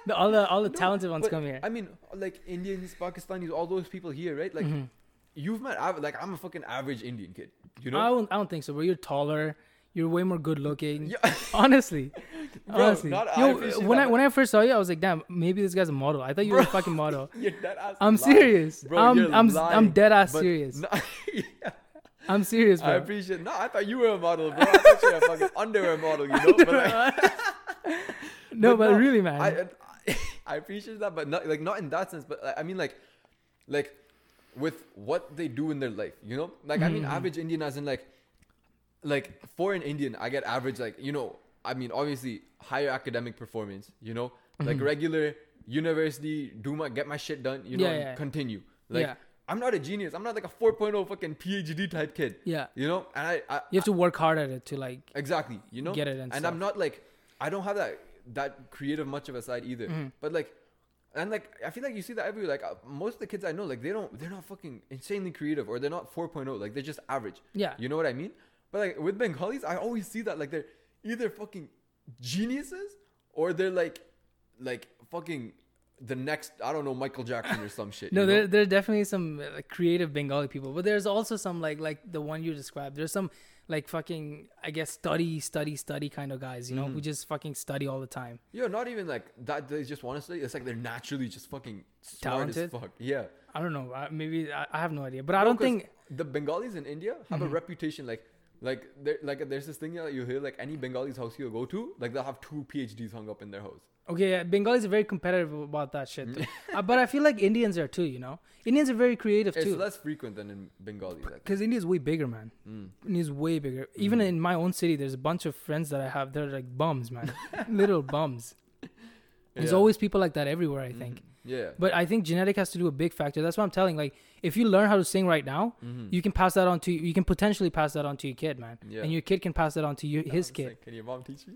[SPEAKER 1] the, all the
[SPEAKER 2] [laughs]
[SPEAKER 1] all the talented ones
[SPEAKER 2] But,
[SPEAKER 1] come here.
[SPEAKER 2] I mean, like Indians, Pakistanis, all those people here, right? Like,
[SPEAKER 1] Mm-hmm.
[SPEAKER 2] you've met av- like I'm a fucking average Indian kid, you know?
[SPEAKER 1] I don't, I don't think so, bro. You're taller. You're way more good looking.
[SPEAKER 2] Yeah.
[SPEAKER 1] [laughs] Honestly,
[SPEAKER 2] [laughs] Bro,
[SPEAKER 1] honestly.
[SPEAKER 2] not- I
[SPEAKER 1] Yo,
[SPEAKER 2] appreciate
[SPEAKER 1] when
[SPEAKER 2] that,
[SPEAKER 1] I when I first saw you, I was like, damn, maybe this guy's a model. I thought you were a fucking model.
[SPEAKER 2] [laughs] You're dead ass
[SPEAKER 1] I'm
[SPEAKER 2] lying.
[SPEAKER 1] serious. I'm-
[SPEAKER 2] you're
[SPEAKER 1] I'm s- I'm
[SPEAKER 2] lying.
[SPEAKER 1] dead ass
[SPEAKER 2] But
[SPEAKER 1] serious.
[SPEAKER 2] No, [laughs] yeah,
[SPEAKER 1] I'm
[SPEAKER 2] [laughs]
[SPEAKER 1] serious,
[SPEAKER 2] I
[SPEAKER 1] bro.
[SPEAKER 2] appreciate. No, I thought you were a model, bro. I thought you were a fucking [laughs] underwear model, you know? But like,
[SPEAKER 1] no, but,
[SPEAKER 2] no,
[SPEAKER 1] really, man.
[SPEAKER 2] I, uh, I [laughs] I appreciate that, but not like not in that sense. But like, I mean, like, like with what they do in their life, you know. Like I mean,
[SPEAKER 1] Hmm.
[SPEAKER 2] average Indian as in like, like for an Indian, I get average. Like you know, I mean, obviously higher academic performance. You know,
[SPEAKER 1] Hmm.
[SPEAKER 2] like regular university, do my get my shit done. You know,
[SPEAKER 1] Yeah,
[SPEAKER 2] and
[SPEAKER 1] yeah, yeah.
[SPEAKER 2] continue. Like
[SPEAKER 1] Yeah.
[SPEAKER 2] I'm not a genius. I'm not like a 4.0 fucking PhD type kid.
[SPEAKER 1] Yeah.
[SPEAKER 2] You know, and I, I
[SPEAKER 1] You have to work hard at it to like.
[SPEAKER 2] exactly. You know,
[SPEAKER 1] Get it and stuff.
[SPEAKER 2] I'm not like I don't have that that creative much of a side either.
[SPEAKER 1] Mm-hmm.
[SPEAKER 2] But like, and like I feel like you see that everywhere. Like uh, most of the kids I know, like they don't, they're not fucking insanely creative, or they're not 4.0. Like they're just average.
[SPEAKER 1] Yeah.
[SPEAKER 2] You know what I mean? But like with Bengalis, I always see that like they're either fucking geniuses or they're like like fucking the next I don't know Michael Jackson or some
[SPEAKER 1] [laughs]
[SPEAKER 2] shit.
[SPEAKER 1] No,
[SPEAKER 2] you know?
[SPEAKER 1] there, there are definitely some uh, like, creative Bengali people, but there's also some like like the one you described. There's some like fucking I guess study study study kind of guys, you know,
[SPEAKER 2] Mm.
[SPEAKER 1] who just fucking study all the time.
[SPEAKER 2] Yo, not even like that. They just honestly, it's like they're naturally just fucking smart
[SPEAKER 1] Talented?
[SPEAKER 2] as fuck. Yeah.
[SPEAKER 1] I don't know, I, maybe I, I have no idea, but I
[SPEAKER 2] No,
[SPEAKER 1] don't
[SPEAKER 2] 'cause
[SPEAKER 1] think Mm-hmm.
[SPEAKER 2] the Bengalis in India have a reputation like like there like there's this thing that you hear like any Bengali's house you go to like they'll have two PhDs hung up in their house.
[SPEAKER 1] okay, yeah, Bengalis are very competitive about that shit, though. [laughs] uh, but I feel like Indians are too, you know, Indians are very creative
[SPEAKER 2] Mm. It's
[SPEAKER 1] too.
[SPEAKER 2] less Mm. frequent than in Bengalis. I think.
[SPEAKER 1] Because India's way bigger, man. India's way bigger.
[SPEAKER 2] Mm.
[SPEAKER 1] Even in my own city, there's a bunch of friends that I have. They're like bums,
[SPEAKER 2] [laughs]
[SPEAKER 1] man. Little bums. There's
[SPEAKER 2] Yeah. Mm-hmm.
[SPEAKER 1] always people like that everywhere, I think.
[SPEAKER 2] Yeah.
[SPEAKER 1] [laughs] But I think genetic has to do a big factor. That's what I'm telling. Like, if you learn how to sing right now, you can pass that on to you can potentially pass that on to your kid, man.
[SPEAKER 2] Mm-hmm. Yeah.
[SPEAKER 1] And your kid can pass that on to you, his
[SPEAKER 2] It's
[SPEAKER 1] kid.
[SPEAKER 2] like, Can your mom teach me?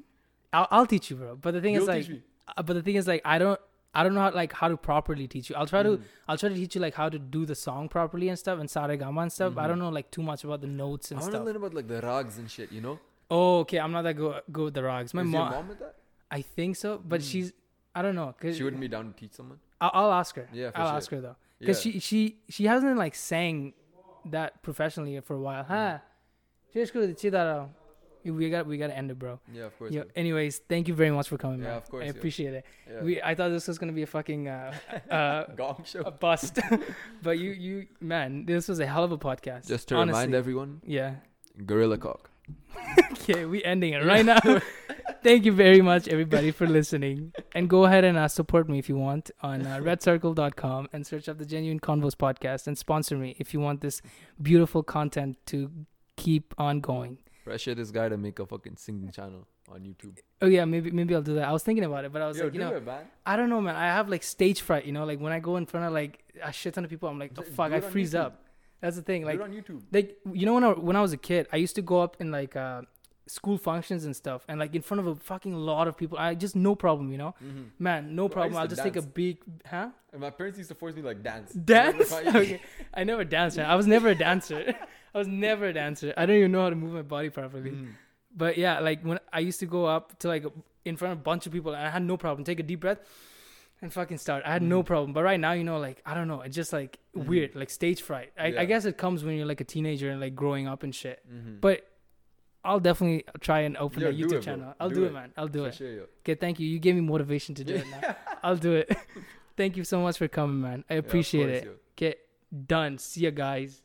[SPEAKER 1] I'll, I'll teach you, bro. But the thing is,
[SPEAKER 2] You'll
[SPEAKER 1] like,
[SPEAKER 2] teach me.
[SPEAKER 1] uh, but the thing is, like, I don't. I don't know how like how to properly teach you. I'll try
[SPEAKER 2] Mm.
[SPEAKER 1] to I'll try to teach you like how to do the song properly and stuff and saregama and stuff. I don't know like too much about the notes
[SPEAKER 2] Mm-hmm.
[SPEAKER 1] and
[SPEAKER 2] I want to
[SPEAKER 1] stuff.
[SPEAKER 2] learn about like the rags and shit. You know.
[SPEAKER 1] oh, okay. I'm not that good good with the rags. My mom,
[SPEAKER 2] Is your mom with that?
[SPEAKER 1] I think so, but she's I don't know. 'cause-
[SPEAKER 2] She wouldn't be down to teach someone.
[SPEAKER 1] I'll, I'll ask her.
[SPEAKER 2] Yeah, for
[SPEAKER 1] I'll
[SPEAKER 2] sure.
[SPEAKER 1] ask her though, because
[SPEAKER 2] Yeah.
[SPEAKER 1] she she she hasn't like sang that professionally for a
[SPEAKER 2] Mm.
[SPEAKER 1] while. Huh? Cheers, good. See that, uh, We got we got to end it, bro.
[SPEAKER 2] Yeah, of course.
[SPEAKER 1] Yeah.
[SPEAKER 2] man.
[SPEAKER 1] Anyways, thank you very much for coming,
[SPEAKER 2] Yeah,
[SPEAKER 1] man.
[SPEAKER 2] of course,
[SPEAKER 1] I
[SPEAKER 2] yeah.
[SPEAKER 1] appreciate it.
[SPEAKER 2] Yeah.
[SPEAKER 1] We I thought this was gonna be a fucking uh, uh,
[SPEAKER 2] [laughs] Gong show. [laughs]
[SPEAKER 1] a bust, [laughs] but you you man, this was a hell of a podcast.
[SPEAKER 2] Just to
[SPEAKER 1] honestly.
[SPEAKER 2] remind everyone,
[SPEAKER 1] Yeah.
[SPEAKER 2] Gorilla Cock.
[SPEAKER 1] Okay, we ending it right
[SPEAKER 2] [laughs]
[SPEAKER 1] now. Thank you very much, everybody, for listening. And go ahead and uh, support me if you want on
[SPEAKER 2] [laughs]
[SPEAKER 1] uh, redcircle.com and search up the Genuine Convos podcast and sponsor me if you want this beautiful content to keep on going.
[SPEAKER 2] Pressure this guy to make a fucking singing channel on YouTube.
[SPEAKER 1] Oh yeah, maybe maybe I'll do that. I was thinking about it, but I was
[SPEAKER 2] Yo,
[SPEAKER 1] like, you
[SPEAKER 2] do
[SPEAKER 1] know,
[SPEAKER 2] it, man.
[SPEAKER 1] I don't know, man. I have like stage fright, you know, like when I go in front of like a shit ton of people, I'm like, oh,
[SPEAKER 2] Do-
[SPEAKER 1] fuck,
[SPEAKER 2] do
[SPEAKER 1] I
[SPEAKER 2] it on
[SPEAKER 1] freeze
[SPEAKER 2] YouTube.
[SPEAKER 1] up. That's the thing. Like
[SPEAKER 2] do it on YouTube.
[SPEAKER 1] like you know when I when I was a kid, I used to go up in like uh, school functions and stuff, and like in front of a fucking lot of people. I just no problem, you know, man, no
[SPEAKER 2] Bro, I
[SPEAKER 1] problem.
[SPEAKER 2] used
[SPEAKER 1] I'll
[SPEAKER 2] to
[SPEAKER 1] just take a
[SPEAKER 2] dance.
[SPEAKER 1] big, huh?
[SPEAKER 2] Mm-hmm. And my parents used to force me to, like dance.
[SPEAKER 1] Dance?
[SPEAKER 2] Like, if
[SPEAKER 1] [laughs]
[SPEAKER 2] I-
[SPEAKER 1] okay, I never danced, man. I was never a dancer. [laughs] I was never a dancer. I don't even know how to move my body properly.
[SPEAKER 2] Mm.
[SPEAKER 1] But yeah, like when I used to go up to like in front of a bunch of people, and I had no problem. Take a deep breath. And fucking start. I had
[SPEAKER 2] Mm-hmm.
[SPEAKER 1] no problem. But right now, you know, like I don't know. It's just like weird, like stage fright. I, I
[SPEAKER 2] Yeah.
[SPEAKER 1] guess it comes when you're like a teenager and like growing up and shit. But I'll definitely try and open
[SPEAKER 2] Yo,
[SPEAKER 1] a
[SPEAKER 2] do
[SPEAKER 1] YouTube
[SPEAKER 2] it, bro.
[SPEAKER 1] channel. I'll do,
[SPEAKER 2] Do
[SPEAKER 1] it,
[SPEAKER 2] it.
[SPEAKER 1] man. I'll do
[SPEAKER 2] For
[SPEAKER 1] it.
[SPEAKER 2] sure, yo.
[SPEAKER 1] Okay, thank you. You gave me motivation to do it
[SPEAKER 2] [laughs]
[SPEAKER 1] now. I'll do it. [laughs] thank you so much for coming, man. I appreciate
[SPEAKER 2] course,
[SPEAKER 1] it.
[SPEAKER 2] yo.
[SPEAKER 1] Okay, done. See ya, guys.